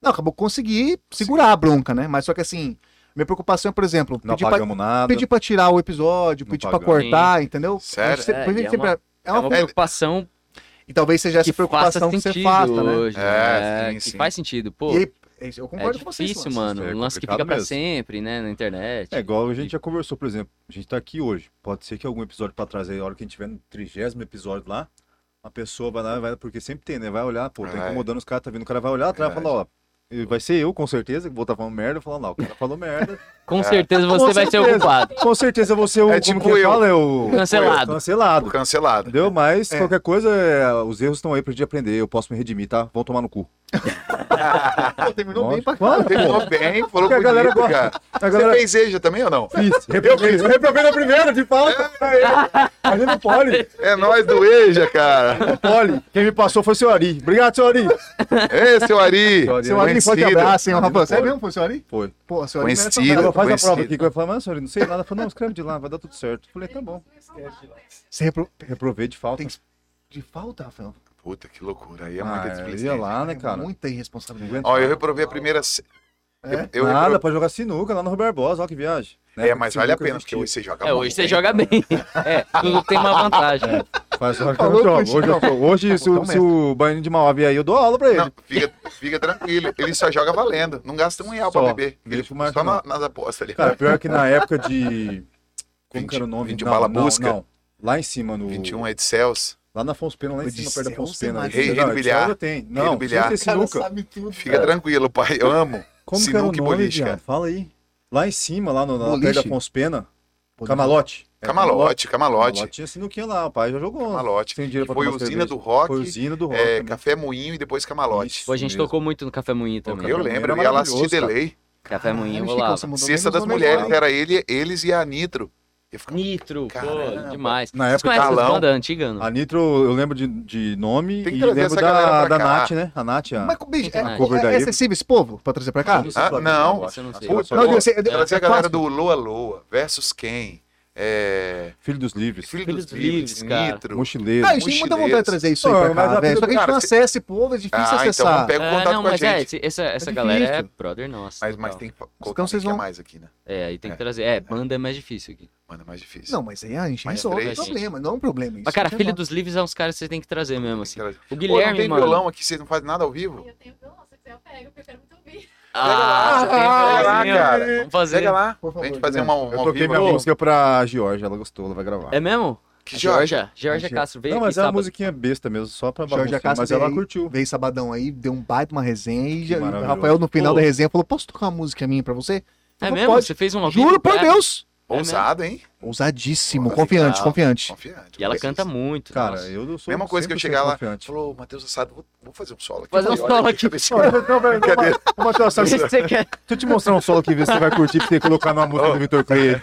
Speaker 2: Não, acabou conseguir segurar a bronca, né? Mas só que assim, minha preocupação é, por exemplo,
Speaker 1: Não
Speaker 2: pedir pra,
Speaker 1: apagamos nada.
Speaker 2: pedir pra tirar o episódio,
Speaker 1: Não
Speaker 2: pedir pra
Speaker 1: pagamos.
Speaker 2: cortar, entendeu?
Speaker 6: Sério?
Speaker 2: A gente se-
Speaker 3: É,
Speaker 2: a gente
Speaker 3: e é
Speaker 2: sempre- é
Speaker 3: É
Speaker 2: uma-
Speaker 3: uma preocupação
Speaker 2: E talvez seja essa
Speaker 3: que faça
Speaker 2: preocupação que
Speaker 3: sentido
Speaker 2: você faça, né?
Speaker 3: hoje.
Speaker 6: É,
Speaker 3: né?
Speaker 6: sim,
Speaker 3: que
Speaker 6: sim.
Speaker 3: faz sentido, pô.
Speaker 2: E aí, é isso, eu
Speaker 3: É
Speaker 2: concordo com vocês.
Speaker 3: difícil,
Speaker 2: Lance.
Speaker 3: mano.
Speaker 1: É
Speaker 3: um lance que
Speaker 1: complicado
Speaker 3: fica pra
Speaker 1: mesmo.
Speaker 3: sempre, né, na internet.
Speaker 1: É igual a gente já conversou, por exemplo. A gente tá aqui hoje. Pode ser que algum episódio pra trás aí, a hora que a gente tiver no trigésimo episódio lá, a pessoa vai lá, vai, porque sempre tem, né? Vai olhar, pô, tá
Speaker 6: Vai.
Speaker 1: incomodando os caras, tá vindo. O cara vai olhar atrás e falar, ó. e Vai ser eu, com certeza, que vou estar falando merda, falando, não, o cara falou merda.
Speaker 3: Com certeza
Speaker 1: Com
Speaker 3: você vai ser
Speaker 1: certeza.
Speaker 3: ocupado.
Speaker 1: Com certeza eu vou ser o. como
Speaker 6: É tipo
Speaker 1: que
Speaker 6: eu.
Speaker 1: fala? É o.
Speaker 3: Cancelado.
Speaker 1: Cancelado.
Speaker 6: Cancelado.
Speaker 1: Entendeu? Mas
Speaker 2: É.
Speaker 1: qualquer coisa, é, os erros estão aí pra gente aprender. Eu posso me redimir, tá? Vão tomar no cu.
Speaker 2: Pô, terminou bem pra
Speaker 1: Claro, pô.
Speaker 6: Terminou bem, falou
Speaker 1: Porque a
Speaker 6: bonito,
Speaker 1: galera
Speaker 6: cara.
Speaker 1: A
Speaker 6: Você
Speaker 1: galera
Speaker 6: fez EJA também ou não?
Speaker 1: Fiz. Reprovei. Eu reprovei na primeira, de falta. A gente não pode.
Speaker 6: É nós do EJA, cara.
Speaker 1: Não pode. Quem me passou foi o seu Ari. Obrigado, seu Ari.
Speaker 6: Ei, seu Ari.
Speaker 1: Seu Ari,
Speaker 2: Seu Ari, forte
Speaker 6: Conhecido.
Speaker 2: abraço, hein, Rafa. Você é
Speaker 1: Pode.
Speaker 2: mesmo, foi seu Ari?
Speaker 1: Foi.
Speaker 2: Pô, seu Ari merece
Speaker 6: Conhecido.
Speaker 2: abraço.
Speaker 1: Ela faz a
Speaker 6: conhecido.
Speaker 1: prova aqui. que Eu falei, mas, senhor, não sei nada. Eu falei, não, escreve de lá, vai dar tudo certo. Eu falei, tá bom.
Speaker 2: Você repro...
Speaker 1: Reprovei de falta.
Speaker 2: Tem que- de falta, Rafael. É
Speaker 6: Puta, que loucura. Aí é
Speaker 1: Ah,
Speaker 6: muita
Speaker 1: eu
Speaker 6: desplicência.
Speaker 1: ia lá, né, cara?
Speaker 2: Muita irresponsabilidade.
Speaker 6: Ó, eu reprovei a primeira. se-
Speaker 2: É?
Speaker 6: Eu, eu
Speaker 1: Nada, né?
Speaker 6: reprovei-
Speaker 1: pra jogar sinuca lá no Rui Barbosa, ó que viagem. Na
Speaker 6: É,
Speaker 1: época
Speaker 6: mas
Speaker 1: de
Speaker 6: vale a
Speaker 1: sinuca
Speaker 6: pena, porque
Speaker 1: existia.
Speaker 6: hoje você joga
Speaker 3: É,
Speaker 6: muito
Speaker 3: hoje você
Speaker 6: bem.
Speaker 3: joga bem. É, tudo tem uma vantagem.
Speaker 1: Faz hora que eu não
Speaker 2: Falou
Speaker 1: jogo.
Speaker 2: com o
Speaker 1: Hoje, eu tô- hoje se,
Speaker 2: Então,
Speaker 1: o- se o banho de Mauá vier aí, eu dou aula pra ele.
Speaker 6: Não, fica, fica tranquilo. Ele só joga valendo. Não gasta um real
Speaker 1: Só.
Speaker 6: pra beber. Ele
Speaker 1: Deixa o Marcos
Speaker 6: só na-
Speaker 1: não.
Speaker 6: nas apostas ali.
Speaker 1: Cara, pior que na época de. Como que era o nome?
Speaker 6: Vinte e um
Speaker 1: não,
Speaker 6: bala
Speaker 1: não,
Speaker 6: busca.
Speaker 1: não. Lá em cima, no.
Speaker 6: 21 é de Celso.
Speaker 1: Lá na Afonso Pena, lá em
Speaker 2: Foi de
Speaker 1: cima, perto da Afonso
Speaker 2: Celso,
Speaker 1: Pena.
Speaker 2: mas-
Speaker 1: Não,
Speaker 6: Rei- Rei do
Speaker 1: isso
Speaker 6: bilhar.
Speaker 1: ainda tem. Não,
Speaker 6: do bilhar.
Speaker 1: sem ter sinuca.
Speaker 2: tudo.
Speaker 1: É.
Speaker 6: Fica tranquilo, pai. Eu amo.
Speaker 1: Como que era o
Speaker 6: Sinuca e
Speaker 1: nome,
Speaker 6: boliche,
Speaker 1: viado?
Speaker 6: cara.
Speaker 1: Fala aí. Lá em cima, lá no, na
Speaker 2: Boliche?
Speaker 1: perto da Afonso Pena.
Speaker 2: Pô,
Speaker 1: Camalote. É,
Speaker 6: Camalote, camalote.
Speaker 1: Tinha sinuquinha lá, o pai já jogou.
Speaker 6: Camalote.
Speaker 1: Sem dinheiro pra
Speaker 6: Foi
Speaker 1: tomar
Speaker 6: usina
Speaker 1: cerveja.
Speaker 6: do
Speaker 1: Foi
Speaker 6: rock,
Speaker 1: usina do rock.
Speaker 6: é,
Speaker 1: né?
Speaker 6: café moinho e depois camalote.
Speaker 1: Isso
Speaker 3: Pô, a gente
Speaker 1: mesmo.
Speaker 3: tocou muito no Café Moinho também. né?
Speaker 6: Eu
Speaker 1: Café Moinho
Speaker 6: lembro,
Speaker 1: era
Speaker 6: eu ia lá assistir
Speaker 1: maravilhoso, cara.
Speaker 6: delay.
Speaker 3: Café Moinho, eu lá.
Speaker 6: Sexta das mulheres, era ele, eles e a Nitro. Eu ficava,
Speaker 3: Nitro, pô,
Speaker 6: Caramba.
Speaker 3: demais.
Speaker 1: Na
Speaker 3: Vocês
Speaker 1: época, Ah,
Speaker 3: conhecem essa
Speaker 6: Calão.
Speaker 3: banda antiga, não?
Speaker 1: né? A Nitro, eu lembro de, de nome
Speaker 6: Tem que
Speaker 1: e
Speaker 6: trazer
Speaker 1: lembro
Speaker 6: essa galera
Speaker 1: da,
Speaker 6: pra
Speaker 1: da
Speaker 6: cá.
Speaker 1: Nath, né? A Nath, a...
Speaker 2: Mas, bicho, é,
Speaker 3: Ah,
Speaker 1: cover
Speaker 2: é,
Speaker 1: daí.
Speaker 2: é acessível esse povo pra trazer pra cá?
Speaker 1: Não sei
Speaker 6: Ah,
Speaker 1: se ela-
Speaker 6: não.
Speaker 1: acho.
Speaker 3: Eu não sei.
Speaker 1: Pô,
Speaker 6: Putz,
Speaker 1: só-
Speaker 2: eu sei, eu-
Speaker 6: Ela
Speaker 2: é
Speaker 6: tinha a galera
Speaker 2: fácil.
Speaker 6: do Loa Loa, versus quem? É,
Speaker 1: Filho dos Livres.
Speaker 6: Filho
Speaker 3: Filhos
Speaker 6: dos Livres,
Speaker 3: Livres, cara.
Speaker 6: Nitro.
Speaker 1: Mochileiro.
Speaker 2: Ah, a gente tem muita
Speaker 6: mochileiros.
Speaker 2: vontade de trazer isso aí
Speaker 1: Pô,
Speaker 2: pra
Speaker 1: mas
Speaker 2: cá,
Speaker 1: a
Speaker 2: velho. Só que a gente
Speaker 6: cara,
Speaker 2: não
Speaker 6: se-
Speaker 2: acessa esse povo, é difícil
Speaker 6: Ah, então não
Speaker 2: acessar.
Speaker 6: pega o
Speaker 3: Ah,
Speaker 6: contato
Speaker 3: não,
Speaker 6: com a
Speaker 3: mas é,
Speaker 6: gente.
Speaker 3: esse- essa, essa
Speaker 2: difícil.
Speaker 3: galera é brother nossa.
Speaker 6: Mas, mas
Speaker 3: total.
Speaker 6: tem que colocar
Speaker 2: Então
Speaker 6: então,
Speaker 2: vocês
Speaker 6: vocês vão...
Speaker 2: vão-
Speaker 6: mais aqui, né?
Speaker 3: É, aí tem que
Speaker 6: É.
Speaker 3: trazer. É, banda é mais difícil aqui.
Speaker 6: Mano, é mais difícil.
Speaker 2: Não, mas aí a gente
Speaker 6: Mais
Speaker 2: resolve o
Speaker 6: três,
Speaker 2: problema, não é um problema.
Speaker 3: Mas,
Speaker 2: isso,
Speaker 3: cara,
Speaker 2: a gente
Speaker 3: Filho
Speaker 2: resolve.
Speaker 3: dos Livres é uns caras que vocês têm que trazer mesmo, assim.
Speaker 6: Cara,
Speaker 3: O
Speaker 6: Pô, não
Speaker 3: Guilherme,
Speaker 6: tem
Speaker 3: mano.
Speaker 6: violão aqui, vocês não fazem nada ao vivo?
Speaker 4: Eu tenho violão, se quiser eu pego, porque eu quero muito ouvir.
Speaker 3: Ah, você tem
Speaker 6: Ah,
Speaker 3: violãozinho,
Speaker 6: cara.
Speaker 3: Vamos fazer.
Speaker 6: Pega lá,
Speaker 2: Por
Speaker 6: pra
Speaker 2: favor,
Speaker 6: gente fazer uma, uma
Speaker 1: Eu
Speaker 6: ao
Speaker 1: toquei
Speaker 6: vivo.
Speaker 1: minha
Speaker 6: aqui.
Speaker 1: música pra Georgia, ela gostou, ela vai gravar.
Speaker 3: É mesmo?
Speaker 6: Que
Speaker 3: A
Speaker 6: Jorge?
Speaker 3: Georgia. é Georgia Castro veio
Speaker 1: Não,
Speaker 3: aqui
Speaker 1: mas é uma
Speaker 3: sábado.
Speaker 1: musiquinha besta mesmo, só pra
Speaker 2: Jorge
Speaker 1: bagunça,
Speaker 2: Acácio
Speaker 1: mas ela
Speaker 2: veio-
Speaker 1: curtiu.
Speaker 2: Veio sabadão aí, deu um baita uma resenha e já- e o
Speaker 1: maravilhoso.
Speaker 2: Rafael no final
Speaker 3: Pô.
Speaker 2: da resenha falou: Posso tocar uma música minha pra você?
Speaker 3: É
Speaker 2: Não
Speaker 3: mesmo?
Speaker 2: pode.
Speaker 3: Você fez um ao vivo?
Speaker 2: Juro por
Speaker 3: É.
Speaker 2: Deus!
Speaker 6: Ousado, hein?
Speaker 2: Ousadíssimo,
Speaker 6: Pô,
Speaker 2: confiante,
Speaker 6: legal.
Speaker 2: confiante.
Speaker 6: Confiante.
Speaker 3: E ela canta muito.
Speaker 1: Cara,
Speaker 3: nossa.
Speaker 1: eu sou
Speaker 6: Mesma coisa que eu
Speaker 1: 100%
Speaker 6: chegar lá,
Speaker 1: confiante.
Speaker 6: falou, Matheus Assado, vou, vou fazer um solo aqui.
Speaker 3: Fazer um
Speaker 6: Falei, olha
Speaker 3: solo
Speaker 6: que
Speaker 3: aqui.
Speaker 6: cabecinha. Brincadeira.
Speaker 1: Ô, Matheus, sabe-
Speaker 3: Você- você quer-
Speaker 1: Deixa eu te mostrar um solo que vê se você vai curtir pra você colocar numa música do Vitor Clay.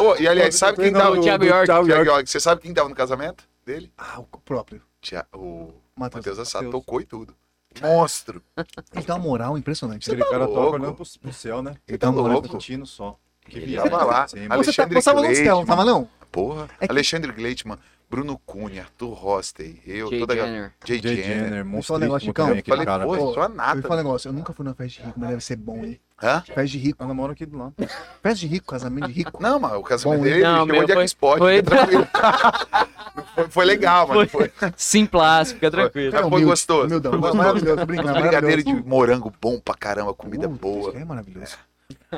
Speaker 6: Ô, e aliás, sabe quem
Speaker 1: Não,
Speaker 6: tava...
Speaker 1: do-
Speaker 6: no-
Speaker 3: Thiago
Speaker 1: do
Speaker 3: York.
Speaker 1: Thiago
Speaker 6: Thiago
Speaker 1: York.
Speaker 6: York, você sabe quem tava no casamento dele?
Speaker 2: Ah, o próprio.
Speaker 6: Tia- O
Speaker 2: Matheus.
Speaker 6: Matheus Assado
Speaker 1: Matheus.
Speaker 6: tocou e tudo. Monstro.
Speaker 2: Ele tem uma moral impressionante.
Speaker 6: tá-
Speaker 1: Aquele cara toca
Speaker 6: louco?
Speaker 1: olhando pro, pro céu, né?
Speaker 6: Ele
Speaker 2: tá
Speaker 6: tá louco.
Speaker 1: Curtindo só. Que
Speaker 3: Ele
Speaker 1: viagem.
Speaker 6: Tava lá.
Speaker 1: Sim,
Speaker 2: Você tá-
Speaker 6: Alexandre
Speaker 2: você tava no céu, não
Speaker 6: Gleitman.
Speaker 2: tava não?
Speaker 6: Porra.
Speaker 2: É que-
Speaker 6: Alexandre Gleitman, Bruno Cunha, Arthur Rostey, eu,
Speaker 3: Jay
Speaker 6: toda a galera.
Speaker 3: Jenner.
Speaker 6: Jay
Speaker 1: Jay
Speaker 6: Jenner.
Speaker 1: Jenner,
Speaker 2: Deixa eu falar um negócio,
Speaker 1: monstríssimo
Speaker 2: Chicão.
Speaker 1: também,
Speaker 6: Falei,
Speaker 1: aquele cara.
Speaker 6: pô,
Speaker 1: Pô,
Speaker 6: só
Speaker 2: Eu ia
Speaker 6: nada.
Speaker 2: falar um negócio, eu nunca fui numa festa de rico, mas deve ser bom, hein?
Speaker 6: Hã?
Speaker 2: Festa de rico,
Speaker 1: Eu namoro aqui do lado.
Speaker 2: festa de rico, casamento de rico.
Speaker 6: Não, mas o casamento
Speaker 2: Bom,
Speaker 6: dele
Speaker 3: não,
Speaker 6: não,
Speaker 3: meu,
Speaker 6: chamou de
Speaker 3: foi-
Speaker 6: X-Pod.
Speaker 3: foi-
Speaker 6: fica tranquilo. Foi, foi legal, mano. Foi,
Speaker 3: Simples, fica tranquilo.
Speaker 6: Foi
Speaker 2: É humilde,
Speaker 6: gostoso.
Speaker 2: humildão.
Speaker 6: Foi gostoso.
Speaker 2: Maravilhoso, tô brincando,
Speaker 6: Uma brigadeira de
Speaker 2: maravilhoso.
Speaker 6: morango bom pra caramba, comida
Speaker 2: Uh,
Speaker 6: boa.
Speaker 2: isso É maravilhoso.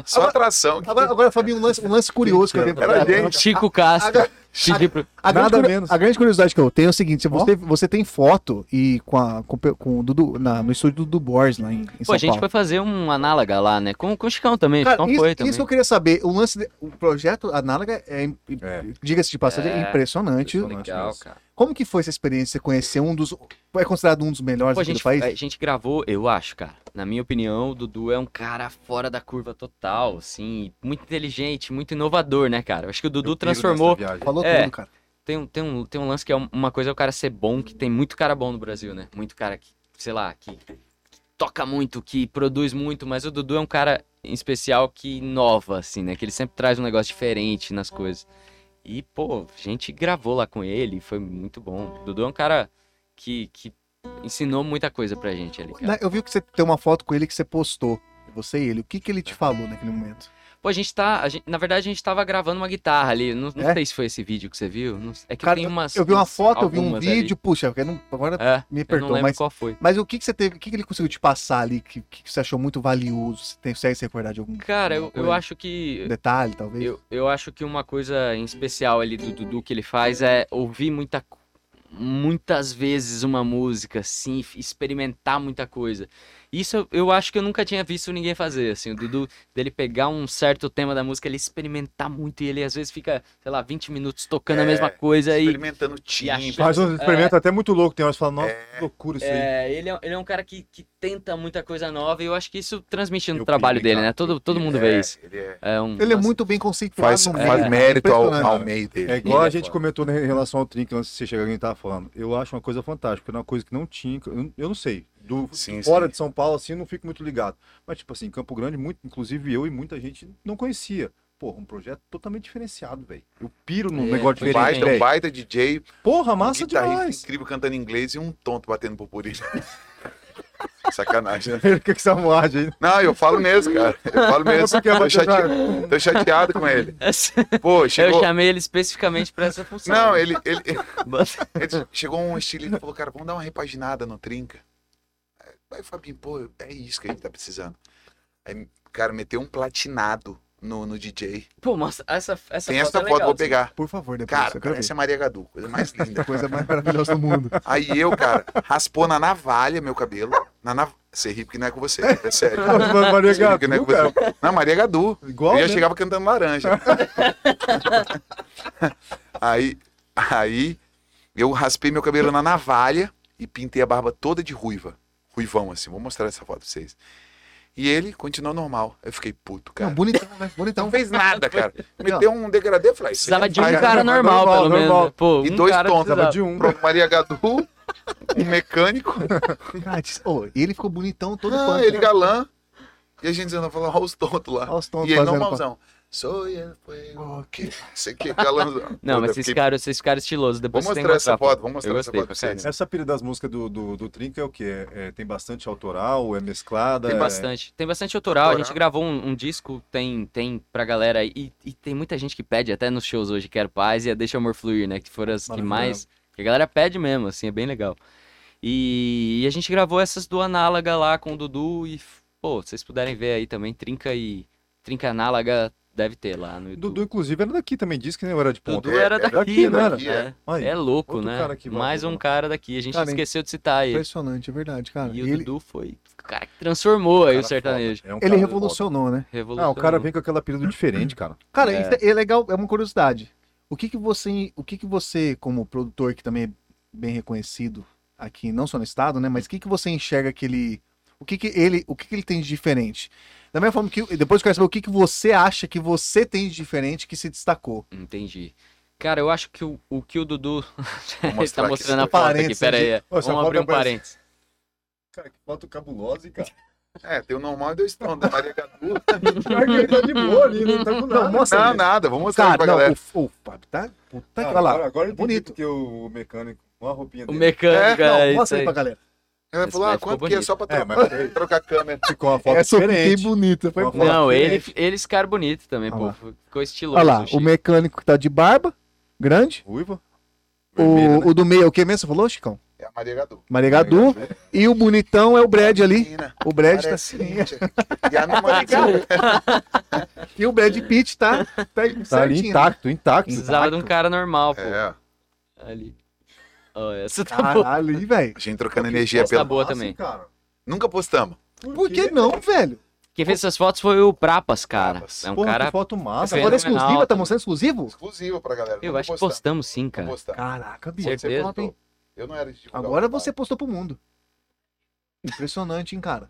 Speaker 6: Só atração. que-
Speaker 2: Agora, agora Fabinho, um lance, um lance curioso que eu tenho
Speaker 6: Era gente.
Speaker 3: Tá Chico Castro. Pedi pro...
Speaker 2: A grande,
Speaker 7: Nada
Speaker 2: curi-
Speaker 7: menos.
Speaker 2: a grande curiosidade que eu tenho é o seguinte: se você, você tem foto e com, a- com, pe- com o Dudu, na- no estúdio do Dudu Borges lá em, em
Speaker 3: Pô,
Speaker 2: São
Speaker 3: a gente
Speaker 2: Paulo.
Speaker 3: foi fazer um análoga lá, né? Com, com o Chicão também. o
Speaker 2: Cara,
Speaker 3: Chicão
Speaker 2: isso,
Speaker 3: foi também.
Speaker 2: isso que eu queria saber. O lance, de- o projeto Análoga é, im-
Speaker 7: É.
Speaker 2: diga-se de passagem, é
Speaker 3: É.
Speaker 2: impressionante.
Speaker 7: Impressionante.
Speaker 3: Legal,
Speaker 7: mesmo.
Speaker 3: cara.
Speaker 2: Como que foi essa experiência? Você conhecer um dos, é considerado um dos melhores
Speaker 3: Pô, a,
Speaker 2: aqui do
Speaker 3: gente, é,
Speaker 2: país?
Speaker 3: a gente gravou, eu acho, cara. Na minha opinião, o Dudu é um cara fora da curva total, assim. Muito inteligente, muito inovador, né, cara? Eu acho que o
Speaker 7: Eu
Speaker 3: Dudu
Speaker 7: piro
Speaker 3: transformou.
Speaker 7: nessa viagem.
Speaker 2: Falou
Speaker 3: É.
Speaker 2: tudo, cara.
Speaker 3: Tem, um- tem, um, tem um lance que é um- uma coisa é o cara ser bom, que tem muito cara bom no Brasil, né? Muito cara que, sei lá, que, que toca muito, que produz muito, mas o Dudu é um cara em especial que inova, assim, né? Que ele sempre traz um negócio diferente nas coisas. E, pô, a gente gravou lá com ele, foi muito bom. O Dudu é um cara que, que ensinou muita coisa pra gente ali, cara.
Speaker 2: Na- Né, Eu vi que você tem uma foto com ele que você postou. Você e ele. O que, que ele te falou naquele momento?
Speaker 3: Pô, a gente tá. a gente- na verdade, a gente tava gravando uma guitarra ali. Não, não
Speaker 2: É?
Speaker 3: sei se foi esse vídeo que você viu. não- é que
Speaker 2: Cara,
Speaker 3: tem umas.
Speaker 2: Eu vi uma
Speaker 3: umas-
Speaker 2: foto, eu vi um
Speaker 3: algumas ali.
Speaker 2: vídeo, puxa, eu não- agora
Speaker 3: É,
Speaker 2: me
Speaker 3: eu não
Speaker 2: perdoa,
Speaker 3: lembro
Speaker 2: mas.
Speaker 3: qual foi.
Speaker 2: Mas o que, que você teve, o que, que ele conseguiu te passar ali que, que você achou muito valioso? Você tem- consegue se recordar de algum
Speaker 3: Cara, eu, eu
Speaker 2: coisa?
Speaker 3: acho que.
Speaker 2: detalhe, talvez?
Speaker 3: Eu, eu acho que uma coisa em especial ali do Dudu que ele faz é ouvir muita, co- muitas vezes uma música, assim, f- experimentar muita coisa. Isso eu- eu acho que eu nunca tinha visto ninguém fazer, assim, o Dudu, dele pegar um certo tema da música, ele experimentar muito e ele às vezes fica, sei lá, 20 minutos tocando a
Speaker 6: É,
Speaker 3: mesma coisa e...
Speaker 6: Experimentando timbre.
Speaker 3: achando-
Speaker 7: Faz um experimento até muito louco. Tem horas que falam, nossa, que loucura isso aí.
Speaker 3: É, ele é, ele é um cara que, que tenta muita coisa nova e eu acho que isso transmite no
Speaker 6: Eu
Speaker 3: trabalho
Speaker 6: pirei,
Speaker 3: dele,
Speaker 6: cara,
Speaker 3: né? Todo,
Speaker 6: eu
Speaker 3: todo mundo
Speaker 6: pirei.
Speaker 3: vê
Speaker 6: É,
Speaker 3: isso.
Speaker 6: Ele é.
Speaker 3: É um,
Speaker 2: Ele é
Speaker 3: nossa,
Speaker 2: muito bem conceituado. é?
Speaker 6: Faz,
Speaker 2: no
Speaker 6: faz
Speaker 2: meio,
Speaker 6: mérito ao,
Speaker 2: impressionante.
Speaker 6: ao meio dele.
Speaker 7: É igual
Speaker 3: Ele
Speaker 7: a
Speaker 3: é
Speaker 7: gente
Speaker 3: foda.
Speaker 7: comentou em relação ao Trink, antes de você chegar, alguém tava falando. Eu acho uma coisa fantástica, porque é uma coisa que não tinha. que Eu, eu não sei. Do,
Speaker 6: Sim, Um
Speaker 7: fora
Speaker 6: sim.
Speaker 7: de São Paulo, assim, eu não fico muito ligado. Mas, tipo assim, Campo Grande, muito, inclusive eu e muita gente não conhecia. Porra, um projeto totalmente diferenciado, velho. Eu piro num
Speaker 3: É,
Speaker 7: negócio
Speaker 3: um
Speaker 7: diferente.
Speaker 6: Um baita, um
Speaker 7: velho.
Speaker 6: baita DJ,
Speaker 7: Porra,
Speaker 6: um
Speaker 7: massa
Speaker 6: guitarrista
Speaker 7: demais.
Speaker 6: incrível cantando inglês e um tonto batendo purpurina. Sacanagem, né?
Speaker 7: O que que você acha aí?
Speaker 6: Não, eu falo mesmo, cara. Eu falo mesmo.
Speaker 7: Porque
Speaker 6: Tô
Speaker 7: eu
Speaker 6: chateado, tô chateado com ele. Pô,
Speaker 3: Eu
Speaker 6: chegou...
Speaker 3: chamei ele especificamente pra essa função.
Speaker 6: Não, ele, ele,
Speaker 3: Mas-
Speaker 6: ele chegou um estilista e falou, cara, vamos dar uma repaginada no Trinca. Aí o Fabinho, pô, é isso que a gente tá precisando. Aí, cara, meteu um platinado no, no DJ.
Speaker 3: Pô, mas essa, essa
Speaker 6: Tem
Speaker 3: foto
Speaker 6: essa
Speaker 3: é
Speaker 6: foto,
Speaker 3: legal,
Speaker 6: vou
Speaker 3: assim.
Speaker 6: pegar.
Speaker 2: Por favor, depois.
Speaker 6: Cara,
Speaker 2: eu quero
Speaker 6: essa
Speaker 2: ver.
Speaker 6: é Maria Gadu, coisa mais linda.
Speaker 2: coisa mais maravilhosa do mundo.
Speaker 6: Aí eu, cara, raspou na navalha meu cabelo. Na nav... Você ri porque não é com você, é sério.
Speaker 7: Maria
Speaker 6: Você ri porque não é
Speaker 7: Gadu,
Speaker 6: com você. Não, Maria Gadu.
Speaker 7: Igual,
Speaker 6: eu já
Speaker 7: né?
Speaker 6: chegava cantando laranja. aí, aí eu raspei meu cabelo na navalha e pintei a barba toda de ruiva. Ruivão, assim. Vou mostrar essa foto pra vocês. E ele continuou normal. Eu fiquei puto, cara.
Speaker 2: Não, bonitão, né? Bonitão.
Speaker 6: Não fez nada, cara. Meteu um degradê e falei, "Isso
Speaker 3: Precisava
Speaker 6: aí
Speaker 3: de um
Speaker 6: vai,
Speaker 3: cara
Speaker 6: né?"
Speaker 3: normal,
Speaker 7: normal,
Speaker 3: pelo
Speaker 7: normal.
Speaker 3: menos. Pô,
Speaker 6: E
Speaker 3: um
Speaker 6: dois
Speaker 3: cara
Speaker 6: tons, tava
Speaker 3: precisava.
Speaker 7: de um.
Speaker 6: Pronto, Maria Gadu, um mecânico.
Speaker 2: É Cara, diz- ô, e ele ficou bonitão todo
Speaker 6: Ah,
Speaker 2: punk,
Speaker 6: ele
Speaker 2: né?
Speaker 6: galã. E a gente andando falando, olha os tontos lá.
Speaker 2: Olha os tontos
Speaker 6: e ele
Speaker 2: fazendo
Speaker 6: normalzão. Sou eu, foi eu. que- Isso aqui, é galãzão.
Speaker 3: Não, mas vocês
Speaker 6: Eu fiquei-
Speaker 3: ficaram, vocês ficaram estilosos. Depois
Speaker 6: Vou
Speaker 3: vocês têm
Speaker 6: mostrar essa
Speaker 3: WhatsApp.
Speaker 6: foto, vou mostrar
Speaker 3: Eu
Speaker 6: essa
Speaker 3: gostei
Speaker 6: foto pra
Speaker 3: pra caramba.
Speaker 6: vocês.
Speaker 7: Essa pira das músicas do, do, do Trinca é o quê? É, é, tem bastante autoral, é mesclada?
Speaker 3: Tem
Speaker 7: é-
Speaker 3: bastante. Tem bastante autoral. A gente
Speaker 6: Autoral.
Speaker 3: gravou um, um disco, tem, tem pra galera. aí. E, e tem muita gente que pede, até nos shows hoje, Quero Paz e a Deixa o Amor Fluir, né? Que foram as que
Speaker 7: Maravilhoso.
Speaker 3: mais. Que a galera pede mesmo, assim, é bem legal. E, e a gente gravou essas do Análoga lá com o Dudu. E, pô, se vocês puderem ver aí também, Trinca e. Trinca Análoga deve ter lá no YouTube.
Speaker 7: Dudu, inclusive, era daqui também. Disse que não era de ponta.
Speaker 3: Dudu
Speaker 6: É,
Speaker 3: era
Speaker 6: é
Speaker 3: daqui,
Speaker 7: daqui,
Speaker 3: né?
Speaker 7: não era?
Speaker 3: É,
Speaker 7: Aí,
Speaker 3: É louco,
Speaker 7: outro
Speaker 3: né?
Speaker 7: cara que vai
Speaker 3: Mais um
Speaker 7: falar.
Speaker 3: cara daqui. A gente
Speaker 2: Cara,
Speaker 3: esqueceu de citar ele.
Speaker 2: Impressionante, é verdade, cara.
Speaker 3: E
Speaker 2: E
Speaker 3: o
Speaker 2: ele,
Speaker 3: Dudu foi o cara que transformou aí
Speaker 7: Cara
Speaker 3: o sertanejo.
Speaker 7: foda, é um
Speaker 2: ele
Speaker 7: cara
Speaker 2: revolucionou, né?
Speaker 7: foda.
Speaker 3: Revolucionou.
Speaker 7: Ah, o cara vem com aquela pira do diferente, cara.
Speaker 2: Cara,
Speaker 3: É.
Speaker 2: isso é- é legal, é uma curiosidade. O que que você, o que que você como produtor que também é bem reconhecido aqui, não só no estado, né, mas o que que você enxerga que ele, o que que ele, o que que ele tem de diferente? Da mesma forma que depois eu quero saber o que que você acha que você tem de diferente que se destacou.
Speaker 3: Entendi. Cara, eu acho que o, o que o Dudu. Ele
Speaker 6: mostrar
Speaker 3: tá
Speaker 6: aqui
Speaker 3: mostrando a
Speaker 6: isso.
Speaker 3: foto aqui,
Speaker 2: Parênteses,
Speaker 3: pera aí.
Speaker 7: Ô, essa
Speaker 3: Vamos
Speaker 7: foto
Speaker 3: abrir um
Speaker 7: aparece-
Speaker 3: parênteses.
Speaker 7: Cara, que foto cabulosa, hein, cara.
Speaker 6: É, tem o normal e deu estão da Maria Gadu.
Speaker 7: Pior que ele tá de boa ali, não tá com nada.
Speaker 6: Não, nada, vou mostrar
Speaker 2: Cara,
Speaker 6: aqui pra
Speaker 2: não,
Speaker 6: galera.
Speaker 2: o, o Fábio tá, puta
Speaker 7: Ah,
Speaker 2: que olha
Speaker 7: Agora,
Speaker 2: lá.
Speaker 7: agora eu entendi
Speaker 2: Bonito.
Speaker 7: porque o mecânico, uma roupinha
Speaker 3: O
Speaker 7: dele.
Speaker 3: mecânico.
Speaker 2: Não,
Speaker 3: É, isso
Speaker 2: mostra aí
Speaker 3: aí.
Speaker 2: pra galera.
Speaker 6: Ela
Speaker 3: Esse
Speaker 6: falou, ah,
Speaker 3: ficou
Speaker 6: quanto que é
Speaker 3: bonito.
Speaker 6: só pra
Speaker 7: É,
Speaker 6: trocar,
Speaker 7: mas
Speaker 6: trocar a câmera?
Speaker 7: Ficou uma
Speaker 1: é
Speaker 7: foto
Speaker 2: Essa eu fiquei
Speaker 7: diferente.
Speaker 2: bonita, É foi
Speaker 7: Uma
Speaker 2: boa.
Speaker 7: foto
Speaker 3: Não, ele,
Speaker 7: diferente.
Speaker 3: ele ficaram bonito também,
Speaker 2: Olha
Speaker 3: pô.
Speaker 2: lá.
Speaker 3: Ficou estiloso.
Speaker 2: Olha lá, o
Speaker 3: Chico.
Speaker 2: mecânico tá de barba, grande.
Speaker 7: Ruiva.
Speaker 2: O,
Speaker 6: Vermelho, né?
Speaker 2: o do meio é o que mesmo você falou, Chicão?
Speaker 6: É a Maria Gadu.
Speaker 2: Maria Gadu. E o bonitão é o Brad ali.
Speaker 6: Menina,
Speaker 2: O Brad tá.
Speaker 6: parece Índia. E a namorada.
Speaker 2: E o Brad Pitt tá. Tá,
Speaker 7: Tá ali
Speaker 2: certinho, né?
Speaker 7: intacto, intacto.
Speaker 3: Precisava de um cara normal, pô.
Speaker 6: É,
Speaker 3: Ali. Ó, essa
Speaker 2: Ah,
Speaker 3: tá boa.
Speaker 2: Caralho, hein, velho.
Speaker 6: a gente trocando energia
Speaker 3: Essa
Speaker 6: pela.
Speaker 3: tá boa também.
Speaker 1: cara.
Speaker 6: Nunca postamos.
Speaker 2: Por que não, velho?
Speaker 3: Quem fez essas fotos foi o Prapas, cara.
Speaker 6: Prapas.
Speaker 3: É um
Speaker 1: Pô,
Speaker 3: cara.
Speaker 1: que foto massa.
Speaker 2: Essa foto é
Speaker 3: Fenomenal
Speaker 2: exclusiva, tá
Speaker 3: também.
Speaker 2: mostrando exclusivo?
Speaker 6: Exclusiva pra galera.
Speaker 3: Eu
Speaker 6: nunca
Speaker 3: acho que postamos sim, cara.
Speaker 6: Nunca postamos.
Speaker 2: Caraca, bicho. é
Speaker 6: Você
Speaker 3: Certeza.
Speaker 2: top, hein?
Speaker 6: postou. Eu não era de divulgar
Speaker 2: Agora
Speaker 6: o trabalho.
Speaker 2: você postou pro mundo. Impressionante, hein, cara.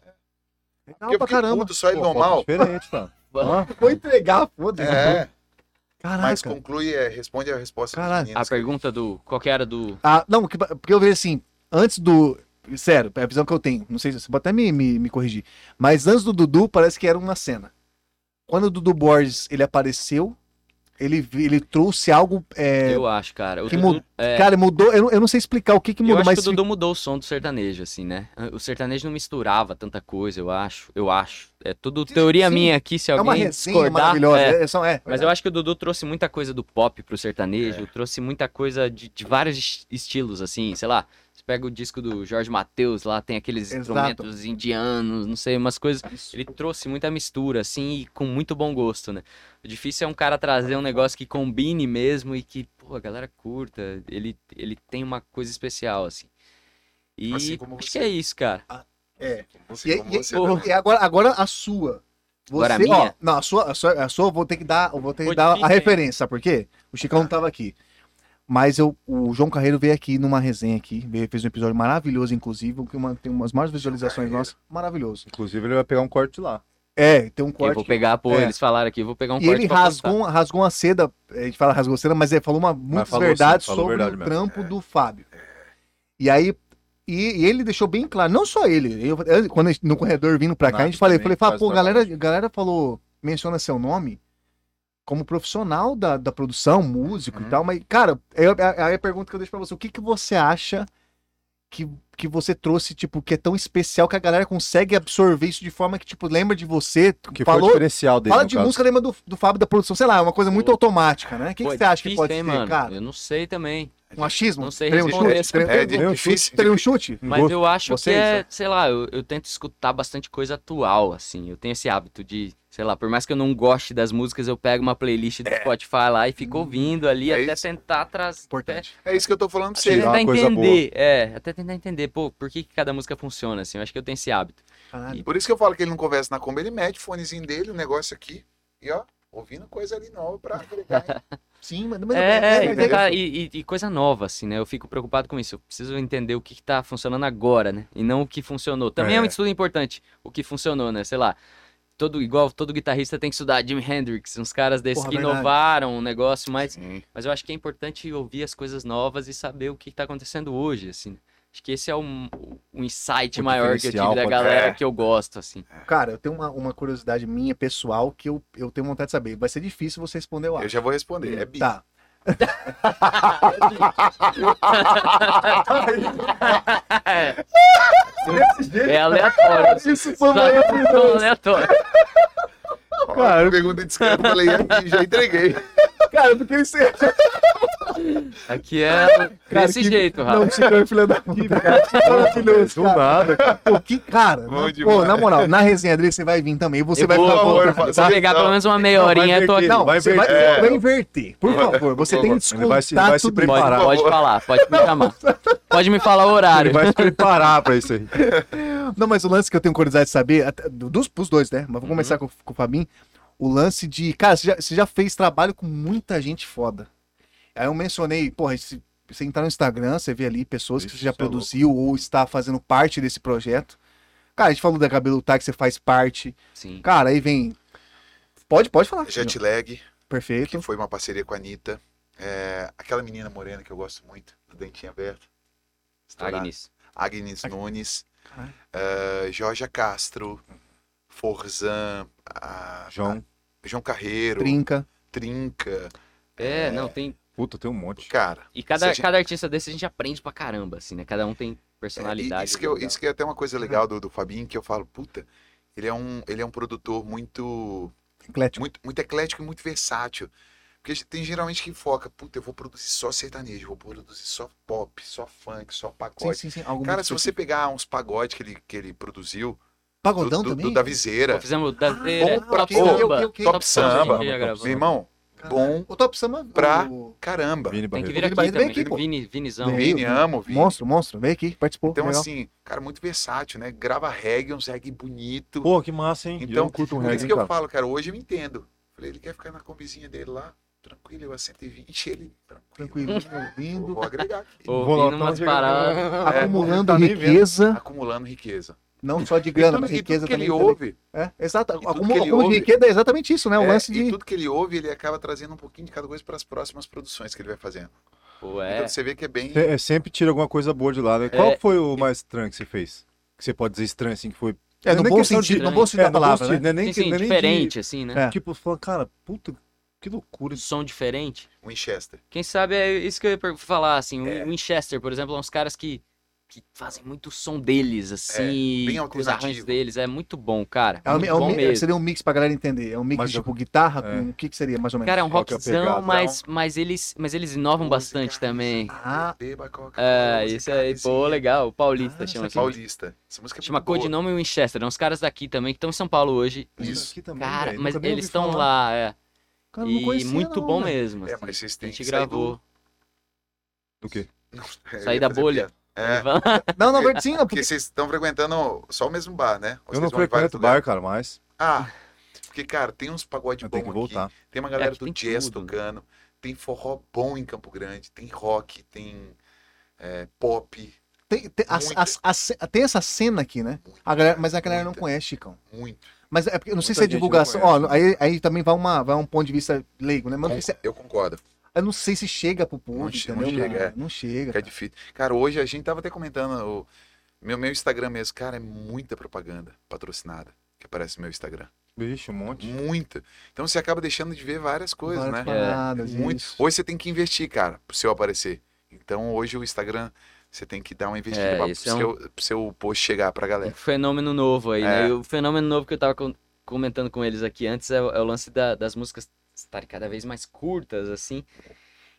Speaker 2: Legal
Speaker 6: Porque eu
Speaker 2: pra
Speaker 6: fiquei
Speaker 2: caramba.
Speaker 6: puto, só ele
Speaker 1: Pô, é foto
Speaker 6: normal.
Speaker 1: Diferente, cara. Hã?
Speaker 2: Vou entregar, foda-se.
Speaker 6: É, mas
Speaker 2: Caraca.
Speaker 6: conclui, é, responde a resposta dos
Speaker 2: Caralho.
Speaker 3: A
Speaker 6: meninos.
Speaker 3: pergunta do. Qual que era do.
Speaker 2: Ah, não, que- porque eu vejo assim, antes do. Sério, é a visão que eu tenho. Não sei se você pode até me, me, me corrigir. Mas antes do Dudu, parece que era uma cena. Quando o Dudu Borges ele apareceu, ele, vi- ele trouxe algo. é,
Speaker 3: Eu acho, cara. O
Speaker 2: que
Speaker 3: Dudu- é.
Speaker 2: mudou. Cara, mudou. Eu, não- eu não sei explicar o que, que
Speaker 3: eu
Speaker 2: mudou,
Speaker 3: acho
Speaker 2: mas.
Speaker 3: que o Dudu mudou o som do sertanejo, assim, né? O sertanejo não misturava tanta coisa, eu acho. Eu acho. É tudo
Speaker 2: Sim,
Speaker 3: teoria
Speaker 2: sim.
Speaker 3: minha aqui, se
Speaker 2: É
Speaker 3: alguém
Speaker 2: uma resenha
Speaker 3: discordar.
Speaker 2: maravilhosa.
Speaker 3: é.
Speaker 2: É, é só- é.
Speaker 3: Mas eu acho que o Dudu trouxe muita coisa do pop pro sertanejo, trouxe muita coisa de, de vários es- estilos, assim, sei lá. Você pega o disco do Jorge Mateus lá, tem aqueles
Speaker 2: Exato.
Speaker 3: instrumentos indianos, não sei, umas coisas. Ele trouxe muita mistura, assim, e com muito bom gosto, né? O difícil é um cara trazer um negócio que combine mesmo e que, pô, a galera curta. Ele, ele tem uma coisa especial, assim. E
Speaker 6: Assim como
Speaker 3: acho
Speaker 6: você.
Speaker 3: que é isso, cara.
Speaker 2: É.
Speaker 6: Você,
Speaker 2: E,
Speaker 6: como
Speaker 2: e-
Speaker 6: você,
Speaker 2: e-
Speaker 6: né?
Speaker 2: e agora, agora a sua. Você,
Speaker 3: Agora a minha?
Speaker 2: ó, não, a sua, a sua, a sua eu vou ter que dar, eu vou ter que
Speaker 3: Pô,
Speaker 2: dar a
Speaker 3: difícil, hein?
Speaker 2: referência, sabe por quê? O Chicão não tava aqui. Mas eu, o João Carreiro veio aqui numa resenha aqui, veio, fez um episódio maravilhoso, inclusive, que uma, tem umas maiores visualizações
Speaker 6: Carreiro.
Speaker 2: nossas. Maravilhoso.
Speaker 1: Inclusive, ele vai pegar um corte lá.
Speaker 2: É, tem um
Speaker 3: Eu
Speaker 2: corte.
Speaker 3: vou pegar, pô,
Speaker 2: É.
Speaker 3: eles falaram aqui, eu vou pegar um
Speaker 2: e ele
Speaker 3: pra postar.
Speaker 2: rasgou, rasgou uma seda, a gente fala rasgou a seda, mas ele falou uma, muitas
Speaker 1: falou sim,
Speaker 2: verdades
Speaker 1: falou
Speaker 2: sobre
Speaker 1: verdade
Speaker 2: o
Speaker 1: mesmo. É.
Speaker 2: trampo do Fábio. E aí, e, e ele deixou bem claro, não só ele, eu- eu- quando a gente- no corredor vindo pra cá, a gente
Speaker 1: Nath
Speaker 2: falei,
Speaker 1: também
Speaker 2: falei, fala,
Speaker 1: faz
Speaker 2: pô,
Speaker 1: o trabalho.
Speaker 2: galera, galera falou, menciona seu nome como profissional da, da produção, músico e
Speaker 6: Uhum.
Speaker 2: tal, mas, cara, aí eu- aí a pergunta que eu deixo pra você, o que, que você acha que, que você trouxe, tipo, que é tão especial que a galera consegue absorver isso de forma que, tipo, lembra de você,
Speaker 1: Que foi o
Speaker 2: falou,
Speaker 1: diferencial dele,
Speaker 2: Fala
Speaker 1: no
Speaker 2: de
Speaker 1: caso.
Speaker 2: música, lembra do, do Fábio da produção, sei lá, é uma coisa muito
Speaker 3: Pô.
Speaker 2: automática, né? O que,
Speaker 3: Pô,
Speaker 2: que
Speaker 3: é
Speaker 2: você acha que
Speaker 3: difícil,
Speaker 2: pode
Speaker 3: hein,
Speaker 2: ser,
Speaker 3: mano?
Speaker 2: cara?
Speaker 3: Eu não sei também.
Speaker 2: Um achismo?
Speaker 3: Não sei
Speaker 2: Teria um
Speaker 3: responder
Speaker 2: chute?
Speaker 3: essa
Speaker 2: Teria-
Speaker 6: É
Speaker 2: teria
Speaker 6: di-
Speaker 2: um-
Speaker 6: difícil.
Speaker 2: teria um chute?
Speaker 3: Mas eu acho
Speaker 2: Vocês,
Speaker 3: que é, sei lá, eu, eu tento escutar bastante coisa atual, assim. Eu tenho esse hábito de, sei lá, por mais que eu não goste das músicas, eu pego uma playlist do Spotify lá e fico ouvindo ali
Speaker 6: É
Speaker 3: até
Speaker 6: isso.
Speaker 3: tentar trazer.
Speaker 2: Importante.
Speaker 6: É isso que eu tô falando pra
Speaker 3: Até
Speaker 6: você.
Speaker 1: Tirar
Speaker 3: tentar
Speaker 1: uma coisa
Speaker 3: entender, é, até tentar entender, pô, por que, que cada música funciona, assim. Eu acho que eu tenho esse hábito.
Speaker 2: Caralho.
Speaker 6: Por isso que eu falo que ele não conversa na Kombi, ele mete o fonezinho dele, o negócio aqui, e ó, ouvindo coisa ali nova pra agregar. hein?
Speaker 2: Sim, mas... mas-
Speaker 3: É, é,
Speaker 2: mas-
Speaker 3: e, tentar- e- e- e coisa nova, assim, né? Eu fico preocupado com isso. Eu preciso entender o que, que tá funcionando agora, né? E não o que funcionou. Também é, um
Speaker 1: É.
Speaker 3: estudo importante, o que funcionou, né? Sei lá. Todo, igual todo guitarrista tem que estudar Jimi Hendrix, uns caras desses
Speaker 2: Porra,
Speaker 3: que
Speaker 2: verdade.
Speaker 3: inovaram o negócio, mas,
Speaker 6: Sim.
Speaker 3: mas eu acho que é importante ouvir as coisas novas e saber o que está acontecendo hoje, assim. Acho que esse é um, um insight
Speaker 1: O
Speaker 3: maior que eu tive
Speaker 1: diferencial
Speaker 3: da
Speaker 1: pode-
Speaker 3: galera
Speaker 6: é.
Speaker 3: que eu gosto, assim.
Speaker 2: Cara, eu tenho uma, uma curiosidade minha, pessoal, que eu, eu tenho vontade de saber. Vai ser difícil você responder, eu
Speaker 6: Eu
Speaker 2: acho.
Speaker 6: já vou responder. É bi.
Speaker 2: Tá.
Speaker 3: é aleatório.
Speaker 2: Isso foi
Speaker 3: Só- aleatório.
Speaker 6: Ó,
Speaker 2: cara.
Speaker 6: Pergunta de escândalo, eu falei, é bi, já entreguei.
Speaker 2: Cara, porque isso é...
Speaker 3: Aqui é
Speaker 2: Cara,
Speaker 3: desse
Speaker 2: que-
Speaker 3: jeito, Rafa.
Speaker 2: Não, Chicão é filho da puta. Maravilhoso,
Speaker 1: Do
Speaker 2: cara.
Speaker 1: nada, cara.
Speaker 2: Pô, que cara.
Speaker 6: Bom
Speaker 2: né?
Speaker 6: demais.
Speaker 2: Pô, na moral, na resenha dele você vai vir também. Você
Speaker 3: Eu
Speaker 2: vai
Speaker 3: vou,
Speaker 2: ficar
Speaker 3: eu
Speaker 2: bom.
Speaker 3: vou,
Speaker 6: eu vou-
Speaker 3: Se eu pegar
Speaker 6: Não,
Speaker 3: pelo menos uma meia
Speaker 1: não, vai
Speaker 3: horinha, é eu tô aqui.
Speaker 1: inverter,
Speaker 2: Não,
Speaker 1: vai
Speaker 2: você vai,
Speaker 1: inverter.
Speaker 2: vai inverter, por favor. Você tem que
Speaker 1: Ele vai se-
Speaker 2: descontar
Speaker 1: vai se
Speaker 2: tudo.
Speaker 1: preparar.
Speaker 3: Pode,
Speaker 1: Parar.
Speaker 3: pode falar, pode me chamar. Pode me falar o horário.
Speaker 1: Ele vai se preparar pra isso aí.
Speaker 2: Não, mas o lance que eu tenho curiosidade de saber, até- do- dos, pros dois, né?
Speaker 6: Uhum.
Speaker 2: Mas vou começar com, com o Fabinho. O lance de. Cara, você já, você já fez trabalho com muita gente foda. Aí eu mencionei, porra, se você entrar no Instagram, você vê ali pessoas que
Speaker 1: Ixi,
Speaker 2: você já
Speaker 1: isso é louco.
Speaker 2: produziu ou está fazendo parte desse projeto. Cara, a gente falou da Cabelo Tá, que você faz parte.
Speaker 3: Sim.
Speaker 2: Cara, aí vem. Pode, pode falar.
Speaker 6: Jet lag, que
Speaker 2: Perfeito.
Speaker 6: foi uma parceria com a Anitta. É, aquela menina morena que eu gosto muito, do dentinho aberto. Estourada.
Speaker 3: Agnes.
Speaker 6: Agnes Nunes,
Speaker 2: Caralho.
Speaker 6: eh, Jorge Castro, Forzan, a-
Speaker 1: João,
Speaker 6: a- João Carreiro,
Speaker 2: Trinca.
Speaker 6: Trinca.
Speaker 3: É, não, tem.
Speaker 1: puta, tem um monte.
Speaker 6: Cara, é,
Speaker 3: E
Speaker 6: Se
Speaker 3: cada,
Speaker 6: a gente-
Speaker 3: cada artista desse a gente aprende pra caramba, assim, né? Cada um tem
Speaker 6: é, e-
Speaker 3: personalidade.
Speaker 6: isso, que eu- isso que é até uma coisa legal do, do Fabinho, que eu falo, puta, ele é um, ele é um produtor muito
Speaker 2: Eclético.
Speaker 6: muito, muito eclético e muito versátil. Porque tem geralmente quem foca, puta, eu vou produzir só sertanejo, vou produzir só pop, só funk, só
Speaker 2: Sim,
Speaker 6: pagode.
Speaker 2: sim, assim. sim. Algo
Speaker 6: Cara,
Speaker 2: muito
Speaker 6: se você pegar uns pagodes que ele, que ele produziu, do,
Speaker 2: Pagodão
Speaker 6: do,
Speaker 2: também?
Speaker 6: do da viseira,
Speaker 3: Fizemos da
Speaker 6: bom pra-
Speaker 3: top
Speaker 6: ok,
Speaker 3: samba.
Speaker 2: ok, ok.
Speaker 6: top samba,
Speaker 3: que já gravou.
Speaker 6: meu irmão, bom
Speaker 2: O Top Samba...
Speaker 6: Pra-
Speaker 2: o-
Speaker 6: caramba.
Speaker 7: Vini
Speaker 3: Tem
Speaker 7: Barreto.
Speaker 3: que vir
Speaker 2: Rodrigo
Speaker 3: aqui
Speaker 2: Barreto
Speaker 3: também. né?
Speaker 2: vem aqui, pô.
Speaker 3: Vini, Vinizão.
Speaker 2: Vem.
Speaker 6: Vini, amo, Vini.
Speaker 2: Monstro, monstro. Veio aqui, participou.
Speaker 6: Então,
Speaker 2: legal.
Speaker 6: assim, cara, muito versátil, né? Grava reggae, uns reggae bonito.
Speaker 7: Pô, que massa, hein?
Speaker 6: Então,
Speaker 7: eu curto um
Speaker 6: Por isso
Speaker 7: reggae,
Speaker 6: que
Speaker 7: hein,
Speaker 6: eu
Speaker 7: cara.
Speaker 6: falo, cara, hoje eu entendo. Falei, ele quer ficar na combizinha dele lá, tranquilo, eu a 120, ele tranquilo.
Speaker 2: Tranquilinho, ouvindo.
Speaker 6: Eu Vou agregar aqui.
Speaker 7: Vou
Speaker 3: Ouvindo
Speaker 7: lá,
Speaker 3: umas
Speaker 7: tá
Speaker 3: paradas.
Speaker 2: É, acumulando
Speaker 7: tá nem
Speaker 2: riqueza,
Speaker 6: Acumulando riqueza.
Speaker 2: não só de
Speaker 6: E
Speaker 2: grana,
Speaker 6: tudo-
Speaker 2: mas
Speaker 6: e
Speaker 2: riqueza
Speaker 6: tudo que
Speaker 2: também.
Speaker 6: ele ouve,
Speaker 2: É, exato.
Speaker 6: tudo
Speaker 2: Acúmulo,
Speaker 6: que ele
Speaker 2: acúmulo de
Speaker 6: ouve-
Speaker 2: riqueza é exatamente isso, né? O
Speaker 6: é,
Speaker 2: lance
Speaker 6: e
Speaker 2: de.
Speaker 6: tudo que ele ouve, ele acaba trazendo um pouquinho de cada coisa para as próximas produções que ele vai fazendo.
Speaker 3: Pô, é.
Speaker 6: Então você vê que é bem.
Speaker 7: Se- é, sempre tira alguma coisa boa de lá, né? Qual foi
Speaker 3: é.
Speaker 7: o mais estranho que você fez? Que você pode dizer estranho, assim, que foi...
Speaker 2: É, no
Speaker 7: nem
Speaker 2: bom
Speaker 7: questão
Speaker 2: sentido,
Speaker 7: de-
Speaker 2: no bom sentido
Speaker 7: é,
Speaker 2: da
Speaker 7: no bom
Speaker 2: palavra,
Speaker 7: sentido,
Speaker 2: né?
Speaker 7: não é nem,
Speaker 3: Sim, sim,
Speaker 7: não é nem de-
Speaker 3: diferente, assim, né?
Speaker 2: É.
Speaker 7: Tipo, falando, cara, puta, que loucura.
Speaker 3: Som diferente.
Speaker 6: Winchester.
Speaker 3: Quem sabe é isso que eu ia per- falar, assim. O
Speaker 6: É.
Speaker 3: Winchester, por exemplo, é uns caras que, que fazem muito som deles, assim.
Speaker 6: bem
Speaker 3: com os arranjos
Speaker 6: alternativo.
Speaker 3: deles. É muito bom, cara.
Speaker 2: É um,
Speaker 3: muito
Speaker 2: é um
Speaker 3: bom
Speaker 2: mi-
Speaker 3: mesmo.
Speaker 2: seria um mix pra galera entender. É um mix
Speaker 7: Mas
Speaker 2: de
Speaker 7: eu-
Speaker 2: tipo guitarra
Speaker 7: é.
Speaker 2: com o que, que seria, mais ou menos?
Speaker 3: Cara, é um
Speaker 7: Qual que é a
Speaker 3: rockzão,
Speaker 7: pegada?
Speaker 3: mas, mas, eles, mas eles inovam bastante também.
Speaker 2: Ah.
Speaker 6: Beba Coca.
Speaker 3: É, isso aí, pô, legal. O Paulista
Speaker 2: Ah,
Speaker 3: chama
Speaker 2: isso
Speaker 3: assim.
Speaker 6: Paulista. Essa música é
Speaker 3: Chama
Speaker 6: muito boa.
Speaker 3: Codinome Winchester. É uns caras daqui também que estão em São Paulo hoje.
Speaker 6: Isso.
Speaker 7: Aqui também,
Speaker 3: Cara,
Speaker 7: velho,
Speaker 3: mas
Speaker 7: nunca nem
Speaker 3: eles
Speaker 7: ouvi
Speaker 3: estão
Speaker 7: falar.
Speaker 3: lá, é.
Speaker 2: Cara, eu não
Speaker 3: e
Speaker 2: conhecia,
Speaker 3: muito
Speaker 2: não,
Speaker 3: bom
Speaker 2: velho.
Speaker 3: mesmo.
Speaker 6: É,
Speaker 3: assim.
Speaker 6: mas vocês
Speaker 3: A
Speaker 6: têm
Speaker 3: gente
Speaker 6: que sair
Speaker 3: gravou.
Speaker 7: Do quê?
Speaker 6: do- Não,
Speaker 3: Sair
Speaker 6: eu ia
Speaker 3: da
Speaker 6: fazer
Speaker 3: bolha. Uhum.
Speaker 6: piada. É,
Speaker 2: Não, na verdade, sim, ó, porque
Speaker 6: porque vocês estão frequentando só o mesmo bar, né? Ou
Speaker 7: Eu não
Speaker 6: vocês vão em vários
Speaker 7: frequento
Speaker 6: lugares?
Speaker 7: bar, cara, mas
Speaker 6: Ah, porque, cara, tem uns pagode
Speaker 7: eu
Speaker 6: bom
Speaker 7: tenho que
Speaker 6: aqui.
Speaker 7: voltar.
Speaker 6: Tem uma galera
Speaker 3: aqui
Speaker 6: do
Speaker 3: É, tem
Speaker 6: jazz
Speaker 3: tudo, né?
Speaker 6: tocando. Tem forró bom em Campo Grande. Tem rock, tem é, pop.
Speaker 2: tem, tem, as-
Speaker 6: Muito.
Speaker 2: as- as- tem essa cena aqui, né?
Speaker 6: Muito,
Speaker 2: A galera- mas a galera não
Speaker 6: muita,
Speaker 2: conhece, Chicão.
Speaker 6: Muito.
Speaker 2: Mas é porque, eu não sei
Speaker 7: Muita
Speaker 2: se é
Speaker 7: gente não
Speaker 2: divulgação.
Speaker 7: conhece,
Speaker 2: ó, aí, aí também vai, uma, vai um ponto de vista leigo, né? Mas eu não sei se-
Speaker 6: Eu concordo.
Speaker 2: eu não sei se chega pro público,
Speaker 6: Não che- não
Speaker 2: entendeu?
Speaker 6: chega,
Speaker 2: cara?
Speaker 6: é.
Speaker 2: Não chega.
Speaker 6: Fica
Speaker 2: cara.
Speaker 6: difícil. Cara, hoje a gente tava até comentando. O meu, meu Instagram mesmo, cara, é muita propaganda patrocinada que aparece no meu Instagram.
Speaker 7: Vixe, um monte.
Speaker 6: Muita. Então você acaba deixando de ver várias coisas,
Speaker 2: Várias
Speaker 3: É,
Speaker 6: né?
Speaker 2: paradas,
Speaker 6: Muito.
Speaker 2: isso.
Speaker 6: Hoje você tem que investir, cara, pro seu aparecer. Então hoje o Instagram, você tem que dar uma investida
Speaker 3: É,
Speaker 6: pra, pro,
Speaker 3: isso é um-
Speaker 6: seu, pro seu post chegar pra
Speaker 3: Um
Speaker 6: galera.
Speaker 3: fenômeno novo aí, né?
Speaker 6: É.
Speaker 3: E o fenômeno novo que eu tava com- comentando com eles aqui antes é, o- é o lance da- das músicas estarem cada vez mais curtas, assim.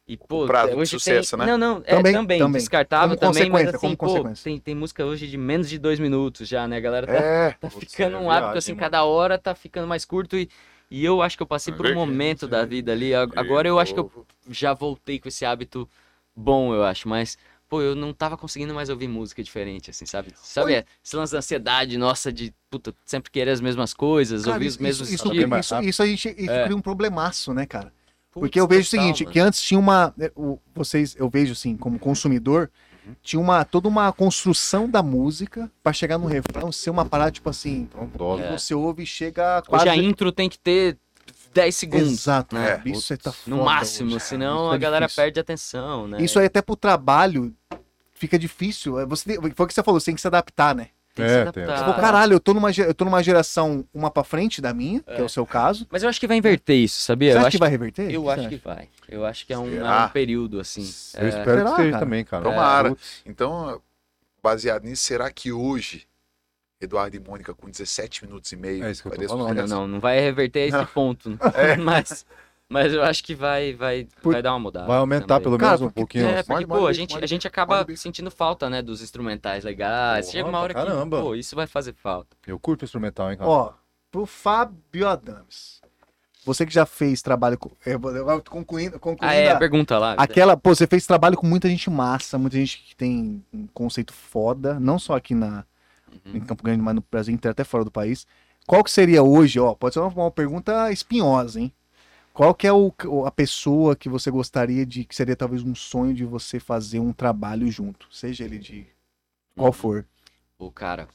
Speaker 3: E, pô,
Speaker 6: prazo de
Speaker 3: hoje
Speaker 6: sucesso,
Speaker 3: tem...
Speaker 6: né?
Speaker 3: Não, não, é,
Speaker 2: Também,
Speaker 3: também,
Speaker 2: também.
Speaker 3: descartável
Speaker 2: Como
Speaker 3: também, mas
Speaker 2: consequência,
Speaker 3: assim,
Speaker 2: como
Speaker 3: pô,
Speaker 2: consequência.
Speaker 3: tem, tem música hoje de menos de dois minutos já, né? A galera tá,
Speaker 6: É.
Speaker 3: tá
Speaker 7: Putz,
Speaker 3: ficando
Speaker 7: é
Speaker 3: um
Speaker 7: viagem,
Speaker 3: hábito, assim,
Speaker 7: mano.
Speaker 3: cada hora tá ficando mais curto e, e eu acho que eu passei por um
Speaker 6: Olha que
Speaker 3: momento da vida ali, a- agora eu acho que eu já voltei com esse hábito bom, eu acho, mas, pô, eu não tava conseguindo mais ouvir música diferente, assim, sabe? Sabe, é, esse lance da ansiedade nossa de, puta, sempre querer as mesmas coisas,
Speaker 2: Cara,
Speaker 3: ouvir os
Speaker 2: isso,
Speaker 3: mesmos
Speaker 2: isso, é
Speaker 7: Bem
Speaker 2: isso,
Speaker 7: mais
Speaker 2: isso,
Speaker 7: rápido.
Speaker 2: isso a gente isso
Speaker 3: assim, É.
Speaker 2: cria um problemaço, né, cara?
Speaker 3: Putz,
Speaker 2: Porque eu vejo o
Speaker 3: total,
Speaker 2: seguinte,
Speaker 3: mano.
Speaker 2: que antes tinha uma. é, o- Vocês, eu vejo assim, como consumidor,
Speaker 3: Uhum.
Speaker 2: tinha uma toda uma construção da música pra chegar no refrão, ser uma parada, tipo assim,
Speaker 7: Pronto,
Speaker 3: É.
Speaker 2: você ouve e chega
Speaker 3: Hoje
Speaker 2: quase.
Speaker 3: a intro tem que ter 10 segundos,
Speaker 2: Exato,
Speaker 6: né?
Speaker 2: cara. Isso aí tá foda
Speaker 3: no máximo,
Speaker 2: hoje, cara.
Speaker 3: senão
Speaker 2: Isso tá
Speaker 3: a galera
Speaker 2: difícil.
Speaker 3: perde a atenção, né?
Speaker 2: Isso é aí até pro trabalho fica difícil. É, Você, tem- foi o que você falou, você tem que se adaptar, né?
Speaker 3: tem que se
Speaker 7: É, tem-
Speaker 3: adaptar.
Speaker 2: Pô, caralho, eu tô, numa, ge- eu tô numa geração uma pra frente da minha, que é o seu caso.
Speaker 3: Mas eu acho que vai inverter isso, sabia?
Speaker 2: Você
Speaker 3: eu
Speaker 2: acho
Speaker 3: acho
Speaker 2: que vai reverter?
Speaker 3: Eu
Speaker 2: Você
Speaker 3: acho
Speaker 2: acha?
Speaker 3: que vai. Eu acho que é um, é um
Speaker 6: Será?
Speaker 3: período, assim.
Speaker 7: Eu
Speaker 3: É,
Speaker 7: espero
Speaker 2: Será,
Speaker 7: que seja
Speaker 2: cara?
Speaker 7: também, cara.
Speaker 6: Tomara.
Speaker 7: Putz,
Speaker 6: Então, baseado nisso, será que hoje, Eduardo e Mônica, com 17 minutos e meio,
Speaker 7: É isso que eu tô
Speaker 6: faria
Speaker 7: falando.
Speaker 3: Não,
Speaker 6: sucesso?
Speaker 3: não, não vai reverter esse ponto. né? Mas, mas eu acho que vai, vai,
Speaker 2: Por-
Speaker 3: vai dar uma mudada.
Speaker 7: Vai aumentar
Speaker 3: Ah, também.
Speaker 7: pelo
Speaker 2: Cara,
Speaker 7: menos um
Speaker 2: porque-
Speaker 7: pouquinho.
Speaker 3: É,
Speaker 7: nossa.
Speaker 3: porque,
Speaker 6: Morde,
Speaker 3: pô,
Speaker 6: morde
Speaker 3: a
Speaker 6: bico,
Speaker 3: gente,
Speaker 6: morde
Speaker 3: a gente acaba
Speaker 6: morde bico.
Speaker 3: sentindo falta, né, dos instrumentais legais.
Speaker 7: Porra,
Speaker 3: Chega uma hora
Speaker 7: pra caramba.
Speaker 3: que, pô, isso vai fazer falta.
Speaker 7: Eu curto instrumental, hein, cara.
Speaker 2: Ó, pro Fábio Adams. Você que já fez trabalho com. é, vou- eu vou concluindo, concluindo
Speaker 3: Ah, é,
Speaker 2: a-
Speaker 3: a pergunta lá.
Speaker 2: aquela. Pô, você fez trabalho com muita gente massa, muita gente que tem um conceito foda, não só aqui na,
Speaker 3: Uhum.
Speaker 2: em Campo Grande, mas no Brasil inteiro, até fora do país. Qual que seria hoje, ó? Pode ser uma, uma pergunta espinhosa, hein? Qual que é o, o- a pessoa que você gostaria de. que seria talvez um sonho de você fazer um trabalho junto? Seja ele de.
Speaker 3: Hum,
Speaker 2: Qual for.
Speaker 3: O cara.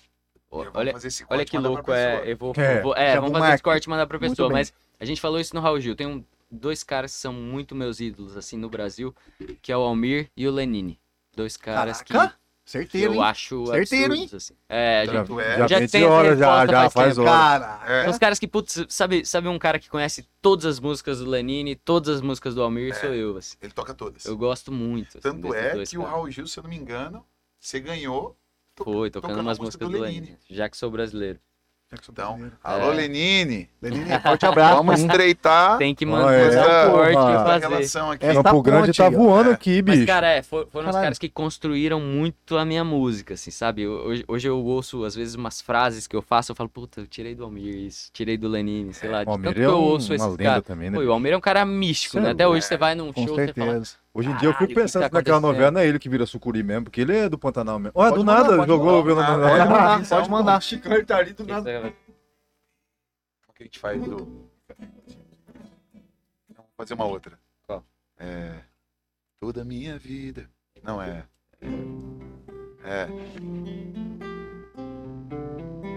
Speaker 3: ó,
Speaker 6: Eu vou
Speaker 3: Olha,
Speaker 6: fazer esse corte
Speaker 3: olha
Speaker 6: e
Speaker 3: que
Speaker 6: mandar pra
Speaker 3: louco, é.
Speaker 6: pessoa.
Speaker 3: Eu vou,
Speaker 7: É,
Speaker 3: eu vou- é,
Speaker 2: já
Speaker 3: vamos
Speaker 2: vou
Speaker 3: fazer esse
Speaker 2: marcar.
Speaker 3: corte e mandar pra
Speaker 2: Muito
Speaker 3: pessoa,
Speaker 2: bem.
Speaker 3: mas a gente falou isso no Raul Gil. Tem um- dois caras que são muito meus ídolos, assim, no Brasil, que é o Almir e o Lenine. Dois caras que-
Speaker 2: Caraca,
Speaker 3: que,
Speaker 2: certeiro,
Speaker 3: eu
Speaker 2: hein?
Speaker 3: acho
Speaker 2: Certeiro,
Speaker 3: absurdos, assim. É, a gente
Speaker 6: Tanto é.
Speaker 7: já
Speaker 3: já
Speaker 7: já vende
Speaker 3: tem
Speaker 7: hora,
Speaker 3: essa
Speaker 7: já,
Speaker 3: resposta
Speaker 7: já
Speaker 3: faz
Speaker 7: faz
Speaker 3: tempo.
Speaker 7: hora.
Speaker 2: Caraca.
Speaker 3: É uns caras que, putz, sabe, sabe um cara que conhece todas as músicas do Lenine, todas as músicas do Almir, sou eu, assim.
Speaker 6: Ele toca todas.
Speaker 3: Eu gosto muito. assim,
Speaker 6: É. Tanto
Speaker 3: desses
Speaker 6: é
Speaker 3: dois
Speaker 6: que o
Speaker 3: caras.
Speaker 6: Raul Gil, se eu não me engano, você ganhou.
Speaker 3: Foi, tocando
Speaker 6: tocando
Speaker 3: umas
Speaker 6: a música
Speaker 3: músicas
Speaker 6: do
Speaker 3: do
Speaker 6: Lenine.
Speaker 3: Lenine, já que sou brasileiro.
Speaker 6: Então, alô,
Speaker 3: É. Um
Speaker 6: Lenine.
Speaker 2: Lenine, forte abraço.
Speaker 6: Vamos estreitar
Speaker 3: tem que
Speaker 7: Ah,
Speaker 3: manter
Speaker 6: é,
Speaker 3: o forte
Speaker 7: porra.
Speaker 3: e
Speaker 6: essa
Speaker 3: fazer. É.
Speaker 6: relação aqui.
Speaker 2: Essa
Speaker 7: Campo Grande
Speaker 2: ponte
Speaker 7: tá
Speaker 2: aí, ó.
Speaker 7: voando
Speaker 6: É.
Speaker 7: aqui, bicho.
Speaker 3: Mas, cara, é, for- foram os
Speaker 2: Caralho.
Speaker 3: caras que construíram muito a minha música, assim, sabe? Eu- Hoje, hoje eu ouço, às vezes, umas frases que eu faço, eu falo, puta, eu tirei do Almir isso, tirei do Lenine, sei lá. de
Speaker 7: O Almir
Speaker 3: tanto
Speaker 7: é
Speaker 3: que eu
Speaker 7: um-
Speaker 3: ouço
Speaker 7: uma
Speaker 3: esse
Speaker 7: lenda
Speaker 3: cara.
Speaker 7: também, né?
Speaker 3: Pô, e o Almir é um cara místico,
Speaker 7: Cê
Speaker 3: né?
Speaker 7: é
Speaker 3: Até hoje você vai num
Speaker 2: Com
Speaker 3: show, você fala,
Speaker 2: certeza.
Speaker 7: Hoje em dia eu
Speaker 3: Caralho,
Speaker 7: fico
Speaker 3: o que
Speaker 7: pensando
Speaker 3: tá
Speaker 7: que naquela
Speaker 3: acontecendo?
Speaker 7: novela não é ele que vira sucuri mesmo, porque ele é do Pantanal mesmo. Ué,
Speaker 2: Pode
Speaker 7: do
Speaker 2: mandar,
Speaker 7: nada,
Speaker 2: pode
Speaker 7: jogou
Speaker 2: mandar.
Speaker 7: o violão
Speaker 6: Ah,
Speaker 7: na
Speaker 2: Pode
Speaker 7: novela.
Speaker 2: mandar, pode mandar.
Speaker 7: Chicão, ele tá ali do
Speaker 3: "Isso
Speaker 7: nada.
Speaker 3: é-
Speaker 6: O que a gente faz do. Vamos fazer uma outra.
Speaker 3: Qual?
Speaker 6: É. Toda a minha vida. Não é. É.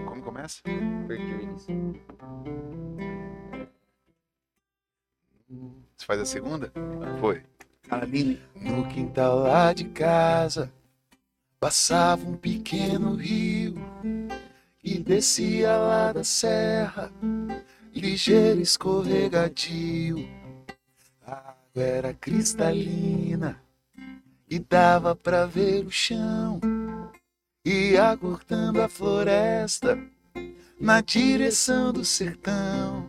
Speaker 6: Como começa?
Speaker 3: perdi o início."
Speaker 6: Você faz a segunda? Foi.
Speaker 2: Caralho,
Speaker 6: No quintal lá de casa passava um pequeno rio e descia lá da serra, ligeiro escorregadio. A água era cristalina e dava pra ver o chão e acortando a floresta na direção do sertão.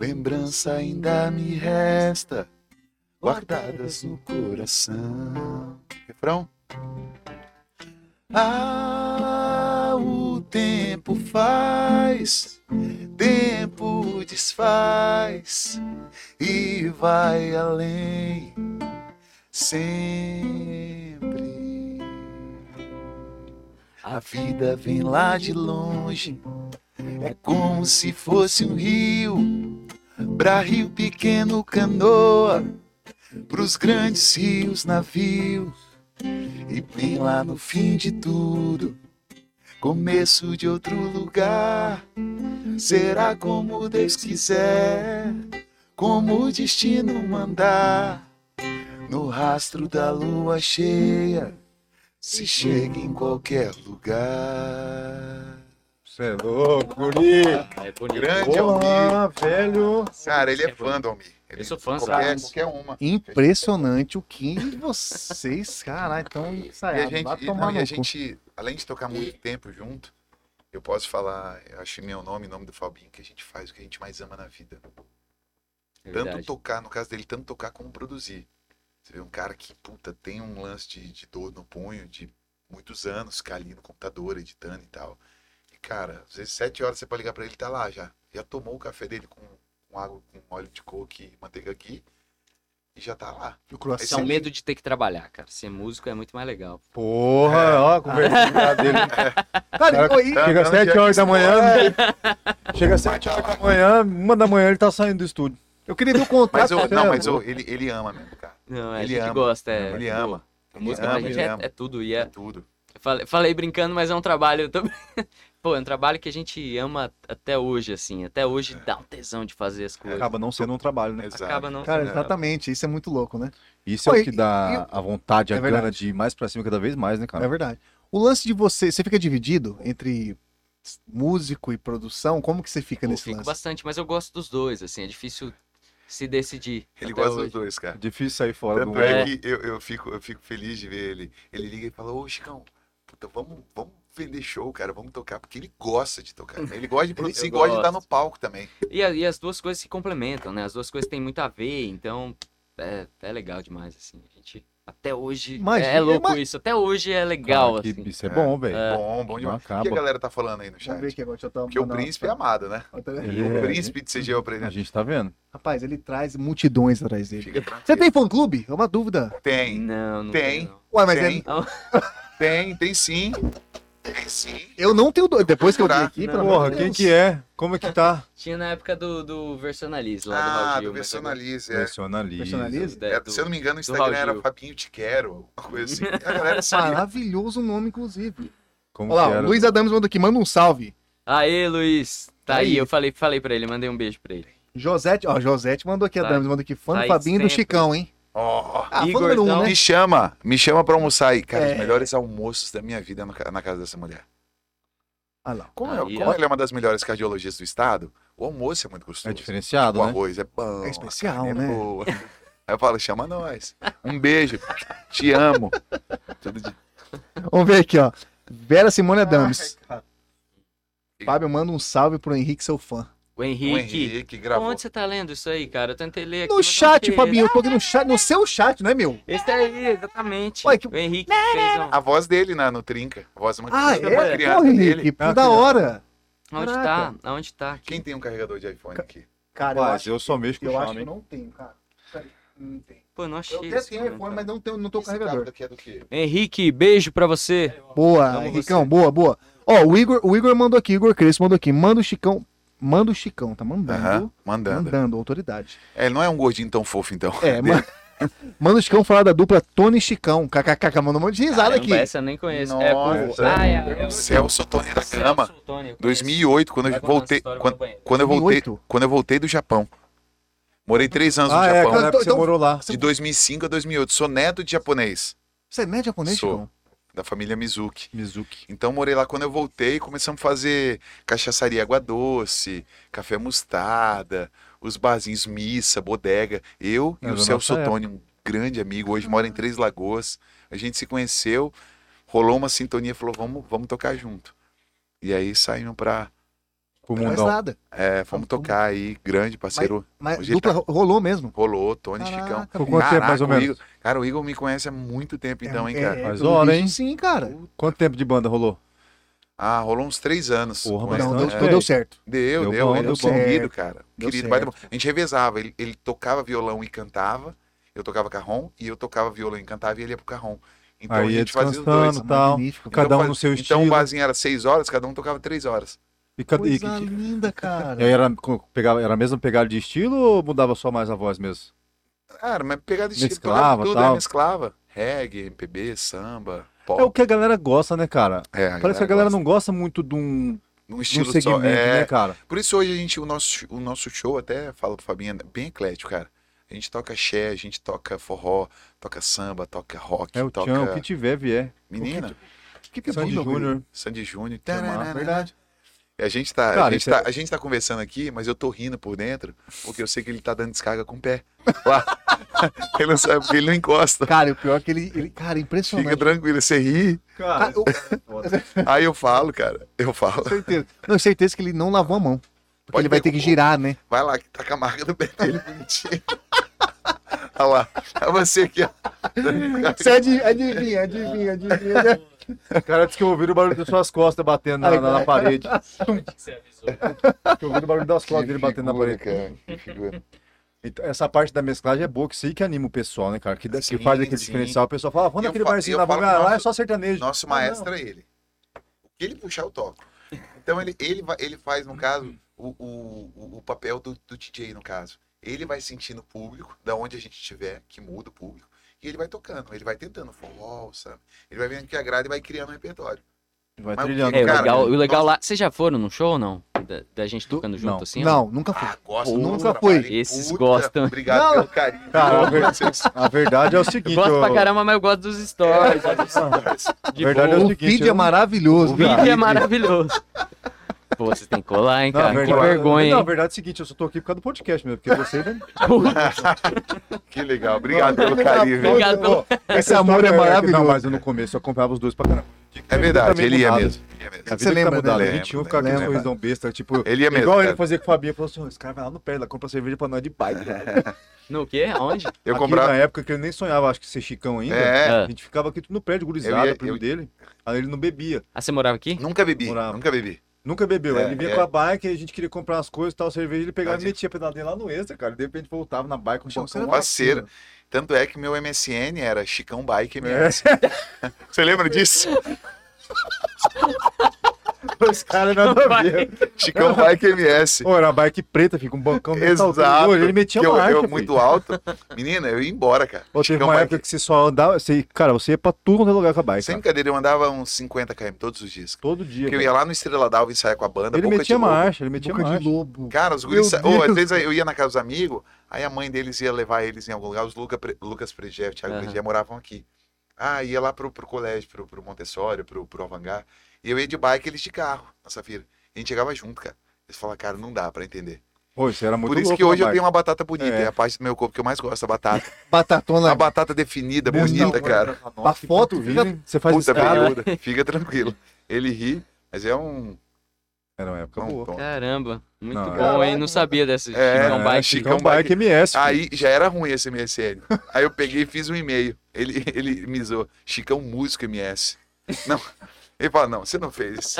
Speaker 6: Lembrança ainda me resta guardadas no coração. Refrão. Ah, o tempo faz, tempo desfaz e vai além sempre. A vida vem lá de longe, é como se fosse um rio, pra rio pequeno canoa pros grandes rios, navios. E bem lá no fim de tudo, começo de outro lugar. Será como Deus quiser, como o destino mandar. No rastro da lua cheia, se chega em qualquer lugar.
Speaker 7: Você é louco, guri.
Speaker 3: Ah, é bonito.
Speaker 6: Grande. Grande Almir.
Speaker 7: Olá, velho.
Speaker 6: Cara, ele é fã do Almir. Ele
Speaker 3: Eu sou fã,
Speaker 6: qualquer,
Speaker 3: sabe?
Speaker 6: qualquer uma.
Speaker 2: Impressionante o que vocês, caralho, então
Speaker 6: E a
Speaker 2: ensaiado. Vai
Speaker 6: gente, e-
Speaker 2: tomar
Speaker 6: não, e
Speaker 2: no
Speaker 6: a
Speaker 2: cu.
Speaker 6: gente, além de tocar muito tempo junto, eu posso falar, eu acho meu nome, e nome do Fabinho, que a gente faz o que a gente mais ama na vida. Tanto
Speaker 3: é Verdade.
Speaker 6: tocar, no caso dele, tanto tocar como produzir. Você vê um cara que, puta, tem um lance de, de dor no punho de muitos anos, ficar ali no computador, editando e tal. E, cara, às vezes sete horas você pode ligar pra ele, tá lá já. Já tomou o café dele com, com água, com óleo de coco e manteiga aqui e já tá lá.
Speaker 2: O
Speaker 3: Isso é
Speaker 2: croissant.
Speaker 3: um medo de ter que trabalhar, cara. Ser músico é muito mais legal.
Speaker 7: Porra, ó, a conversinha dele.
Speaker 2: Cara, É, oi,
Speaker 6: Tá,
Speaker 7: Chega
Speaker 6: tá
Speaker 7: às
Speaker 6: no
Speaker 7: 7
Speaker 6: dia
Speaker 7: horas
Speaker 6: que
Speaker 7: da manhã. né? Chega às
Speaker 6: Vai,
Speaker 7: 7
Speaker 6: tchau.
Speaker 7: horas da manhã, uma da manhã ele tá saindo do estúdio.
Speaker 2: eu queria
Speaker 7: um
Speaker 2: ver o contato.
Speaker 6: Mas, ô,
Speaker 2: você
Speaker 6: não,
Speaker 2: é
Speaker 6: mas ô,
Speaker 2: louco.
Speaker 6: ele, ele ama mesmo, cara.
Speaker 3: Não, a
Speaker 6: Ele
Speaker 3: gente
Speaker 6: ama.
Speaker 3: gosta, é.
Speaker 6: Ele
Speaker 3: pô,
Speaker 6: ama.
Speaker 3: A
Speaker 6: Ele
Speaker 3: música
Speaker 6: ama,
Speaker 3: pra gente
Speaker 6: ele ama.
Speaker 3: é, é tudo. E
Speaker 6: É
Speaker 3: é,
Speaker 6: tudo.
Speaker 3: Falei, falei brincando, mas é um trabalho também. Pô, é um trabalho que a gente ama até hoje, assim. Até hoje dá um tesão de fazer as coisas.
Speaker 7: Acaba não sendo um trabalho, né?
Speaker 6: Exato.
Speaker 3: Acaba não
Speaker 2: Cara,
Speaker 3: sendo-
Speaker 2: exatamente, isso é muito louco, né?
Speaker 7: Isso é
Speaker 2: Oi,
Speaker 7: o que dá a vontade, a
Speaker 2: É
Speaker 7: gana
Speaker 2: verdade.
Speaker 7: de ir mais pra cima cada vez mais, né, cara?
Speaker 2: É verdade. O lance de você, você fica dividido entre músico e produção, como que você fica
Speaker 3: Pô,
Speaker 2: nesse
Speaker 3: fico
Speaker 2: lance?
Speaker 3: bastante, mas eu gosto dos dois, assim. É difícil se decidir.
Speaker 6: Ele
Speaker 3: até
Speaker 6: gosta
Speaker 3: hoje.
Speaker 6: dos dois, cara.
Speaker 7: Difícil sair fora do
Speaker 6: Tanto é
Speaker 3: É.
Speaker 6: que eu, eu, fico, eu fico feliz de ver ele. Ele liga e fala, ô Chicão, puta, vamos, vamos vender show, cara, vamos tocar, porque ele gosta de tocar. né? Ele gosta de produzir e
Speaker 3: Eu
Speaker 6: gosta de estar no
Speaker 3: gosto.
Speaker 6: palco também.
Speaker 3: E, a- e as duas coisas se complementam, né? As duas coisas têm muito a ver, então é, é legal demais, assim. A gente, até hoje.
Speaker 2: Imagina,
Speaker 3: é, louco
Speaker 2: imagina.
Speaker 3: isso. Até hoje é legal,
Speaker 7: Cara, que
Speaker 3: assim.
Speaker 7: Isso é bom, velho.
Speaker 6: Bom, bom
Speaker 7: Não
Speaker 6: demais. O que a
Speaker 7: acaba.
Speaker 6: galera tá falando aí no
Speaker 2: Vamos ver
Speaker 6: chat?
Speaker 2: aqui agora, deixa eu tomar
Speaker 6: Porque o
Speaker 2: uma-
Speaker 6: príncipe é amado, né?
Speaker 2: outra-
Speaker 7: Ele
Speaker 6: O
Speaker 7: É.
Speaker 6: príncipe de CG é o
Speaker 7: A
Speaker 6: presente.
Speaker 7: gente tá vendo.
Speaker 2: Rapaz, ele traz multidões atrás dele.
Speaker 6: Fica
Speaker 2: Você
Speaker 6: tranquilo.
Speaker 2: tem fã clube? É uma dúvida.
Speaker 6: Tem,
Speaker 3: Não, não
Speaker 6: Tem.
Speaker 3: não.
Speaker 2: Ué, mas
Speaker 6: tem,
Speaker 2: é-
Speaker 6: tem, tem sim. Tem sim.
Speaker 2: eu não tenho do... Depois que eu vi
Speaker 6: Tá.
Speaker 2: aqui,
Speaker 3: Não.
Speaker 2: pelo amor
Speaker 7: Porra,
Speaker 2: de
Speaker 7: quem
Speaker 2: Deus.
Speaker 7: que é? Como é que tá?
Speaker 3: Tinha na época do, do Versionalize lá do Raul
Speaker 6: Ah,
Speaker 3: Gil,
Speaker 6: do
Speaker 3: mas agora-
Speaker 6: Personalize, é.
Speaker 7: Personaliza.
Speaker 2: Personaliza?
Speaker 3: é,
Speaker 6: É,
Speaker 3: do-
Speaker 6: se eu não me engano, o
Speaker 3: do
Speaker 6: Instagram
Speaker 3: Raul
Speaker 6: era
Speaker 3: Gil.
Speaker 6: Fabinho Te Quero, uma coisa assim. A galera sabe.
Speaker 2: Maravilhoso nome, inclusive.
Speaker 7: Como
Speaker 2: Olha
Speaker 7: que
Speaker 2: lá,
Speaker 7: era?
Speaker 2: o Luiz Adams manda aqui, manda um salve.
Speaker 3: Aê, Luiz. Tá
Speaker 2: Aí.
Speaker 3: aí, eu falei, falei pra ele, mandei um beijo pra ele.
Speaker 2: Josete, ó, Josete mandou aqui,
Speaker 3: Tá.
Speaker 2: Adams mandou aqui, fã
Speaker 3: Tá
Speaker 2: do
Speaker 3: aí
Speaker 2: Fabinho e do
Speaker 3: sempre.
Speaker 2: Chicão, hein?
Speaker 6: Ó,
Speaker 2: Ah, fã
Speaker 3: Igor,
Speaker 2: número um,
Speaker 3: então.
Speaker 2: né?
Speaker 6: Me chama, me chama pra almoçar aí. Cara,
Speaker 2: É.
Speaker 6: os melhores almoços da minha vida é no ca- na casa dessa mulher.
Speaker 2: Olha Ah, lá.
Speaker 6: Como,
Speaker 3: Aí,
Speaker 6: é, como
Speaker 3: ó.
Speaker 6: ela é uma das melhores cardiologistas do estado, o almoço é muito gostoso.
Speaker 7: É diferenciado,
Speaker 1: Tipo,
Speaker 6: O
Speaker 7: né?
Speaker 6: arroz é bom.
Speaker 2: É especial,
Speaker 6: a carne é
Speaker 2: né?
Speaker 6: boa. Aí eu falo, chama nós. Um beijo. Te amo. Tudo de...
Speaker 2: Vamos ver aqui, ó. Vera Simone Adams. Fábio, manda um salve pro Henrique, seu fã.
Speaker 3: O Henrique.
Speaker 6: O Henrique gravou.
Speaker 3: Onde você tá lendo isso aí, cara? É Eu tentei ler aqui.
Speaker 2: No
Speaker 3: mas não
Speaker 2: chat,
Speaker 3: achei.
Speaker 2: Fabinho. Eu tô aqui no chat, no seu chat, não é meu?
Speaker 3: Esse aí, exatamente.
Speaker 2: Ué, que-
Speaker 3: O Henrique fez um...
Speaker 6: A voz dele na, no Trinca. A voz de uma,
Speaker 2: Ah,
Speaker 6: de
Speaker 2: é?
Speaker 6: uma criança
Speaker 2: Pô, Henrique,
Speaker 6: dele.
Speaker 2: pô, da hora.
Speaker 3: Aonde tá?
Speaker 2: Caraca.
Speaker 3: Aonde tá? aqui?
Speaker 6: Quem tem um carregador de iPhone aqui?
Speaker 2: Cara,
Speaker 1: Mas eu só mexo com
Speaker 2: eu
Speaker 1: o
Speaker 2: acho que
Speaker 1: Xiaomi.
Speaker 2: eu não tenho, cara. Sério, Não tenho.
Speaker 3: Pô, não achei
Speaker 2: Eu até
Speaker 3: esse
Speaker 2: tenho iPhone,
Speaker 3: comentário.
Speaker 2: mas não, tenho, não tô com
Speaker 6: Esse
Speaker 2: um carregador.
Speaker 6: cabo daqui é do quê?
Speaker 3: Henrique, beijo pra você.
Speaker 2: Boa,
Speaker 3: Amo
Speaker 2: Henricão, boa, boa. Ó, o Igor, o Igor mandou aqui, Igor Crespo mandou aqui. Manda o Chicão. Manda o Chicão, tá mandando.
Speaker 6: Aham, mandando.
Speaker 2: Mandando, autoridade.
Speaker 6: É, ele não é um gordinho tão fofo, então.
Speaker 2: É, mano. Manda o Chicão falar da dupla Tony e Chicão. KKK, mandou um monte de risada
Speaker 3: Caramba,
Speaker 2: aqui.
Speaker 3: Essa eu nem conheço.
Speaker 6: Nossa.
Speaker 3: É com... Ah, é, é o-
Speaker 6: Celso Tony da
Speaker 3: Celso
Speaker 6: Gama.
Speaker 3: Antônio, eu conheço.
Speaker 6: 2008, quando
Speaker 3: Vai
Speaker 6: eu
Speaker 3: contar essa
Speaker 6: um, voltei,
Speaker 3: história,
Speaker 6: quando,
Speaker 3: vou no banheiro.
Speaker 6: quando eu voltei,
Speaker 2: 2008?
Speaker 6: quando eu voltei do Japão. Morei três anos
Speaker 1: Ah,
Speaker 6: no
Speaker 1: é,
Speaker 6: Japão,
Speaker 1: aquela época que você
Speaker 2: Então-
Speaker 1: morou lá.
Speaker 6: de 2005 a 2008. Sou neto de japonês,
Speaker 2: Você é médio japonês,
Speaker 6: Sou.
Speaker 2: Chicão?
Speaker 6: da família Mizuki.
Speaker 1: Mizuki.
Speaker 6: Então morei lá quando eu voltei, começamos a fazer cachaçaria água doce, café mostarda, os barzinhos missa, bodega. Eu e
Speaker 1: É,
Speaker 6: o
Speaker 1: da
Speaker 6: Celso
Speaker 1: nossa
Speaker 6: Tony, um grande amigo, hoje mora em Três Lagoas. A gente se conheceu, rolou uma sintonia, falou: "Vamos, vamos tocar junto". E aí saímos pra
Speaker 1: Pro
Speaker 2: Não faz
Speaker 1: mundão.
Speaker 2: nada.
Speaker 6: É, fomos
Speaker 2: Vamos-
Speaker 6: tocar aí, grande parceiro.
Speaker 2: Mas
Speaker 6: Hoje ele tá
Speaker 2: dupla ro- rolou mesmo.
Speaker 6: Rolou, Tony Chicão.
Speaker 2: Caraca,
Speaker 1: Por
Speaker 2: bicho.
Speaker 1: quanto tempo, mais ou
Speaker 6: Caraca, o
Speaker 1: menos?
Speaker 6: Igor- Cara, o Igor me conhece há muito tempo, então, hein,
Speaker 2: É,
Speaker 6: cara?
Speaker 2: é,
Speaker 1: Faz
Speaker 2: pelo
Speaker 1: hora,
Speaker 2: visto,
Speaker 1: hein?
Speaker 2: Sim, cara.
Speaker 1: Quanto tempo de banda rolou?
Speaker 6: Ah, rolou uns três anos.
Speaker 1: Porra,
Speaker 6: com
Speaker 1: mas
Speaker 6: ele.
Speaker 2: Não,
Speaker 1: não,
Speaker 2: deu,
Speaker 1: é.
Speaker 2: deu certo.
Speaker 6: Deu,
Speaker 1: Deu
Speaker 6: deu,
Speaker 1: bom,
Speaker 6: ele é
Speaker 1: deu
Speaker 6: um
Speaker 2: bom.
Speaker 6: querido, cara.
Speaker 2: Deu
Speaker 6: querido,
Speaker 2: certo.
Speaker 6: baita bom. A gente revezava, ele, ele tocava violão e cantava, eu tocava carrom, e eu tocava violão e cantava, e ele ia pro carrom. Então
Speaker 1: Aí
Speaker 6: a
Speaker 1: ia
Speaker 6: gente fazia os dois.
Speaker 1: descansando, tal.
Speaker 2: Magnífico.
Speaker 1: Cada
Speaker 6: Então
Speaker 1: um
Speaker 6: faz-
Speaker 1: no seu
Speaker 6: Então
Speaker 1: estilo.
Speaker 6: o barzinho era seis horas, cada um tocava três horas.
Speaker 1: E, cadê- e,
Speaker 2: Coisa
Speaker 1: e-
Speaker 2: linda, cara.
Speaker 1: e aí era, co- pegava, era a mesma pegada de estilo ou mudava só mais a voz mesmo?
Speaker 6: Cara, mas pegada de estilo,
Speaker 1: Mesclava,
Speaker 6: tocava tudo,
Speaker 1: tal.
Speaker 6: é, mesclava. Reggae, MPB, samba, pop.
Speaker 1: É o que a galera gosta, né, cara?
Speaker 6: É,
Speaker 1: Parece que a galera não gosta muito de um, de
Speaker 6: não...
Speaker 1: um
Speaker 6: estilo só.
Speaker 1: segmento,
Speaker 6: É,
Speaker 1: né, cara?
Speaker 6: Por isso hoje a gente, o nosso, o nosso show, até falo pro Fabinho, é bem eclético, cara. A gente toca axé, a gente toca forró, toca samba, toca rock,
Speaker 1: É o
Speaker 6: toca
Speaker 1: Tchan, o que tiver, vier.
Speaker 6: menina,
Speaker 1: Que é que
Speaker 6: Sandy
Speaker 1: Júnior.
Speaker 6: Sandy Júnior.
Speaker 1: É uma-
Speaker 6: tararara.
Speaker 1: verdade.
Speaker 6: E A gente, tá,
Speaker 1: Cara,
Speaker 6: a, gente
Speaker 1: isso é-
Speaker 6: tá, a gente tá conversando aqui, mas eu tô rindo por dentro, porque eu sei que ele tá dando descarga com o pé. Lá. ele não sabe, porque ele não encosta.
Speaker 2: Cara, e o pior é que ele. ele- cara, impressionante.
Speaker 6: Fica tranquilo, você ri.
Speaker 2: Cara, eu-
Speaker 6: Aí eu falo, cara, eu falo.
Speaker 2: certeza. Não, certeza que ele não lavou a mão. Porque
Speaker 6: Pode
Speaker 2: ele vai
Speaker 6: ter
Speaker 2: ter que
Speaker 6: um-
Speaker 2: girar, né?
Speaker 6: Vai lá, que tá com a marca do pé dele bonitinho. Olha lá, é você aqui, ó.
Speaker 2: Você adi- adivinha, adivinha, adivinha. né?
Speaker 1: O cara disse que ouviram o barulho das suas costas batendo na,
Speaker 2: Ai,
Speaker 1: na- na
Speaker 2: cara.
Speaker 1: parede.
Speaker 2: tá um
Speaker 3: Você avisou.
Speaker 1: Que ouviram o barulho das costas dele batendo na
Speaker 6: figura,
Speaker 1: parede.
Speaker 6: cara, que figura.
Speaker 1: Então, essa parte da mesclagem é boa, que isso aí que anima o pessoal, né, cara? Que, que
Speaker 6: Sim,
Speaker 1: faz aquele
Speaker 6: sim.
Speaker 1: diferencial. O pessoal fala, ah, vamos
Speaker 6: Eu
Speaker 1: naquele
Speaker 6: fa-
Speaker 1: barzinho
Speaker 6: eu
Speaker 1: lá,
Speaker 6: falo
Speaker 1: vamos ganhar
Speaker 6: que
Speaker 1: lá, é
Speaker 6: nosso-
Speaker 1: só sertanejo.
Speaker 6: Nosso
Speaker 1: Ah, não.
Speaker 6: maestro é ele. O que ele puxar, eu toco. Então ele, ele, vai- ele faz, no caso, o, o, o- o papel do, do DJ, no caso. Ele vai sentindo o público, da onde a gente estiver, que muda o público, e ele vai tocando, ele vai tentando forró, sabe? Ele vai vendo o que agrada e vai criando um repertório.
Speaker 1: Vai
Speaker 6: Mas o
Speaker 1: trilhando.
Speaker 3: É, o
Speaker 6: Cara,
Speaker 3: legal, o legal
Speaker 6: nós-
Speaker 3: lá. Vocês já foram num show ou não? Da, da gente tocando junto
Speaker 1: não.
Speaker 3: assim? ó?
Speaker 2: Não, nunca foi.
Speaker 6: Ah, gosto,
Speaker 2: Nunca
Speaker 6: trabalho,
Speaker 2: fui.
Speaker 6: hein?
Speaker 3: Esses gostam.
Speaker 6: Obrigado
Speaker 2: Não.
Speaker 6: pelo carinho.
Speaker 1: Cara,
Speaker 6: Obrigado
Speaker 1: a
Speaker 6: por vocês.
Speaker 1: A verdade é o
Speaker 3: Eu
Speaker 1: seguinte.
Speaker 3: gosto pra
Speaker 1: ô-
Speaker 3: caramba, mas eu gosto dos stories.
Speaker 1: a verdade é
Speaker 2: O
Speaker 1: o seguinte.
Speaker 2: vídeo
Speaker 1: eu
Speaker 2: é
Speaker 1: não-
Speaker 2: maravilhoso,
Speaker 1: O
Speaker 2: cara.
Speaker 3: vídeo é maravilhoso. Pô, vocês têm que colar, hein,
Speaker 1: Não, a
Speaker 3: cara? que
Speaker 1: verdade-
Speaker 3: vergonha,
Speaker 1: Não, a
Speaker 3: hein?
Speaker 1: verdade é o seguinte, eu só tô aqui por causa do podcast mesmo, porque você, né?
Speaker 6: Que legal, obrigado pelo carinho. viu?
Speaker 3: Obrigado pelo-
Speaker 1: Ô, Esse amor é maravilhoso. Não, mas eu no começo eu acompanhava os dois pra caramba.
Speaker 6: É verdade,
Speaker 1: Também
Speaker 6: ele ia
Speaker 1: mudado.
Speaker 6: mesmo. ele ia mesmo.
Speaker 1: A vida
Speaker 2: Você
Speaker 1: que
Speaker 2: lembra,
Speaker 1: tá mudada.
Speaker 6: né?
Speaker 1: A gente tinha que ficar com
Speaker 2: Lembra,
Speaker 1: um
Speaker 2: lembra.
Speaker 1: sorrisão besta, tipo...
Speaker 6: Ele ia mesmo.
Speaker 1: Igual ele
Speaker 6: cara.
Speaker 1: fazia com o Fabinho, falou assim, "Ô, esse cara vai lá no pé, lá compra cerveja pra nós de bike.
Speaker 3: No quê? Aonde? Ah,
Speaker 6: Eu
Speaker 1: Aqui
Speaker 6: comprava.
Speaker 1: na época que ele nem sonhava, acho que ser chicão ainda.
Speaker 6: É.
Speaker 1: A gente ficava aqui tudo no prédio, gurizada,
Speaker 6: Eu ia-
Speaker 1: primo
Speaker 6: eu-
Speaker 1: dele. Aí ele não bebia.
Speaker 3: Ah, você morava aqui?
Speaker 6: Nunca bebi,
Speaker 1: Morava.
Speaker 6: nunca bebi.
Speaker 1: Nunca bebeu.
Speaker 6: É,
Speaker 1: aí ele vinha
Speaker 6: é.
Speaker 1: com a bike, aí a gente queria comprar umas coisas, tal, cerveja, ele pegava e
Speaker 6: Tadinho.
Speaker 1: metia a pedalinha lá no extra, cara. De repente voltava na bike com um
Speaker 2: Poxa, você
Speaker 1: bocão
Speaker 2: era
Speaker 6: Parceiro. Tanto é que meu MSN era Chicão Bike
Speaker 1: É,
Speaker 6: MS. Você lembra disso?
Speaker 1: Os caras nada a ver.
Speaker 6: Chicão Bike MS.
Speaker 1: Ô, era uma bike preta, fica um bancão bem
Speaker 6: Exato.
Speaker 1: saltador. Ele metia
Speaker 6: Que eu,
Speaker 1: uma
Speaker 6: eu
Speaker 1: marcha, filho.
Speaker 6: muito alto. Menina, eu ia embora, cara.
Speaker 1: Ô, teve uma época que você só andava. Você, cara, você ia pra tudo quanto é lugar com a bike.
Speaker 6: Sem
Speaker 1: Sempre...
Speaker 6: brincadeira, eu andava uns 50 km todos os dias.
Speaker 1: Todo dia.
Speaker 6: Porque eu
Speaker 1: cara.
Speaker 6: ia lá no Estrela d'Alva ensaiar com a banda.
Speaker 1: Ele
Speaker 6: Boca de
Speaker 1: metia
Speaker 6: Lobo.
Speaker 1: marcha, ele metia
Speaker 2: Boca de
Speaker 1: marcha.
Speaker 2: lobo.
Speaker 6: Cara, os
Speaker 1: Meu
Speaker 6: guris. sa- Ô, às
Speaker 1: Deus.
Speaker 6: vezes eu ia na casa dos amigos, aí a mãe deles ia levar eles em algum lugar. Os Luca, Pre- Lucas Prejev, Thiago
Speaker 3: Aham.
Speaker 6: Prejev moravam aqui. Ah, ia lá pro, pro colégio, pro, pro Montessori, pro, pro Avangar. E eu ia de bike, eles de carro, na Safira. A gente chegava junto, cara. Eles falavam, cara, não dá pra entender.
Speaker 1: Pô, isso era muito
Speaker 6: Por isso
Speaker 1: louco
Speaker 6: que hoje
Speaker 1: na
Speaker 6: eu tenho uma batata bonita.
Speaker 1: É.
Speaker 6: É. a parte do meu corpo que eu mais gosto, a batata.
Speaker 2: Batatona.
Speaker 6: A batata definida,
Speaker 1: bike.
Speaker 6: bonita,
Speaker 1: Não,
Speaker 6: cara.
Speaker 1: mano, nossa,
Speaker 2: Pra
Speaker 1: que
Speaker 2: foto,
Speaker 1: puto
Speaker 2: fica-
Speaker 1: vídeo, hein? Você faz
Speaker 6: Puta
Speaker 1: escada.
Speaker 6: peluda. Fica tranquilo. Ele ri, mas é um.
Speaker 1: Era uma época boa.
Speaker 6: Montona.
Speaker 3: Caramba, muito
Speaker 1: Não,
Speaker 3: bom, hein? Não sabia dessa.
Speaker 6: É,
Speaker 3: É, um
Speaker 1: É,
Speaker 3: bike.
Speaker 1: Chicão Bike MS. filho.
Speaker 6: Aí já era ruim esse MSN. Aí eu peguei e fiz um e-mail. Ele, ele me zoou. Chicão Músico MS. Não. Ele fala, não, você não fez.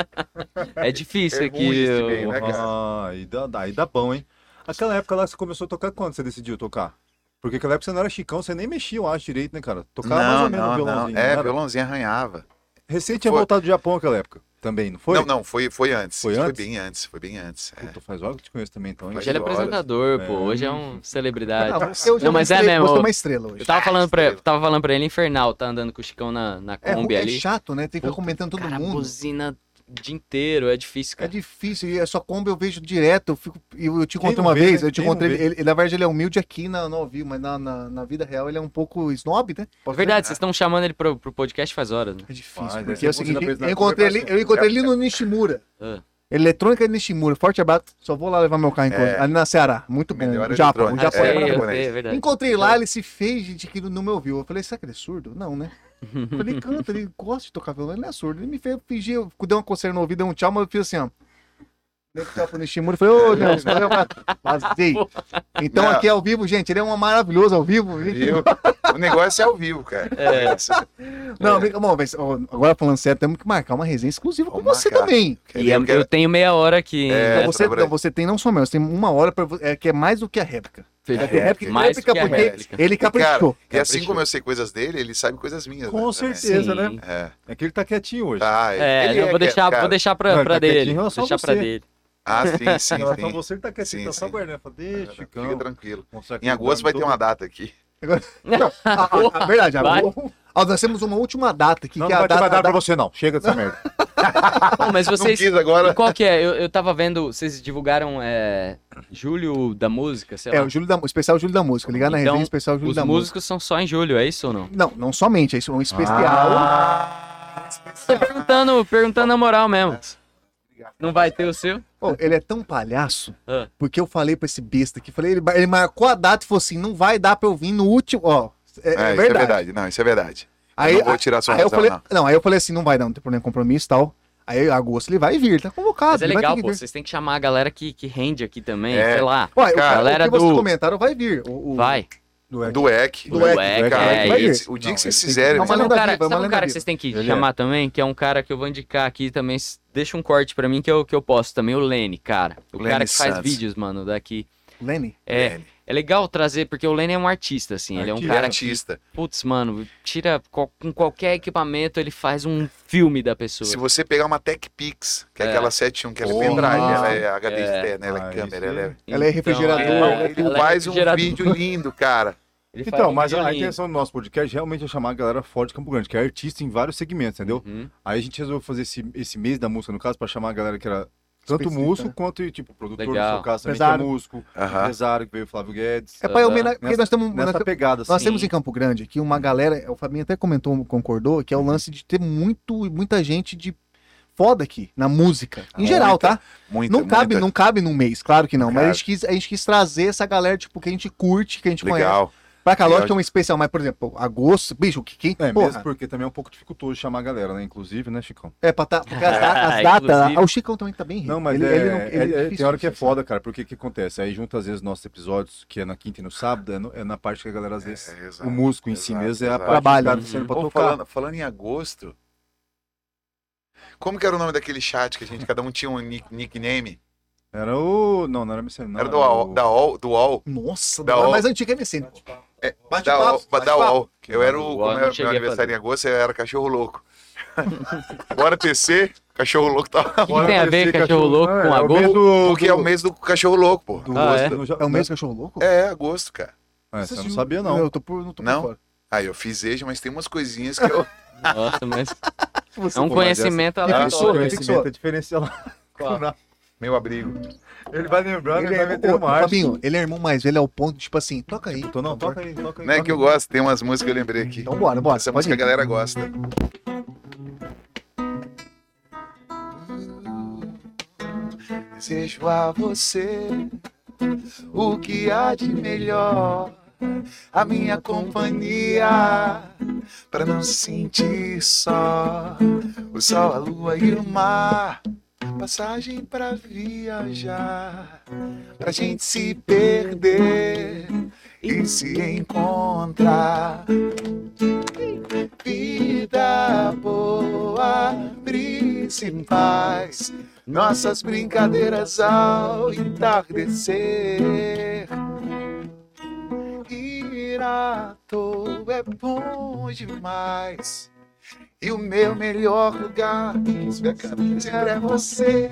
Speaker 3: É difícil
Speaker 6: É
Speaker 3: aqui.
Speaker 6: ruim esse
Speaker 3: o-
Speaker 6: bem, né? cara?
Speaker 1: Ah, aí dá, dá, aí dá bom, hein? Aquela época lá você começou a tocar quando você decidiu tocar? Porque aquela época você não era chicão, você nem mexia, eu acho, direito, né, cara? Tocava mais ou menos no violãozinho. né?
Speaker 6: É,
Speaker 1: não era?
Speaker 6: violãozinho arranhava.
Speaker 1: Recente tinha
Speaker 6: Foi.
Speaker 1: voltado do Japão aquela época. Também, não foi?
Speaker 6: Não, não, foi, foi antes.
Speaker 1: Foi
Speaker 6: Isso
Speaker 1: antes?
Speaker 6: bem antes, foi bem antes. é.
Speaker 1: Puta, faz hora que eu te conheço também, então. hein?
Speaker 6: Mas
Speaker 3: Hoje ele é
Speaker 6: Horas.
Speaker 3: apresentador, pô.
Speaker 1: É.
Speaker 3: Hoje é um celebridade.
Speaker 2: Ah, você hoje
Speaker 3: Não, mas
Speaker 2: uma
Speaker 3: é
Speaker 2: estrela-
Speaker 3: mesmo.
Speaker 2: Você é uma estrela
Speaker 3: Eu
Speaker 2: hoje.
Speaker 3: tava falando pra,
Speaker 6: estrela.
Speaker 3: tava falando pra ele, Infernal, tá andando com o Chicão na, na
Speaker 2: É,
Speaker 3: Kombi
Speaker 2: é
Speaker 3: ali.
Speaker 2: chato, né? Tem que ficar
Speaker 3: Puta,
Speaker 2: comentando todo
Speaker 3: Cara,
Speaker 2: mundo.
Speaker 3: buzina o dia inteiro, é
Speaker 2: É
Speaker 3: difícil, cara.
Speaker 2: difícil, e a sua Kombi eu vejo direto. Eu, fico, eu, eu te
Speaker 1: Quem
Speaker 2: encontrei
Speaker 1: não
Speaker 2: uma
Speaker 1: vê,
Speaker 2: vez,
Speaker 1: né?
Speaker 2: eu te
Speaker 1: Quem não
Speaker 2: encontrei.
Speaker 1: vê?
Speaker 2: Ele, ele- na verdade, ele é humilde aqui na, no ao vivo, mas na, na, na vida real ele é um pouco snob, né?
Speaker 3: É verdade, vocês estão chamando ele pro, pro podcast faz horas, né?
Speaker 2: É
Speaker 1: Mas,
Speaker 2: difícil,
Speaker 1: é
Speaker 2: porque
Speaker 1: sempre
Speaker 2: é o
Speaker 1: você
Speaker 2: seguinte,
Speaker 1: na presa-
Speaker 2: eu
Speaker 1: na né?
Speaker 2: encontrei, ele,
Speaker 1: conversa.
Speaker 2: eu encontrei ele no Nishimura.
Speaker 3: Ah.
Speaker 2: Eletrônica de Nishimura, forte abraço. Só vou lá levar meu
Speaker 1: É.
Speaker 2: carro em casa, ali na Ceará. Muito bom.
Speaker 6: Melhor
Speaker 2: O Japão, o
Speaker 6: eletrônica.
Speaker 2: Japão
Speaker 3: Sei,
Speaker 2: é,
Speaker 6: É,
Speaker 2: maravilhoso.
Speaker 3: eu
Speaker 6: maravilhoso.
Speaker 3: sei, é verdade.
Speaker 2: Encontrei lá, ele se fez, gente, que não me ouviu. Eu falei, será que ele é surdo? Não, né? Eu falei, canta, ele gosta de tocar violão, ele não é surdo. Ele me fez, fingir, eu dei uma coceira no ouvido, dei um tchau, mas eu fiz assim, ó. Dei um tchau pro Nishimura, falei, ô, Nelson, valeu, vazei. Então
Speaker 6: Não.
Speaker 2: aqui ao vivo, gente, ele é uma maravilhosa ao vivo. gente.
Speaker 6: Viu? O negócio é ao vivo, cara.
Speaker 3: É.
Speaker 6: Isso.
Speaker 2: Não, brinca, bom, mas, ó, agora falando sério, temos que marcar uma resenha exclusiva com
Speaker 6: Vamos
Speaker 2: você
Speaker 6: marcar.
Speaker 2: também.
Speaker 3: E é- eu, tenho meia hora aqui, hein?
Speaker 6: um É,
Speaker 2: Então
Speaker 3: né?
Speaker 2: você,
Speaker 6: Débora.
Speaker 2: então você tem não só menos, você tem uma hora pra, vo- é, que é mais do que a réplica.
Speaker 3: Felipe.
Speaker 2: É, réplica,
Speaker 3: mais
Speaker 2: réplica
Speaker 3: que a
Speaker 2: porque
Speaker 3: réplica.
Speaker 2: ele caprichou.
Speaker 6: E assim como eu sei coisas dele, ele sabe coisas minhas.
Speaker 1: Com
Speaker 6: né, também.
Speaker 1: certeza, né?
Speaker 3: Sim.
Speaker 6: É.
Speaker 1: É que ele tá quietinho hoje.
Speaker 6: Tá,
Speaker 3: É,
Speaker 6: ele
Speaker 3: não, vou,
Speaker 6: quieto,
Speaker 3: deixar,
Speaker 6: cara.
Speaker 3: vou deixar pra,
Speaker 1: Não, ele
Speaker 3: pra
Speaker 1: tá quietinho
Speaker 3: dele.
Speaker 1: em
Speaker 2: é
Speaker 3: Vou
Speaker 1: relação a
Speaker 3: deixar pra
Speaker 1: você.
Speaker 3: dele.
Speaker 6: Ah, sim, sim,
Speaker 1: Ela tá-
Speaker 6: sim.
Speaker 1: você que tá quietinho,
Speaker 6: Sim,
Speaker 1: tá só
Speaker 6: sim.
Speaker 1: guardando. Fala, Deixa,
Speaker 6: Fica
Speaker 1: Chicão.
Speaker 6: tranquilo.
Speaker 1: Mostrar que tá
Speaker 6: Em
Speaker 1: o
Speaker 6: agosto vai
Speaker 1: cara
Speaker 6: ter
Speaker 1: não
Speaker 6: uma data aqui.
Speaker 2: Ah, ah, ah, verdade,
Speaker 3: Vai.
Speaker 2: amor. Ó, nós temos uma última data aqui,
Speaker 1: Não,
Speaker 2: que
Speaker 1: não
Speaker 2: é
Speaker 1: vai
Speaker 2: a
Speaker 1: ter
Speaker 2: data.
Speaker 1: mais nada pra
Speaker 2: da-
Speaker 1: você, não. Chega dessa merda.
Speaker 3: Bom, mas
Speaker 6: Não
Speaker 3: vocês.
Speaker 6: quis agora.
Speaker 3: E qual que é? Eu, eu tava vendo, vocês divulgaram é, Julho da Música, sei lá.
Speaker 2: É, o Júlio da, o especial Júlio da Música. Ligar na
Speaker 3: Então,
Speaker 2: resenha especial Júlio
Speaker 3: Os
Speaker 2: da Música.
Speaker 3: músicos são só em julho, é isso ou não?
Speaker 2: Não, não somente, é isso, é um especial.
Speaker 3: Ah. Tô perguntando, perguntando a moral mesmo. Não vai ter o seu?
Speaker 2: Pô, ele é tão palhaço,
Speaker 3: Ah.
Speaker 2: porque eu falei pra esse besta aqui, falei, ele, ele marcou a data e falou assim: não vai dar pra eu vir no último. Ó, é, é
Speaker 6: É, isso é
Speaker 2: verdade.
Speaker 6: verdade. Não, isso é verdade.
Speaker 2: Aí,
Speaker 6: eu não vou tirar sua
Speaker 2: aí eu
Speaker 6: razão,
Speaker 2: falei,
Speaker 6: não.
Speaker 2: não. aí eu falei assim, não vai não, não tem problema, compromisso e tal. Aí em agosto ele vai vir, ele tá convocado.
Speaker 3: Mas é
Speaker 2: ele vai
Speaker 3: legal,
Speaker 2: ter que
Speaker 3: pô.
Speaker 2: vir.
Speaker 3: Vocês têm que chamar a galera que, que rende aqui também,
Speaker 6: É.
Speaker 3: sei lá.
Speaker 2: Ué, o-
Speaker 6: Cara,
Speaker 2: o
Speaker 3: galera
Speaker 2: ah, que vocês
Speaker 3: do-
Speaker 2: comentaram vai vir. O, o-
Speaker 3: Vai.
Speaker 6: Do EC.
Speaker 2: Do EC,
Speaker 3: EC,
Speaker 6: Cara,
Speaker 3: é
Speaker 6: o dia-
Speaker 2: isso.
Speaker 6: o dia
Speaker 1: Não, ele
Speaker 6: que vocês
Speaker 1: tem que-
Speaker 6: fizerem.
Speaker 2: Não, mas
Speaker 3: Sabe um
Speaker 2: lenda
Speaker 3: cara,
Speaker 2: viva, é uma
Speaker 3: sabe um
Speaker 2: lenda
Speaker 3: cara que
Speaker 2: viva.
Speaker 3: vocês têm que
Speaker 1: Ele é.
Speaker 3: chamar também? Que é um cara que eu vou indicar aqui também. s- Deixa um corte pra mim que eu, que eu posso também. O Lene, cara. O
Speaker 6: Lene
Speaker 3: cara que faz
Speaker 6: Santos.
Speaker 3: vídeos, mano, daqui.
Speaker 2: Lenny.
Speaker 3: É, é legal trazer, porque o Lene é um artista, assim. Ele é um
Speaker 1: Artista.
Speaker 3: cara que,
Speaker 6: artista.
Speaker 3: putz, mano, tira qual- com qualquer equipamento, ele faz um filme da pessoa.
Speaker 6: Se você pegar uma Tech Pix, que é,
Speaker 3: É.
Speaker 6: aquela 71, que ela é
Speaker 2: Porra.
Speaker 6: pendrive, ela é HD
Speaker 3: É.
Speaker 6: externa, ela
Speaker 1: Ah,
Speaker 6: é câmera,
Speaker 1: isso
Speaker 6: ela
Speaker 1: é-
Speaker 6: é.
Speaker 2: Ela é refrigerador,
Speaker 3: assim. Então,
Speaker 2: ela é-
Speaker 6: Ele faz um vídeo lindo, cara.
Speaker 3: Ele faz
Speaker 1: Então,
Speaker 3: um
Speaker 1: mas a- a
Speaker 3: videozinho.
Speaker 1: intenção do nosso podcast realmente é chamar a galera fora de Campo Grande, que é artista em vários segmentos, entendeu?
Speaker 3: Uhum.
Speaker 1: Aí a gente resolveu fazer esse, esse mês da música, no caso, pra chamar a galera que era tanto
Speaker 2: Específica,
Speaker 1: músico
Speaker 2: né?
Speaker 1: quanto, tipo, produtor,
Speaker 3: Legal.
Speaker 1: no seu caso, também, que é
Speaker 2: Empresário.
Speaker 1: músico,
Speaker 6: Aham.
Speaker 1: empresário, que veio o Flávio Guedes.
Speaker 2: É pra homenagear, porque nós temos, nós,
Speaker 1: Nessa pegada, assim.
Speaker 2: nós temos em Campo Grande aqui uma galera, o Fabinho até comentou, concordou,
Speaker 6: Uhum.
Speaker 2: que é o lance de ter muito, muita gente de foda aqui, na música, em
Speaker 6: Ah,
Speaker 2: geral,
Speaker 6: muita,
Speaker 2: tá?
Speaker 6: Muito,
Speaker 2: Não cabe, não cabe num mês, claro que não,
Speaker 6: Não
Speaker 2: mas a
Speaker 6: cabe.
Speaker 2: gente, quis, a gente quis trazer essa galera, tipo, que a gente curte, que a gente conhece.
Speaker 6: Legal.
Speaker 2: Pra cá, lógico
Speaker 6: Legal.
Speaker 2: que é um especial, mas, por exemplo, agosto, bicho, que quem.
Speaker 1: É,
Speaker 2: porra,
Speaker 1: mesmo porque também é um pouco dificultoso chamar a galera, né? Inclusive, né, Chicão?
Speaker 2: é pra tá, porque as, da- as
Speaker 3: Ah,
Speaker 2: datas.
Speaker 3: inclusive.
Speaker 2: ah, o Chicão também tá bem rico.
Speaker 1: Não, mas
Speaker 2: ele,
Speaker 1: é,
Speaker 2: ele não-
Speaker 1: é-
Speaker 2: ele
Speaker 1: é- tem
Speaker 2: difícil,
Speaker 1: hora que é
Speaker 2: assim.
Speaker 1: foda, cara, porque o que acontece? Aí junta às vezes nossos episódios, que é na quinta e no sábado, é, no- é na parte que a galera às vezes.
Speaker 6: É, exato.
Speaker 1: o músico em si
Speaker 6: exato,
Speaker 1: mesmo é a
Speaker 6: exato.
Speaker 1: parte
Speaker 2: Trabalho,
Speaker 1: que tá
Speaker 3: né?
Speaker 1: sendo pra
Speaker 6: Pô,
Speaker 1: tocar.
Speaker 6: falando, falando em agosto. Como que era o nome daquele chat que a gente, cada um tinha um nick- nickname?
Speaker 1: Era o. Não, não era MC, não.
Speaker 6: era do UOL,
Speaker 1: o-
Speaker 6: da UOL, do UOL.
Speaker 2: Nossa,
Speaker 6: Da
Speaker 2: da
Speaker 6: hora.
Speaker 2: mais antiga é MSN.
Speaker 6: É,
Speaker 2: Bate
Speaker 6: da
Speaker 2: papo,
Speaker 6: UOL,
Speaker 2: bate
Speaker 6: da
Speaker 2: papo.
Speaker 6: UOL. Eu era o,
Speaker 3: UOL
Speaker 6: como
Speaker 3: não
Speaker 6: era
Speaker 3: cheguei
Speaker 6: meu
Speaker 3: a
Speaker 6: aniversário em agosto, eu era cachorro louco. Agora TC, cachorro louco tava.
Speaker 3: O que que tem a
Speaker 1: Agora
Speaker 3: ver
Speaker 1: esse
Speaker 3: cachorro louco
Speaker 1: Ah,
Speaker 3: com
Speaker 1: é o
Speaker 3: agosto?
Speaker 1: mês do-
Speaker 6: Porque é o mês do cachorro louco, pô.
Speaker 1: do-
Speaker 3: Ah, é?
Speaker 1: no ja-
Speaker 2: É o mesmo cachorro louco?
Speaker 6: É, agosto, cara.
Speaker 1: É, você
Speaker 2: Vocês
Speaker 1: não
Speaker 2: viram?
Speaker 1: sabia, não.
Speaker 2: Eu tô por, não tô
Speaker 6: Não?
Speaker 2: por fora.
Speaker 6: Aí eu fiz EJA, mas tem umas coisinhas que eu.
Speaker 3: Nossa, mas
Speaker 1: Você
Speaker 3: é um
Speaker 1: pô, mas
Speaker 3: conhecimento
Speaker 1: essa-
Speaker 3: aleatório.
Speaker 1: Esse conhecimento
Speaker 2: fixou.
Speaker 1: é diferencial.
Speaker 6: Meu abrigo.
Speaker 1: Ele vai lembrando, ele,
Speaker 2: Ele
Speaker 1: vai
Speaker 2: é,
Speaker 1: meter
Speaker 2: o,
Speaker 1: uma arte.
Speaker 2: Fabinho, ele é irmão mais velho, é o ponto, tipo assim, toca aí.
Speaker 1: Tô não,
Speaker 2: por favor.
Speaker 1: toca aí, toca aí.
Speaker 6: Não é
Speaker 1: toca
Speaker 6: que eu
Speaker 1: aí.
Speaker 6: gosto, tem umas músicas que eu lembrei aqui.
Speaker 2: Então bora, bora.
Speaker 6: Essa
Speaker 2: pode
Speaker 6: música a
Speaker 2: ir.
Speaker 6: galera gosta. Desejo a você o que há de melhor, a minha companhia, pra não se sentir só. O sol, a lua e o mar, passagem pra viajar, pra gente se perder e se encontrar. Vida boa, brisa em paz, nossas brincadeiras ao entardecer. Ir à toa é bom demais. E o meu melhor lugar sempre é você.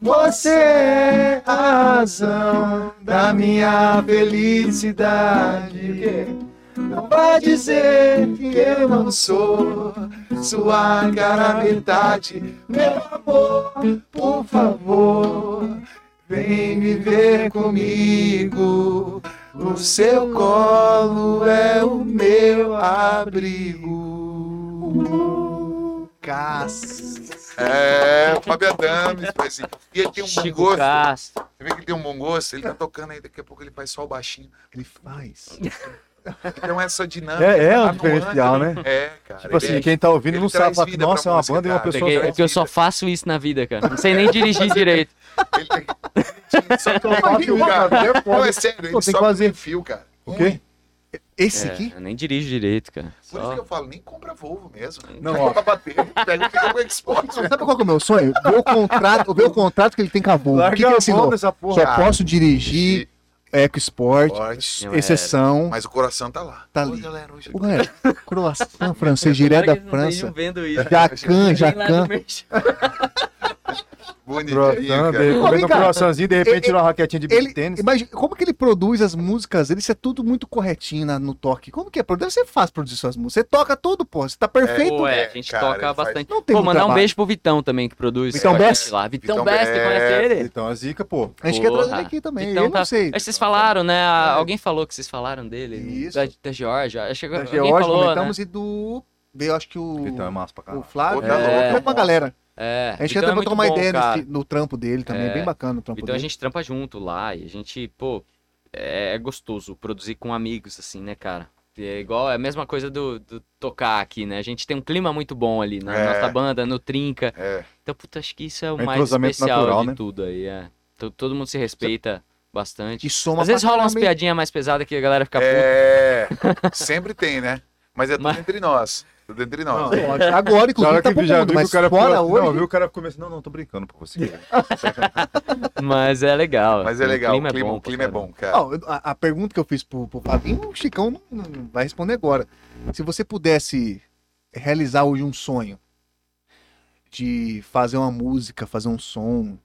Speaker 6: Você é a razão da minha felicidade. Não vá dizer que eu não sou sua cara metade. Meu amor, por favor, vem viver comigo. O seu colo é o meu abrigo.
Speaker 2: Cacete.
Speaker 6: É, o Fábio Adams, mas assim, e ele tem um bom
Speaker 3: Chico
Speaker 6: gosto.
Speaker 3: Castro.
Speaker 6: Você vê que ele tem um bom gosto? Ele tá tocando aí, daqui a pouco ele faz só o baixinho. Ele faz. Então é só dinâmica.
Speaker 7: É, é
Speaker 6: a
Speaker 7: um diferencial, né?
Speaker 6: nuance, É, cara.
Speaker 7: Tipo assim,
Speaker 6: ele,
Speaker 7: quem tá ouvindo
Speaker 6: ele
Speaker 7: não sabe,
Speaker 6: traz
Speaker 7: fala,
Speaker 6: vida pra
Speaker 7: nossa, é uma
Speaker 6: música,
Speaker 7: banda e uma
Speaker 6: cara.
Speaker 7: pessoa...
Speaker 3: Porque, é
Speaker 6: traz
Speaker 3: que eu só
Speaker 6: vida.
Speaker 3: faço isso na vida, cara. Não sei nem dirigir direito.
Speaker 6: ele só toca
Speaker 7: Fábio,
Speaker 6: fio, cara.
Speaker 7: cara, é
Speaker 6: Não,
Speaker 7: foda.
Speaker 6: é sério,
Speaker 7: Pô,
Speaker 6: ele
Speaker 7: tem
Speaker 6: só
Speaker 7: que fazer.
Speaker 6: tem fio, cara. Hum,
Speaker 7: O quê?
Speaker 2: Esse aqui?
Speaker 3: É, eu nem dirijo direito, cara.
Speaker 6: Por isso
Speaker 3: Só...
Speaker 6: que eu falo, nem compra Volvo mesmo.
Speaker 7: Não,
Speaker 6: Pega
Speaker 7: ó.
Speaker 6: pra bater, pega pega o Xbox.
Speaker 2: Não, Sabe qual que é o meu sonho? Ver o contrato, ver o contrato que ele tem com a Volvo. O que,
Speaker 7: Larga
Speaker 2: que ele
Speaker 7: a mão
Speaker 2: assinou?
Speaker 7: dessa porra.
Speaker 2: Só posso dirigir Eco Sport,
Speaker 6: Forte.
Speaker 2: exceção.
Speaker 6: Mas o coração tá lá.
Speaker 2: Tá
Speaker 6: Pô,
Speaker 2: ali.
Speaker 6: galera, hoje-
Speaker 2: Pô, galera, croissant francês é direto da França.
Speaker 3: vendo isso.
Speaker 2: Jacan, Jacan. Tá
Speaker 6: Bonito aí,
Speaker 7: Croissant,
Speaker 6: cara.
Speaker 7: de-
Speaker 2: Ó, vem
Speaker 7: comendo um
Speaker 2: cá.
Speaker 7: croissantzinho, de repente
Speaker 2: Ele-
Speaker 7: tira uma raquetinha de
Speaker 2: Ele,
Speaker 7: beat tênis.
Speaker 2: imagina, como que ele produz as músicas dele? Isso é tudo muito corretinho na- no toque. Como que é? Deve ser fácil produzir suas músicas. Você toca tudo, pô. Você tá perfeito.
Speaker 3: Pô, é,
Speaker 6: É,
Speaker 3: a gente
Speaker 6: cara, ele
Speaker 3: toca
Speaker 6: faz-
Speaker 3: bastante.
Speaker 2: Não tem
Speaker 3: Pô,
Speaker 2: muito
Speaker 3: mandar um
Speaker 2: trabalho.
Speaker 3: beijo pro Vitão também, que produz.
Speaker 2: Vitão
Speaker 3: com a
Speaker 2: Best?
Speaker 3: gente Lá. Vitão,
Speaker 6: Vitão
Speaker 3: Best, você conhece
Speaker 6: Best.
Speaker 3: ele?
Speaker 7: Então a zica, pô.
Speaker 2: A gente quer
Speaker 3: Porra.
Speaker 2: trazer ele aqui também.
Speaker 3: Vitão
Speaker 2: eu não
Speaker 3: tá-
Speaker 2: sei.
Speaker 3: Acho que vocês falaram, né? A- Alguém falou que vocês falaram dele. né?
Speaker 2: Isso.
Speaker 3: Da, da Georgia. Acho que
Speaker 2: Da
Speaker 3: alguém
Speaker 2: George,
Speaker 3: falou, né?
Speaker 2: comentamos, e do... Veio, acho que o...
Speaker 7: é Então é massa pra
Speaker 2: O
Speaker 7: caralho.
Speaker 2: Flávio.
Speaker 6: Pô, tá
Speaker 2: É,
Speaker 6: louco.
Speaker 2: uma galera.
Speaker 3: É.
Speaker 2: A gente
Speaker 3: Vitão
Speaker 2: quer
Speaker 3: é
Speaker 2: também
Speaker 3: muito
Speaker 2: trocar uma
Speaker 3: bom,
Speaker 2: ideia nesse-
Speaker 3: cara.
Speaker 2: no trampo dele também.
Speaker 3: É.
Speaker 2: Bem bacana o trampo
Speaker 3: Então a
Speaker 2: dele.
Speaker 3: gente trampa junto lá e a gente, pô, é, é gostoso produzir com amigos, assim, né, cara? E É igual, é a mesma coisa do, do tocar aqui, né? A gente tem um clima muito bom ali na
Speaker 6: É.
Speaker 3: nossa banda, no Trinca.
Speaker 6: É.
Speaker 3: Então, puta, acho que isso é o
Speaker 7: É um
Speaker 3: mais
Speaker 7: entrosamento
Speaker 3: especial
Speaker 7: natural,
Speaker 3: de
Speaker 7: né?
Speaker 3: tudo aí, é. To- Todo mundo se respeita bastante.
Speaker 2: E soma
Speaker 3: Às vezes
Speaker 2: pra
Speaker 3: rola umas
Speaker 2: caramba, hein?
Speaker 3: piadinhas mais pesadas que a galera fica puta.
Speaker 6: É, sempre tem, né? Mas é tudo
Speaker 3: Mas-
Speaker 6: entre nós. Tudo entre nós.
Speaker 7: é.
Speaker 2: Não, lógico. Agora,
Speaker 7: Na hora
Speaker 2: inclusive, tá pro
Speaker 7: vi- já
Speaker 2: mundo,
Speaker 7: vi
Speaker 2: mas
Speaker 7: o cara
Speaker 2: fora
Speaker 7: ficou- Não,
Speaker 2: hoje...
Speaker 7: viu o cara começando. Não, não, tô brincando pra você.
Speaker 3: Mas é legal.
Speaker 6: Mas é legal, o clima,
Speaker 3: bom
Speaker 6: o clima é
Speaker 3: pra
Speaker 6: bom, cara.
Speaker 2: Ó, eu- a, a pergunta que eu fiz pro, pro Fabinho, o Chicão não, não vai responder agora. Se você pudesse realizar hoje um sonho de fazer uma música, fazer um som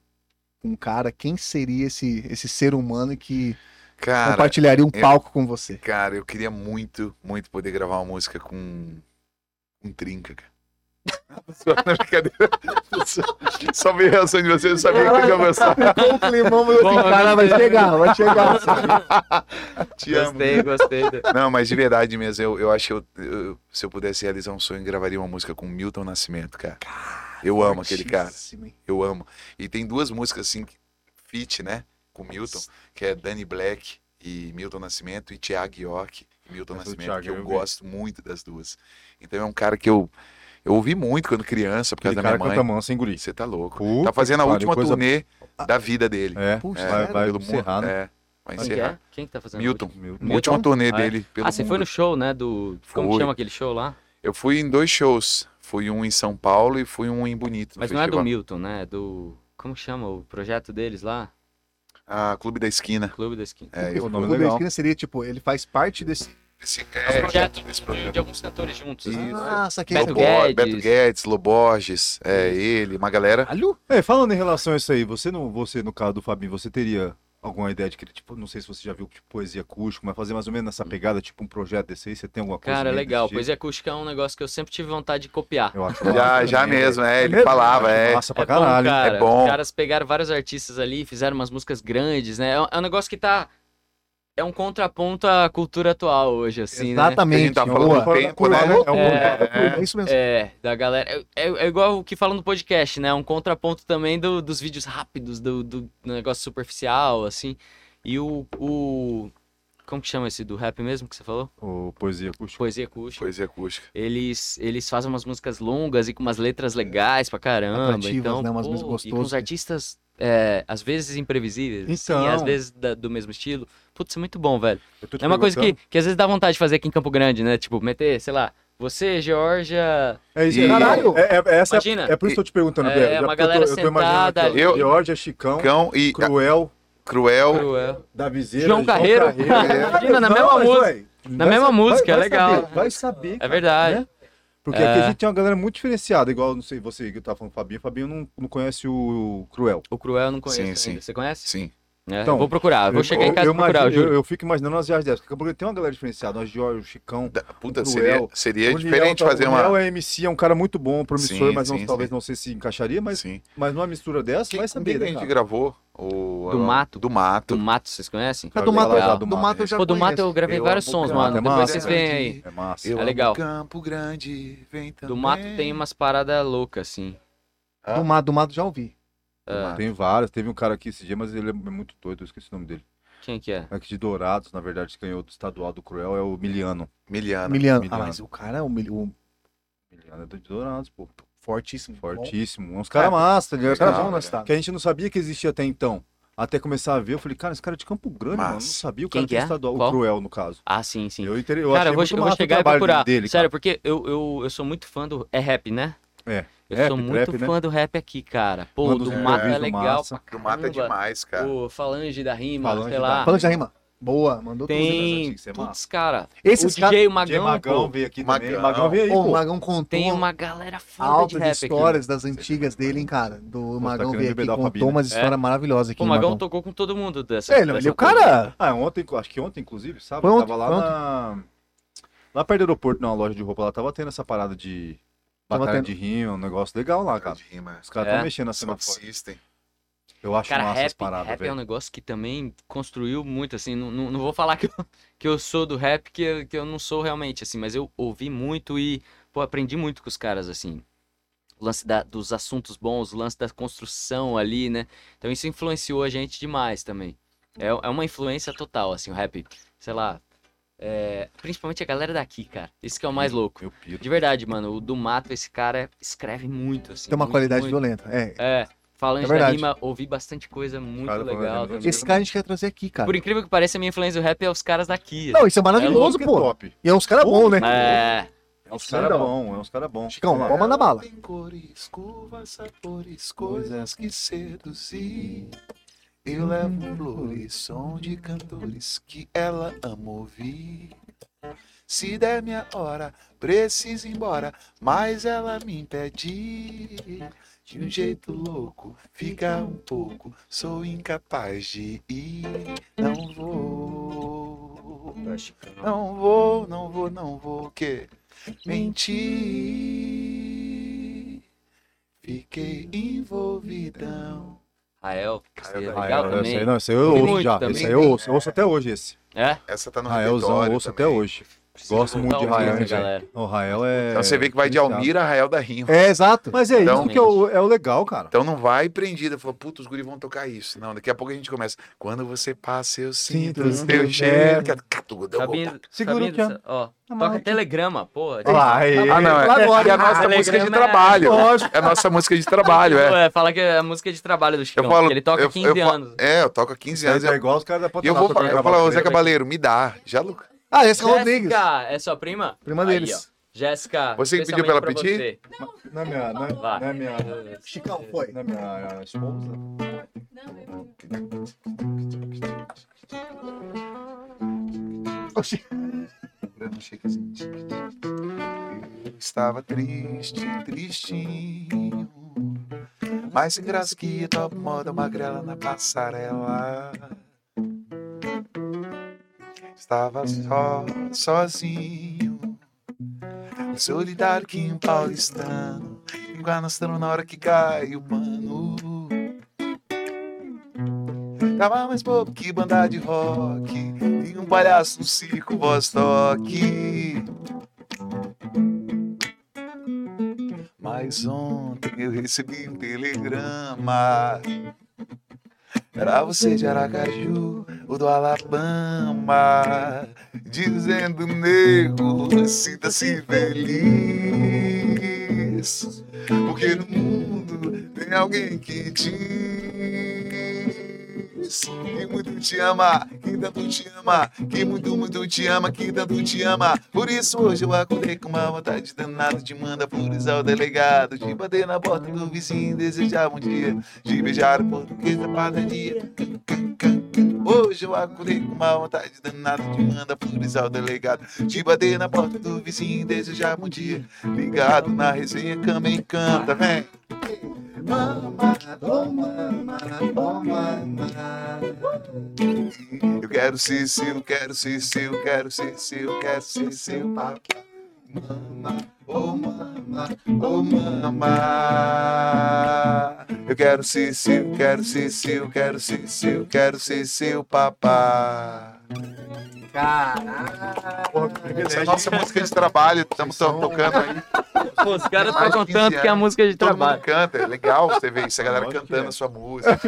Speaker 2: com um cara, quem seria esse, esse ser humano que
Speaker 6: cara,
Speaker 2: compartilharia um
Speaker 6: eu-
Speaker 2: palco com você?
Speaker 6: cara, eu queria muito, muito poder gravar uma música com um trinca, cara. Não, brincadeira. Só- Só vi a reação de vocês, eu sabia que eu ia gostar.
Speaker 2: Com o climão, mas assim,
Speaker 3: Bom, é.
Speaker 2: cara, vai chegar, vai chegar.
Speaker 6: Te amo.
Speaker 3: Gostei, gostei.
Speaker 6: Não, mas de verdade mesmo, eu, eu acho que eu, eu- se eu pudesse realizar um sonho, gravaria uma música com Milton Nascimento, cara. Eu amo aquele cara.
Speaker 2: Fortíssimo, hein?
Speaker 6: Eu amo. E tem duas músicas assim, que- feat, né? Com Milton, que é Danny Black e Milton Nascimento, e Tiago York e Milton
Speaker 7: Essa do
Speaker 6: Nascimento,
Speaker 7: Thiago
Speaker 6: que eu,
Speaker 7: eu vi.
Speaker 6: gosto muito das duas. Então é um cara que eu, eu ouvi muito quando criança, por causa
Speaker 7: O
Speaker 6: da
Speaker 7: cara
Speaker 6: minha
Speaker 7: canta
Speaker 6: mãe.
Speaker 7: mão sem guri.
Speaker 6: Você tá louco.
Speaker 7: Puta
Speaker 6: tá fazendo a
Speaker 7: que pariu,
Speaker 6: última
Speaker 7: coisa-
Speaker 6: turnê da vida dele.
Speaker 7: É,
Speaker 2: Puxa,
Speaker 6: é,
Speaker 2: sério?
Speaker 7: vai
Speaker 6: pelo
Speaker 7: encerrar,
Speaker 6: mundo.
Speaker 7: né?
Speaker 6: É, vai
Speaker 3: Quem que
Speaker 6: encerrar.
Speaker 3: é? Quem que tá fazendo?
Speaker 6: Milton.
Speaker 7: Meu
Speaker 3: Milton?
Speaker 6: Última turnê
Speaker 3: Ah, é?
Speaker 6: dele. Pelo
Speaker 3: Ah, você
Speaker 6: mundo.
Speaker 3: foi no show, né? Do. Como que
Speaker 6: Fui.
Speaker 3: chama aquele show lá?
Speaker 6: Eu fui em dois shows. Fui um em São Paulo e fui um em Bonito. no
Speaker 3: Mas não é do
Speaker 6: festival.
Speaker 3: Milton, né? É do. Como chama o projeto deles lá?
Speaker 6: Ah, Clube da Esquina.
Speaker 3: Clube da Esquina.
Speaker 6: É,
Speaker 7: O
Speaker 6: eu
Speaker 7: nome
Speaker 2: O Rubens
Speaker 7: legal.
Speaker 2: Kina seria, tipo, ele faz parte desse...
Speaker 6: esse,
Speaker 3: É um
Speaker 6: é,
Speaker 3: projeto
Speaker 6: esse
Speaker 3: de,
Speaker 6: programa.
Speaker 3: de alguns cantores juntos.
Speaker 6: Isso.
Speaker 3: né?
Speaker 2: Ah, saquei.
Speaker 3: Beto
Speaker 6: Beto,
Speaker 3: Guedes.
Speaker 6: Guedes. Beto Guedes, Loborges, é ele, uma galera.
Speaker 2: Caralho!
Speaker 7: É, falando em relação a isso aí, você não, você no caso do Fabinho, você teria alguma ideia de que ele, tipo, não sei se você já viu tipo poesia acústica, mas fazer mais ou menos
Speaker 6: Hum.
Speaker 7: nessa pegada, tipo um projeto desse aí, você tem alguma coisa?
Speaker 3: Cara,
Speaker 7: meio
Speaker 3: legal.
Speaker 7: desse
Speaker 3: Poesia acústica é um negócio que eu sempre tive vontade de copiar.
Speaker 7: jeito? Eu acho né?
Speaker 6: Já, já
Speaker 1: né?
Speaker 6: mesmo, é, ele falava, é.
Speaker 7: Massa pra
Speaker 3: bom,
Speaker 7: caralho.
Speaker 3: cara.
Speaker 6: é bom.
Speaker 3: Os caras pegaram vários artistas ali, fizeram umas músicas grandes, né? É um, é um negócio que tá. É um contraponto à cultura atual hoje, assim, né?
Speaker 6: A
Speaker 2: Exatamente.
Speaker 6: gente tá
Speaker 2: boa.
Speaker 6: falando do tempo, né?
Speaker 7: É um
Speaker 2: É,
Speaker 6: É,
Speaker 2: isso mesmo.
Speaker 3: É, da galera. É, é- é igual o que falam no podcast, né? Um contraponto também do- dos vídeos rápidos, do, do negócio superficial, assim. E o, o. Como que chama esse do rap mesmo que você falou?
Speaker 1: Ô, poesia acústica.
Speaker 3: Poesia acústica.
Speaker 6: Poesia acústica.
Speaker 3: Eles, eles fazem umas músicas longas e com umas letras legais pra caramba.
Speaker 2: Atrativas,
Speaker 3: então,
Speaker 2: né? Umas
Speaker 3: pô,
Speaker 2: músicas
Speaker 3: E com
Speaker 2: gostosas.
Speaker 3: os artistas, é, às vezes imprevisíveis, assim,
Speaker 1: Então.
Speaker 3: às vezes da- do mesmo estilo. Putz, é muito bom, velho.
Speaker 1: Eu tô te
Speaker 3: É uma coisa que,
Speaker 1: perguntando-
Speaker 3: que às vezes dá vontade de fazer aqui em Campo Grande, né? Tipo, meter, sei lá, você, Georgia.
Speaker 1: É isso,
Speaker 6: E-
Speaker 1: caralho. É, é- é essa,
Speaker 3: Imagina.
Speaker 1: é por isso que eu tô te perguntando,
Speaker 3: É,
Speaker 1: Bia,
Speaker 3: uma
Speaker 1: porque
Speaker 3: galera
Speaker 1: eu tô, eu tô imaginando
Speaker 3: sentada
Speaker 1: aqui, ó,
Speaker 6: ali.
Speaker 1: Georgia, Chicão,
Speaker 6: Cão e ah,
Speaker 1: Cruel,
Speaker 6: Cruel.
Speaker 3: Cruel.
Speaker 1: da Viseira,
Speaker 3: João Carreiro. Ah, Imagina, na mesma
Speaker 1: mas,
Speaker 3: música.
Speaker 1: ué,
Speaker 3: Na
Speaker 1: vai
Speaker 3: mesma
Speaker 1: saber,
Speaker 3: música, é
Speaker 1: vai
Speaker 3: legal.
Speaker 1: saber, vai saber,
Speaker 3: É verdade.
Speaker 1: Né? Porque aqui
Speaker 3: É.
Speaker 1: a gente tem uma galera muito diferenciada, igual, não sei, você que tá falando Fabinho, Fabinho não, não conhece o Cruel.
Speaker 3: O Cruel eu não conheço
Speaker 6: Sim, sim.
Speaker 3: ainda. Você conhece?
Speaker 6: Sim.
Speaker 3: É,
Speaker 1: Então,
Speaker 3: eu vou procurar. eu Vou chegar em casa e
Speaker 1: eu,
Speaker 3: procurar, eu
Speaker 1: imagino-
Speaker 3: juro.
Speaker 1: eu- eu fico imaginando as viagens dessas, porque Campo Grande tem uma galera diferenciada, o Jorge, o Chicão,
Speaker 6: Da- puta,
Speaker 1: Cruel.
Speaker 6: seria, seria
Speaker 1: O
Speaker 6: É diferente
Speaker 1: Niel tá-
Speaker 6: fazer
Speaker 1: o
Speaker 6: uma.
Speaker 1: Niel é MC, é um cara muito bom, promissor,
Speaker 6: Sim,
Speaker 1: mas não-
Speaker 6: sim,
Speaker 1: talvez
Speaker 6: sim.
Speaker 1: não sei se encaixaria, mas,
Speaker 6: Sim.
Speaker 1: mas numa mistura dessa,
Speaker 6: Quem,
Speaker 1: vai
Speaker 6: com quem
Speaker 1: saber,
Speaker 6: que a
Speaker 1: né,
Speaker 6: gente
Speaker 1: cara?
Speaker 6: gravou? O, ah,
Speaker 3: Do Mato.
Speaker 6: Do Mato.
Speaker 3: Do Mato, vocês conhecem?
Speaker 2: Ah, do,
Speaker 1: Legal.
Speaker 2: mato,
Speaker 1: Legal.
Speaker 2: do Mato eu já
Speaker 3: Pô, do Mato
Speaker 2: conheço.
Speaker 3: eu gravei
Speaker 6: Eu
Speaker 3: vários
Speaker 6: amo o
Speaker 3: sons,
Speaker 6: Campo
Speaker 3: mano.
Speaker 1: Grande,
Speaker 3: Depois
Speaker 1: mano.
Speaker 3: vocês veem aí.
Speaker 1: É massa.
Speaker 6: Eu
Speaker 3: É
Speaker 6: amo
Speaker 3: legal.
Speaker 6: Campo Grande, vem também.
Speaker 3: Do Mato tem umas paradas loucas, assim.
Speaker 6: Ah.
Speaker 2: Do mato, do mato já ouvi.
Speaker 6: Do Mato.
Speaker 1: Tem várias, teve um cara aqui esse dia, mas ele é muito doido, eu esqueci o nome dele.
Speaker 3: Quem que é?
Speaker 1: Aqui de Dourados, na verdade, que ganhou do estadual do Cruel, é o Miliano.
Speaker 6: Miliano.
Speaker 2: Miliano. Ah,
Speaker 1: Miliano.
Speaker 2: mas o cara é um, mil- um
Speaker 1: Miliano é do de Dourados, pô.
Speaker 2: fortíssimo.
Speaker 1: Fortíssimo. Uns caras massa, ele é um cara
Speaker 6: Legal,
Speaker 2: Cara, bom na
Speaker 6: velho.
Speaker 2: cidade.
Speaker 1: que a gente não sabia que existia até então. Até começar a ver, eu falei, cara, esse cara é de Campo Grande,
Speaker 6: Massa.
Speaker 1: mano. Eu Não sabia o
Speaker 3: Quem
Speaker 1: cara
Speaker 3: que
Speaker 1: do
Speaker 3: é?
Speaker 1: estadual,
Speaker 3: Qual?
Speaker 1: o Cruel, no caso.
Speaker 3: Ah, sim, sim.
Speaker 1: Eu, inter... eu
Speaker 3: cara,
Speaker 1: achei
Speaker 3: eu vou,
Speaker 1: muito
Speaker 3: eu vou
Speaker 1: massa o
Speaker 3: chegar e
Speaker 1: trabalho
Speaker 3: procurar.
Speaker 1: dele, cara.
Speaker 3: Sério, porque eu, eu, eu sou muito fã do. É rap, né?
Speaker 1: É.
Speaker 3: Eu
Speaker 1: Rap,
Speaker 3: sou muito
Speaker 1: trap, né?
Speaker 3: fã do rap aqui, cara. Pô,
Speaker 1: Manda
Speaker 3: do
Speaker 1: uns
Speaker 3: Mato é
Speaker 1: improvisos
Speaker 3: legal
Speaker 1: massa.
Speaker 3: pra
Speaker 6: Do Mato é
Speaker 3: caramba.
Speaker 6: demais, cara.
Speaker 3: O Falange da Rima,
Speaker 1: Falange
Speaker 3: sei
Speaker 1: da-
Speaker 3: lá.
Speaker 2: Falando de rima. Boa, mandou tudo.
Speaker 3: Tem.
Speaker 1: antigos, isso é massa.
Speaker 3: Putz, cara.
Speaker 2: Esses
Speaker 3: o
Speaker 2: caras.
Speaker 3: DJ
Speaker 1: Jay
Speaker 3: Magão,
Speaker 1: Magão
Speaker 3: pô,
Speaker 1: veio aqui
Speaker 6: Magão.
Speaker 1: também. Magão veio aí,
Speaker 2: Pô, o
Speaker 1: pô.
Speaker 2: Magão contou
Speaker 3: tem uma galera foda de
Speaker 2: Então, alta de,
Speaker 3: rap aqui.
Speaker 2: histórias das antigas dele, hein, cara. Do Magão
Speaker 1: querendo
Speaker 2: veio aqui
Speaker 1: embebedar o
Speaker 2: contou
Speaker 1: Fabinho, né?
Speaker 2: umas histórias maravilhosas aqui.
Speaker 3: É. Pô, o
Speaker 2: hein,
Speaker 3: Magão tocou com todo mundo dessa.
Speaker 2: É, não,
Speaker 3: dessa
Speaker 2: ele é o
Speaker 3: turma.
Speaker 2: cara.
Speaker 1: Ah, ontem, acho que ontem, inclusive, sabe?
Speaker 2: Foi
Speaker 1: Eu
Speaker 2: ontem,
Speaker 1: tava lá
Speaker 2: foi
Speaker 1: na... Lá perto do aeroporto, numa loja de roupa lá, tava tendo essa parada de
Speaker 2: Tava
Speaker 1: batalha
Speaker 2: tendo.
Speaker 1: de rima, um negócio legal lá, cara.
Speaker 6: De rima.
Speaker 1: Os caras estão
Speaker 3: É.
Speaker 1: mexendo assim na
Speaker 6: Sound
Speaker 1: fora.
Speaker 6: System.
Speaker 1: Eu acho
Speaker 3: Cara,
Speaker 1: massa
Speaker 3: rap,
Speaker 1: as paradas,
Speaker 3: rap é um
Speaker 1: velho.
Speaker 3: negócio que também construiu muito, assim, não, não, não vou falar que eu, que eu sou do rap, que eu, que eu não sou realmente, assim, mas eu ouvi muito e, pô, aprendi muito com os caras, assim, o lance da- dos assuntos bons, o lance da construção ali, né, então isso influenciou a gente demais também, é, é uma influência total, assim, o rap, sei lá, é, principalmente a galera daqui, cara, isso que é o mais louco,
Speaker 1: Eu piro.
Speaker 3: de verdade, mano, o do Mato, esse cara escreve muito, assim,
Speaker 2: Tem uma
Speaker 3: muito,
Speaker 2: qualidade
Speaker 3: muito.
Speaker 2: violenta. É. É
Speaker 3: É, Falange da
Speaker 2: verdade.
Speaker 3: Lima, ouvi bastante coisa muito
Speaker 1: Cara, Falange da
Speaker 3: legal.
Speaker 1: Lima,
Speaker 3: também.
Speaker 2: Esse cara a gente quer trazer aqui, cara.
Speaker 3: Por incrível que pareça, a minha influência do rap é os caras daqui.
Speaker 2: Não, isso é maravilhoso,
Speaker 1: Que
Speaker 2: pô.
Speaker 1: top.
Speaker 2: E é uns caras bons, né?
Speaker 3: É,
Speaker 1: É uns
Speaker 2: Isso
Speaker 1: caras
Speaker 2: é da
Speaker 1: bons, é uns caras bons.
Speaker 2: Chicão,
Speaker 1: Vamos lá.
Speaker 2: pode mandar bala.
Speaker 6: Tem cores, curvas, sabores, coisas que seduzir. Eu levo flores, som de cantores que ela ama ouvir. Se der minha hora, preciso ir embora, mas ela me impede. De um jeito louco, fica um pouco, sou incapaz de ir. Não vou.
Speaker 1: Tá
Speaker 6: Não vou, não vou, não vou, que mentir. Fiquei envolvidão.
Speaker 3: Rael, esse é
Speaker 6: Rael,
Speaker 1: Ah,
Speaker 3: legal
Speaker 1: é,
Speaker 3: também.
Speaker 1: Esse aí, não, esse aí eu
Speaker 3: Ouvi
Speaker 1: ouço
Speaker 3: muito
Speaker 1: já.
Speaker 3: também.
Speaker 1: Esse aí eu ouço. Eu ouço até hoje esse.
Speaker 3: É?
Speaker 6: Essa tá no
Speaker 1: Raelzão, eu ouço até hoje.
Speaker 3: Preciso
Speaker 1: Gosto muito
Speaker 3: voltar
Speaker 1: de Rael,
Speaker 3: ouvindo,
Speaker 1: hein, velho.
Speaker 3: né, galera.
Speaker 1: O Rael é.
Speaker 6: Então você vê que vai de Almira a Rael da Rima.
Speaker 2: É, exato.
Speaker 1: Mas é
Speaker 6: Então-
Speaker 1: isso que é o, é o legal, cara.
Speaker 6: Então não vai prendida. Fala, puta, os guri vão tocar isso. Não, daqui a pouco a gente começa. Quando você passa, eu sinto o
Speaker 2: Sinto
Speaker 6: seu
Speaker 2: o
Speaker 6: cheiro.
Speaker 2: cheiro.
Speaker 6: Catu, catu, deu,
Speaker 3: Sabia,
Speaker 1: Segura
Speaker 3: sabia
Speaker 1: o que é.
Speaker 3: dessa- ó,
Speaker 1: mão
Speaker 3: toca Telegrama, pô.
Speaker 1: Ah, aí.
Speaker 6: Ah, não, é,
Speaker 2: Agora,
Speaker 6: é a nossa
Speaker 3: Telegrama
Speaker 6: música de
Speaker 3: é-
Speaker 6: trabalho. É a nossa música de trabalho, é.
Speaker 3: É, fala que é a música de trabalho do Chicão,
Speaker 6: Eu falo,
Speaker 3: que ele toca
Speaker 6: eu-
Speaker 3: 15
Speaker 6: eu falo-
Speaker 3: anos.
Speaker 6: É, eu toco há 15 anos.
Speaker 1: Esse aí
Speaker 6: Eu,
Speaker 1: É igual os caras da
Speaker 6: e eu vou falar, eu falo, ô Zé Cabaleiro, me dá. Já, Lu-
Speaker 2: Ah, esse é o Rodrigues.
Speaker 3: Jéssica, é sua prima?
Speaker 2: Prima
Speaker 3: Aí,
Speaker 2: deles.
Speaker 3: ó. Jéssica,
Speaker 6: Você que
Speaker 3: especialmente
Speaker 6: pediu pra ela
Speaker 3: pra
Speaker 6: pedir?
Speaker 3: você.
Speaker 1: Não é minha. Não é,
Speaker 3: Vai.
Speaker 1: não é minha.
Speaker 2: Chicão, foi.
Speaker 1: Não é minha esposa.
Speaker 4: Não, eu...
Speaker 2: Oxi.
Speaker 6: Eu não sei o que assim. Eu estava triste, tristinho. Mas sem graça que top moda magrela na passarela. Estava só, sozinho. Solidário que em paulistano. Enganastando na hora que cai o pano. Tava mais bobo que banda de rock E um palhaço no circo Vostok Mas ontem eu recebi um telegrama Era você de Aracaju o do Alabama, dizendo, nego, tá sinta-se feliz, porque no mundo tem alguém que diz que muito te ama, que tanto te ama, que muito, muito te ama, que tanto te ama. Por isso hoje eu acordei com uma vontade danada de mandar flores ao delegado, de bater na porta do vizinho e desejar bom dia, de beijar o português da padaria. Hoje eu acordei com uma vontade danada de mandar flores ao delegado, de bater na porta do vizinho e desejar bom dia. Ligado na resenha, cama encanta, vem. Mama, oh mama, oh mama. Eu quero ser seu, quero ser seu, quero ser seu, quero ser seu papai. Mama, oh mama, oh mama. Eu quero ser seu, quero ser seu, quero ser seu, quero ser seu papá. Essa é a nossa música de trabalho, estamos tocando aí.
Speaker 3: Pô, os caras
Speaker 6: Mais de
Speaker 3: tocam
Speaker 6: 15
Speaker 3: tanto que é a
Speaker 6: anos.
Speaker 3: música de
Speaker 6: Todo mundo
Speaker 3: trabalho.
Speaker 6: canta, é legal você ver isso, a galera
Speaker 1: Lógico que
Speaker 6: cantando
Speaker 1: é.
Speaker 6: a sua música.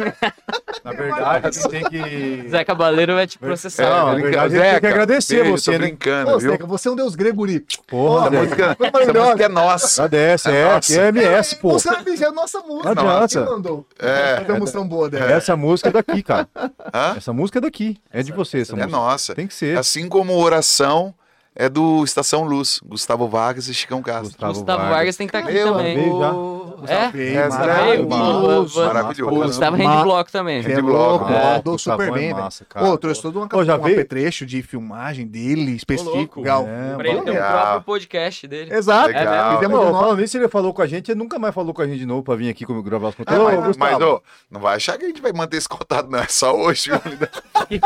Speaker 1: Na verdade, a gente tem que.
Speaker 3: Zé Cabaleiro vai te
Speaker 1: É,
Speaker 3: processar.
Speaker 1: não, na
Speaker 3: né?
Speaker 1: verdade, a gente
Speaker 6: Zeca,
Speaker 1: tem que agradecer
Speaker 6: beijo,
Speaker 1: você,
Speaker 6: tô
Speaker 1: né?
Speaker 6: brincando,
Speaker 2: Ô,
Speaker 6: viu?
Speaker 2: Zeca, você é um deus grego, guri.
Speaker 1: Porra,
Speaker 6: Essa
Speaker 1: Zé.
Speaker 6: música,
Speaker 2: Foi
Speaker 6: essa
Speaker 2: maravilhosa.
Speaker 6: música é nossa.
Speaker 1: Agradece, é, aqui é MS, pô.
Speaker 2: Você é a nossa música.
Speaker 1: Não adianta.
Speaker 2: Quem mandou?
Speaker 6: É.
Speaker 2: Fazer uma moção boa dela.
Speaker 1: Essa música é daqui, cara.
Speaker 6: Hã?
Speaker 1: Essa música é daqui. É de você, essa
Speaker 6: É
Speaker 1: música.
Speaker 6: nossa.
Speaker 1: Tem que ser.
Speaker 6: Assim como oração é do Estação Luz, Gustavo Vargas e Chicão Castro.
Speaker 3: Gustavo Vargas tem que estar aqui
Speaker 6: Meu
Speaker 3: também.
Speaker 1: Veio já.
Speaker 3: É?
Speaker 2: Bem,
Speaker 6: Essa é
Speaker 3: veio,
Speaker 2: maravilhoso.
Speaker 3: boa,
Speaker 6: Maravilhoso.
Speaker 3: O Gustavo rende
Speaker 2: Mas-
Speaker 3: bloco também.
Speaker 6: Rende bloco.
Speaker 2: É, do
Speaker 1: Gustavo é
Speaker 6: né?
Speaker 2: Superman, velho.
Speaker 1: massa, cara.
Speaker 2: Pô, trouxe todo uma,
Speaker 1: Ô, já
Speaker 2: um
Speaker 1: veio?
Speaker 2: apetrecho de filmagem dele específico.
Speaker 3: louco.
Speaker 2: Legal.
Speaker 1: É,
Speaker 3: Pra ele ter o
Speaker 6: Legal.
Speaker 3: próprio podcast dele.
Speaker 2: Exato.
Speaker 6: Legal.
Speaker 2: É,
Speaker 1: Não,
Speaker 2: fizemos de novo.
Speaker 1: falando nisso, ele falou com a gente, ele nunca mais falou com a gente de novo pra vir aqui comigo gravar os
Speaker 6: Ah,
Speaker 1: conteúdos.
Speaker 6: mas,
Speaker 1: Ô, Gustavo,
Speaker 6: mas, ô, não vai achar que a gente vai manter esse contato, não. É só hoje. viu?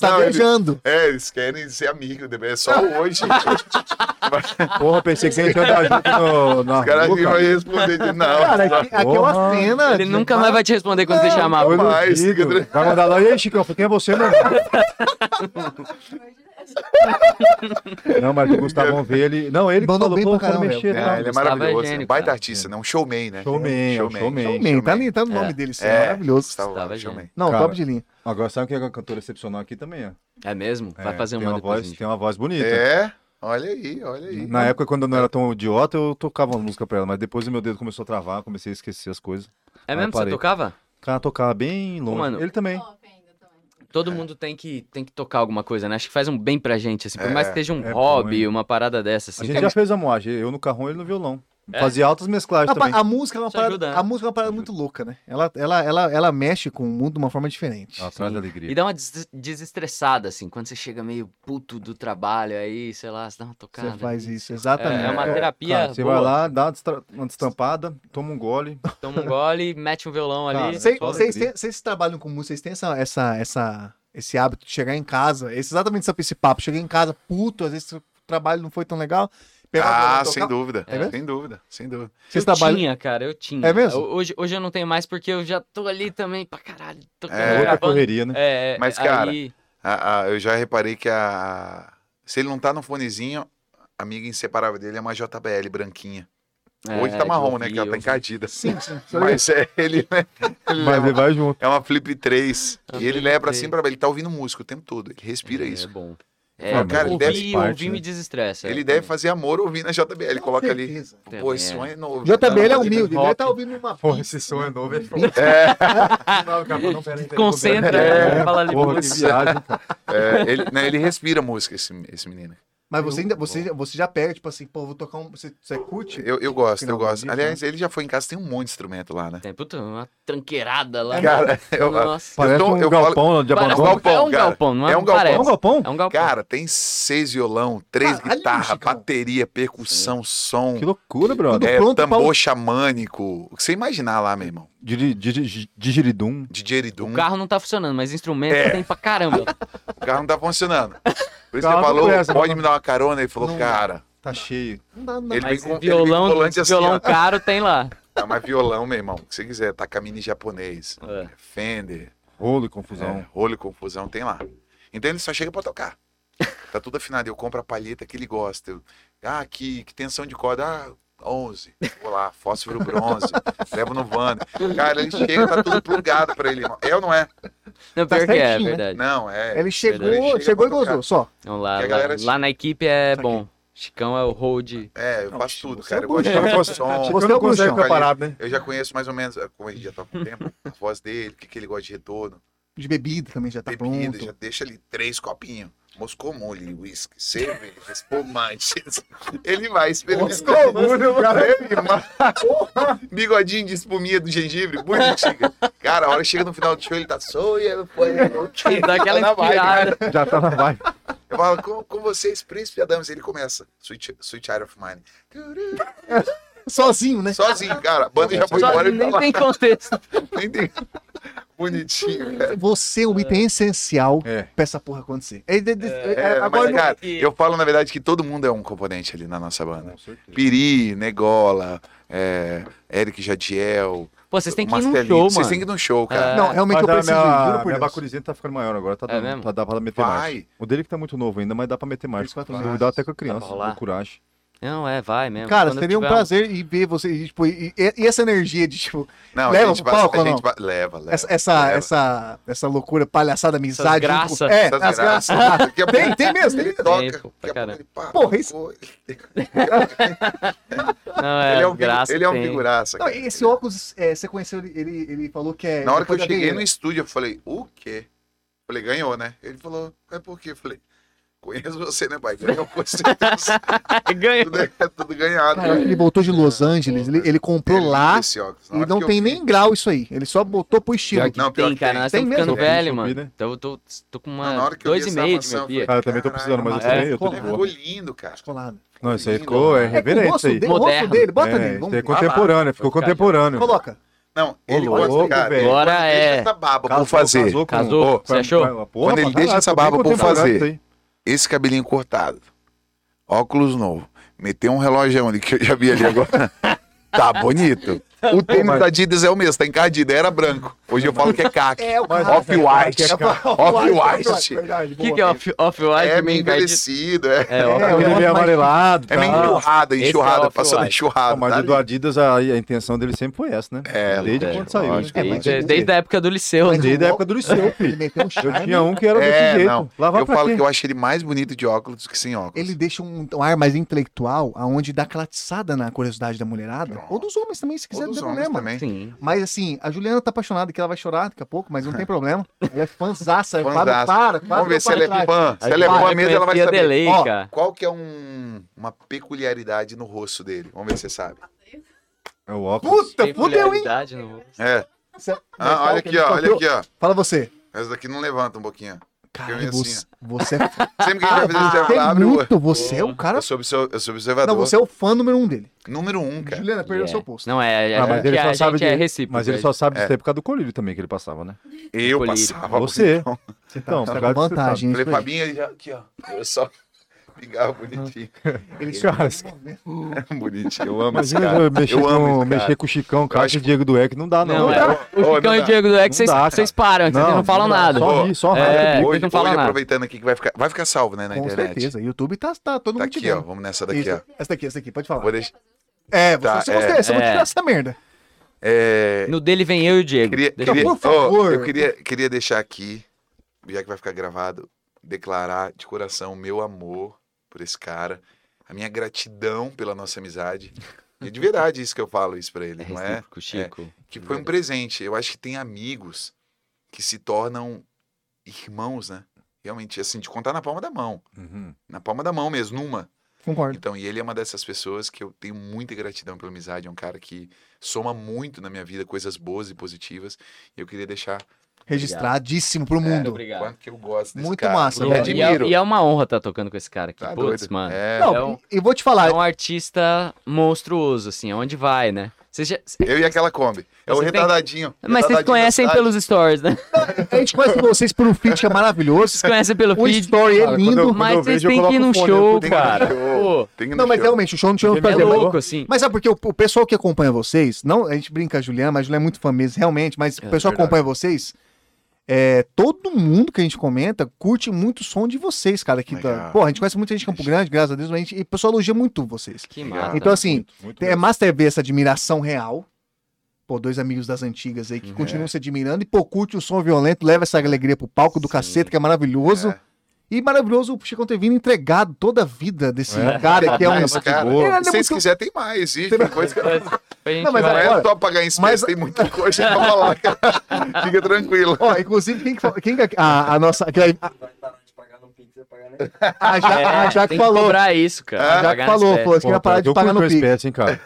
Speaker 2: Tá
Speaker 6: Não, ele-
Speaker 2: viajando.
Speaker 6: É, eles querem ser amigos, é só hoje.
Speaker 1: Porra, pensei que você ia andar junto no, na
Speaker 6: Os caras
Speaker 1: rua,
Speaker 6: nem
Speaker 1: cara.
Speaker 6: vão responder de não.
Speaker 2: Cara, aqui, aqui é uma
Speaker 1: Porra.
Speaker 2: cena.
Speaker 3: Ele
Speaker 2: de-
Speaker 3: nunca mais vai te responder quando você chamar.
Speaker 1: Eu
Speaker 6: Rapaz,
Speaker 1: duvido.
Speaker 6: fica tranquilo.
Speaker 1: Vai mandar lá, e aí, Chicão, quem é você, mano? Não, mas o Gustavo vê ele. Não, ele que
Speaker 2: Mandou
Speaker 1: falou,
Speaker 2: bem
Speaker 1: pô,
Speaker 2: pra
Speaker 1: eu quero
Speaker 2: caramba,
Speaker 1: mexer.
Speaker 6: É,
Speaker 1: tá?
Speaker 6: ele é
Speaker 3: Gustavo é
Speaker 6: maravilhoso.
Speaker 3: gênio,
Speaker 6: baita
Speaker 3: cara.
Speaker 6: artista, né? Um showman, né?
Speaker 1: Showman, é um showman.
Speaker 2: Man, tá, ali, tá no nome dele, isso é
Speaker 6: É.
Speaker 2: maravilhoso.
Speaker 6: Gustavo,
Speaker 3: Gustavo né? é
Speaker 6: showman.
Speaker 2: Não,
Speaker 1: Cara.
Speaker 2: top de linha.
Speaker 1: Agora sabe quem é uma cantora excepcional aqui também, ó.
Speaker 3: É mesmo? Vai
Speaker 1: É,
Speaker 3: fazer
Speaker 1: tem
Speaker 3: uma depois.
Speaker 1: voz,
Speaker 3: gente.
Speaker 1: Tem uma voz bonita.
Speaker 6: É, olha aí, olha aí.
Speaker 1: Na época, quando eu não era tão idiota, eu tocava uma música pra ela, mas depois o meu dedo começou a travar, comecei a esquecer as coisas.
Speaker 3: É
Speaker 1: Ah,
Speaker 3: mesmo que você
Speaker 1: parei.
Speaker 3: tocava?
Speaker 1: O cara tocava bem longe.
Speaker 3: mano,
Speaker 1: ele também.
Speaker 4: Top ainda também.
Speaker 1: É.
Speaker 3: Todo mundo tem que, tem que tocar alguma coisa, né? Acho que faz um bem pra gente, assim. Por
Speaker 6: É,
Speaker 3: mais que esteja um
Speaker 1: é bom,
Speaker 3: hobby,
Speaker 1: hein?
Speaker 3: uma parada dessa, assim.
Speaker 1: a gente já fez a moagem, eu no carrão ele no violão.
Speaker 3: É?
Speaker 1: Fazia altas mesclagens
Speaker 2: A, pa-
Speaker 1: também.
Speaker 2: a música é uma
Speaker 3: Isso
Speaker 2: parada,
Speaker 3: ajuda, né?
Speaker 2: a música é uma parada muito louca, né? Ela, ela, ela, ela mexe com o mundo de uma forma diferente.
Speaker 1: Ela traz
Speaker 3: Sim.
Speaker 1: alegria.
Speaker 3: E dá uma des- desestressada, assim, quando você chega meio puto do trabalho, aí, sei lá, você dá uma tocada.
Speaker 2: Você faz isso,
Speaker 3: É,
Speaker 2: exatamente.
Speaker 3: é uma terapia
Speaker 1: Cara, Tá, você
Speaker 3: boa.
Speaker 1: vai lá, dá uma destra- uma destampada, toma um gole.
Speaker 3: Toma um gole, mete um violão ali.
Speaker 1: Cara,
Speaker 2: Vocês-
Speaker 3: sobe.
Speaker 2: Vocês têm- vocês trabalham com música, vocês têm essa, essa, essa, esse hábito de chegar em casa, esse, exatamente esse- esse papo, cheguei em casa puto, às vezes o trabalho não foi tão legal,
Speaker 6: Ah,
Speaker 2: o violão, né, tocar.
Speaker 6: sem dúvida.
Speaker 3: É mesmo?
Speaker 6: Sem dúvida, sem dúvida.
Speaker 2: Vocês
Speaker 3: eu
Speaker 2: trabalham...
Speaker 3: tinha, cara, eu tinha.
Speaker 2: É mesmo?
Speaker 3: Eu- Hoje, hoje eu não tenho mais porque eu já tô ali também pra caralho. Tocando,
Speaker 6: É.
Speaker 1: Outra
Speaker 3: gravando.
Speaker 1: correria, né?
Speaker 3: É, é,
Speaker 6: Mas,
Speaker 3: aí-
Speaker 6: cara, Ah, ah, eu já reparei que a. Se ele não tá no fonezinho, a amiga inseparável dele é uma JBL branquinha. Hoje
Speaker 3: é,
Speaker 6: tá marrom,
Speaker 3: de
Speaker 6: né? Que
Speaker 3: ouvir,
Speaker 6: ela tá encadida.
Speaker 2: Sim, sim.
Speaker 6: Mas é ele, né? Ele
Speaker 1: Mas
Speaker 6: leva-
Speaker 1: ele vai junto.
Speaker 6: É uma Flip 3.
Speaker 3: É uma
Speaker 6: e ele
Speaker 3: Flip
Speaker 6: leva pra
Speaker 3: 3.
Speaker 6: cima e pra baixo. Ele tá ouvindo música o tempo todo. Ele respira
Speaker 3: é,
Speaker 6: isso.
Speaker 3: É bom.
Speaker 1: Ah,
Speaker 3: É,
Speaker 1: mas
Speaker 6: cara, ele
Speaker 3: ouvir,
Speaker 6: deve-
Speaker 3: ouvir,
Speaker 1: parte, né?
Speaker 3: me desestressa.
Speaker 6: Ele deve fazer amor ouvindo a JBL. Ele coloca ali.
Speaker 2: Certeza.
Speaker 6: Pô, esse som é novo.
Speaker 2: JBL é
Speaker 6: Ele-
Speaker 2: humilde,
Speaker 3: Rock.
Speaker 2: ele tá ouvindo uma...
Speaker 1: Porra, esse som é novo, é foda. Não, cara, não, pera aí, pera aí,
Speaker 3: Concentra,
Speaker 1: pera aí.
Speaker 3: né? Fala ali,
Speaker 1: Porra, que
Speaker 3: putz.
Speaker 1: viagem, cara.
Speaker 6: É, ele, né, ele respira música, esse, esse menino.
Speaker 2: Mas você ainda, você, já- você já pega, tipo assim, pô, vou tocar um... Você, você curte?
Speaker 6: Eu, eu gosto, eu
Speaker 2: Final do
Speaker 6: gosto.
Speaker 2: dia,
Speaker 6: Aliás, ele já foi em casa, tem um monte de instrumento lá, né?
Speaker 3: Tem, puta, uma tranqueirada lá.
Speaker 6: Cara, é eu,
Speaker 3: Nossa.
Speaker 1: Parece
Speaker 6: Eu tô-
Speaker 1: um
Speaker 6: eu
Speaker 1: galpão de
Speaker 3: Parece
Speaker 1: abandono.
Speaker 6: um galpão,
Speaker 3: é um
Speaker 6: cara.
Speaker 3: galpão, não é?
Speaker 6: É um
Speaker 1: É
Speaker 6: galpão.
Speaker 1: um
Speaker 3: Parece.
Speaker 1: galpão?
Speaker 3: É um galpão.
Speaker 6: cara, tem seis violão, três
Speaker 2: Caralho,
Speaker 6: guitarras,
Speaker 2: Chicão.
Speaker 6: bateria, percussão, som,
Speaker 1: Que loucura, brother.
Speaker 6: é,
Speaker 2: pronto pra
Speaker 6: tambor
Speaker 2: o-
Speaker 6: xamânico. O que você imaginar lá, meu irmão?
Speaker 1: Digi- digi- Digiridum.
Speaker 6: DJ Eridum.
Speaker 3: O carro não tá funcionando, mas instrumento
Speaker 6: É.
Speaker 3: tem pra caramba.
Speaker 6: O carro não tá funcionando. Por isso
Speaker 1: Carro
Speaker 6: que ele
Speaker 1: não
Speaker 6: falou,
Speaker 1: presta,
Speaker 6: pode
Speaker 1: não.
Speaker 6: me dar uma carona? Ele falou,
Speaker 2: Não.
Speaker 6: cara.
Speaker 1: Tá cheio.
Speaker 2: Não dá, não.
Speaker 6: Ele vem
Speaker 3: Mas
Speaker 6: com ele vem com
Speaker 3: violão,
Speaker 6: volante assim,
Speaker 3: violão
Speaker 6: ó.
Speaker 3: caro tem lá.
Speaker 6: Ah, mas violão, meu irmão, o que você quiser, Takamine japonês,
Speaker 3: É.
Speaker 6: Fender,
Speaker 1: Rolo e
Speaker 6: é,
Speaker 1: confusão.
Speaker 6: rolo e confusão, tem lá. Então ele só chega pra tocar. Tá tudo afinado, eu compro a palheta que ele gosta. Eu, ah, que, que tensão de corda, ah, 11, vou lá, fósforo bronze, levo no van. Cara, ele chega, tá tudo plugado pra ele, irmão. Eu não é.
Speaker 3: Não,
Speaker 2: Tá
Speaker 3: pior que é, é
Speaker 2: certinho, né?
Speaker 3: verdade.
Speaker 6: Não, é.
Speaker 2: Ele chegou,
Speaker 3: Ele
Speaker 6: chega
Speaker 2: chegou e
Speaker 6: pra tocar.
Speaker 2: gozou, só.
Speaker 3: Então, lá,
Speaker 6: Que a
Speaker 3: lá-
Speaker 6: galera-
Speaker 3: lá na equipe é
Speaker 2: Tá
Speaker 3: bom. Chicão é o hold.
Speaker 6: É, eu
Speaker 2: Não,
Speaker 6: faço
Speaker 2: Chico,
Speaker 6: tudo,
Speaker 2: você
Speaker 6: cara.
Speaker 2: é
Speaker 6: Eu gosto de
Speaker 2: bruxão.
Speaker 6: tocar som.
Speaker 2: Você é o bruxão.
Speaker 6: ficar parado,
Speaker 7: né?
Speaker 6: Eu já conheço mais ou menos, ah, como a gente já tá com o tempo, a voz dele, o que, que ele gosta de retorno,
Speaker 2: De bebida também já tá
Speaker 6: bebida,
Speaker 2: pronto.
Speaker 6: já deixa ali três copinhos. Moscou mole, uísque, cerveja, espumantes. Ele vai experimentar. Ele vai. Bigodinho de espuminha do gengibre, bonitinho. Cara, a hora que chega no final do show, ele tá soia, foi.
Speaker 3: Dá aquela
Speaker 6: Tá na vibe, né?
Speaker 3: inspirada.
Speaker 7: Já tá na vibe.
Speaker 6: Eu falo, com, com vocês, Príncipe Adams, ele começa. Sweet, Sweet Iron of Mine. Turu.
Speaker 2: Sozinho, né?
Speaker 6: Sozinho, cara. A banda já foi
Speaker 3: Só que
Speaker 6: embora. Ele tá
Speaker 3: nem
Speaker 6: lá.
Speaker 3: tem contexto.
Speaker 6: Nem tem. Bonitinho, cara.
Speaker 2: Você, o item é essencial
Speaker 7: É.
Speaker 2: pra essa porra acontecer. É, de- de- é,
Speaker 6: É,
Speaker 2: agora
Speaker 6: mas,
Speaker 2: não-
Speaker 6: cara,
Speaker 3: E-
Speaker 6: eu falo, na verdade, que todo mundo é um componente ali na nossa banda.
Speaker 7: Com certeza.
Speaker 6: Piri, Negola, é, Eric Jadiel,
Speaker 3: Pô, vocês têm que ir num
Speaker 6: Marcelinho.
Speaker 3: show, mano.
Speaker 6: Vocês têm que ir num show, cara.
Speaker 2: Não, realmente
Speaker 7: Mas
Speaker 2: eu
Speaker 7: a
Speaker 2: preciso ir, juro
Speaker 7: minha,
Speaker 2: por
Speaker 7: minha
Speaker 2: Deus.
Speaker 7: bacurizinha tá ficando maior agora, tá
Speaker 3: É
Speaker 7: dando,
Speaker 3: mesmo?
Speaker 7: tá, dá pra meter mais.
Speaker 6: Vai.
Speaker 7: O dele que tá muito novo ainda, mas dá pra meter mais.
Speaker 2: 34
Speaker 7: Se
Speaker 2: anos.
Speaker 7: duvidar até com a
Speaker 3: Dá
Speaker 7: criança,
Speaker 3: pra rolar?
Speaker 7: do coragem.
Speaker 3: Não, é, vai mesmo.
Speaker 2: Cara,
Speaker 3: Quando
Speaker 2: seria um
Speaker 3: tiver
Speaker 2: prazer ir ver você, e, tipo, e, e- e essa energia de, tipo,
Speaker 6: Não,
Speaker 2: Leva
Speaker 6: a gente
Speaker 2: pro
Speaker 6: vai.
Speaker 2: palco
Speaker 6: a
Speaker 2: ou
Speaker 6: gente
Speaker 2: não?
Speaker 6: vai- leva, leva.
Speaker 2: essa, essa,
Speaker 6: leva.
Speaker 2: essa, essa loucura, palhaçada, amizade. junto
Speaker 3: graças.
Speaker 2: com- É,
Speaker 6: é. Essas
Speaker 2: as graças.
Speaker 6: Daqui a
Speaker 2: Tem-
Speaker 6: pouco
Speaker 2: tem mesmo, tem
Speaker 6: Ele
Speaker 2: mesmo.
Speaker 6: toca.
Speaker 3: Tem, pô,
Speaker 6: daqui
Speaker 3: pra
Speaker 6: a pouco
Speaker 3: caramba.
Speaker 6: ele para.
Speaker 2: Porra, isso-
Speaker 3: Não, é,
Speaker 6: Ele é um,
Speaker 3: graça
Speaker 6: figu- ele é um
Speaker 3: tem.
Speaker 6: figuraça.
Speaker 2: Não,
Speaker 6: cara.
Speaker 2: esse óculos, é, você conheceu, ele, ele, ele falou que é...
Speaker 6: Na hora que
Speaker 2: foi
Speaker 6: eu
Speaker 2: da
Speaker 6: cheguei
Speaker 2: Veneira.
Speaker 6: no estúdio, eu falei, o quê? Falei, ganhou, né? Ele falou, é por quê? Eu falei, conheço você, né, pai? Ganhou com certeza.
Speaker 3: Ganha.
Speaker 6: tudo, é tudo ganhado.
Speaker 2: Cara, ele voltou de Los Angeles, ele, ele comprou
Speaker 6: Ele
Speaker 2: lá
Speaker 6: esse óculos. Na
Speaker 2: e
Speaker 6: hora
Speaker 2: não
Speaker 6: que eu
Speaker 2: tem
Speaker 6: vi,
Speaker 2: nem grau isso aí. Ele só botou pro estilo. Tipo,
Speaker 6: Pior que- Não, pior
Speaker 3: tem,
Speaker 6: que
Speaker 3: cara,
Speaker 6: tem.
Speaker 3: nós
Speaker 2: Tem
Speaker 3: estamos ficando
Speaker 2: mesmo?
Speaker 3: velho,
Speaker 7: Tem,
Speaker 3: mano.
Speaker 7: subi, né?
Speaker 3: Então eu tô, tô com
Speaker 6: na
Speaker 3: uma
Speaker 6: hora que eu vi
Speaker 3: dois e
Speaker 6: essa
Speaker 3: meio de
Speaker 6: maçã, eu
Speaker 3: miopia.
Speaker 6: falei,
Speaker 7: Cara, eu também tô precisando, mas eu
Speaker 2: Caralho,
Speaker 7: também, eu tô
Speaker 2: mas
Speaker 7: de
Speaker 6: Ficou
Speaker 7: boa.
Speaker 6: lindo, cara.
Speaker 2: Colado.
Speaker 7: Não, isso aí
Speaker 6: lindo,
Speaker 7: ficou, é
Speaker 6: mano.
Speaker 2: né? É, com o
Speaker 7: reverente
Speaker 2: rosto
Speaker 7: isso aí.
Speaker 2: dele, o rosto
Speaker 3: Moderno.
Speaker 2: dele, bota
Speaker 7: é,
Speaker 2: nele.
Speaker 7: isso
Speaker 2: Vamos
Speaker 7: aí é
Speaker 2: ver.
Speaker 7: contemporâneo, ficou
Speaker 3: Vou ficar
Speaker 7: contemporâneo.
Speaker 2: Coloca.
Speaker 6: Não,
Speaker 7: Ô,
Speaker 6: ele
Speaker 7: louco,
Speaker 6: gosta, cara.
Speaker 7: velho.
Speaker 6: Quando
Speaker 3: Agora
Speaker 6: ele
Speaker 3: é-
Speaker 6: deixa essa barba
Speaker 7: Casou,
Speaker 6: por fazer.
Speaker 7: casou com-
Speaker 3: Casou? Você achou?
Speaker 7: Porra,
Speaker 6: Quando
Speaker 7: pra
Speaker 6: ele deixa
Speaker 7: caralho,
Speaker 6: essa
Speaker 7: ficou
Speaker 6: barba
Speaker 7: bem
Speaker 6: por
Speaker 7: contemporâneo
Speaker 6: fazer.
Speaker 7: isso aí.
Speaker 6: Esse cabelinho cortado, óculos novo, meteu um relógio ali que eu já vi ali agora. Tá bonito. O tênis da Adidas é o mesmo, tá encardido, era branco. Hoje eu falo que é caque.
Speaker 2: É, o cara-
Speaker 6: Off-white.
Speaker 2: É, cara.
Speaker 6: Off-white.
Speaker 2: Verdade,
Speaker 3: O que,
Speaker 2: boa.
Speaker 3: que é off- off-white?
Speaker 6: É
Speaker 3: pra mim,
Speaker 6: meio
Speaker 3: cara, de-
Speaker 6: envelhecido, é.
Speaker 3: É,
Speaker 2: É,
Speaker 3: off-
Speaker 7: Ele
Speaker 2: eu
Speaker 7: é meio
Speaker 2: gosto mais-
Speaker 7: amarelado,
Speaker 6: É meio
Speaker 7: tá?
Speaker 2: um
Speaker 6: enxurrada,
Speaker 3: Esse é
Speaker 6: enxurrada, passando
Speaker 3: off-white.
Speaker 6: enxurrada.
Speaker 7: Ah, Mas
Speaker 6: tá
Speaker 7: o do
Speaker 6: ali.
Speaker 7: Adidas, a, a intenção dele sempre foi essa, né?
Speaker 6: É,
Speaker 7: Desde
Speaker 3: é,
Speaker 7: quando saiu.
Speaker 6: lógico,
Speaker 7: né?
Speaker 2: É, mas
Speaker 3: desde, desde a época do liceu, né?
Speaker 2: Mas-
Speaker 7: Desde a época do liceu,
Speaker 2: Ele
Speaker 7: filho.
Speaker 2: meteu um
Speaker 7: Eu
Speaker 2: charme.
Speaker 7: tinha um que era desse
Speaker 6: É, não.
Speaker 7: jeito. Lá vai
Speaker 6: Eu
Speaker 7: pra
Speaker 6: falo
Speaker 7: quê?
Speaker 6: que eu acho ele mais bonito de óculos do que sem óculos.
Speaker 2: Ele deixa um, um ar mais intelectual, aonde dá aquela atiçada na curiosidade da mulherada.
Speaker 6: Pronto.
Speaker 2: Ou dos homens também, se quiser,
Speaker 6: Ou
Speaker 2: não
Speaker 6: dos
Speaker 2: tem
Speaker 6: homens
Speaker 2: problema.
Speaker 6: também.
Speaker 3: Sim.
Speaker 2: Mas assim, a Juliana tá apaixonada, que ela vai chorar daqui a pouco, mas não tem problema. Ela é fãzaça. Fábio,
Speaker 6: Fãzaça.
Speaker 2: para, para.
Speaker 6: Vamos ver se ela é fã. Se
Speaker 3: Aí
Speaker 6: ela é
Speaker 3: eu
Speaker 6: fã mesmo, ela vai
Speaker 3: reconheci a
Speaker 6: saber.
Speaker 3: delay,
Speaker 2: Ó,
Speaker 3: cara.
Speaker 6: Qual que é um- uma peculiaridade no rosto dele? Vamos ver se você sabe.
Speaker 7: É o óculos.
Speaker 2: Puta,
Speaker 3: Tem
Speaker 2: fudeu, hein?
Speaker 3: familiaridade no-
Speaker 6: É.
Speaker 2: Cê- mas
Speaker 6: Ah,
Speaker 2: fala
Speaker 6: olha
Speaker 2: que é
Speaker 6: aqui,
Speaker 2: ele
Speaker 6: ó.
Speaker 2: contou.
Speaker 6: Olha aqui, ó.
Speaker 2: Fala você.
Speaker 6: Essa daqui não levanta um pouquinho. ó.
Speaker 2: Cara,
Speaker 6: vi assim,
Speaker 2: você, você é
Speaker 6: Sempre que a gente vai fazer esse
Speaker 2: Tem
Speaker 6: trabalho, abre o olho.
Speaker 2: muito, você Ah, é o cara.
Speaker 6: Eu sou, observ- eu sou observador.
Speaker 2: Não, você é o fã número um dele.
Speaker 6: Número um, cara.
Speaker 2: Juliana, perdeu
Speaker 3: Yeah.
Speaker 2: seu posto.
Speaker 3: Não, é, é,
Speaker 7: Ah, mas
Speaker 3: que
Speaker 7: ele
Speaker 3: a
Speaker 7: só sabe
Speaker 3: gente é
Speaker 7: de-
Speaker 3: recíproco.
Speaker 7: Mas ele
Speaker 3: velho.
Speaker 7: só sabe
Speaker 6: É. Ah,
Speaker 7: disso aí por causa do colírio também que ele passava, né?
Speaker 6: Eu
Speaker 3: Colírio.
Speaker 6: passava.
Speaker 7: Você.
Speaker 2: Então,
Speaker 7: Então,
Speaker 2: tá
Speaker 7: por
Speaker 2: com
Speaker 7: causa disso,
Speaker 2: vantagem. hein,
Speaker 6: Falei,
Speaker 2: isso aí.
Speaker 6: Fabinho, ele já... Aqui, ó. Eu só... Pingava bonitinho.
Speaker 2: Ele
Speaker 7: Cara,
Speaker 6: bonitinho. Eu amo esse
Speaker 7: Imagina
Speaker 6: é cara.
Speaker 7: eu mexer,
Speaker 6: Eu amo
Speaker 7: com,
Speaker 6: esse cara.
Speaker 7: mexer com o Chicão, cara,
Speaker 6: acho
Speaker 7: e Diego do Eck, não dá, não.
Speaker 3: Não,
Speaker 7: Não
Speaker 3: é,
Speaker 7: dá.
Speaker 3: o
Speaker 6: Ô,
Speaker 3: Chicão
Speaker 6: não
Speaker 3: e
Speaker 6: dá.
Speaker 3: o Diego do Ex,
Speaker 7: Não
Speaker 3: vocês
Speaker 7: dá, cara.
Speaker 3: vocês param, vocês não, falam
Speaker 7: dá.
Speaker 3: nada.
Speaker 7: Só
Speaker 6: Pô,
Speaker 7: ri, só
Speaker 3: é,
Speaker 7: raiva.
Speaker 3: depois
Speaker 6: Hoje,
Speaker 3: não fala
Speaker 6: hoje
Speaker 3: nada.
Speaker 6: aproveitando aqui, que vai ficar, vai ficar salvo, né, na
Speaker 2: Com
Speaker 6: internet.
Speaker 2: certeza. YouTube tá, tá todo
Speaker 6: Tá
Speaker 2: mundo te
Speaker 6: aqui, ó.
Speaker 2: vendo.
Speaker 6: Vamos nessa daqui, ó.
Speaker 2: Isso. Essa daqui, essa daqui, pode falar.
Speaker 6: Vou deixar...
Speaker 2: É, você,
Speaker 6: Tá,
Speaker 2: você,
Speaker 6: é,
Speaker 2: você, você vai
Speaker 3: é.
Speaker 2: tirar essa merda.
Speaker 6: É...
Speaker 3: No dele vem eu e o Diego.
Speaker 6: Queria,
Speaker 3: Deixa eu-
Speaker 6: queria-
Speaker 2: Por
Speaker 6: Ô,
Speaker 2: favor.
Speaker 6: eu queria, queria deixar aqui, já que vai ficar gravado, declarar de coração o meu amor por esse cara, a minha gratidão pela nossa amizade. E de verdade isso que eu falo isso pra ele,
Speaker 3: É
Speaker 6: não é?
Speaker 3: recíproco, Chico.
Speaker 6: Que foi um presente. Eu acho que tem amigos que se tornam irmãos, né? Realmente, assim, de contar na palma da mão.
Speaker 3: é.
Speaker 7: Uhum.
Speaker 6: Na palma da mão mesmo, numa.
Speaker 2: Concordo.
Speaker 6: Então, e ele é uma dessas pessoas que eu tenho muita gratidão pela amizade. É um cara que soma muito na minha vida, coisas boas e positivas. E eu queria deixar
Speaker 2: Registradíssimo pro mundo.
Speaker 3: É, Obrigado.
Speaker 6: quanto que eu gosto desse
Speaker 2: Muito
Speaker 6: cara.
Speaker 2: massa,
Speaker 6: Eu
Speaker 2: velho.
Speaker 3: E é,
Speaker 6: admiro.
Speaker 3: e é uma honra estar tocando com esse cara aqui.
Speaker 6: Tá
Speaker 3: Putz,
Speaker 6: doido.
Speaker 3: mano.
Speaker 6: É,
Speaker 2: não,
Speaker 3: é um-
Speaker 2: e vou te
Speaker 3: É
Speaker 2: falar.
Speaker 3: um artista monstruoso, assim, aonde vai, né? Vocês já-
Speaker 6: eu e aquela Kombi. É o
Speaker 3: Você tem-
Speaker 6: retardadinho.
Speaker 3: Mas vocês
Speaker 6: retardadinho da
Speaker 3: conhecem
Speaker 6: cidade.
Speaker 3: pelos stories, né?
Speaker 2: A gente conhece vocês por um feat que é maravilhoso.
Speaker 3: Vocês conhecem pelo
Speaker 2: O
Speaker 3: feed.
Speaker 2: story é
Speaker 7: Cara, quando eu-
Speaker 2: lindo.
Speaker 7: quando
Speaker 3: Mas
Speaker 7: eu
Speaker 3: vocês
Speaker 7: vejo, eu
Speaker 3: têm que ir
Speaker 7: coloco
Speaker 3: num
Speaker 7: fone,
Speaker 3: show,
Speaker 7: eu tenho que ir no
Speaker 3: cara.
Speaker 6: show.
Speaker 3: Pô,
Speaker 6: Tem que ir no
Speaker 2: Não, mas
Speaker 6: show.
Speaker 2: realmente, o show não tinha o que
Speaker 3: é
Speaker 2: fazer. mas-
Speaker 3: louco, assim.
Speaker 2: Mas é porque o, o pessoal que acompanha vocês, não, a gente brinca a Juliana, mas a Juliana é muito fã mesmo, realmente, mas o
Speaker 3: É,
Speaker 2: pessoal que
Speaker 7: verdade.
Speaker 2: acompanha vocês, é, todo mundo que a gente comenta curte muito o som de vocês, cara. Aqui da,
Speaker 6: Legal.
Speaker 2: porra, a gente conhece muita gente de Campo Grande, graças a Deus, mas a gente, e o pessoal elogia muito vocês.
Speaker 3: Que
Speaker 6: Legal.
Speaker 3: massa.
Speaker 2: Então, assim,
Speaker 7: Muito, muito
Speaker 2: é massa ver essa admiração real Pô, dois amigos das antigas aí que continuam se admirando. E, pô, curte o som violento, leva essa alegria pro palco do
Speaker 6: Sim.
Speaker 2: cacete, que é maravilhoso.
Speaker 6: É.
Speaker 2: E maravilhoso o Chicão ter vindo entregado toda a vida desse cara que é um.
Speaker 6: Mas, cara,
Speaker 2: Ele é
Speaker 6: se vocês
Speaker 2: muito-
Speaker 6: quiserem, tem mais. Existe coisa que
Speaker 3: Foi, gente,
Speaker 2: Não, mas
Speaker 3: vai-
Speaker 2: agora-
Speaker 6: não é só pagar em espécie,
Speaker 2: Mas-
Speaker 6: tem muita coisa pra falar, cara. Fica tranquilo.
Speaker 2: Ó, inclusive, quem que falou- quem que- a, a nossa. A,
Speaker 5: Vai parar de pagar no Pix e pagar na
Speaker 2: a,
Speaker 3: É,
Speaker 2: Ja- a Jaque
Speaker 3: tem que
Speaker 2: falou.
Speaker 3: cobrar isso, cara.
Speaker 2: A Jaque
Speaker 3: Pagar nas
Speaker 2: falou,
Speaker 3: festas.
Speaker 2: falou, você queria parar é de pagar no Pix.
Speaker 1: espécie, hein, cara?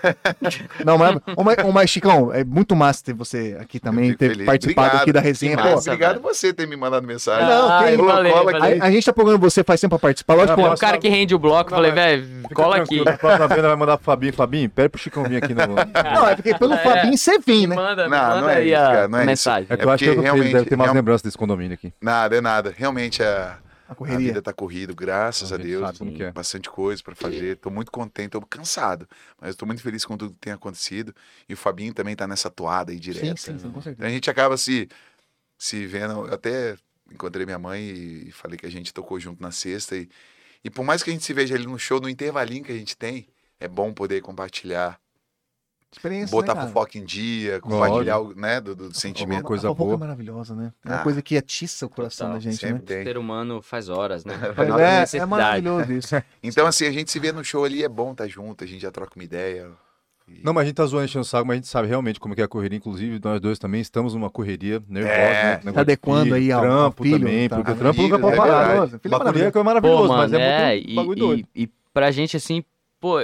Speaker 2: Não, mas, ô, mas, ô, mas, Chicão, é muito massa ter você aqui também,
Speaker 6: fico
Speaker 2: ter
Speaker 6: feliz.
Speaker 2: participado
Speaker 6: Obrigado.
Speaker 2: aqui da resenha.
Speaker 3: Que
Speaker 2: Pô,
Speaker 3: massa.
Speaker 6: Obrigado
Speaker 3: velho.
Speaker 6: você ter me mandado mensagem.
Speaker 2: Não, quem-
Speaker 6: Colocou
Speaker 3: valeu,
Speaker 6: aqui.
Speaker 3: valeu.
Speaker 2: a, a gente tá programando você faz tempo pra participar, lógico.
Speaker 1: Não,
Speaker 2: ó,
Speaker 3: O cara que rende o bloco, eu falei, velho, cola aqui.
Speaker 1: A próxima vez ela vai mandar pro Fabinho. Fabinho, pede pro Chicão vir aqui no. É
Speaker 2: Não, é porque pelo
Speaker 3: É.
Speaker 2: Fabinho você vem, né?
Speaker 3: Manda,
Speaker 6: Não,
Speaker 3: manda
Speaker 6: não é
Speaker 3: aí
Speaker 6: isso,
Speaker 3: a
Speaker 6: cara, não é isso.
Speaker 3: mensagem.
Speaker 1: que eu acho que
Speaker 6: porque
Speaker 1: eu não sei,
Speaker 6: realmente- é um
Speaker 1: deve ter mais
Speaker 6: realmente-
Speaker 1: lembranças desse condomínio aqui.
Speaker 6: Nada, é nada. Realmente a,
Speaker 2: A
Speaker 6: a
Speaker 2: correria.
Speaker 6: vida tá corrida, graças a
Speaker 1: A gente
Speaker 6: Deus.
Speaker 1: sabe como que é.
Speaker 6: Bastante coisa pra fazer. Tô muito contente, tô cansado. Mas tô muito feliz com tudo que tem acontecido. E o Fabinho também tá nessa toada aí
Speaker 2: Sim,
Speaker 6: direto.
Speaker 2: sim, sim, com certeza.
Speaker 6: Então a gente acaba se, se vendo. Eu até encontrei minha mãe e falei que a gente tocou junto na sexta. E, e por mais que a gente se veja ali no show, no intervalinho que a gente tem, é bom poder compartilhar,
Speaker 2: Experiência,
Speaker 6: botar
Speaker 2: né, cara? Tá
Speaker 6: fofoca em dia, compartilhar o né, do, do
Speaker 2: Alguma
Speaker 6: sentimento.
Speaker 1: coisa
Speaker 2: coisa fofoca
Speaker 1: boa.
Speaker 2: é maravilhosa, né? É
Speaker 6: Ah.
Speaker 2: uma coisa que atiça o coração
Speaker 5: Total,
Speaker 2: da gente,
Speaker 6: Sempre
Speaker 2: né?
Speaker 6: tem.
Speaker 3: O ser humano faz horas, né?
Speaker 2: Mas
Speaker 3: Não tem
Speaker 2: é, é
Speaker 3: necessidade.
Speaker 2: maravilhoso isso.
Speaker 6: Então, assim, a gente se vê no show ali, é bom estar junto, a gente já troca uma ideia. E-
Speaker 1: Não, mas a gente tá zoando enchendo o saco, mas a gente sabe realmente como que é a correria. Inclusive, nós dois também estamos numa correria nervosa,
Speaker 6: É.
Speaker 1: né?
Speaker 2: Tá
Speaker 1: Negócio de
Speaker 2: adequando
Speaker 1: filho,
Speaker 2: aí ao
Speaker 1: Trampo
Speaker 2: ao filho,
Speaker 1: também,
Speaker 2: tá?
Speaker 1: porque
Speaker 6: Ah,
Speaker 1: trampo nunca
Speaker 6: filho,
Speaker 1: pode
Speaker 6: é
Speaker 1: parar.
Speaker 6: verdade.
Speaker 2: Maravilhoso. Filho
Speaker 1: Bagulho é
Speaker 2: maravilhoso.
Speaker 1: coisa
Speaker 3: Pô,
Speaker 1: maravilhoso,
Speaker 3: mano,
Speaker 1: mas é
Speaker 3: é,
Speaker 1: muito
Speaker 3: e,
Speaker 1: bagulho doido.
Speaker 3: e, e pra gente, assim, pô,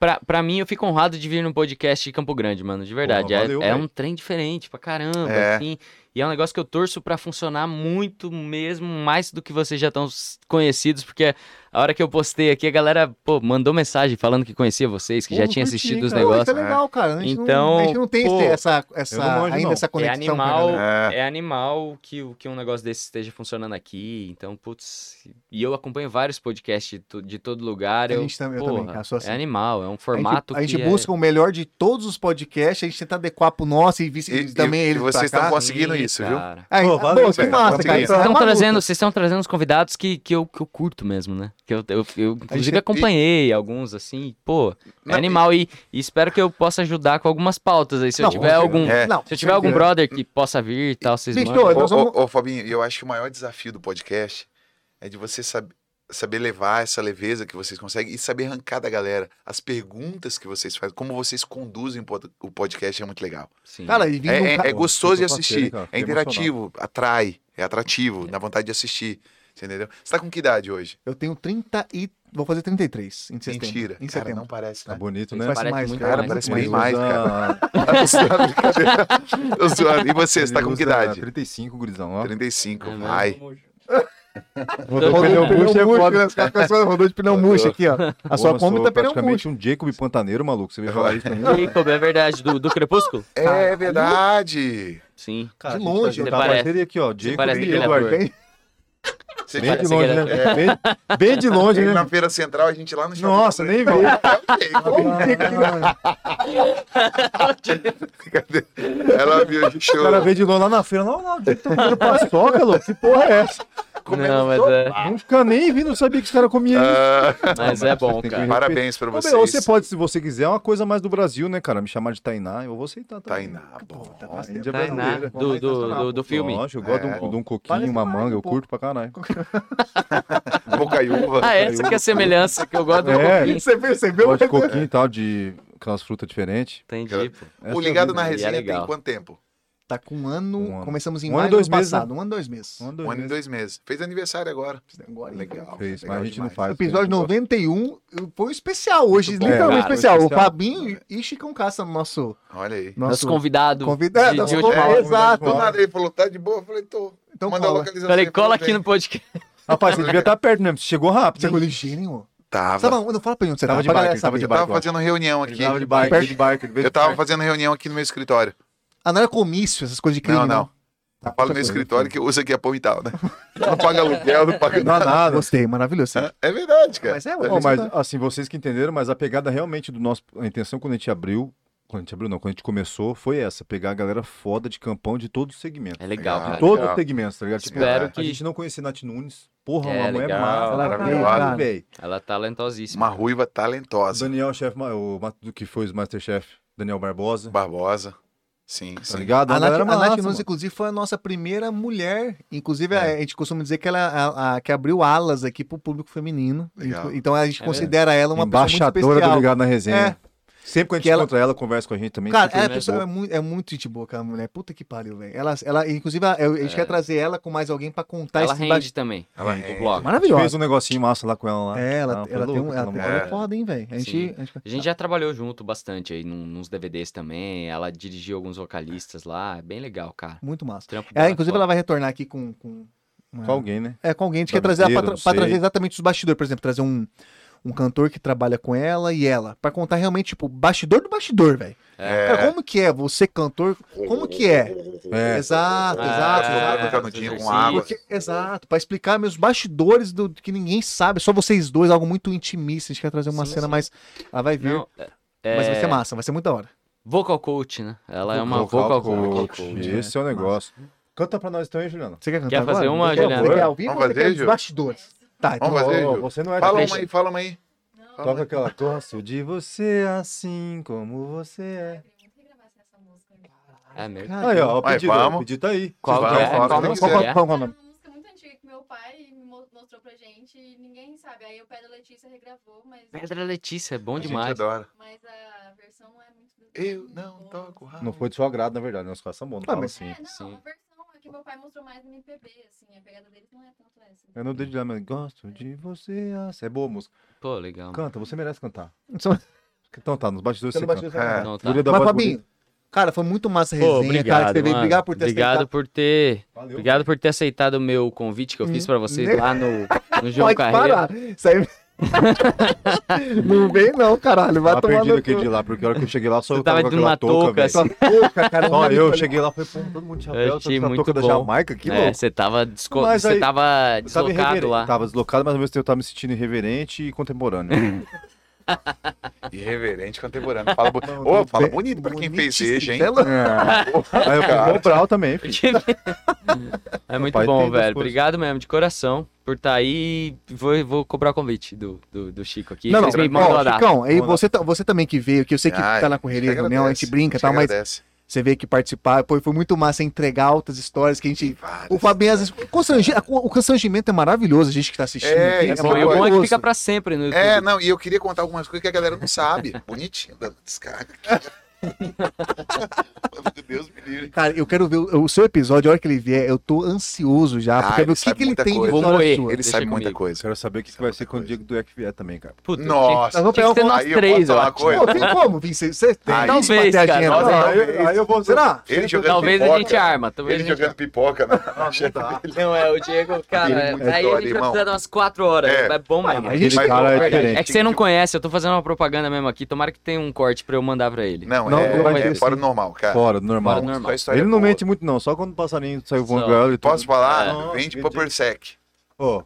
Speaker 3: pra, pra mim, eu fico honrado de vir num podcast de Campo Grande, mano, de verdade.
Speaker 1: Porra,
Speaker 3: É-
Speaker 1: valeu,
Speaker 3: é
Speaker 1: velho.
Speaker 3: um trem diferente pra caramba,
Speaker 6: É.
Speaker 3: assim. E é um negócio que eu torço pra funcionar muito mesmo, mais do que vocês já estão s- conhecidos, porque a hora que eu postei aqui, a galera, pô, mandou mensagem falando que conhecia vocês, que já
Speaker 1: Pô,
Speaker 3: tinha
Speaker 1: curti,
Speaker 3: assistido os
Speaker 1: cara.
Speaker 2: Pô,
Speaker 3: negócios. né?
Speaker 2: Isso é legal, cara. A gente, não,
Speaker 3: Então,
Speaker 2: a gente não tem
Speaker 3: pô,
Speaker 2: esse- essa,
Speaker 1: eu não
Speaker 2: essa,
Speaker 1: manjo,
Speaker 2: ainda
Speaker 1: não.
Speaker 2: essa conexão. com a
Speaker 3: animal,
Speaker 2: galera.
Speaker 6: É.
Speaker 3: É animal que, o- que um negócio desse esteja funcionando aqui. Então, putz. E eu acompanho vários podcasts de, to- de todo lugar.
Speaker 2: A
Speaker 3: Eu,
Speaker 2: gente também, eu
Speaker 3: porra,
Speaker 2: também, cara. Sou assim.
Speaker 3: É animal, é um
Speaker 2: A gente-
Speaker 3: formato
Speaker 2: A gente,
Speaker 3: que é-
Speaker 2: busca o melhor de todos os podcasts, a gente tenta adequar pro nosso e vice
Speaker 6: E-
Speaker 2: e, também
Speaker 6: e- e
Speaker 2: eles pra
Speaker 6: vocês
Speaker 2: cá.
Speaker 6: estão conseguindo isso, viu?
Speaker 3: cara.
Speaker 2: Aí,
Speaker 1: Pô, valeu,
Speaker 2: pô, que
Speaker 6: velho.
Speaker 2: massa, cara.
Speaker 6: Conseguindo.
Speaker 2: Isso é
Speaker 3: Vocês
Speaker 2: uma
Speaker 3: estão
Speaker 2: luta.
Speaker 3: trazendo, vocês estão trazendo os convidados que, que, eu, que eu curto mesmo, né? Que eu, eu, eu, inclusive
Speaker 2: gente-
Speaker 3: acompanhei alguns, assim, pô, é
Speaker 6: Não,
Speaker 3: animal e, e espero que eu possa ajudar com algumas pautas aí. Se
Speaker 2: Não,
Speaker 3: eu tiver
Speaker 2: com
Speaker 3: algum.
Speaker 6: certeza. É.
Speaker 2: Não,
Speaker 3: Se eu tiver algum
Speaker 2: certeza.
Speaker 3: brother que possa vir e tal, vocês
Speaker 2: Bicho,
Speaker 3: mandam.
Speaker 6: Ô,
Speaker 2: nós vamos-
Speaker 6: ô, ô, Fabinho, eu acho que o maior desafio do podcast é de você sab- saber levar essa leveza que vocês conseguem e saber arrancar da galera as perguntas que vocês fazem, como vocês conduzem o pod- o podcast é muito legal.
Speaker 3: Sim.
Speaker 2: Cara, e vindo
Speaker 6: É,
Speaker 2: um
Speaker 6: é-
Speaker 2: ca-
Speaker 6: é gostoso de
Speaker 1: eu tô parceiro,
Speaker 6: assistir,
Speaker 1: hein, cara?
Speaker 6: é
Speaker 1: Fiquei
Speaker 6: interativo, atrai, é atrativo, dá vontade de assistir, você entendeu? Você tá com que idade hoje?
Speaker 2: Eu tenho 30 e... Vou fazer 33 em setembro.
Speaker 6: Mentira,
Speaker 2: Em
Speaker 6: cara,
Speaker 2: setembro.
Speaker 6: não parece,
Speaker 1: Tá
Speaker 6: né?
Speaker 1: bonito, né?
Speaker 2: Parece
Speaker 3: Parece
Speaker 2: mais,
Speaker 3: muito
Speaker 2: cara.
Speaker 6: mais.
Speaker 2: Parece
Speaker 6: Parece
Speaker 2: mais.
Speaker 6: bem mais,
Speaker 1: cara.
Speaker 6: Eu sou- brincadeira. Eu sou- E você, você tá com que
Speaker 1: ah,
Speaker 6: idade?
Speaker 1: 35, gurizão. Ó.
Speaker 6: 35,
Speaker 3: É,
Speaker 6: vai.
Speaker 1: Rodou
Speaker 3: Rodou
Speaker 1: pneu
Speaker 3: de pneu
Speaker 1: murcho, é
Speaker 2: murcho,
Speaker 1: foda.
Speaker 2: né? Os caras começam a rodar de pneu murcho aqui, ó. A
Speaker 1: Porra, sou
Speaker 2: sua Kombi tá pneu murcho.
Speaker 1: praticamente um Jacob Pantaneiro, maluco. Você veio falar isso pra mim?
Speaker 3: Jacob, é verdade, do, do Crepúsculo?
Speaker 6: É verdade.
Speaker 3: Sim.
Speaker 2: de longe,
Speaker 1: eu
Speaker 3: você
Speaker 1: tava
Speaker 3: parece-
Speaker 1: parceria aqui, ó. Jacob
Speaker 3: parece
Speaker 1: e
Speaker 3: aquele
Speaker 1: Eduardo.
Speaker 3: ator.
Speaker 1: Bem,
Speaker 6: Você
Speaker 1: bem de
Speaker 3: parece
Speaker 1: longe,
Speaker 3: aquele
Speaker 1: né? Bem, bem de longe,
Speaker 6: Ele é um
Speaker 1: né?
Speaker 6: na feira central, a gente lá no shopping.
Speaker 1: Nossa, nem vi.
Speaker 6: Ela viu de
Speaker 1: O cara
Speaker 6: show.
Speaker 1: veio de longe lá na feira. Não, não, o Jacob tá comendo paçoca, louco. Que porra é essa?
Speaker 3: Não, mas é,
Speaker 6: Ah.
Speaker 1: Não fica nem vindo, não sabia que os caras comiam isso.
Speaker 3: mas é bom,
Speaker 1: tem que
Speaker 3: cara.
Speaker 6: Parabéns pra
Speaker 1: Ô, meu,
Speaker 6: Ah, vocês.
Speaker 1: você pode, se você quiser, é uma coisa mais do Brasil, né, cara? Me chamar de Tainá, eu vou aceitar
Speaker 6: Tá aí
Speaker 1: também.
Speaker 6: na bom.
Speaker 1: Índia
Speaker 3: Tá aí na-
Speaker 1: brasileira.
Speaker 3: do, do, do, do filme.
Speaker 1: né? Lógico, eu gosto
Speaker 6: É,
Speaker 1: de um- de um coquinho,
Speaker 2: Parece
Speaker 1: uma
Speaker 2: mais,
Speaker 1: manga, eu
Speaker 2: pô.
Speaker 1: curto pra caralho.
Speaker 6: Bocaiúva.
Speaker 3: Ah, essa que é a semelhança que eu gosto do
Speaker 1: É.
Speaker 3: pouquinho.
Speaker 2: Você percebeu?
Speaker 1: Gosto de coquinho e tal, de aquelas frutas diferentes.
Speaker 3: Entendi, pô.
Speaker 1: Essa
Speaker 6: O Ligado na
Speaker 1: é a vida.
Speaker 3: vida. E é
Speaker 6: Resenha tem
Speaker 3: legal.
Speaker 6: quanto tempo?
Speaker 2: Tá com um ano...
Speaker 1: Um ano.
Speaker 2: Começamos em
Speaker 1: Um ano e
Speaker 2: maio do
Speaker 1: dois
Speaker 2: ano
Speaker 1: meses,
Speaker 2: passado. Um ano e dois meses.
Speaker 1: Um ano,
Speaker 6: Um
Speaker 1: dois
Speaker 6: ano e
Speaker 1: meses.
Speaker 6: dois meses. Fez aniversário agora.
Speaker 2: Agora,
Speaker 6: Legal.
Speaker 1: Fez, mas
Speaker 6: legal
Speaker 1: a gente não
Speaker 6: demais.
Speaker 1: faz.
Speaker 2: Episódio
Speaker 1: né?
Speaker 2: 91 foi um especial hoje,
Speaker 1: Muito bom.
Speaker 2: literalmente
Speaker 3: É, cara,
Speaker 2: especial.
Speaker 1: especial.
Speaker 2: O Fabinho e Chicão Caça, nosso,
Speaker 6: Olha aí.
Speaker 3: Nosso
Speaker 2: nosso
Speaker 3: convidado.
Speaker 2: convidado. é
Speaker 3: de- é
Speaker 2: nosso
Speaker 3: de última
Speaker 2: convidado,
Speaker 6: hora.
Speaker 2: Exato.
Speaker 6: Do nada ele falou, tá de boa? Eu falei, tô.
Speaker 2: Então,
Speaker 6: Manda a
Speaker 2: cola.
Speaker 6: localização.
Speaker 3: Falei,
Speaker 6: aí,
Speaker 3: cola
Speaker 6: falei,
Speaker 3: aqui no podcast.
Speaker 1: Rapaz, você devia estar perto mesmo, você chegou rápido.
Speaker 2: Você é
Speaker 1: hein?
Speaker 2: foi ligeiro, hein, ô?
Speaker 6: Tava.
Speaker 2: Tava, não fala pra mim onde você
Speaker 1: Tava
Speaker 2: tava.
Speaker 1: de barco,
Speaker 2: pra galera
Speaker 1: tava de
Speaker 2: saber.
Speaker 1: barco.
Speaker 6: Tava fazendo reunião aqui.
Speaker 1: Tava de bike,
Speaker 2: Perto-
Speaker 1: de bike. de vez em
Speaker 6: Eu tava
Speaker 1: quando.
Speaker 6: fazendo reunião aqui no meu escritório.
Speaker 2: Ah, não era comício, essas coisas de crime,
Speaker 6: Não,
Speaker 2: não.
Speaker 6: não.
Speaker 2: Tá,
Speaker 6: Falo no meu
Speaker 2: outra coisa.
Speaker 6: escritório que usa aqui a Palmital, né? Não paga aluguel, não paga
Speaker 1: Não
Speaker 6: nada.
Speaker 1: é nada.
Speaker 2: Gostei, maravilhoso. sim.
Speaker 6: É verdade, cara.
Speaker 2: Mas é,
Speaker 1: Pô, mas
Speaker 2: mas...
Speaker 1: assim, vocês que entenderam, mas a pegada realmente do nosso. A intenção quando a gente abriu. Quando a gente abriu, não, quando a gente começou, foi essa: pegar a galera foda de campão de todo segmento.
Speaker 3: É legal,
Speaker 6: Legal.
Speaker 2: Ah,
Speaker 3: cara.
Speaker 1: Todos
Speaker 6: legal.
Speaker 1: os segmentos, tá ligado? Tipo,
Speaker 3: Espero
Speaker 1: A
Speaker 3: que-
Speaker 1: gente não conhecia Nath Nunes. Porra,
Speaker 3: É,
Speaker 1: uma mulher
Speaker 3: legal,
Speaker 1: massa. pra
Speaker 2: maravilhosa.
Speaker 1: caralho, velho.
Speaker 3: Ela é talentosíssima.
Speaker 6: Uma ruiva talentosa.
Speaker 1: Daniel, chefe, ma- o ma- do que foi o Masterchef, Daniel Barbosa.
Speaker 6: Barbosa. Sim,
Speaker 1: Tá
Speaker 6: sim.
Speaker 1: ligado?
Speaker 2: A
Speaker 1: Uma
Speaker 2: Nath,
Speaker 1: galera
Speaker 2: a Nath
Speaker 1: massa,
Speaker 2: Nunes, é
Speaker 1: mano.
Speaker 2: inclusive, foi a nossa primeira mulher. Inclusive, a- a gente costuma dizer que ela é a- a- que abriu alas aqui pro público feminino.
Speaker 6: Legal.
Speaker 2: Inclu- Então a gente
Speaker 3: É
Speaker 2: considera ela uma pessoa
Speaker 1: Embaixadora
Speaker 2: muito
Speaker 1: do
Speaker 2: especial. É.
Speaker 1: Ligado na Resenha. Sempre que a
Speaker 2: Que
Speaker 1: gente
Speaker 2: ela-
Speaker 1: encontra ela, conversa com a gente também.
Speaker 2: Cara,
Speaker 1: sempre
Speaker 2: ela é,
Speaker 1: gente
Speaker 2: pessoa,
Speaker 1: boa.
Speaker 2: é, muito, é muito gente boa aquela mulher. Puta que pariu, velho. Ela, ela, inclusive, ela- eu- a gente quer trazer ela com mais alguém pra contar
Speaker 3: Ela
Speaker 2: tá esse
Speaker 3: rende
Speaker 2: ba-
Speaker 3: também.
Speaker 6: Ela
Speaker 3: do
Speaker 6: rende.
Speaker 3: blog.
Speaker 1: A gente
Speaker 2: Maravilhosa.
Speaker 1: fez um negocinho massa lá com ela. Lá.
Speaker 2: É, ela,
Speaker 1: Ah, foi
Speaker 2: ela tem
Speaker 1: louco
Speaker 2: um.
Speaker 1: aquela
Speaker 2: Ela tem
Speaker 1: mulher.
Speaker 2: ela é
Speaker 6: É.
Speaker 2: foda, hein, velho. A gente.
Speaker 3: Sim.
Speaker 2: a gente-
Speaker 3: A gente já trabalhou junto bastante aí num- nos DVDs também. Ela dirigiu alguns vocalistas lá. É bem legal, cara.
Speaker 2: Muito massa.
Speaker 3: Trampo
Speaker 2: É,
Speaker 3: dela
Speaker 2: inclusive,
Speaker 3: foda.
Speaker 2: ela vai retornar aqui com. com uma-
Speaker 1: Com alguém, né?
Speaker 2: É, com alguém. A gente quer trazer ela pra,
Speaker 1: Bagunceiro,
Speaker 2: pra
Speaker 1: não sei.
Speaker 2: trazer exatamente os bastidores, por exemplo, trazer um, um cantor que trabalha com ela e ela. Pra contar realmente, tipo, bastidor do bastidor, velho.
Speaker 3: É.
Speaker 2: Cara, como que é você, cantor? Como que
Speaker 1: É.
Speaker 2: é?
Speaker 6: Ah,
Speaker 2: Exato,
Speaker 3: É,
Speaker 2: exato.
Speaker 3: é,
Speaker 2: exato.
Speaker 6: no canudinho
Speaker 3: os
Speaker 6: com água.
Speaker 3: exercícios.
Speaker 2: Exato, pra explicar meus bastidores do que ninguém sabe, só vocês dois, algo muito intimista. A gente quer trazer uma
Speaker 3: Sim,
Speaker 2: cena
Speaker 3: sim.
Speaker 2: mais. Ela vai vir,
Speaker 3: Não, é-
Speaker 2: mas vai
Speaker 3: é,
Speaker 2: ser massa, vai ser muito da hora.
Speaker 3: Vocal coach, né? Ela é uma vocal,
Speaker 6: Vocal
Speaker 3: coach. né?
Speaker 1: Coach, Esse é o negócio. Canta pra nós então, hein, Juliana?
Speaker 2: Você quer cantar
Speaker 3: Quer fazer
Speaker 2: agora?
Speaker 3: uma,
Speaker 2: Por favor.
Speaker 3: Juliana?
Speaker 2: Você quer ao vivo
Speaker 6: Vamos
Speaker 2: ou você
Speaker 6: fazer,
Speaker 2: quer os
Speaker 6: Ju?
Speaker 2: bastidores? Tá, então
Speaker 6: Vamos fazer,
Speaker 1: Ô,
Speaker 6: Ju?
Speaker 1: Você não é
Speaker 6: Fala
Speaker 1: daqui.
Speaker 6: uma aí, fala uma aí.
Speaker 1: Toca aquela. Gosto de você assim como você é.
Speaker 3: É mesmo.
Speaker 2: Cara,
Speaker 1: Aí, ó, o
Speaker 6: Vai,
Speaker 1: pedido,
Speaker 6: vamos.
Speaker 1: o pedido tá aí.
Speaker 3: Qual
Speaker 1: Vocês
Speaker 6: que é?
Speaker 1: vão falar
Speaker 6: Qual
Speaker 1: também?
Speaker 6: que
Speaker 1: Qual-
Speaker 6: é?
Speaker 1: qual- qual- qual-
Speaker 4: Era uma música muito antiga que meu pai me mo- mostrou pra gente e ninguém sabe. Aí o Pedro Letícia regravou, mas,
Speaker 3: Pedra Letícia, é bom
Speaker 6: A gente
Speaker 3: demais.
Speaker 6: adora.
Speaker 4: mas a versão é muito.
Speaker 6: Eu
Speaker 4: muito
Speaker 6: não
Speaker 4: boa.
Speaker 6: toco rabo. É,
Speaker 1: Não foi de seu agrado, na verdade, né? Os caras são bons, não
Speaker 2: Ah,
Speaker 1: fala
Speaker 2: mas-
Speaker 1: assim.
Speaker 4: É, não,
Speaker 3: Sim.
Speaker 4: a versão é que meu pai mostrou mais no MPB, assim. A pegada deles não é tanto essa.
Speaker 1: Eu não dei de lá, mas gosto de você assim. É boa a música.
Speaker 3: Pô, legal.
Speaker 1: Canta, você merece cantar.
Speaker 2: só-
Speaker 1: Então tá, nos bastidores
Speaker 2: Você
Speaker 1: você
Speaker 2: não
Speaker 1: canta.
Speaker 2: bateu essa cara.
Speaker 6: É.
Speaker 3: Não, tá.
Speaker 1: Guria da
Speaker 2: Mas,
Speaker 1: voz
Speaker 2: Fabinho,
Speaker 1: bonita.
Speaker 2: cara, foi muito massa a
Speaker 3: Pô,
Speaker 2: resenha, cara, que
Speaker 3: obrigado,
Speaker 2: você veio.
Speaker 3: mano.
Speaker 2: Obrigado por ter
Speaker 3: Obrigado
Speaker 2: aceitado.
Speaker 3: por ter
Speaker 1: Valeu.
Speaker 3: Obrigado por ter aceitado o meu convite que eu fiz pra vocês lá no, no João
Speaker 2: Hum. Pode
Speaker 3: Carreira.
Speaker 2: parar. Isso aí... não vem não, caralho. Vai
Speaker 1: Tava
Speaker 2: tomar
Speaker 1: perdido
Speaker 2: no
Speaker 1: aquele de
Speaker 2: cu.
Speaker 1: lá, porque a hora que eu cheguei lá só
Speaker 3: Você
Speaker 1: eu tava com
Speaker 3: tava de uma
Speaker 1: aquela touca,
Speaker 3: touca,
Speaker 1: velho.
Speaker 3: assim.
Speaker 2: Porra, cara,
Speaker 1: Só eu
Speaker 2: falei,
Speaker 1: cheguei lá, foi pô, todo mundo de
Speaker 3: Eu
Speaker 1: chapéu, só
Speaker 3: achei
Speaker 1: com a touca
Speaker 3: muito
Speaker 1: da
Speaker 3: bom.
Speaker 1: Jamaica, que
Speaker 3: É,
Speaker 1: louco.
Speaker 3: você tava, desco...
Speaker 1: Mas
Speaker 3: você
Speaker 1: aí-
Speaker 3: tava
Speaker 1: Eu tava
Speaker 3: deslocado
Speaker 1: irreverente,
Speaker 3: lá.
Speaker 1: Tava deslocado, mas ao mesmo tempo eu tava me sentindo irreverente e contemporâneo.
Speaker 6: Irreverente contemporâneo. Fala, bo...
Speaker 2: Não,
Speaker 6: Ô,
Speaker 2: tudo
Speaker 6: fala
Speaker 2: bem.
Speaker 6: bonito pra quem fez
Speaker 2: Bonitíssimo.
Speaker 6: esse, hein?
Speaker 2: Você é louco.
Speaker 1: Aí eu fui no Brau também, filho.
Speaker 3: é muito
Speaker 1: pai tem
Speaker 3: bom,
Speaker 1: duas
Speaker 3: velho.
Speaker 1: coisas.
Speaker 3: Obrigado mesmo, de coração, por estar aí. Vou, vou cobrar o convite do, do, do Chico aqui.
Speaker 2: Não, não,
Speaker 3: Vocês me
Speaker 2: não,
Speaker 3: mandam a
Speaker 2: ó,
Speaker 3: data.
Speaker 2: Chicão, aí
Speaker 1: Manda.
Speaker 2: você, tá- você também que veio, que eu sei que
Speaker 6: Ai,
Speaker 2: tá na correria, reunião, a gente brinca e tal, tá, mas
Speaker 6: Agradece.
Speaker 2: você veio aqui participar, pô, foi muito massa entregar altas histórias que a gente... O Fabinho, às vezes, constrange- o constrangimento é maravilhoso, a gente que tá assistindo
Speaker 6: É,
Speaker 2: aqui,
Speaker 6: isso
Speaker 3: Bom,
Speaker 6: é
Speaker 3: e o bom é que
Speaker 2: maravilhoso.
Speaker 3: fica pra sempre no YouTube.
Speaker 6: É, não, e eu queria contar algumas coisas que a galera não sabe. Bonitinho, dando descarga. Meu Deus, me livre.
Speaker 2: Cara, eu quero ver o, o seu episódio, a hora que ele vier, eu tô ansioso já,
Speaker 6: Ah,
Speaker 2: pra saber
Speaker 6: ele
Speaker 2: o que,
Speaker 6: sabe
Speaker 2: que ele
Speaker 6: muita
Speaker 2: tem
Speaker 6: coisa.
Speaker 2: de
Speaker 3: Vamos
Speaker 2: história
Speaker 3: ver.
Speaker 2: sua.
Speaker 6: Ele
Speaker 3: Deixa
Speaker 6: sabe muita
Speaker 3: comigo.
Speaker 6: coisa.
Speaker 1: Quero saber o que, que vai ser quando o Diego Dueck vier também, cara.
Speaker 3: Puta,
Speaker 6: Nossa,
Speaker 2: Nós vamos
Speaker 3: tinha
Speaker 2: pegar
Speaker 3: que ser
Speaker 2: um...
Speaker 3: nós
Speaker 6: Aí eu
Speaker 3: três,
Speaker 6: posso
Speaker 3: eu
Speaker 6: falar uma
Speaker 3: acho.
Speaker 6: coisa?
Speaker 2: Pô, tem como, Vincent? Você tem
Speaker 6: Aí-
Speaker 2: como
Speaker 3: Talvez,
Speaker 2: bater a
Speaker 3: cara,
Speaker 2: agenda?
Speaker 3: talvez.
Speaker 2: Aí eu- aí eu vou... Será?
Speaker 6: ele jogando
Speaker 3: Talvez
Speaker 6: pipoca. Ah,
Speaker 3: a gente arma. Talvez
Speaker 6: Ele
Speaker 3: a gente
Speaker 6: jogando pipoca né? na, na chefe dele.
Speaker 3: Não, é, o Diego, cara,
Speaker 6: Ele é
Speaker 3: é,
Speaker 6: muito
Speaker 3: aí
Speaker 6: doido,
Speaker 3: a gente vai
Speaker 6: irmão.
Speaker 3: precisar de umas quatro horas. É,
Speaker 6: É.
Speaker 3: bom mesmo.
Speaker 2: A gente
Speaker 1: Aquele cara é diferente.
Speaker 3: É que você não conhece, eu tô fazendo uma propaganda mesmo aqui. Tomara que tenha um corte pra eu mandar pra ele.
Speaker 6: Não,
Speaker 1: Não,
Speaker 6: é,
Speaker 1: não vai
Speaker 6: é
Speaker 1: ter,
Speaker 6: fora
Speaker 1: sim.
Speaker 6: do normal, cara.
Speaker 1: Fora, do normal.
Speaker 3: Fora do normal.
Speaker 6: Só a história
Speaker 1: Ele não
Speaker 6: boa.
Speaker 1: mente muito, não. Só quando o passarinho saiu voando
Speaker 3: Só.
Speaker 1: com ela, ele
Speaker 6: Posso
Speaker 3: É.
Speaker 6: falar? Vende Popper Sec.
Speaker 1: Ó,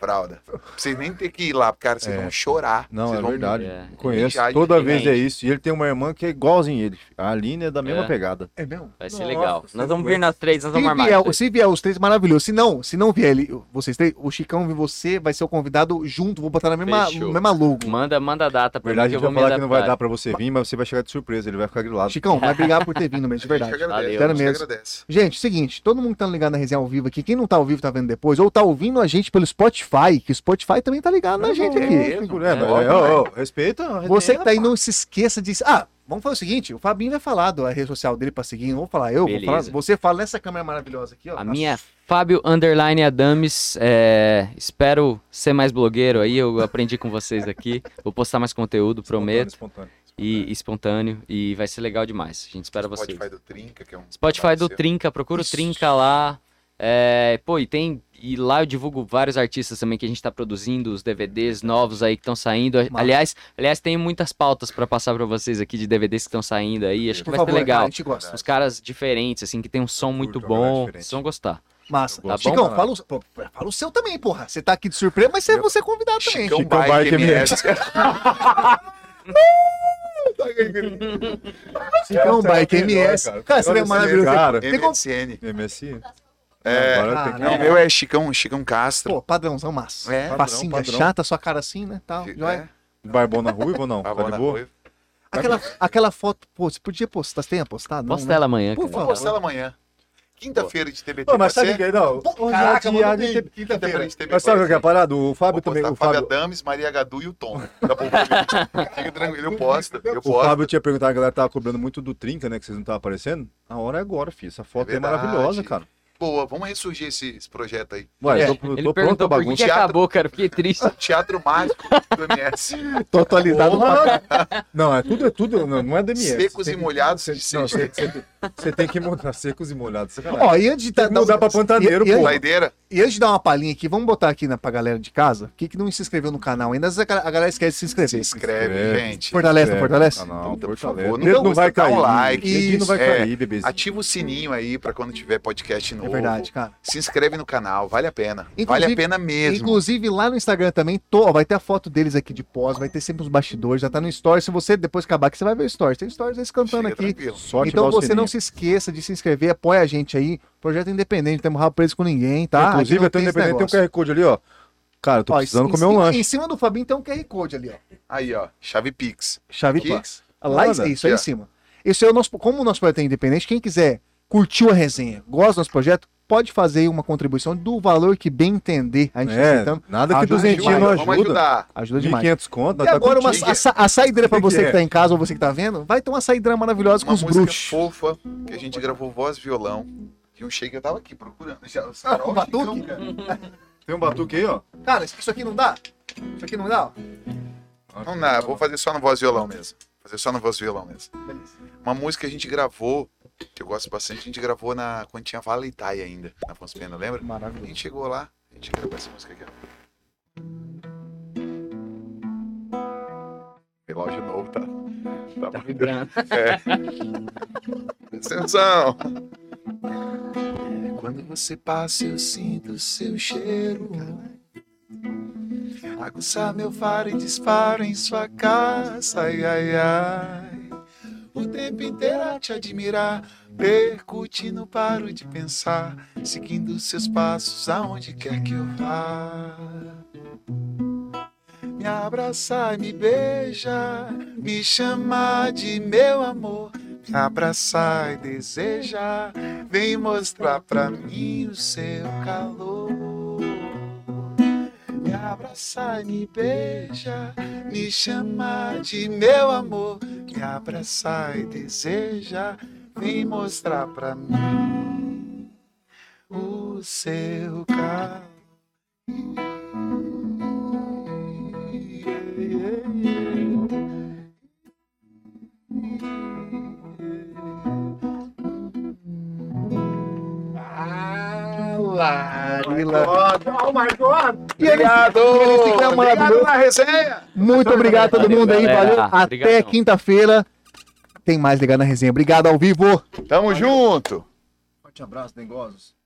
Speaker 6: Fralda. Vocês nem tem que ir lá, cara. Vocês
Speaker 1: É.
Speaker 6: vão chorar.
Speaker 1: não,
Speaker 6: Vocês
Speaker 1: é
Speaker 6: vão-
Speaker 1: verdade.
Speaker 3: É.
Speaker 1: Conheço.
Speaker 6: Mijar de
Speaker 1: Toda
Speaker 3: diferente.
Speaker 1: vez é isso. E ele tem uma irmã que é igualzinho ele. A Aline é da mesma
Speaker 3: É.
Speaker 1: pegada.
Speaker 2: É mesmo?
Speaker 3: Vai ser
Speaker 1: Nossa,
Speaker 3: legal.
Speaker 1: vocês
Speaker 3: Nós vamos vir nas três, nós vamos
Speaker 2: Se
Speaker 3: armar.
Speaker 2: vier,
Speaker 3: isso aí.
Speaker 2: se vier os três, maravilhoso. Se não, se não vier ele, vocês três, o Chicão e você vai ser o convidado junto. Vou botar na mesma,
Speaker 3: Fechou.
Speaker 2: no mesma logo.
Speaker 3: Manda, manda a data pra
Speaker 1: Na verdade,
Speaker 3: mim
Speaker 1: a
Speaker 3: que eu
Speaker 1: gente vai
Speaker 3: vou me
Speaker 1: falar que não vai dar
Speaker 3: adaptar.
Speaker 1: pra você vir, mas você vai chegar de surpresa. Ele vai ficar grilado.
Speaker 2: Chicão, vai brigar por ter vindo mesmo, de
Speaker 6: A gente
Speaker 2: verdade.
Speaker 6: agradece,
Speaker 3: Valeu.
Speaker 6: a gente
Speaker 2: Sério mesmo.
Speaker 6: agradece.
Speaker 2: Gente, seguinte, todo mundo que tá ligado na resenha ao vivo aqui, quem não tá ao vivo tá vendo depois, ou tá ouvindo a gente pelo Spotify, que o Spotify também tá ligado na gente aqui.
Speaker 6: mesmo,
Speaker 1: É, mas-
Speaker 6: óbvio,
Speaker 1: ô, ô, respeita.
Speaker 3: é
Speaker 1: a resenha,
Speaker 2: Você que tá aí,
Speaker 1: pá.
Speaker 2: não se esqueça de. Ah, vamos fazer o seguinte: o Fabinho vai falar da rede social dele pra seguir, não vou falar eu, vou
Speaker 3: Beleza.
Speaker 2: falar. Você fala nessa câmera maravilhosa aqui, ó.
Speaker 3: A minha é Fábio Underline Adames. é, espero ser mais blogueiro aí. Eu aprendi com vocês aqui. Vou postar mais conteúdo, prometo.
Speaker 1: Espontâneo, espontâneo.
Speaker 3: E espontâneo. E vai ser legal demais. A gente espera vocês.
Speaker 6: Spotify do Trinca, que é um.
Speaker 3: Spotify do
Speaker 6: parceiro.
Speaker 3: Trinca, procura o Trinca lá. É, pô, e tem. E lá eu divulgo vários artistas também que a gente tá produzindo, os DVDs novos aí que estão saindo.
Speaker 2: Massa.
Speaker 3: Aliás, aliás, tem muitas pautas pra passar pra vocês aqui de DVDs que estão saindo aí. Acho que
Speaker 2: Por
Speaker 3: vai
Speaker 2: favor,
Speaker 3: ser
Speaker 2: cara,
Speaker 3: legal.
Speaker 2: a gente gosta.
Speaker 6: Né?
Speaker 3: Os caras diferentes, assim, que tem um som muito
Speaker 1: curto uma galera
Speaker 3: bom.
Speaker 1: diferente.
Speaker 3: Vocês vão gostar.
Speaker 2: Massa.
Speaker 3: Tá bom?
Speaker 2: Chicão, fala o, pô, fala o seu também, porra. Você tá aqui de surpresa, mas você, você é convidado também.
Speaker 6: Chicão
Speaker 1: Chicão
Speaker 6: Bike
Speaker 1: Bike
Speaker 6: MS.
Speaker 1: é
Speaker 2: Chicão, Bike MS. Cara, você é maravilhoso.
Speaker 1: Cara, Ah,
Speaker 2: Tem como-
Speaker 6: MSN.
Speaker 1: MSC.
Speaker 6: É.
Speaker 1: Agora tem que-
Speaker 6: Não, o meu é Chicão, Chicão Castro.
Speaker 2: Pô, padrãozão massa.
Speaker 6: É.
Speaker 2: Facinha
Speaker 1: Padrão, padrão.
Speaker 2: chata, sua cara assim, né? Tal,
Speaker 6: É,
Speaker 2: joia.
Speaker 1: Barbona ruiva ou não? Tá
Speaker 6: Pavão
Speaker 1: de
Speaker 6: na
Speaker 1: boa?
Speaker 6: Ruiva.
Speaker 2: Aquela, aquela foto, pô, você podia postar, você tem apostado? Não,
Speaker 3: Posta
Speaker 2: né?
Speaker 3: ela amanhã.
Speaker 2: Por
Speaker 3: cara.
Speaker 6: Vou
Speaker 2: favor.
Speaker 6: postar ela amanhã. Quinta-feira de TBT.
Speaker 1: Não, mas
Speaker 6: pode
Speaker 1: sabe
Speaker 6: ser?
Speaker 1: quem? Não. Hoje é
Speaker 6: Caraca,
Speaker 1: dia
Speaker 6: mano,
Speaker 1: de
Speaker 6: tem
Speaker 1: TBT.
Speaker 6: quinta-feira de TBT.
Speaker 1: Mas sabe o que é a parada? O Fábio
Speaker 6: Vou
Speaker 1: também.
Speaker 6: postar
Speaker 1: O Fábio,
Speaker 6: tá Fábio Dames, Maria Gadu e o Tom. Tá bom comigo. Fica tranquilo, eu posto. Eu
Speaker 1: o
Speaker 6: posto.
Speaker 1: Fábio tinha perguntado, a galera tava cobrando muito do Trinca, né? Que vocês não estavam aparecendo. A hora é agora, filho. Essa foto
Speaker 6: É
Speaker 1: aí é maravilhosa,
Speaker 6: verdade.
Speaker 1: cara.
Speaker 6: Boa, vamos ressurgir esse, esse projeto aí.
Speaker 1: Ué,
Speaker 3: É,
Speaker 1: eu tô,
Speaker 3: Ele
Speaker 1: tô pronto pra
Speaker 3: perguntou por que
Speaker 1: bagunça.
Speaker 3: que acabou, cara. Fiquei triste.
Speaker 6: Teatro Mágico do MS.
Speaker 2: Tô atualizado.
Speaker 1: Não, é tudo, é tudo. Não, não é DMS.
Speaker 6: Secos
Speaker 1: Você
Speaker 6: e
Speaker 1: tem-
Speaker 6: molhados
Speaker 1: Você,
Speaker 6: de
Speaker 1: não,
Speaker 6: sexta.
Speaker 1: você, você- você tem que mudar secos e molhados. sacanagem.
Speaker 2: Ó, e antes de
Speaker 1: Tem que mudar pra Pantaneiro,
Speaker 2: e- e-
Speaker 1: pô.
Speaker 6: Saideira.
Speaker 2: E antes de dar uma palhinha aqui, vamos botar aqui na, pra galera de casa. Que que não se inscreveu no canal ainda, às vezes a ga- a galera esquece de se inscrever.
Speaker 6: Se inscreve,
Speaker 1: Escreve.
Speaker 6: gente.
Speaker 2: Fortalece, não fortalece?
Speaker 1: Ah, não,
Speaker 6: Puta, por
Speaker 1: Fortaleza.
Speaker 6: favor, não
Speaker 1: Dedo não,
Speaker 6: custa,
Speaker 1: vai
Speaker 6: dá um
Speaker 1: cair.
Speaker 6: like.
Speaker 1: Dedo não vai
Speaker 6: Isso, é.
Speaker 1: cair, bebezinho.
Speaker 6: Ativa o sininho aí pra quando tiver podcast novo.
Speaker 2: É verdade, cara.
Speaker 6: Se inscreve no canal, vale a pena. vale
Speaker 2: Inclusive-
Speaker 6: a pena mesmo.
Speaker 2: Inclusive, lá no Instagram também, tô, ó, vai ter a foto deles aqui de pós, vai ter sempre os bastidores, já tá no Stories. Se você depois acabar aqui, você vai ver o Stories. Tem Stories eles cantando
Speaker 6: Fica
Speaker 2: aqui.
Speaker 6: tranquilo.
Speaker 1: Só ativar
Speaker 2: Então
Speaker 1: o
Speaker 2: você
Speaker 1: sininho.
Speaker 2: não se esqueça de se inscrever, apoia a gente aí. Projeto independente, não temos rabo preso com ninguém, tá?
Speaker 1: Inclusive,
Speaker 2: até
Speaker 1: até independente tem um QR Code ali, ó. Cara, eu tô precisando comer um
Speaker 2: Em
Speaker 1: lanche.
Speaker 2: cima do Fabinho tem um QR Code ali, ó.
Speaker 6: Aí, ó. Chave Pix.
Speaker 2: Chave
Speaker 6: Aqui?
Speaker 2: Pix. Lá
Speaker 1: Manda.
Speaker 2: isso, isso aí
Speaker 6: Aqui, ó.
Speaker 2: em cima. Esse é o nosso, como o nosso projeto é independente, quem quiser curtiu a resenha, gosta do nosso projeto, pode fazer aí uma contribuição do valor que bem entender. A gente tá
Speaker 1: É,
Speaker 2: aceitando.
Speaker 1: nada que
Speaker 2: Ajuda
Speaker 1: duzentinho
Speaker 2: demais,
Speaker 1: não
Speaker 6: Vamos
Speaker 1: ajuda.
Speaker 6: ajudar.
Speaker 2: Ajuda demais.
Speaker 1: 1.500 conto,
Speaker 2: E
Speaker 1: tá
Speaker 2: agora uma,
Speaker 6: contigo.
Speaker 2: a, sa- a saideira pra
Speaker 1: Que que
Speaker 2: você que,
Speaker 1: é?
Speaker 2: tá em casa ou você que tá vendo, vai ter uma saideira maravilhosa com
Speaker 6: Uma
Speaker 2: os
Speaker 6: música
Speaker 2: bruxos.
Speaker 6: fofa que a gente gravou voz e violão. Que eu achei que eu tava aqui procurando. Já, os
Speaker 2: Ah, o
Speaker 6: então,
Speaker 2: batuque?
Speaker 1: Tem um batuque aí, ó.
Speaker 2: Cara, isso aqui não dá? Isso aqui não dá? ó?
Speaker 6: Não dá, vou fazer só no voz e violão mesmo. Fazer só no voz e violão mesmo. Uma música que a gente gravou, que eu gosto bastante, a gente gravou na, quando tinha Valentine ainda, na Afonso Pena, lembra? A
Speaker 2: Maravilhoso.
Speaker 6: gente chegou lá, a gente gravou essa música aqui, ó. Relógio novo, tá? Tá bonito. Presta atenção! É, Quando você passa, eu sinto o seu cheiro. Aguçar meu faro e disparo em sua casa. Ai, ai, ai. O tempo inteiro a te admirar. Percutindo, paro de pensar. Seguindo seus passos aonde quer que eu vá. Me abraçar, me beijar. Me chamar de meu amor. Me abraçar e desejar. Vem mostrar pra mim o seu calor. Me abraçar, me beijar, me chamar de meu amor. Me abraçar e desejar, vem mostrar pra mim o seu calor. Ah,
Speaker 2: E eles, eles ficam maravilhosos.
Speaker 6: na resenha!
Speaker 2: Muito obrigado a todo
Speaker 3: Valeu,
Speaker 2: mundo aí,
Speaker 3: galera.
Speaker 2: valeu. Até
Speaker 3: Obrigadão.
Speaker 2: quinta-feira. Tem mais ligado na resenha. Obrigado ao vivo.
Speaker 6: Tamo junto!
Speaker 1: Forte abraço, dengosos.